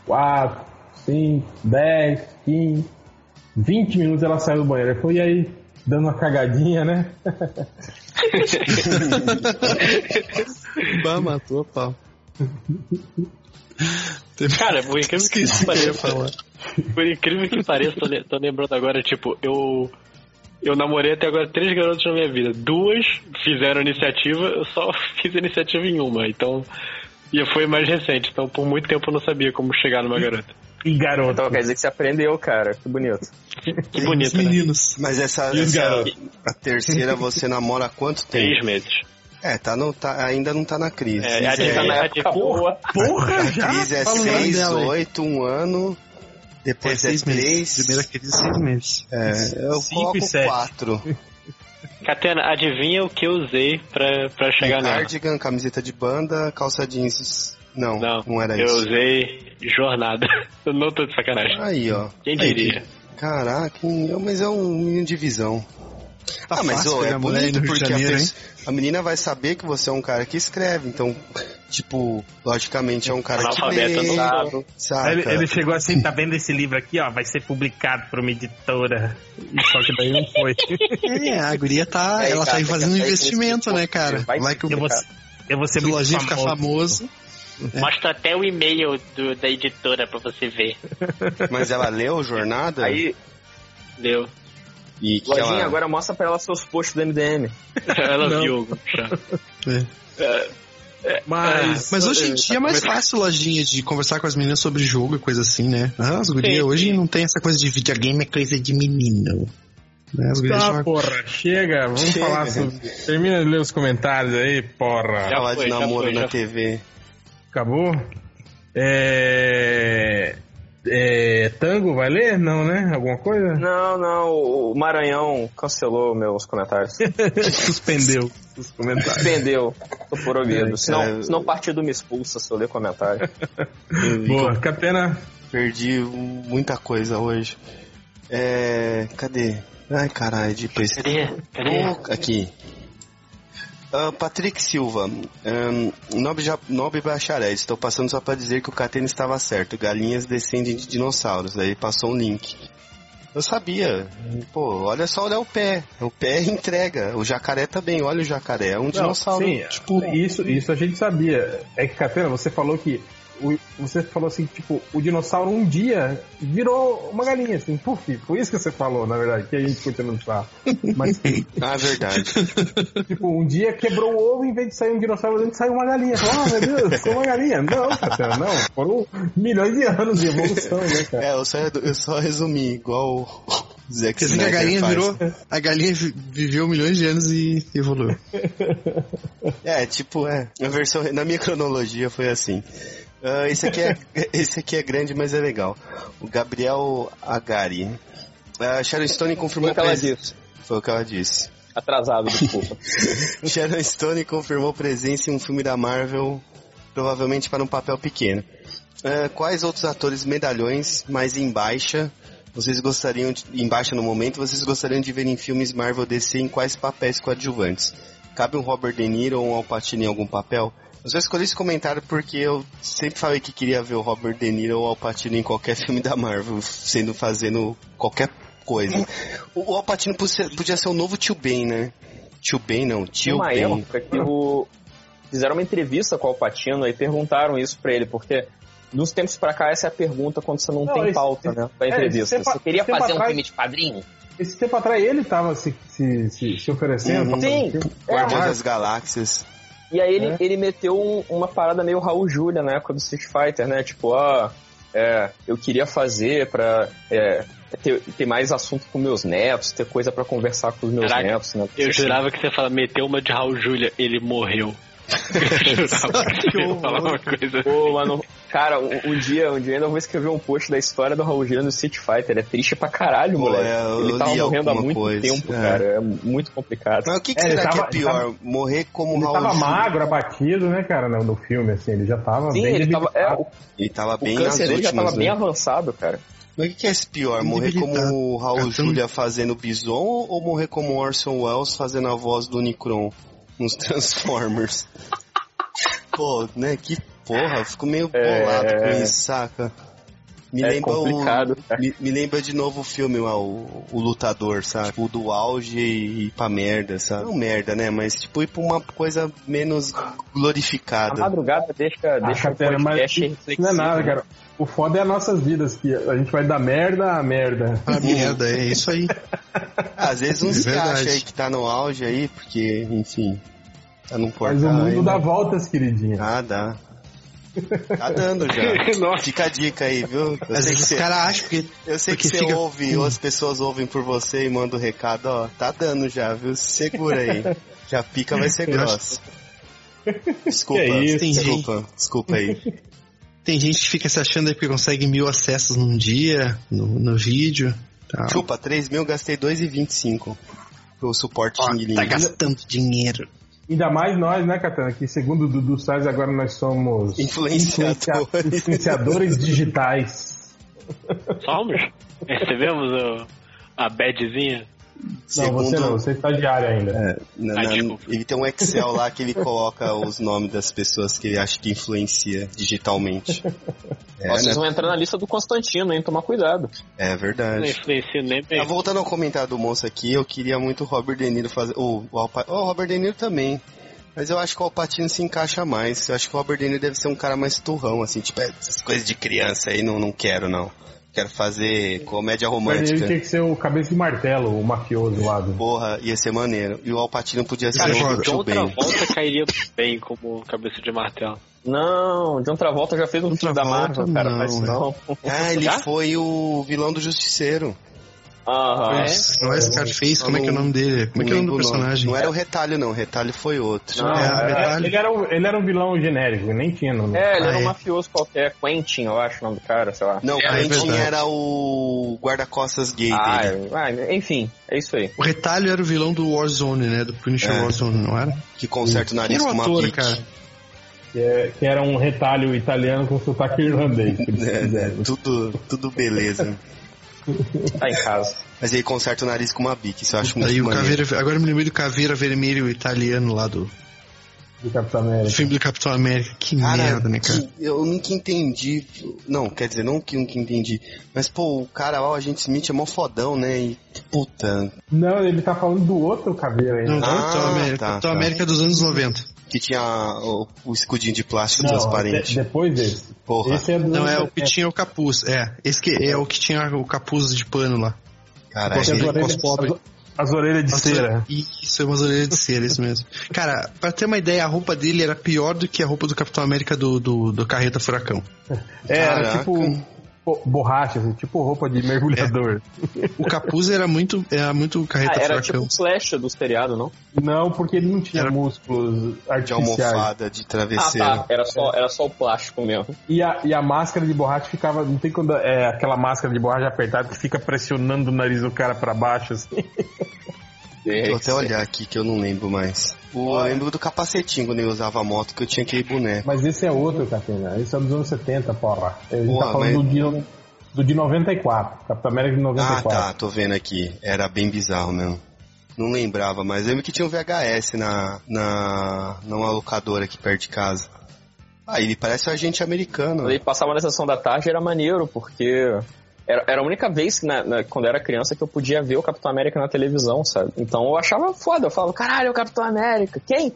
M: quatro, cinco, dez, quinze, vinte minutos ela saiu do banheiro. Ele falou, e aí? Dando uma cagadinha, né?
B: <laughs> Bah, matou a pau.
C: Cara, por incrível que,
B: Esqueci o que eu ia
C: pareça.
B: falar.
C: Por incrível que pareça, tô, le- tô lembrando agora, tipo, eu. Eu namorei até agora três garotas na minha vida. Duas fizeram iniciativa, eu só <laughs> fiz iniciativa em uma, então. E foi mais recente, então por muito tempo eu não sabia como chegar numa garota.
M: E garoto.
H: Então quer dizer que você aprendeu, cara. Que bonito.
C: Que bonito, né?
B: Meninos.
G: Mas essa,
M: E os
G: essa-
M: garotos?
G: a terceira você namora há quanto tempo?
C: Três meses.
G: É, tá, não, tá, ainda não tá na crise.
C: É, a
G: Isso
C: gente tá
G: é-
C: na época boa.
B: Porra,
G: A crise é
B: Ah, Fala o nome
G: 6,
B: dela aí.
G: 8, um ano.
B: É
G: Depois é,
B: seis meses.
G: 3.
B: Primeira crise, seis meses.
G: É, eu
A: Cinco e
G: coloco
A: sete.
G: 4.
C: Catena, adivinha o que eu usei pra, pra chegar nela?
G: Cardigan, camiseta de banda, calça jeans. Não, não,
C: Não,
G: era
C: eu
G: isso.
C: usei jornada. <laughs> Eu não tô de sacanagem.
G: Aí, ó.
C: Quem
G: Aí,
C: diria?
G: Caraca, hein, eu- mas é um menino de visão.
B: Tá
G: ah, mas
B: fácil
G: ô,
B: pegar
G: é
B: mulher aí
G: bonito
B: no Rio de
G: porque
B: Janeiro,
G: a,
B: hein?
G: pers- a menina vai saber que você é um cara que escreve, então, tipo, logicamente é um cara que
C: Analfabeto,
G: lê,
C: não
G: saca?
A: ele, ele chegou assim, tá vendo esse livro aqui, ó, vai ser publicado por uma editora. E Só que daí não foi.
B: <laughs> É, a guria tá.
H: É,
B: ela
H: cara,
B: tá fazendo um
H: é isso,
B: investimento, né, cara?
H: vai
B: Vai que o
A: Eu vou, eu vou ser
B: o
A: muito
B: lojinha
A: famoso.
B: fica famoso.
C: Mostra até o e-mail da editora pra você ver.
G: Mas ela leu jornada?
H: Aí,
C: Deu.
G: e que
H: Lojinha,
G: ela-
H: agora mostra pra ela seus posts do MDM.
C: Ela viu já.
A: Mas,
B: Mas hoje em dia é mais fácil, lojinha, de conversar com as meninas sobre jogo e coisa assim, né? Ah, as gurias
C: Sim,
B: hoje
C: sim.
B: não tem essa coisa de videogame, é coisa de menino. Né? As gurias
A: tá,
B: jogam.
A: porra, chega, vamos
G: Chega.
A: falar sobre. Termina de ler os comentários aí, porra.
C: Já
G: falar
C: foi,
G: de
C: já
G: namoro
C: foi,
G: na
C: já foi.
G: TV.
A: Acabou? É... é. Tango vai ler? Não, né? Alguma coisa?
H: Não, não, o Maranhão cancelou meus
M: <laughs>
H: comentários.
A: Suspendeu os comentários.
H: Vendeu. Tô
M: É,
H: proibido.
G: cara.
H: Senão, senão o partido me expulsa se eu
M: <laughs>
H: ler comentário.
A: Boa, Catena.
G: Perdi muita coisa hoje. É. Cadê? Ai, caralho, de PC. Pouca- Aqui. Ah, Patrick Silva, ahn, nobre, ja- nobre bacharel, estou passando só para dizer que o Catena estava certo. Galinhas descendem de dinossauros. Aí passou um link. Eu sabia. Pô, olha só olhar o pé. O pé <laughs> entrega. O jacaré também. Olha o jacaré. É um dinossauro.
M: sim,
G: tipo,
M: É, Isso, isso a gente sabia. É que, Catena, você falou que. o- você falou assim, tipo, o dinossauro um dia virou uma galinha, assim, puf, foi isso que você falou, na verdade, que a gente continua no falar. Mas,
G: ah, verdade.
M: tipo, um dia quebrou o ovo, em vez de sair um dinossauro dentro, saiu uma galinha. Falou, ah, meu
A: <laughs>
M: Deus, sou uma galinha. Não, Catena, não. Foram milhões de anos de evolução, né, cara?
G: É, eu só, eu só resumi, igual o Zack
B: Você vê que a
G: Snyder
B: galinha
G: faz.
B: virou. A galinha vi- viveu milhões de anos e evoluiu.
G: É, tipo, é. A versão, na minha <laughs> cronologia foi assim. Ah, esse, aqui é, <laughs> esse aqui é grande, mas é legal. O Gabriel Agari. Ah, Sharon Stone confirmou
H: Foi o que ela
G: presen-
H: disse.
G: Foi o que ela disse.
H: Atrasado, desculpa.
G: <laughs> Sharon Stone confirmou presença em um filme da Marvel, provavelmente para um papel pequeno. Ah, quais outros atores medalhões, mas em baixa, vocês gostariam de, em baixa no momento, vocês gostariam de ver em filmes Marvel DC em quais papéis coadjuvantes? Cabe um Robert De Niro ou um Al Pacino em algum papel? Eu só escolhi esse comentário porque eu sempre falei que queria ver o Robert De Niro ou o Al Pacino em qualquer <laughs> filme da Marvel, sendo fazendo qualquer coisa. O o Al Pacino podia ser- podia ser o novo Tio Ben, né? Tio Ben não, Tio
H: uma
G: Ben.
H: época que o- fizeram uma entrevista com o Alpatino e perguntaram isso pra ele, porque dos tempos pra cá essa é a pergunta quando você não,
M: Não,
H: tem
M: esse-
H: pauta, né? Pra
M: é,
H: entrevista.
M: esse tempo-
H: você queria
M: esse tempo
H: fazer um
M: atrás-
H: filme de quadrinho?
M: Esse tempo atrás ele tava se, se, se, se oferecendo.
G: Uhum.
M: pra fazer um filme.
H: É,
G: Guardiões das Galáxias.
H: E aí ele,
N: É.
H: ele meteu um- uma parada meio Raul Júlia na época do Street Fighter, né? Tipo, ah, é, eu queria fazer pra é, ter, ter mais assunto com meus netos, ter coisa pra conversar com os meus
C: Caraca,
H: netos, né?
C: Eu
G: <laughs>
C: jurava que você ia falar, meteu uma de Raul Júlia, ele <laughs> morreu. Eu jurava que você ia falar uma coisa
H: Pô, mano, cara, um, um dia, um dia ainda eu vou escrever um post da história do Raul Gil no Street Fighter. É triste pra caralho,
G: Pô,
H: moleque.
G: é, eu
H: ele tava
G: li
H: morrendo há
G: alguma
H: muito
G: coisa,
H: tempo,
G: é.
H: cara. É muito complicado.
G: Mas o que, que
A: É, ele
G: será que é
A: tava-
G: pior?
A: ele tava-
G: Morrer como
A: Ele
G: Raul
A: tava
G: Júlia?
A: magro, abatido, né, cara, no, no filme, assim. Ele já tava
G: Sim,
A: bem
G: ele
A: debilitado.
G: tava- é, o- Ele tava bem
A: O câncer
G: nas
A: dele já
G: últimas, né?
A: tava bem
H: avançado, cara.
G: Mas o que, que é esse pior? Morrer como o Raul Júlia fazendo o Bison ou morrer como o Orson Welles fazendo a voz do Unicron nos <laughs> Transformers? Pô, né? Que porra, eu fico meio bolado
H: É.
G: com isso, saca? Me
H: É
G: lembra
H: complicado,
G: o. Me, me lembra de novo o filme lá, o, o Lutador, sabe? Tipo, do auge e ir pra merda, sabe? Não merda, né? Mas tipo, ir pra uma coisa menos glorificada.
H: A madrugada deixa, um
A: deixa Catena, Ah, mas isso não é nada, cara. O foda é as nossas vidas, que a gente vai dar merda a merda.
G: A merda, é isso aí. <laughs> Às vezes
A: É
G: uns se
A: verdade.
G: acha aí que tá no auge aí, porque, enfim, tá num portal
A: Mas o mundo
G: aí,
A: dá
G: né?
A: voltas, queridinho.
G: Ah, dá. Tá dando já. Fica a dica aí, viu?
A: Às vezes os cara
G: acham que. Eu sei que
A: porque
G: você
A: fica-
G: ouve, ou as pessoas ouvem por você e mandam o recado, ó. Tá dando já, viu? Segura aí. Já pica, vai ser
B: Eu acho-
G: grossa. Desculpa,
B: Que é isso,
G: desculpa, desculpa aí.
B: Tem gente que fica se achando aí porque consegue mil acessos num dia, no, no vídeo. Tal.
G: Chupa, 3 mil, gastei 2,25 pro suporte Xing Ling.
B: tá gastando dinheiro.
A: Ainda mais nós, né, Catana? Que segundo o Dudu Salles, agora nós somos
G: Influenciadores.
A: influencia- influenciadores digitais.
C: Somos? Recebemos o- a badzinha?
A: Não, você não, você é estagiário ainda.
G: Na- na- ele tem um Excel lá que ele coloca os nomes das pessoas que ele acha que influencia
A: <laughs>
G: digitalmente. É,
H: Ó, vocês
G: né?
H: vão entrar na lista do Constantino, hein? Tomar cuidado.
G: É verdade.
C: influencia nem
G: Tá voltando ao comentário do moço aqui, eu queria muito o Robert De Niro fazer. Ou o, Alpa- ou o Robert De Niro também. Mas eu acho que o Alpatino se encaixa mais. Eu acho que o Robert De Niro deve ser um cara mais turrão, assim, tipo, "É, essas coisas de criança aí não, não quero, não. Quero fazer comédia
A: Mas ele tinha
G: romântica.
A: que ser o cabeça de martelo, o mafioso lá do.
G: Porra, ia ser maneiro. E o Alpatino podia ser
C: Cara,
B: é
G: o
C: acho que
G: John
C: John
G: Bane.
C: Travolta <laughs> cairia bem como cabeça de martelo.
H: Não, John Travolta já fez um filme da Marvel, cara.
G: não,
H: faz isso
G: não.
H: não.
G: Ah, ele
A: é
H: Já?
G: foi o vilão do Justiceiro.
H: Aham.
B: Nossa, não é Scarface, como é que é o nome dele? Como é que é o nome do personagem?
G: Não era o Retalho, não. O Retalho foi outro.
A: Não, era- ele, era um, ele era um vilão genérico, nem tinha nome.
H: É, ele era
A: Ah,
H: um mafioso qualquer, Quentin, eu acho o nome do cara, sei lá.
G: Não, o
B: É,
G: Quentin era o guarda-costas gay
H: Ah,
G: dele.
H: é- ah, enfim, é isso aí.
B: O retalho era o vilão do Warzone, né? Do Punisher
G: É.
B: Warzone, não era?
G: Que conserta o nariz
B: Quem era
G: com
B: o
G: uma
B: é um ator,
G: pique.
B: cara?
A: Que, é- que era um retalho italiano com sotaque irlandês. que eles
G: É,
A: fizeram.
G: tudo, tudo beleza.
H: Tá em casa.
G: Mas ele conserta o nariz com uma bique, isso eu acho muito
B: Aí o
G: maneiro.
B: Caveira, agora eu me lembrei do Caveira Vermelho italiano lá do
A: do Capitão América.
B: filme do Capitão América. Que
G: Uhum. Cara,
B: merda, né, cara?
G: que- eu nunca entendi. Não, quer dizer, não que nunca entendi. Mas, pô, o cara lá, o agente Smith é mó fodão, né? E, puta.
A: Não, ele tá falando do outro cabelo Ah, ainda.
B: Não, Capitão América,
G: Ah, tá,
B: Capitão
G: tá.
B: América dos anos 90.
G: Que tinha o, o escudinho de plástico
A: Não,
G: transparente.
A: de- depois desse.
G: Porra.
A: Esse é do-
B: Não, é o
G: Uhum.
B: que tinha o capuz. É, esse que é o que tinha o capuz de pano lá.
G: Caralho.
B: Com as-
A: As
B: com
A: orelhas-
B: as pobres.
A: é, As orelhas de
B: As-
A: cera.
B: Isso, é umas orelhas de cera, isso mesmo. Cara, pra ter uma ideia, a roupa dele era pior do que a roupa do Capitão América do, do, do Carreta Furacão.
A: É, era
B: Caraca.
A: tipo bo- borracha, assim, tipo roupa de mergulhador.
B: O capuz era muito, era muito Carreta
H: Ah, era tipo
B: Furacão.
H: um flecha do seriado, não?
A: Não, porque ele não tinha músculos
G: De
A: artificiais.
G: almofada, de travesseiro.
H: Ah,
A: é.
H: tá. Era só, era só o plástico mesmo.
A: E a, e a máscara de borracha ficava. Não tem quando. É aquela máscara de borracha apertada que fica pressionando o nariz do cara pra baixo, assim.
G: Vou até olhar aqui que eu não lembro mais. O- eu lembro do capacetinho quando eu usava a moto, que eu tinha aquele boneco.
A: Mas esse é outro, Catena. Esse é dos anos 70, porra. A gente
G: Porra,
A: tá falando
G: mas-
A: do, de, no- do de 94. Capitão América de
G: Ah,
A: 94.
G: tá, tô vendo aqui. Era bem bizarro mesmo. Não lembrava, mas lembro que tinha um VHS na, na numa locadora aqui perto de casa. Ah, ele parece um agente americano.
H: Quando ele passava na sessão da tarde era maneiro, porque era, era a única vez que na, na- quando eu era criança que eu podia ver o Capitão América na televisão, sabe? Então eu achava foda, eu falava, caralho, é o Capitão América, quem?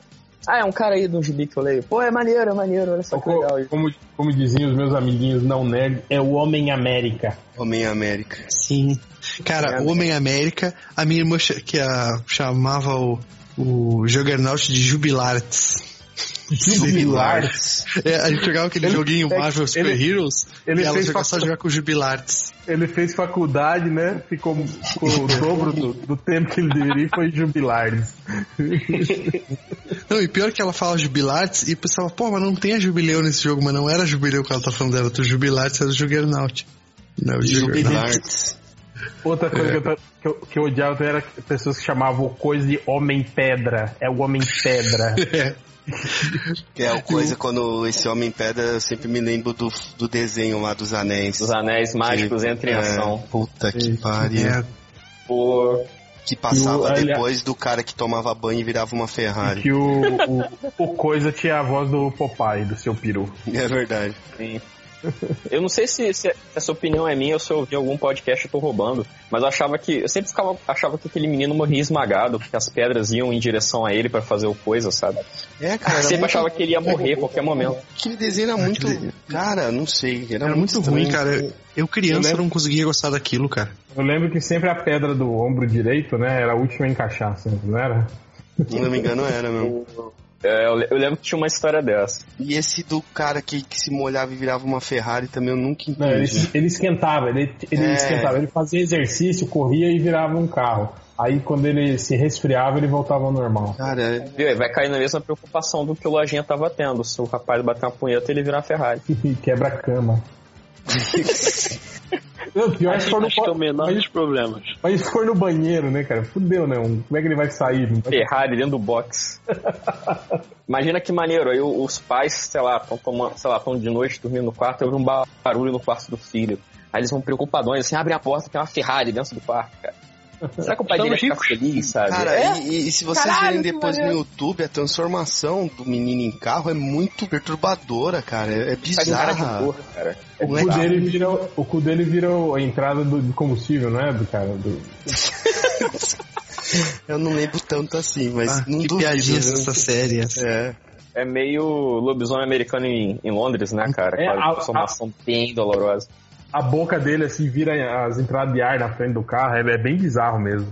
H: Ah, é um cara aí do gibi que eu leio. Pô, é maneiro, é maneiro, olha só que legal.
A: Como, como diziam os meus amiguinhos não nerd, é o Homem América.
G: Homem América.
B: Sim. Cara, o Homem América, a minha irmã cha- que a, chamava o, o Juggernaut de Jubilartes. Jubilartes. É, a gente jogava aquele
A: Ele-
B: joguinho
A: é-
B: Marvel Super
A: ele-
B: Heroes
A: ele
B: e ela
A: fez
B: jogava-
A: facu-
B: só jogava com Jubilartes.
A: Ele fez faculdade, né? Ficou com o dobro do, do tempo que ele deveria e foi jubilardes.
B: Não, e pior que ela fala Jubilartes e pensava, pô, mas não tem a Jubileu nesse jogo, mas não era Jubileu que ela tá falando, era do Jubilartes, era do Juggernaut. Não, o Juggernaut.
A: Outra coisa
B: É.
A: que, eu, ta- que eu- que eu odiava também era pessoas que chamavam o coisa de homem-pedra. É o homem-pedra.
G: Que
H: Uhum.
G: é uma coisa quando esse homem pedra, eu sempre me lembro do, do desenho lá dos anéis. Dos
H: anéis mágicos entram em ação.
G: Puta que pariu.
B: merda.
H: Pô.
G: Que passava
A: E o- aliás-
G: depois do cara que tomava banho e virava
A: <laughs>
G: uma Ferrari.
A: que o, o, o coisa tinha a voz do Popeye, do seu peru.
G: É verdade.
H: Sim. Eu não sei se, se essa opinião é minha ou se eu ouvi algum podcast eu tô roubando, mas eu achava que. Eu sempre ficava, achava que aquele menino morria esmagado, porque as pedras iam em direção a ele pra fazer o coisa, sabe?
G: É, cara.
H: Eu
G: era
H: sempre
G: muito-
H: achava que ele ia morrer a qualquer momento.
G: Aquele desenho era muito. Cara, não sei. Era,
B: Era muito
G: estranho.
B: ruim, cara. Eu- Eu
A: Eu
B: criança
A: lembro-
B: não conseguia gostar daquilo, cara.
A: Eu lembro que sempre a pedra do ombro direito, né? Era a última a encaixar, sempre, não era?
G: Se não me engano, era mesmo.
H: É, eu, le- eu lembro que tinha uma história dessa.
G: E esse do cara que, que se molhava e virava uma Ferrari também eu nunca
A: Não, ele,
G: entendi.
A: ele esquentava, ele, ele
G: É.
A: esquentava, ele fazia exercício, corria e virava um carro. Aí quando ele se resfriava, ele voltava ao normal. <laughs>
G: Cara, é,
H: Viu? Aí Vai cair na mesma preocupação do que o Lojinha tava tendo. Se o rapaz bater uma punheta, ele virar uma Ferrari.
A: E quebra a
C: <laughs>
A: cama. Não, pior é
C: Acho,
A: se for no,
C: acho que é o
A: ba-
C: menor
A: mas,
C: dos problemas.
A: mas se for no banheiro, né, cara? Fudeu, né? Um- como é que ele vai sair? Não vai-
H: Ferrari dentro do <laughs> box. Imagina que maneiro, aí o- os pais, sei lá, estão tomando, sei lá, estão de noite dormindo no quarto, ouvem um ba- barulho no quarto do filho. Aí eles vão preocupadões, assim, abrem a porta, tem uma Ferrari dentro do quarto, cara. Será que o pai dele vai ficar feliz, sabe?
G: Cara,
H: é,
G: e, e- e se vocês verem depois no YouTube, a transformação do menino em carro é muito perturbadora, cara. É, é
H: faz um cara de
G: bizarra.
H: dor, cara.
A: O cu, dele vira, o cu dele vira a entrada do, do combustível, não é? Do cara. Do...
G: Eu não lembro tanto assim, mas
B: Ah,
G: não
B: que
G: duvido.
B: piadinha
G: né?
B: essa série. essa.
G: É.
H: É meio lobisomem americano em, em Londres, né, cara?
A: É,
H: Aquela
A: a-
H: transformação bem dolorosa.
A: A boca dele, assim, vira as entradas de ar na frente do carro. É, é bem bizarro mesmo.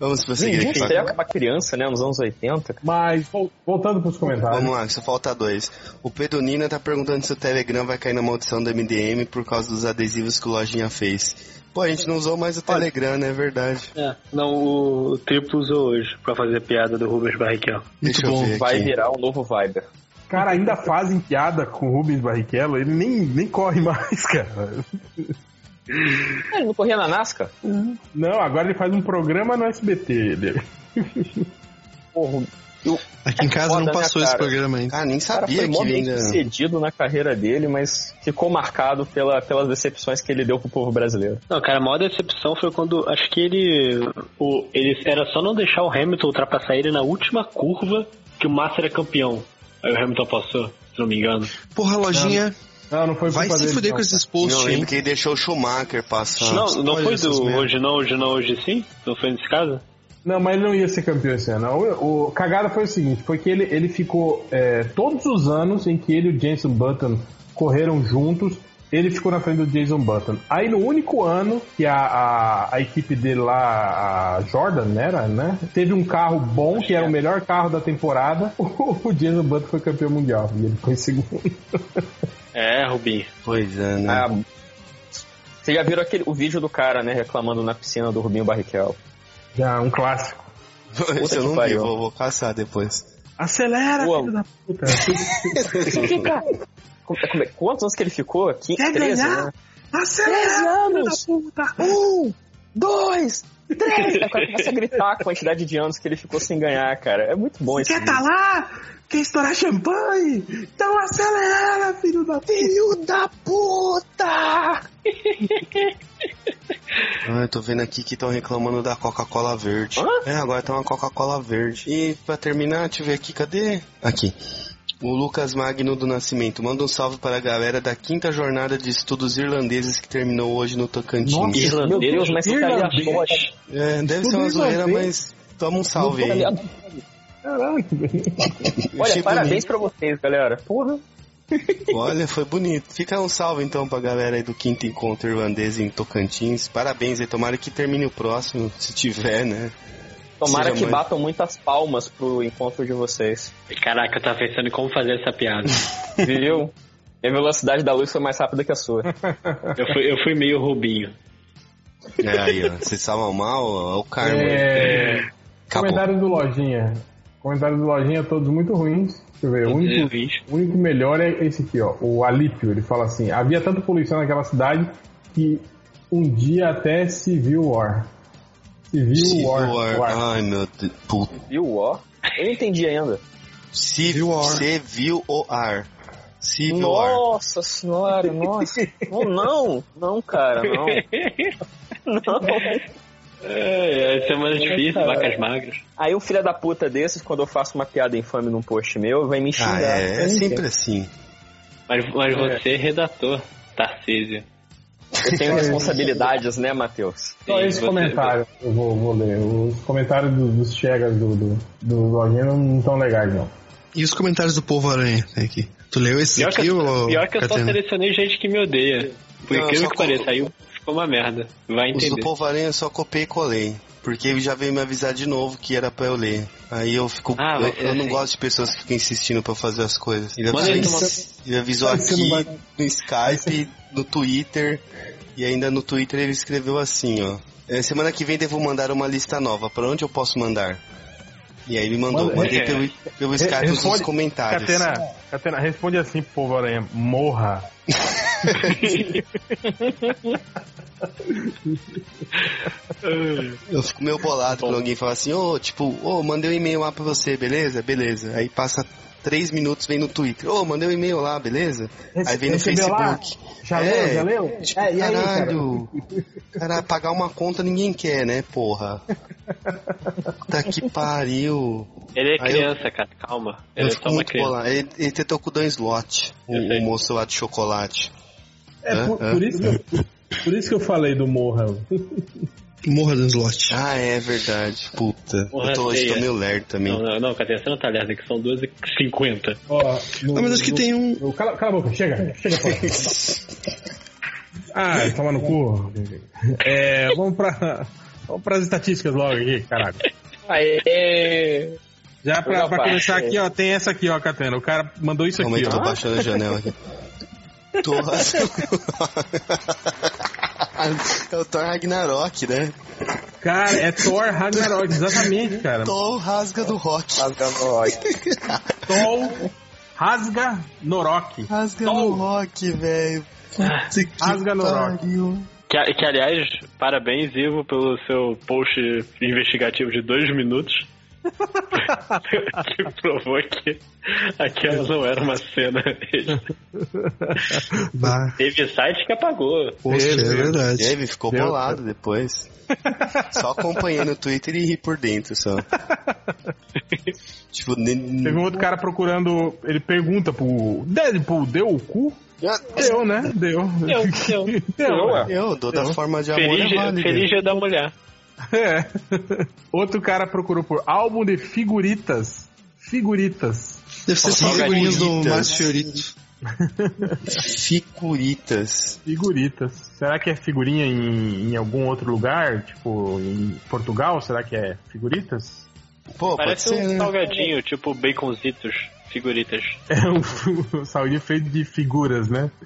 G: Vamos prosseguir
H: Ninguém
G: aqui.
H: entrega pra criança, né, nos anos 80, cara.
A: Mas, vol- voltando pros comentários.
G: Vamos lá, só falta dois. O Pedro Nina tá perguntando se o Telegram vai cair na maldição do MDM por causa dos adesivos que o Lojinha fez. Pô, a gente não usou mais o Telegram, né? É verdade.
C: É, não, o, o Triplo usou hoje pra fazer a piada do Rubens Barrichello.
B: Muito
G: Deixa eu
B: bom.
G: ver
H: Vai
G: aqui.
H: virar um novo Viber.
A: Cara, ainda fazem piada com o Rubens Barrichello, ele nem, nem corre mais, <laughs> cara.
H: Ah, ele não corria na Nasca?
A: Não, agora ele faz um programa no SBT dele.
H: Porra,
B: Aqui em casa
H: Foda,
B: não
H: né,
B: passou esse
H: cara?
B: programa ainda.
G: É Cara, nem
H: O cara
G: sabia
H: foi mó
G: que
H: bem
G: ainda...
H: sucedido na carreira dele, mas ficou marcado pela, pelas decepções que ele deu pro povo brasileiro.
C: Não, cara, a maior decepção foi quando acho que ele. O, ele era só não deixar o Hamilton ultrapassar ele na última curva que o Massa era campeão. Aí o Hamilton passou, se não me engano.
B: Porra, lojinha,
A: Não, não foi
B: vai
A: culpa
B: se
A: dele.
B: fuder
A: não.
B: com esses
G: Não,
B: posts, hein?
G: lembro que ele deixou o Schumacher passar.
C: não, não
B: olha
C: foi
B: essas
C: do
B: merda.
C: hoje não, hoje não, hoje sim? Não foi nesse caso?
A: Não, mas ele não ia ser campeão esse ano. O, o cagada foi o seguinte, foi que ele, ele ficou é, todos os anos em que ele e o Jason Button correram juntos, ele ficou na frente do Jason Button. Aí no único ano que a, a, a equipe dele lá, a Jordan, era, né? Teve um carro bom, que era o melhor carro da temporada, <laughs> o, Jason Button foi campeão mundial. E ele foi segundo.
C: É, Rubinho.
G: Pois é, né?
H: Ah, vocês já viram aquele, o vídeo do cara, né, reclamando na piscina do Rubinho Barrichello.
A: Já, um clássico.
G: <laughs> Esse eu
H: que
G: não vi,
H: pariu.
G: vou, vou caçar depois.
A: Acelera,
H: Uou.
A: filho da
H: <laughs>
A: puta.
H: tá? Como- como é- quantos anos que ele ficou? Quin- 13, né?
A: Acelera!
H: anos! Um, dois, três! Aí o cara começa a gritar a quantidade de anos que ele ficou sem ganhar, cara. É muito bom isso.
A: lá? Quer estourar champanhe? Então acelera, filho da
H: Filho da puta!
G: Ah, eu tô vendo aqui que estão reclamando da Coca-Cola verde.
H: Hã?
G: É, agora tá uma Coca-Cola verde. E pra terminar, deixa eu ver aqui, cadê? Aqui. O Lucas Magno do Nascimento. Manda um salve para a galera da quinta jornada de estudos irlandeses que terminou hoje no Tocantins.
H: Meu Deus, mas que cara
A: irlandês.
G: É, deve ser uma
A: Estudo
G: zoeira,
A: irlandês.
G: mas toma um salve aí.
A: Caralho, velho.
G: Eu achei
H: Olha, parabéns
G: bonito.
H: pra vocês, galera. Porra.
G: Olha, foi bonito. Fica um salve então pra galera aí do Quinto Encontro Irlandês em Tocantins. Parabéns aí, tomara que termine o próximo, se tiver, né?
H: Tomara
C: Seja
H: que
C: mãe.
H: batam muitas palmas pro encontro de vocês.
C: Caraca, eu tava pensando em como fazer essa <laughs> piada.
G: <laughs>
H: Viu? Minha velocidade da luz foi mais rápida que a sua.
C: Eu fui, eu fui meio Rubinho.
G: É aí, ó. Vocês estavam mal? É o karma.
M: É,
G: Acabou.
M: Comentários do Lojinha. Comentários do Lojinha, todos muito ruins. Deixa eu ver,
A: um
M: o
C: É.
M: único, o único melhor é esse aqui, ó. O Alípio, ele fala assim: havia tanta poluição naquela cidade que um dia até Civil War. Civil,
G: Civil
M: War.
G: War.
M: War.
B: Ah,
G: Ai, meu Deus. Puta.
H: Viu o ó? Eu não entendi ainda.
G: Civil War. Civil War. Civil War.
H: Nossa
G: <laughs>
H: senhora, nossa. Não, não, não, cara, não. Não.
C: <laughs> É, é semana difícil,
H: cara.
C: vacas magras.
H: Aí um filho da puta desses, quando eu faço uma piada infame num post meu, vai me xingar.
G: Ah, é, é
H: Eu não
G: sempre
H: entendo.
G: assim.
C: Mas, mas
H: É.
C: você é redator, Tarcísio.
G: assim.
H: Eu tenho responsabilidades, né, Matheus?
M: Só esse
C: você-
M: comentário eu vou, vou ler. Os comentários do- dos chegas do, do, do Lojinha não estão legais, não.
B: E os comentários do povo aranha tem aqui. Tu leu esse
C: Pior que,
B: aqui, ô,
C: eu, pior que eu só
B: Catena?
C: selecionei gente que me odeia. Por
G: Não,
C: incrível
G: só
C: que
G: com-
C: pareça, aí ficou uma merda. Vai
G: Os do
C: entender.
G: Povo Aranha eu só copiei e colei. Porque ele já veio me avisar de novo que era pra eu ler. Aí eu fico.
C: Ah,
G: eu,
C: mas-
G: eu não gosto de pessoas que ficam insistindo pra eu fazer as coisas. Ele
C: Manda
G: avisou,
C: ele
G: em- ele avisou
M: Aí você
G: aqui,
M: não
G: no Skype, no Twitter. E ainda no Twitter ele escreveu assim, ó. "É, Semana que vem devo mandar uma lista nova. Pra onde eu posso mandar? E aí ele mandou.
M: Manda-
G: Mandei
C: é.
G: pelo, pelo
M: Re-
G: Skype os
M: responde-
B: Ah,
G: comentários.
A: Catena, Catena, responde assim pro povo aranha. Morra.
G: Eu fico meio bolado quando alguém fala assim, ô, tipo, ô, mandei um e-mail lá pra você, beleza? Beleza. Aí passa três minutos, vem no Twitter, ô, mandei um e-mail lá, beleza? Aí vem no
M: Recebeu lá?
G: Facebook.
M: Já
G: É,
M: leu? Já leu?
G: Tipo,
M: É, e aí, cara? <laughs>
G: caralho. Cara, pagar uma conta ninguém quer, né, porra?
C: É,
G: Puta que pariu.
C: Ele é
G: Aí eu-
C: criança, cara, calma.
G: Eu
C: Ele é só
G: fico
C: uma
G: muito
C: criança.
G: bolado. Ele, ele tentou com o Dan Slot, o,
C: Eu sei.
G: o moço lá de chocolate.
M: É,
G: Hã?
M: por,
G: Hã?
M: por isso que eu, por isso que eu falei do Morra.
B: Morra do slot.
G: Ah, é verdade. Puta.
C: Porra,
G: eu tô, hoje tô
C: feia.
G: meio lerdo também.
C: Não, é não, não, Catarina, você não tá lerda, que são 12h50.
M: Ó, no-
B: Ah, mas acho que
M: no-
B: tem um.
M: no- Cala, cala a boca, chega, chega
C: <laughs>
M: fora. Ah, toma no cu. É, vamos pra. Vamos pras estatísticas logo aqui, caralho.
H: Aê!
A: Já pra,
H: Legal,
A: pra
H: pai.
A: começar aqui,
B: é.
A: ó, tem essa aqui, ó, Catena. O cara mandou isso
G: Calma aí
A: aqui,
G: que eu tô
A: ó.
G: baixando a
C: <laughs>
G: janela aqui. <laughs> Thor. é o Thor Ragnarok, né?
A: Cara, é Thor Ragnarok, exatamente, cara.
G: Thor rasga do rock.
A: Thor rasga Norok.
G: Rasga do rock, velho. Puta que
A: Rasga no rock.
G: pariu.
C: Que, que, aliás, parabéns, Ivo, pelo seu post investigativo de dois
G: <laughs>
C: minutos. que provou que aquela não era uma cena.
B: Bah,
C: Teve site que apagou.
B: poxa, é verdade.
G: E aí, ele ficou bolado depois. Só acompanhei no Twitter e ri por dentro só. tipo,
A: Teve
G: nem...
A: um outro cara procurando. Ele pergunta pro Deadpool, deu o cu? Deu, né? Deu. <laughs>
C: Deu, deu.
A: Deu, ué.
G: eu dou da forma de <laughs> amor
C: Feliz,
G: é
C: dia-
G: válido.
C: feliz dia da mulher.
A: É. <laughs> Outro cara procurou por álbum de figuritas. Figuritas.
B: Deve ser só figurinhas do Márcio Fiorito.
G: Ficuritas.
A: Figuritas. Será que é figurinha em, em algum outro lugar? Tipo, em Portugal? Será que é figuritas?
G: Pô,
C: Parece
G: pode ser,
C: um
G: né?
C: salgadinho, tipo baconzitos, figuritas.
A: É um saúde feito de figuras, né? <laughs>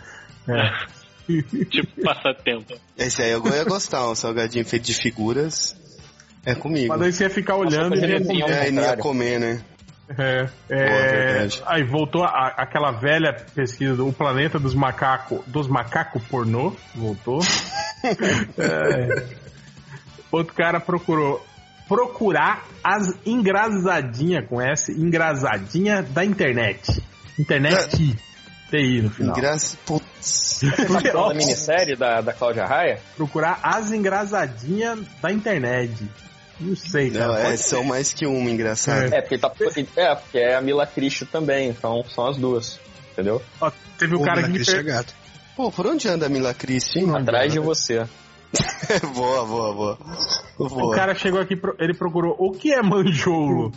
A: É.
G: <laughs>
C: Tipo passatempo.
G: Esse aí eu ia gostar, um salgadinho feito de figuras. É comigo.
A: Mas daí você ia ficar olhando e
H: poderia ter
A: ia...
H: um-
G: É, e não ia
H: contrário.
G: comer, né?
A: É, é,
G: Boa, verdade.
A: aí voltou a- aquela velha pesquisa do planeta dos macacos, dos macacos pornô,
G: <laughs>
A: voltou. É. Outro cara procurou procurar as engraçadinha com S, engraçadinha da internet. Internet TI no final.
G: Graças. É. Putz.
H: Tá
G: <laughs>
H: falando da minissérie da, da Cláudia Raia?
A: Procurar as engraçadinha da internet. Não sei, cara.
G: Não, é,
A: Pode
G: são mais que uma, engraçado.
H: É, porque tá. É, porque é a Mila Cristo também, então são as duas. Entendeu?
A: Ó, teve o
B: Pô,
A: cara
B: na
A: que me
B: Cristo é
A: per-
B: gato.
G: Pô, por onde anda a Mila Cristi, hein?
H: Atrás de você.
G: boa, boa, boa.
A: o
G: boa.
A: cara chegou aqui, pro- ele procurou o que é manjolo?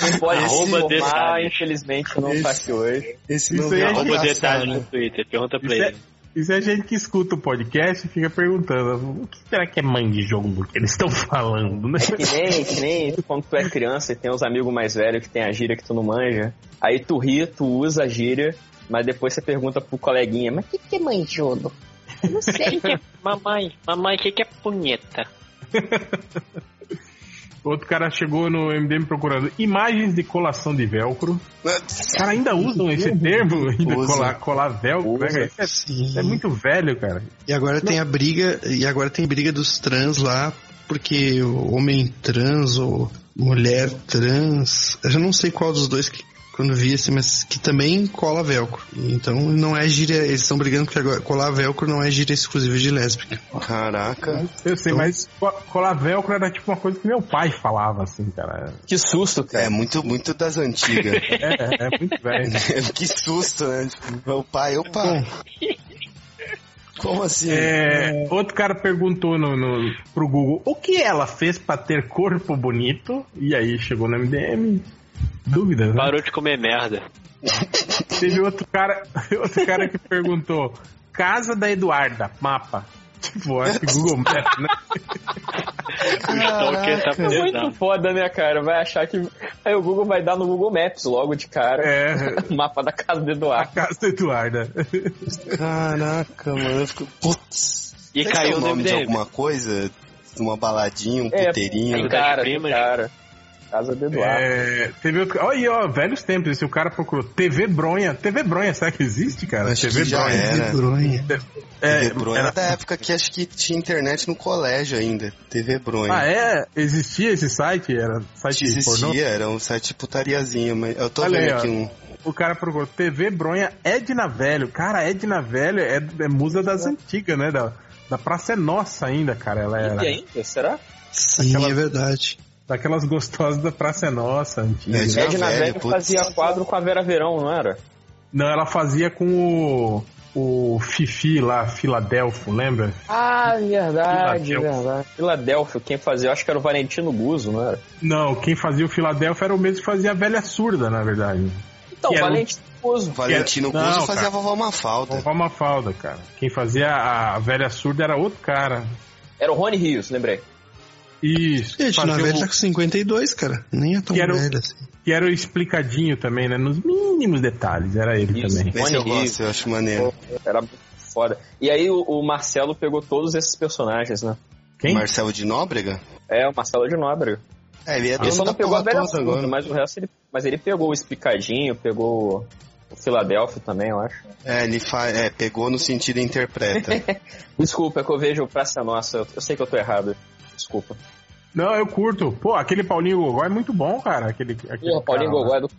H: Não pode
C: Arroba
H: se informar,
C: detalhe.
H: infelizmente não tá aqui hoje.
G: Esse
A: Isso
G: não
A: aí
G: é
A: é
C: Arroba
G: engraçado,
C: detalhe
G: né?
C: no Twitter, pergunta pra
A: Isso é-
C: ele.
A: Isso é gente que escuta o podcast e fica perguntando: o que será que é mãe de jogo que eles estão <laughs> falando, né?
H: Que nem, que nem quando tu é criança e tem uns amigos mais velhos que tem a gíria que tu não manja. Aí tu ri, tu usa a gíria, mas depois você pergunta pro coleguinha, mas o que, que é manjolo? Eu não <laughs> sei.
C: Mamãe, mamãe, o que, que é punheta?
A: Outro cara chegou no MDM procurando imagens de colação de velcro. Os caras ainda usam esse termo? <laughs> Ainda
B: Usa.
A: colar, colar velcro? né,
B: Usa.
A: cara? Isso é- isso é muito velho, cara.
B: E agora tem a briga, e agora tem briga dos trans lá, porque o homem trans ou mulher trans, eu já não sei qual dos dois que quando vi assim, mas que também cola velcro. Então não é gíria, eles estão brigando porque agora colar velcro não é gíria exclusiva de lésbica.
G: Caraca.
A: Eu sei, mas co- colar velcro era tipo uma coisa que meu pai falava, assim, cara.
H: Que susto,
G: cara. É muito, muito das antigas.
A: <laughs> É, é muito velho.
G: que susto, né? Tipo, meu pai, opa. Como assim?
A: É, outro cara perguntou no, no, pro Google o que ela fez pra ter corpo bonito. E aí chegou no MDM. Dúvidas, né?
C: Parou de comer merda.
A: Teve outro cara, <laughs> outro cara que perguntou: Casa da Eduarda, mapa. Tipo, acho que Google Maps, né?
C: stalker tá
H: é
C: pesado.
H: muito foda, né, cara? Vai achar que. Aí o Google vai dar no Google Maps logo de cara.
A: É.
H: <laughs> o mapa da casa do Eduardo.
A: Casa da Eduarda.
G: Caraca, mano. Eu fico. Putz.
C: E
G: Será que
C: caiu
G: é o
C: no
G: nome de
C: MDM.
G: alguma coisa? Uma baladinha, um
H: É,
G: puteirinho.
H: tem cara, tem cara. Casa do Eduardo.
A: É, teve outro. Olha aí, ó, velhos tempos. Esse o cara procurou TV Bronha. TV Bronha, será que existe, cara?
G: Acho
A: TV
G: que já
A: Bronha.
G: era.
B: Bronha.
A: É,
G: TV Bronha.
A: era-
G: Era da época que acho que tinha internet no colégio ainda. TV Bronha.
A: Ah, é? Existia esse site? Era site pornô?
G: Existia, era um site putariazinho, mas eu tô
A: Olha aí,
G: vendo
A: ó.
G: aqui um.
A: O cara procurou TV Bronha Edna Velho. Cara, Edna Velho é, é musa das antigas, né? Da, da Praça é Nossa ainda, cara. Ela era
H: E ainda? Será?
B: Sim,
A: Aquela-
B: é verdade.
A: daquelas gostosas da Praça é Nossa antiga.
G: Edna
H: Edna
G: Velho,
H: Velho
G: putz.
H: fazia quadro com a Vera Verão, não era?
A: Não, ela fazia com o, o Fifi lá, Filadelfo, lembra?
H: Ah, verdade,
A: Filadélfio.
H: verdade. Filadélfio, quem fazia, eu acho que era o Valentino Guzzo, não era?
A: Não, quem fazia o Filadelfo era o mesmo que fazia a velha surda, na verdade.
H: Então,
A: Que era
H: Valentino Guzzo.
G: Valentino
A: Não,
G: Guzzo fazia
A: cara.
G: a vovó uma
B: É.
G: falta.
A: Vovó Mafalda, cara. Quem fazia a, a velha surda era outro cara.
H: Era o Rony Rios, lembrei.
A: Isso.
B: Gente,
A: fazia
B: na velha
A: o-
B: tá com 52, cara. Nem é tão
A: Que era o-
B: velha assim.
A: que era o explicadinho também, né? Nos mínimos detalhes, era ele
H: Isso.
A: também.
G: Esse eu
H: Rony Rios.
G: gosto, eu acho maneiro.
H: Era foda. E aí o, o Marcelo pegou todos esses personagens, né?
A: Quem?
G: Marcelo de Nóbrega?
H: É, o Marcelo de Nóbrega.
G: É,
B: Ah,
G: ele é
H: Ele
G: dono
H: só
B: tá
G: da
H: não pegou a
G: porra
H: velha
G: toda
H: surda,
G: agora.
H: mas o resto ele. Mas ele pegou o Espicadinho, pegou o Filadélfio também, eu acho.
G: É, ele fa... é, pegou no sentido interpreta.
H: Desculpa, é que eu vejo Praça Nossa. Eu, eu sei que eu tô errado. Desculpa.
A: Não, eu curto. Pô, aquele Paulinho Gogó é muito bom, cara. Aquele, aquele
H: Porra, Paulinho
A: cara né? lá.
H: Gogó é do.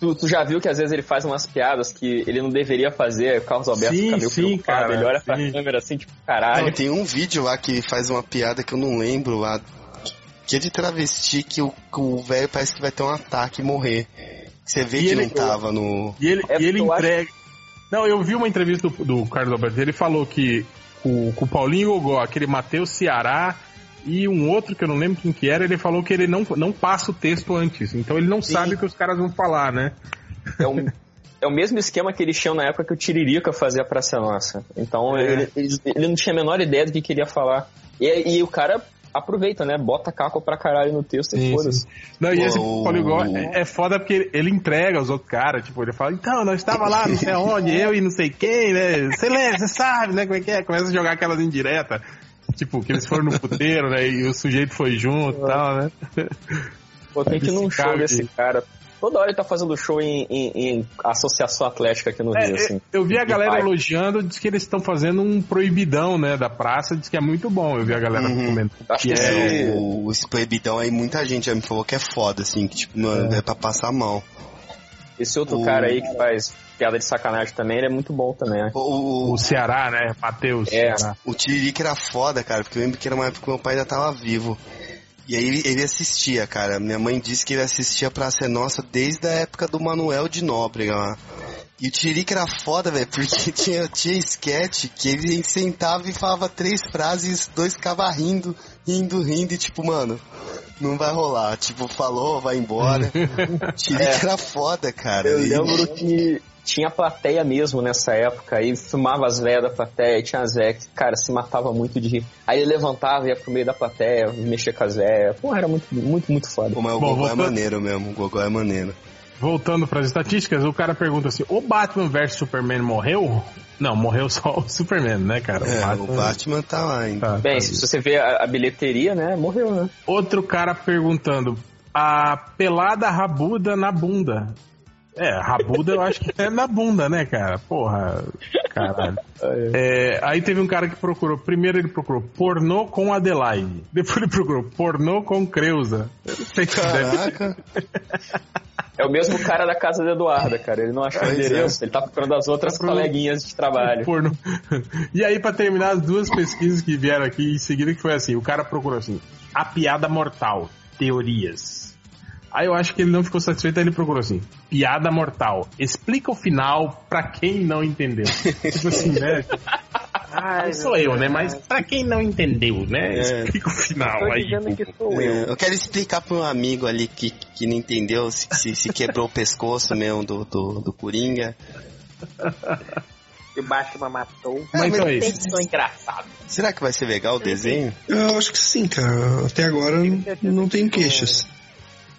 H: Tu, tu já viu que às vezes ele faz umas piadas que ele não deveria fazer, aí o Carlos Alberto
A: Sim,
H: fica meio
A: sim,
H: preocupado,
A: cara,
H: ele olha pra
A: sim.
H: câmera assim, tipo,
G: Não,
H: caralho.
G: tem um vídeo lá que faz uma piada que eu não lembro lá. Que é de travesti que o que o velho parece que vai ter um ataque e morrer. Você vê
A: E
G: que
A: ele-
G: não tava no.
A: E ele,
H: É,
A: e ele
H: eu acho-
A: entrega. Não, eu vi uma entrevista do, do Carlos Alberto. Ele falou que com, com o Paulinho Gogó, aquele Matheus Ceará e um outro que eu não lembro quem que era, ele falou que ele não, não passa o texto antes. Então ele não sabe o que os caras vão falar, né?
H: É o, é o mesmo esquema que eles tinham na época que o Tiririca fazia a Praça Nossa. Então
A: É.
H: ele, eles- ele não tinha a menor ideia do que queria falar. E, e o cara aproveita, né? Bota caco pra caralho no texto e
A: Sim,
H: foda-se.
A: Não, e esse
G: Uou.
A: Poligó é, é foda porque ele, ele entrega os outros caras, tipo, ele fala, então, nós estava lá,
G: <laughs>
A: não sei onde, eu e não sei quem, né? Você lembra, você sabe, né? Como é que é? Começa a jogar aquelas indiretas. Tipo, que eles foram no puteiro, né? E o sujeito foi junto
G: É.
A: e tal, né?
H: Pô, tem que ir num
A: Esse
H: show
A: cara
H: desse
A: de-
H: cara. Toda hora ele tá fazendo show em, em- em associação atlética aqui no
A: É,
H: Rio, assim.
A: Eu vi a
H: de
A: galera
H: bairro.
A: elogiando, diz que eles estão fazendo um proibidão, né? Da praça, diz que é muito bom. Eu vi a galera
G: Uhum.
A: comentando.
H: Acho que
A: que
H: esse-
A: é,
G: É, o, esse proibidão aí, muita gente já me falou que é foda, assim, que tipo, mano, é, pra passar mal.
H: Esse outro
G: O-
H: cara aí que faz piada de sacanagem também, ele é muito bom também. né?
G: O, o,
A: o Ceará, né? Matheus.
H: É.
A: Ceará.
G: o Tiririca era foda, cara, porque eu lembro que era uma época que meu pai ainda tava vivo. E aí ele- ele assistia, cara. Minha mãe disse que ele assistia Praça é Nossa desde a época do Manuel de Nóbrega lá. E o Tiririca era foda, velho, porque <laughs> tinha, tinha sketch que ele sentava e falava três frases e os dois ficavam rindo, rindo, rindo e tipo, mano, não vai rolar. Tipo, falou, vai embora. O Tiririca era foda, cara.
H: Hum. É.
O: é.
H: Eu
G: E-
H: lembro que tinha plateia mesmo nessa época, aí filmava as velhas da plateia, tinha as velhas que, cara, se matava muito de rir. Aí ele levantava, ia pro meio da plateia, mexia com as velhas. Porra, era muito, muito, muito foda.
G: Como é, o
H: Bom,
G: Gogol é
H: voltando-
G: maneiro mesmo, o Gogol é maneiro.
A: Voltando para as estatísticas, o cara pergunta assim: o Batman versus Superman morreu? Não, morreu só o Superman, né, cara?
G: É, o Batman tá lá ainda.
H: Bem, se você vê a, a bilheteria, né, morreu, né?
A: Outro cara perguntando: a pelada rabuda na bunda. É, rabuda eu acho que é na bunda, né, cara? Porra, caralho. É, aí teve um cara que procurou. Primeiro ele procurou pornô com Adelaide. Depois ele procurou pornô com Creuza. Eu não sei se deve-
H: É o mesmo cara da casa da Eduarda, cara. Ele não
O: é.
H: achou o
A: Pois
H: endereço, ele tá procurando as outras coleguinhas de trabalho.
A: Pornô. <laughs> E aí, pra terminar, as duas pesquisas que vieram aqui em seguida, que foi assim, o cara procurou assim, a piada mortal, teorias. Aí eu acho que ele não ficou satisfeito, aí ele procurou assim, piada mortal, explica o final pra quem não entendeu. tipo assim, né? Ah, sou eu, né? Mas pra quem não entendeu, né? Explica o final.
G: Tô
A: aí,
G: dizendo
A: que
G: É, Eu quero explicar pro meu amigo ali que, que não entendeu se, se, se quebrou o pescoço mesmo do, do, do Coringa.
O: E o Batman matou.
G: Mas então é
O: tem
G: isso.
O: que ser engraçado.
G: Será que vai ser legal o desenho?
B: Eu acho que sim, cara. Até agora não tem queixas.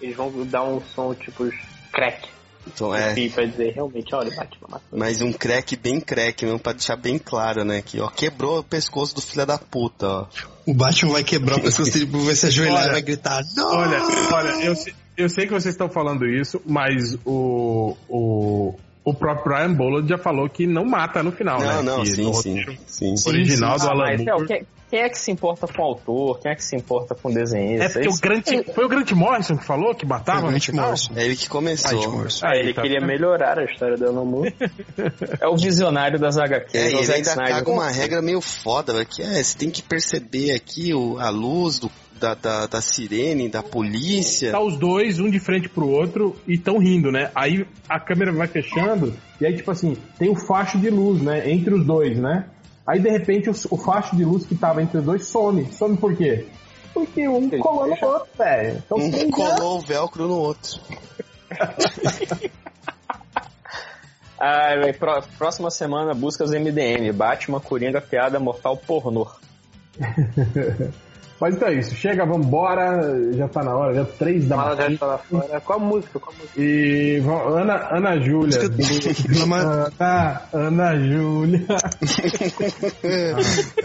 O: Eles vão dar um som tipo crack.
G: Então, é,
O: Assim, pra dizer realmente, olha, o Batman matou.
G: mas um crack bem crack mesmo, pra deixar bem claro, né? Que ó, quebrou o pescoço do filho da puta, ó.
B: O Batman
M: <laughs>
B: vai quebrar o pescoço dele, vai se ajoelhar e vai gritar. Não!
A: Olha, olha, eu, se- eu sei que vocês estão falando isso, mas o, o, o próprio Ryan Bullard já falou que não mata no final, né?
G: Não, não,
A: Que
G: sim,
A: no
G: sim,
A: roteiro
G: sim. sim.
A: Original do
H: Ah,
A: Alan
H: mas,
A: Moore.
H: é, quem, quem é que se importa com o autor? Quem é que se importa com o desenhista?
A: É porque o
H: Esse-
A: Grant, foi o Grant Morrison que falou que matava no final? tá
G: É ele que começou.
H: Ah, ele queria melhorar a história do
A: <laughs>
H: Alan Moore. é o visionário das HQs.
G: É,
H: é o
G: ele
H: Zack
G: ainda
H: Snyder.
G: caga uma regra meio foda, velho, que é, você tem que perceber aqui o, a luz do, da, da, da sirene, da polícia.
A: Tá os dois, um de frente pro outro, e tão rindo, né? Aí a câmera vai fechando, e aí, tipo assim, tem o facho de luz, né? Entre os dois, né? Aí, de repente, o, o facho de luz que tava entre os dois some. Some por quê? Porque um colou no outro, velho. Então,
G: Um
A: quem
G: colou o velcro no outro.
H: Ah, velho, pró- próxima semana, busca os MDM. Batman, Coringa, Piada, Mortal, Pornô.
M: <laughs> Mas então é isso. Chega, vambora. Já tá na hora, já três da
O: Fala
M: manhã.
O: dessa lá fora. Qual a música? Qual a música?
M: E va- Ana, Ana Júlia. <laughs> Ana, Ana Júlia.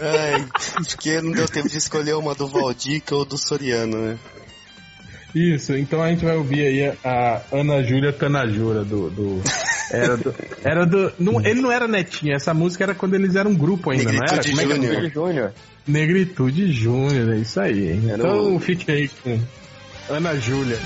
G: Ai, É, porque não deu tempo de escolher uma do Valdica ou do Soriano, né?
A: Isso, então a gente vai ouvir aí a Ana Júlia Tanajura do. do- era do. Era do não, ele não era netinho, essa música era quando eles eram um grupo ainda,
G: Negritude
A: não era?
G: Júnior.
A: era? é Negritude Júnior, é isso aí. hein?
G: Era
A: Então
G: o-
A: fique aí com Ana Júlia.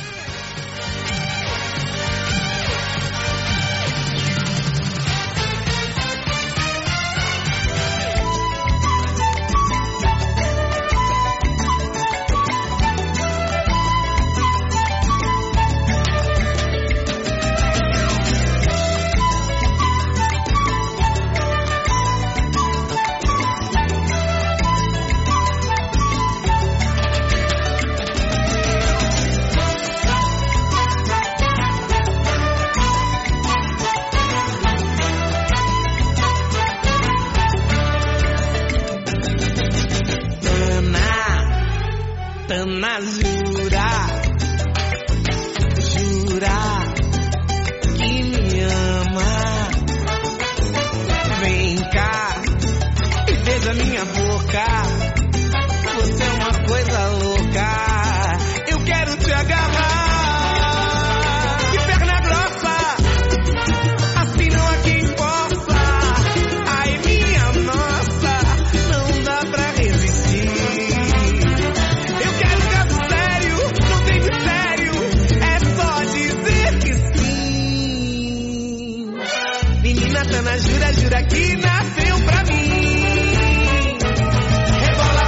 P: Ana, Ana jura, jura que me ama. Vem cá e beija minha boca. Você é uma coisa louca. Eu quero te agarrar. Que perna grossa, assim não há quem possa. Ai, minha nossa, não dá pra resistir. Eu quero caso sério, não tem mistério, é só dizer que sim. Menina Tana, jura, jura que nasceu pra mim. Rebola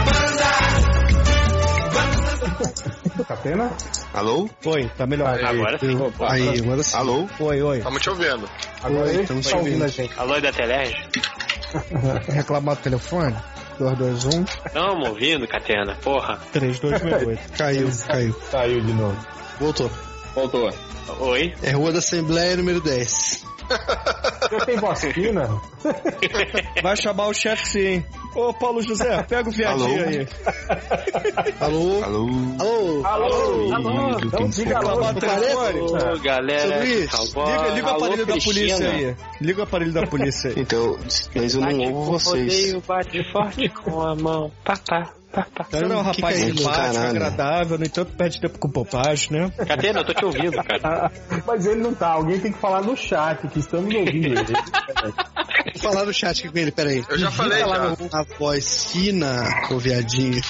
P: banda,
M: Catena?
G: Alô?
I: Foi, tá melhor.
C: Agora sim.
B: Aí, agora
M: assim.
B: sim.
G: Alô?
I: Oi, oi.
D: Estamos te ouvindo.
I: Agora
B: Oi,
I: aí,
B: estamos
I: tá
B: te
I: ouvindo
B: ouvindo.
I: a gente.
C: Alô, da Telerge?
I: Reclamar do telefone? 221
C: Tamo ouvindo, Catena, porra.
I: 3268.
B: Caiu, caiu.
M: Saiu de novo.
B: Voltou.
H: Voltou.
C: Oi?
B: É Rua da Assembleia número 10.
M: Eu tenho vacina?
I: Vai chamar o chefe sim, hein? Ô, Paulo José, pega o viadinho
B: Alô?
I: aí.
B: Alô? Alô? Alô?
I: Alô? Alô? Não diga alô no telefone.
C: Ô, galera,
I: Seu Luiz,
C: tá bom.
I: liga, liga o
C: Alô,
I: aparelho da
C: Cristina.
I: polícia aí. Liga o aparelho da polícia aí.
G: Então, mas eu não ouvo vocês.
C: Rodeio bate forte com a mão. Papá.
B: Tá
I: Você não é um
C: Que
I: rapaz
C: caído,
I: simpático,
C: caralho.
G: né?
I: agradável, Tá, no entanto perde tempo com bobagem, né?
C: Catena, eu tô te ouvindo, cara.
M: Mas ele não tá, alguém tem que falar no chat que estamos ouvindo ele.
B: Vou falar no chat aqui com ele, peraí.
M: Eu já falei,
B: Digita lá
M: já.
B: no- na voz fina, ô viadinho.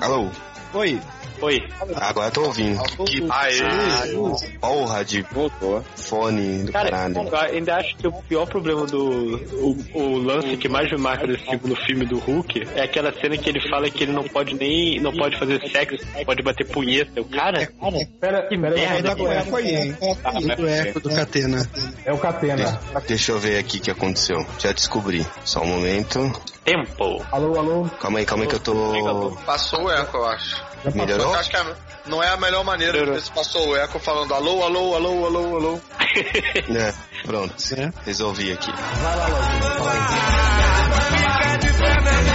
G: Alô?
I: Oi.
C: Oi.
G: Agora eu tô ouvindo. Que
C: Aê.
G: porra de fone do
C: Cara,
G: caralho.
B: é
C: eu ainda acho que o pior problema do. O, o lance que mais me marca desse segundo filme do Hulk é aquela cena que ele fala que ele não pode nem. não pode fazer sexo, pode bater punheta. O cara.
M: Pera,
C: que
M: pera,
C: merda.
M: eu vou dar
C: que
M: cueca aí, hein?
C: Ah, vai
B: Do eco do Catena.
M: É o Catena.
G: Deixa eu ver aqui o que aconteceu. Já descobri. Só um momento.
C: Tempo.
M: Alô, alô.
G: Calma aí, calma aí que eu tô.
D: Passou o eco, eu acho.
G: Melhorou?
D: Só que eu acho que a- não é a melhor maneira de ver se passou o eco falando alô, alô, alô, alô, alô.
G: É, pronto. Resolvi aqui.
P: Fica de pé na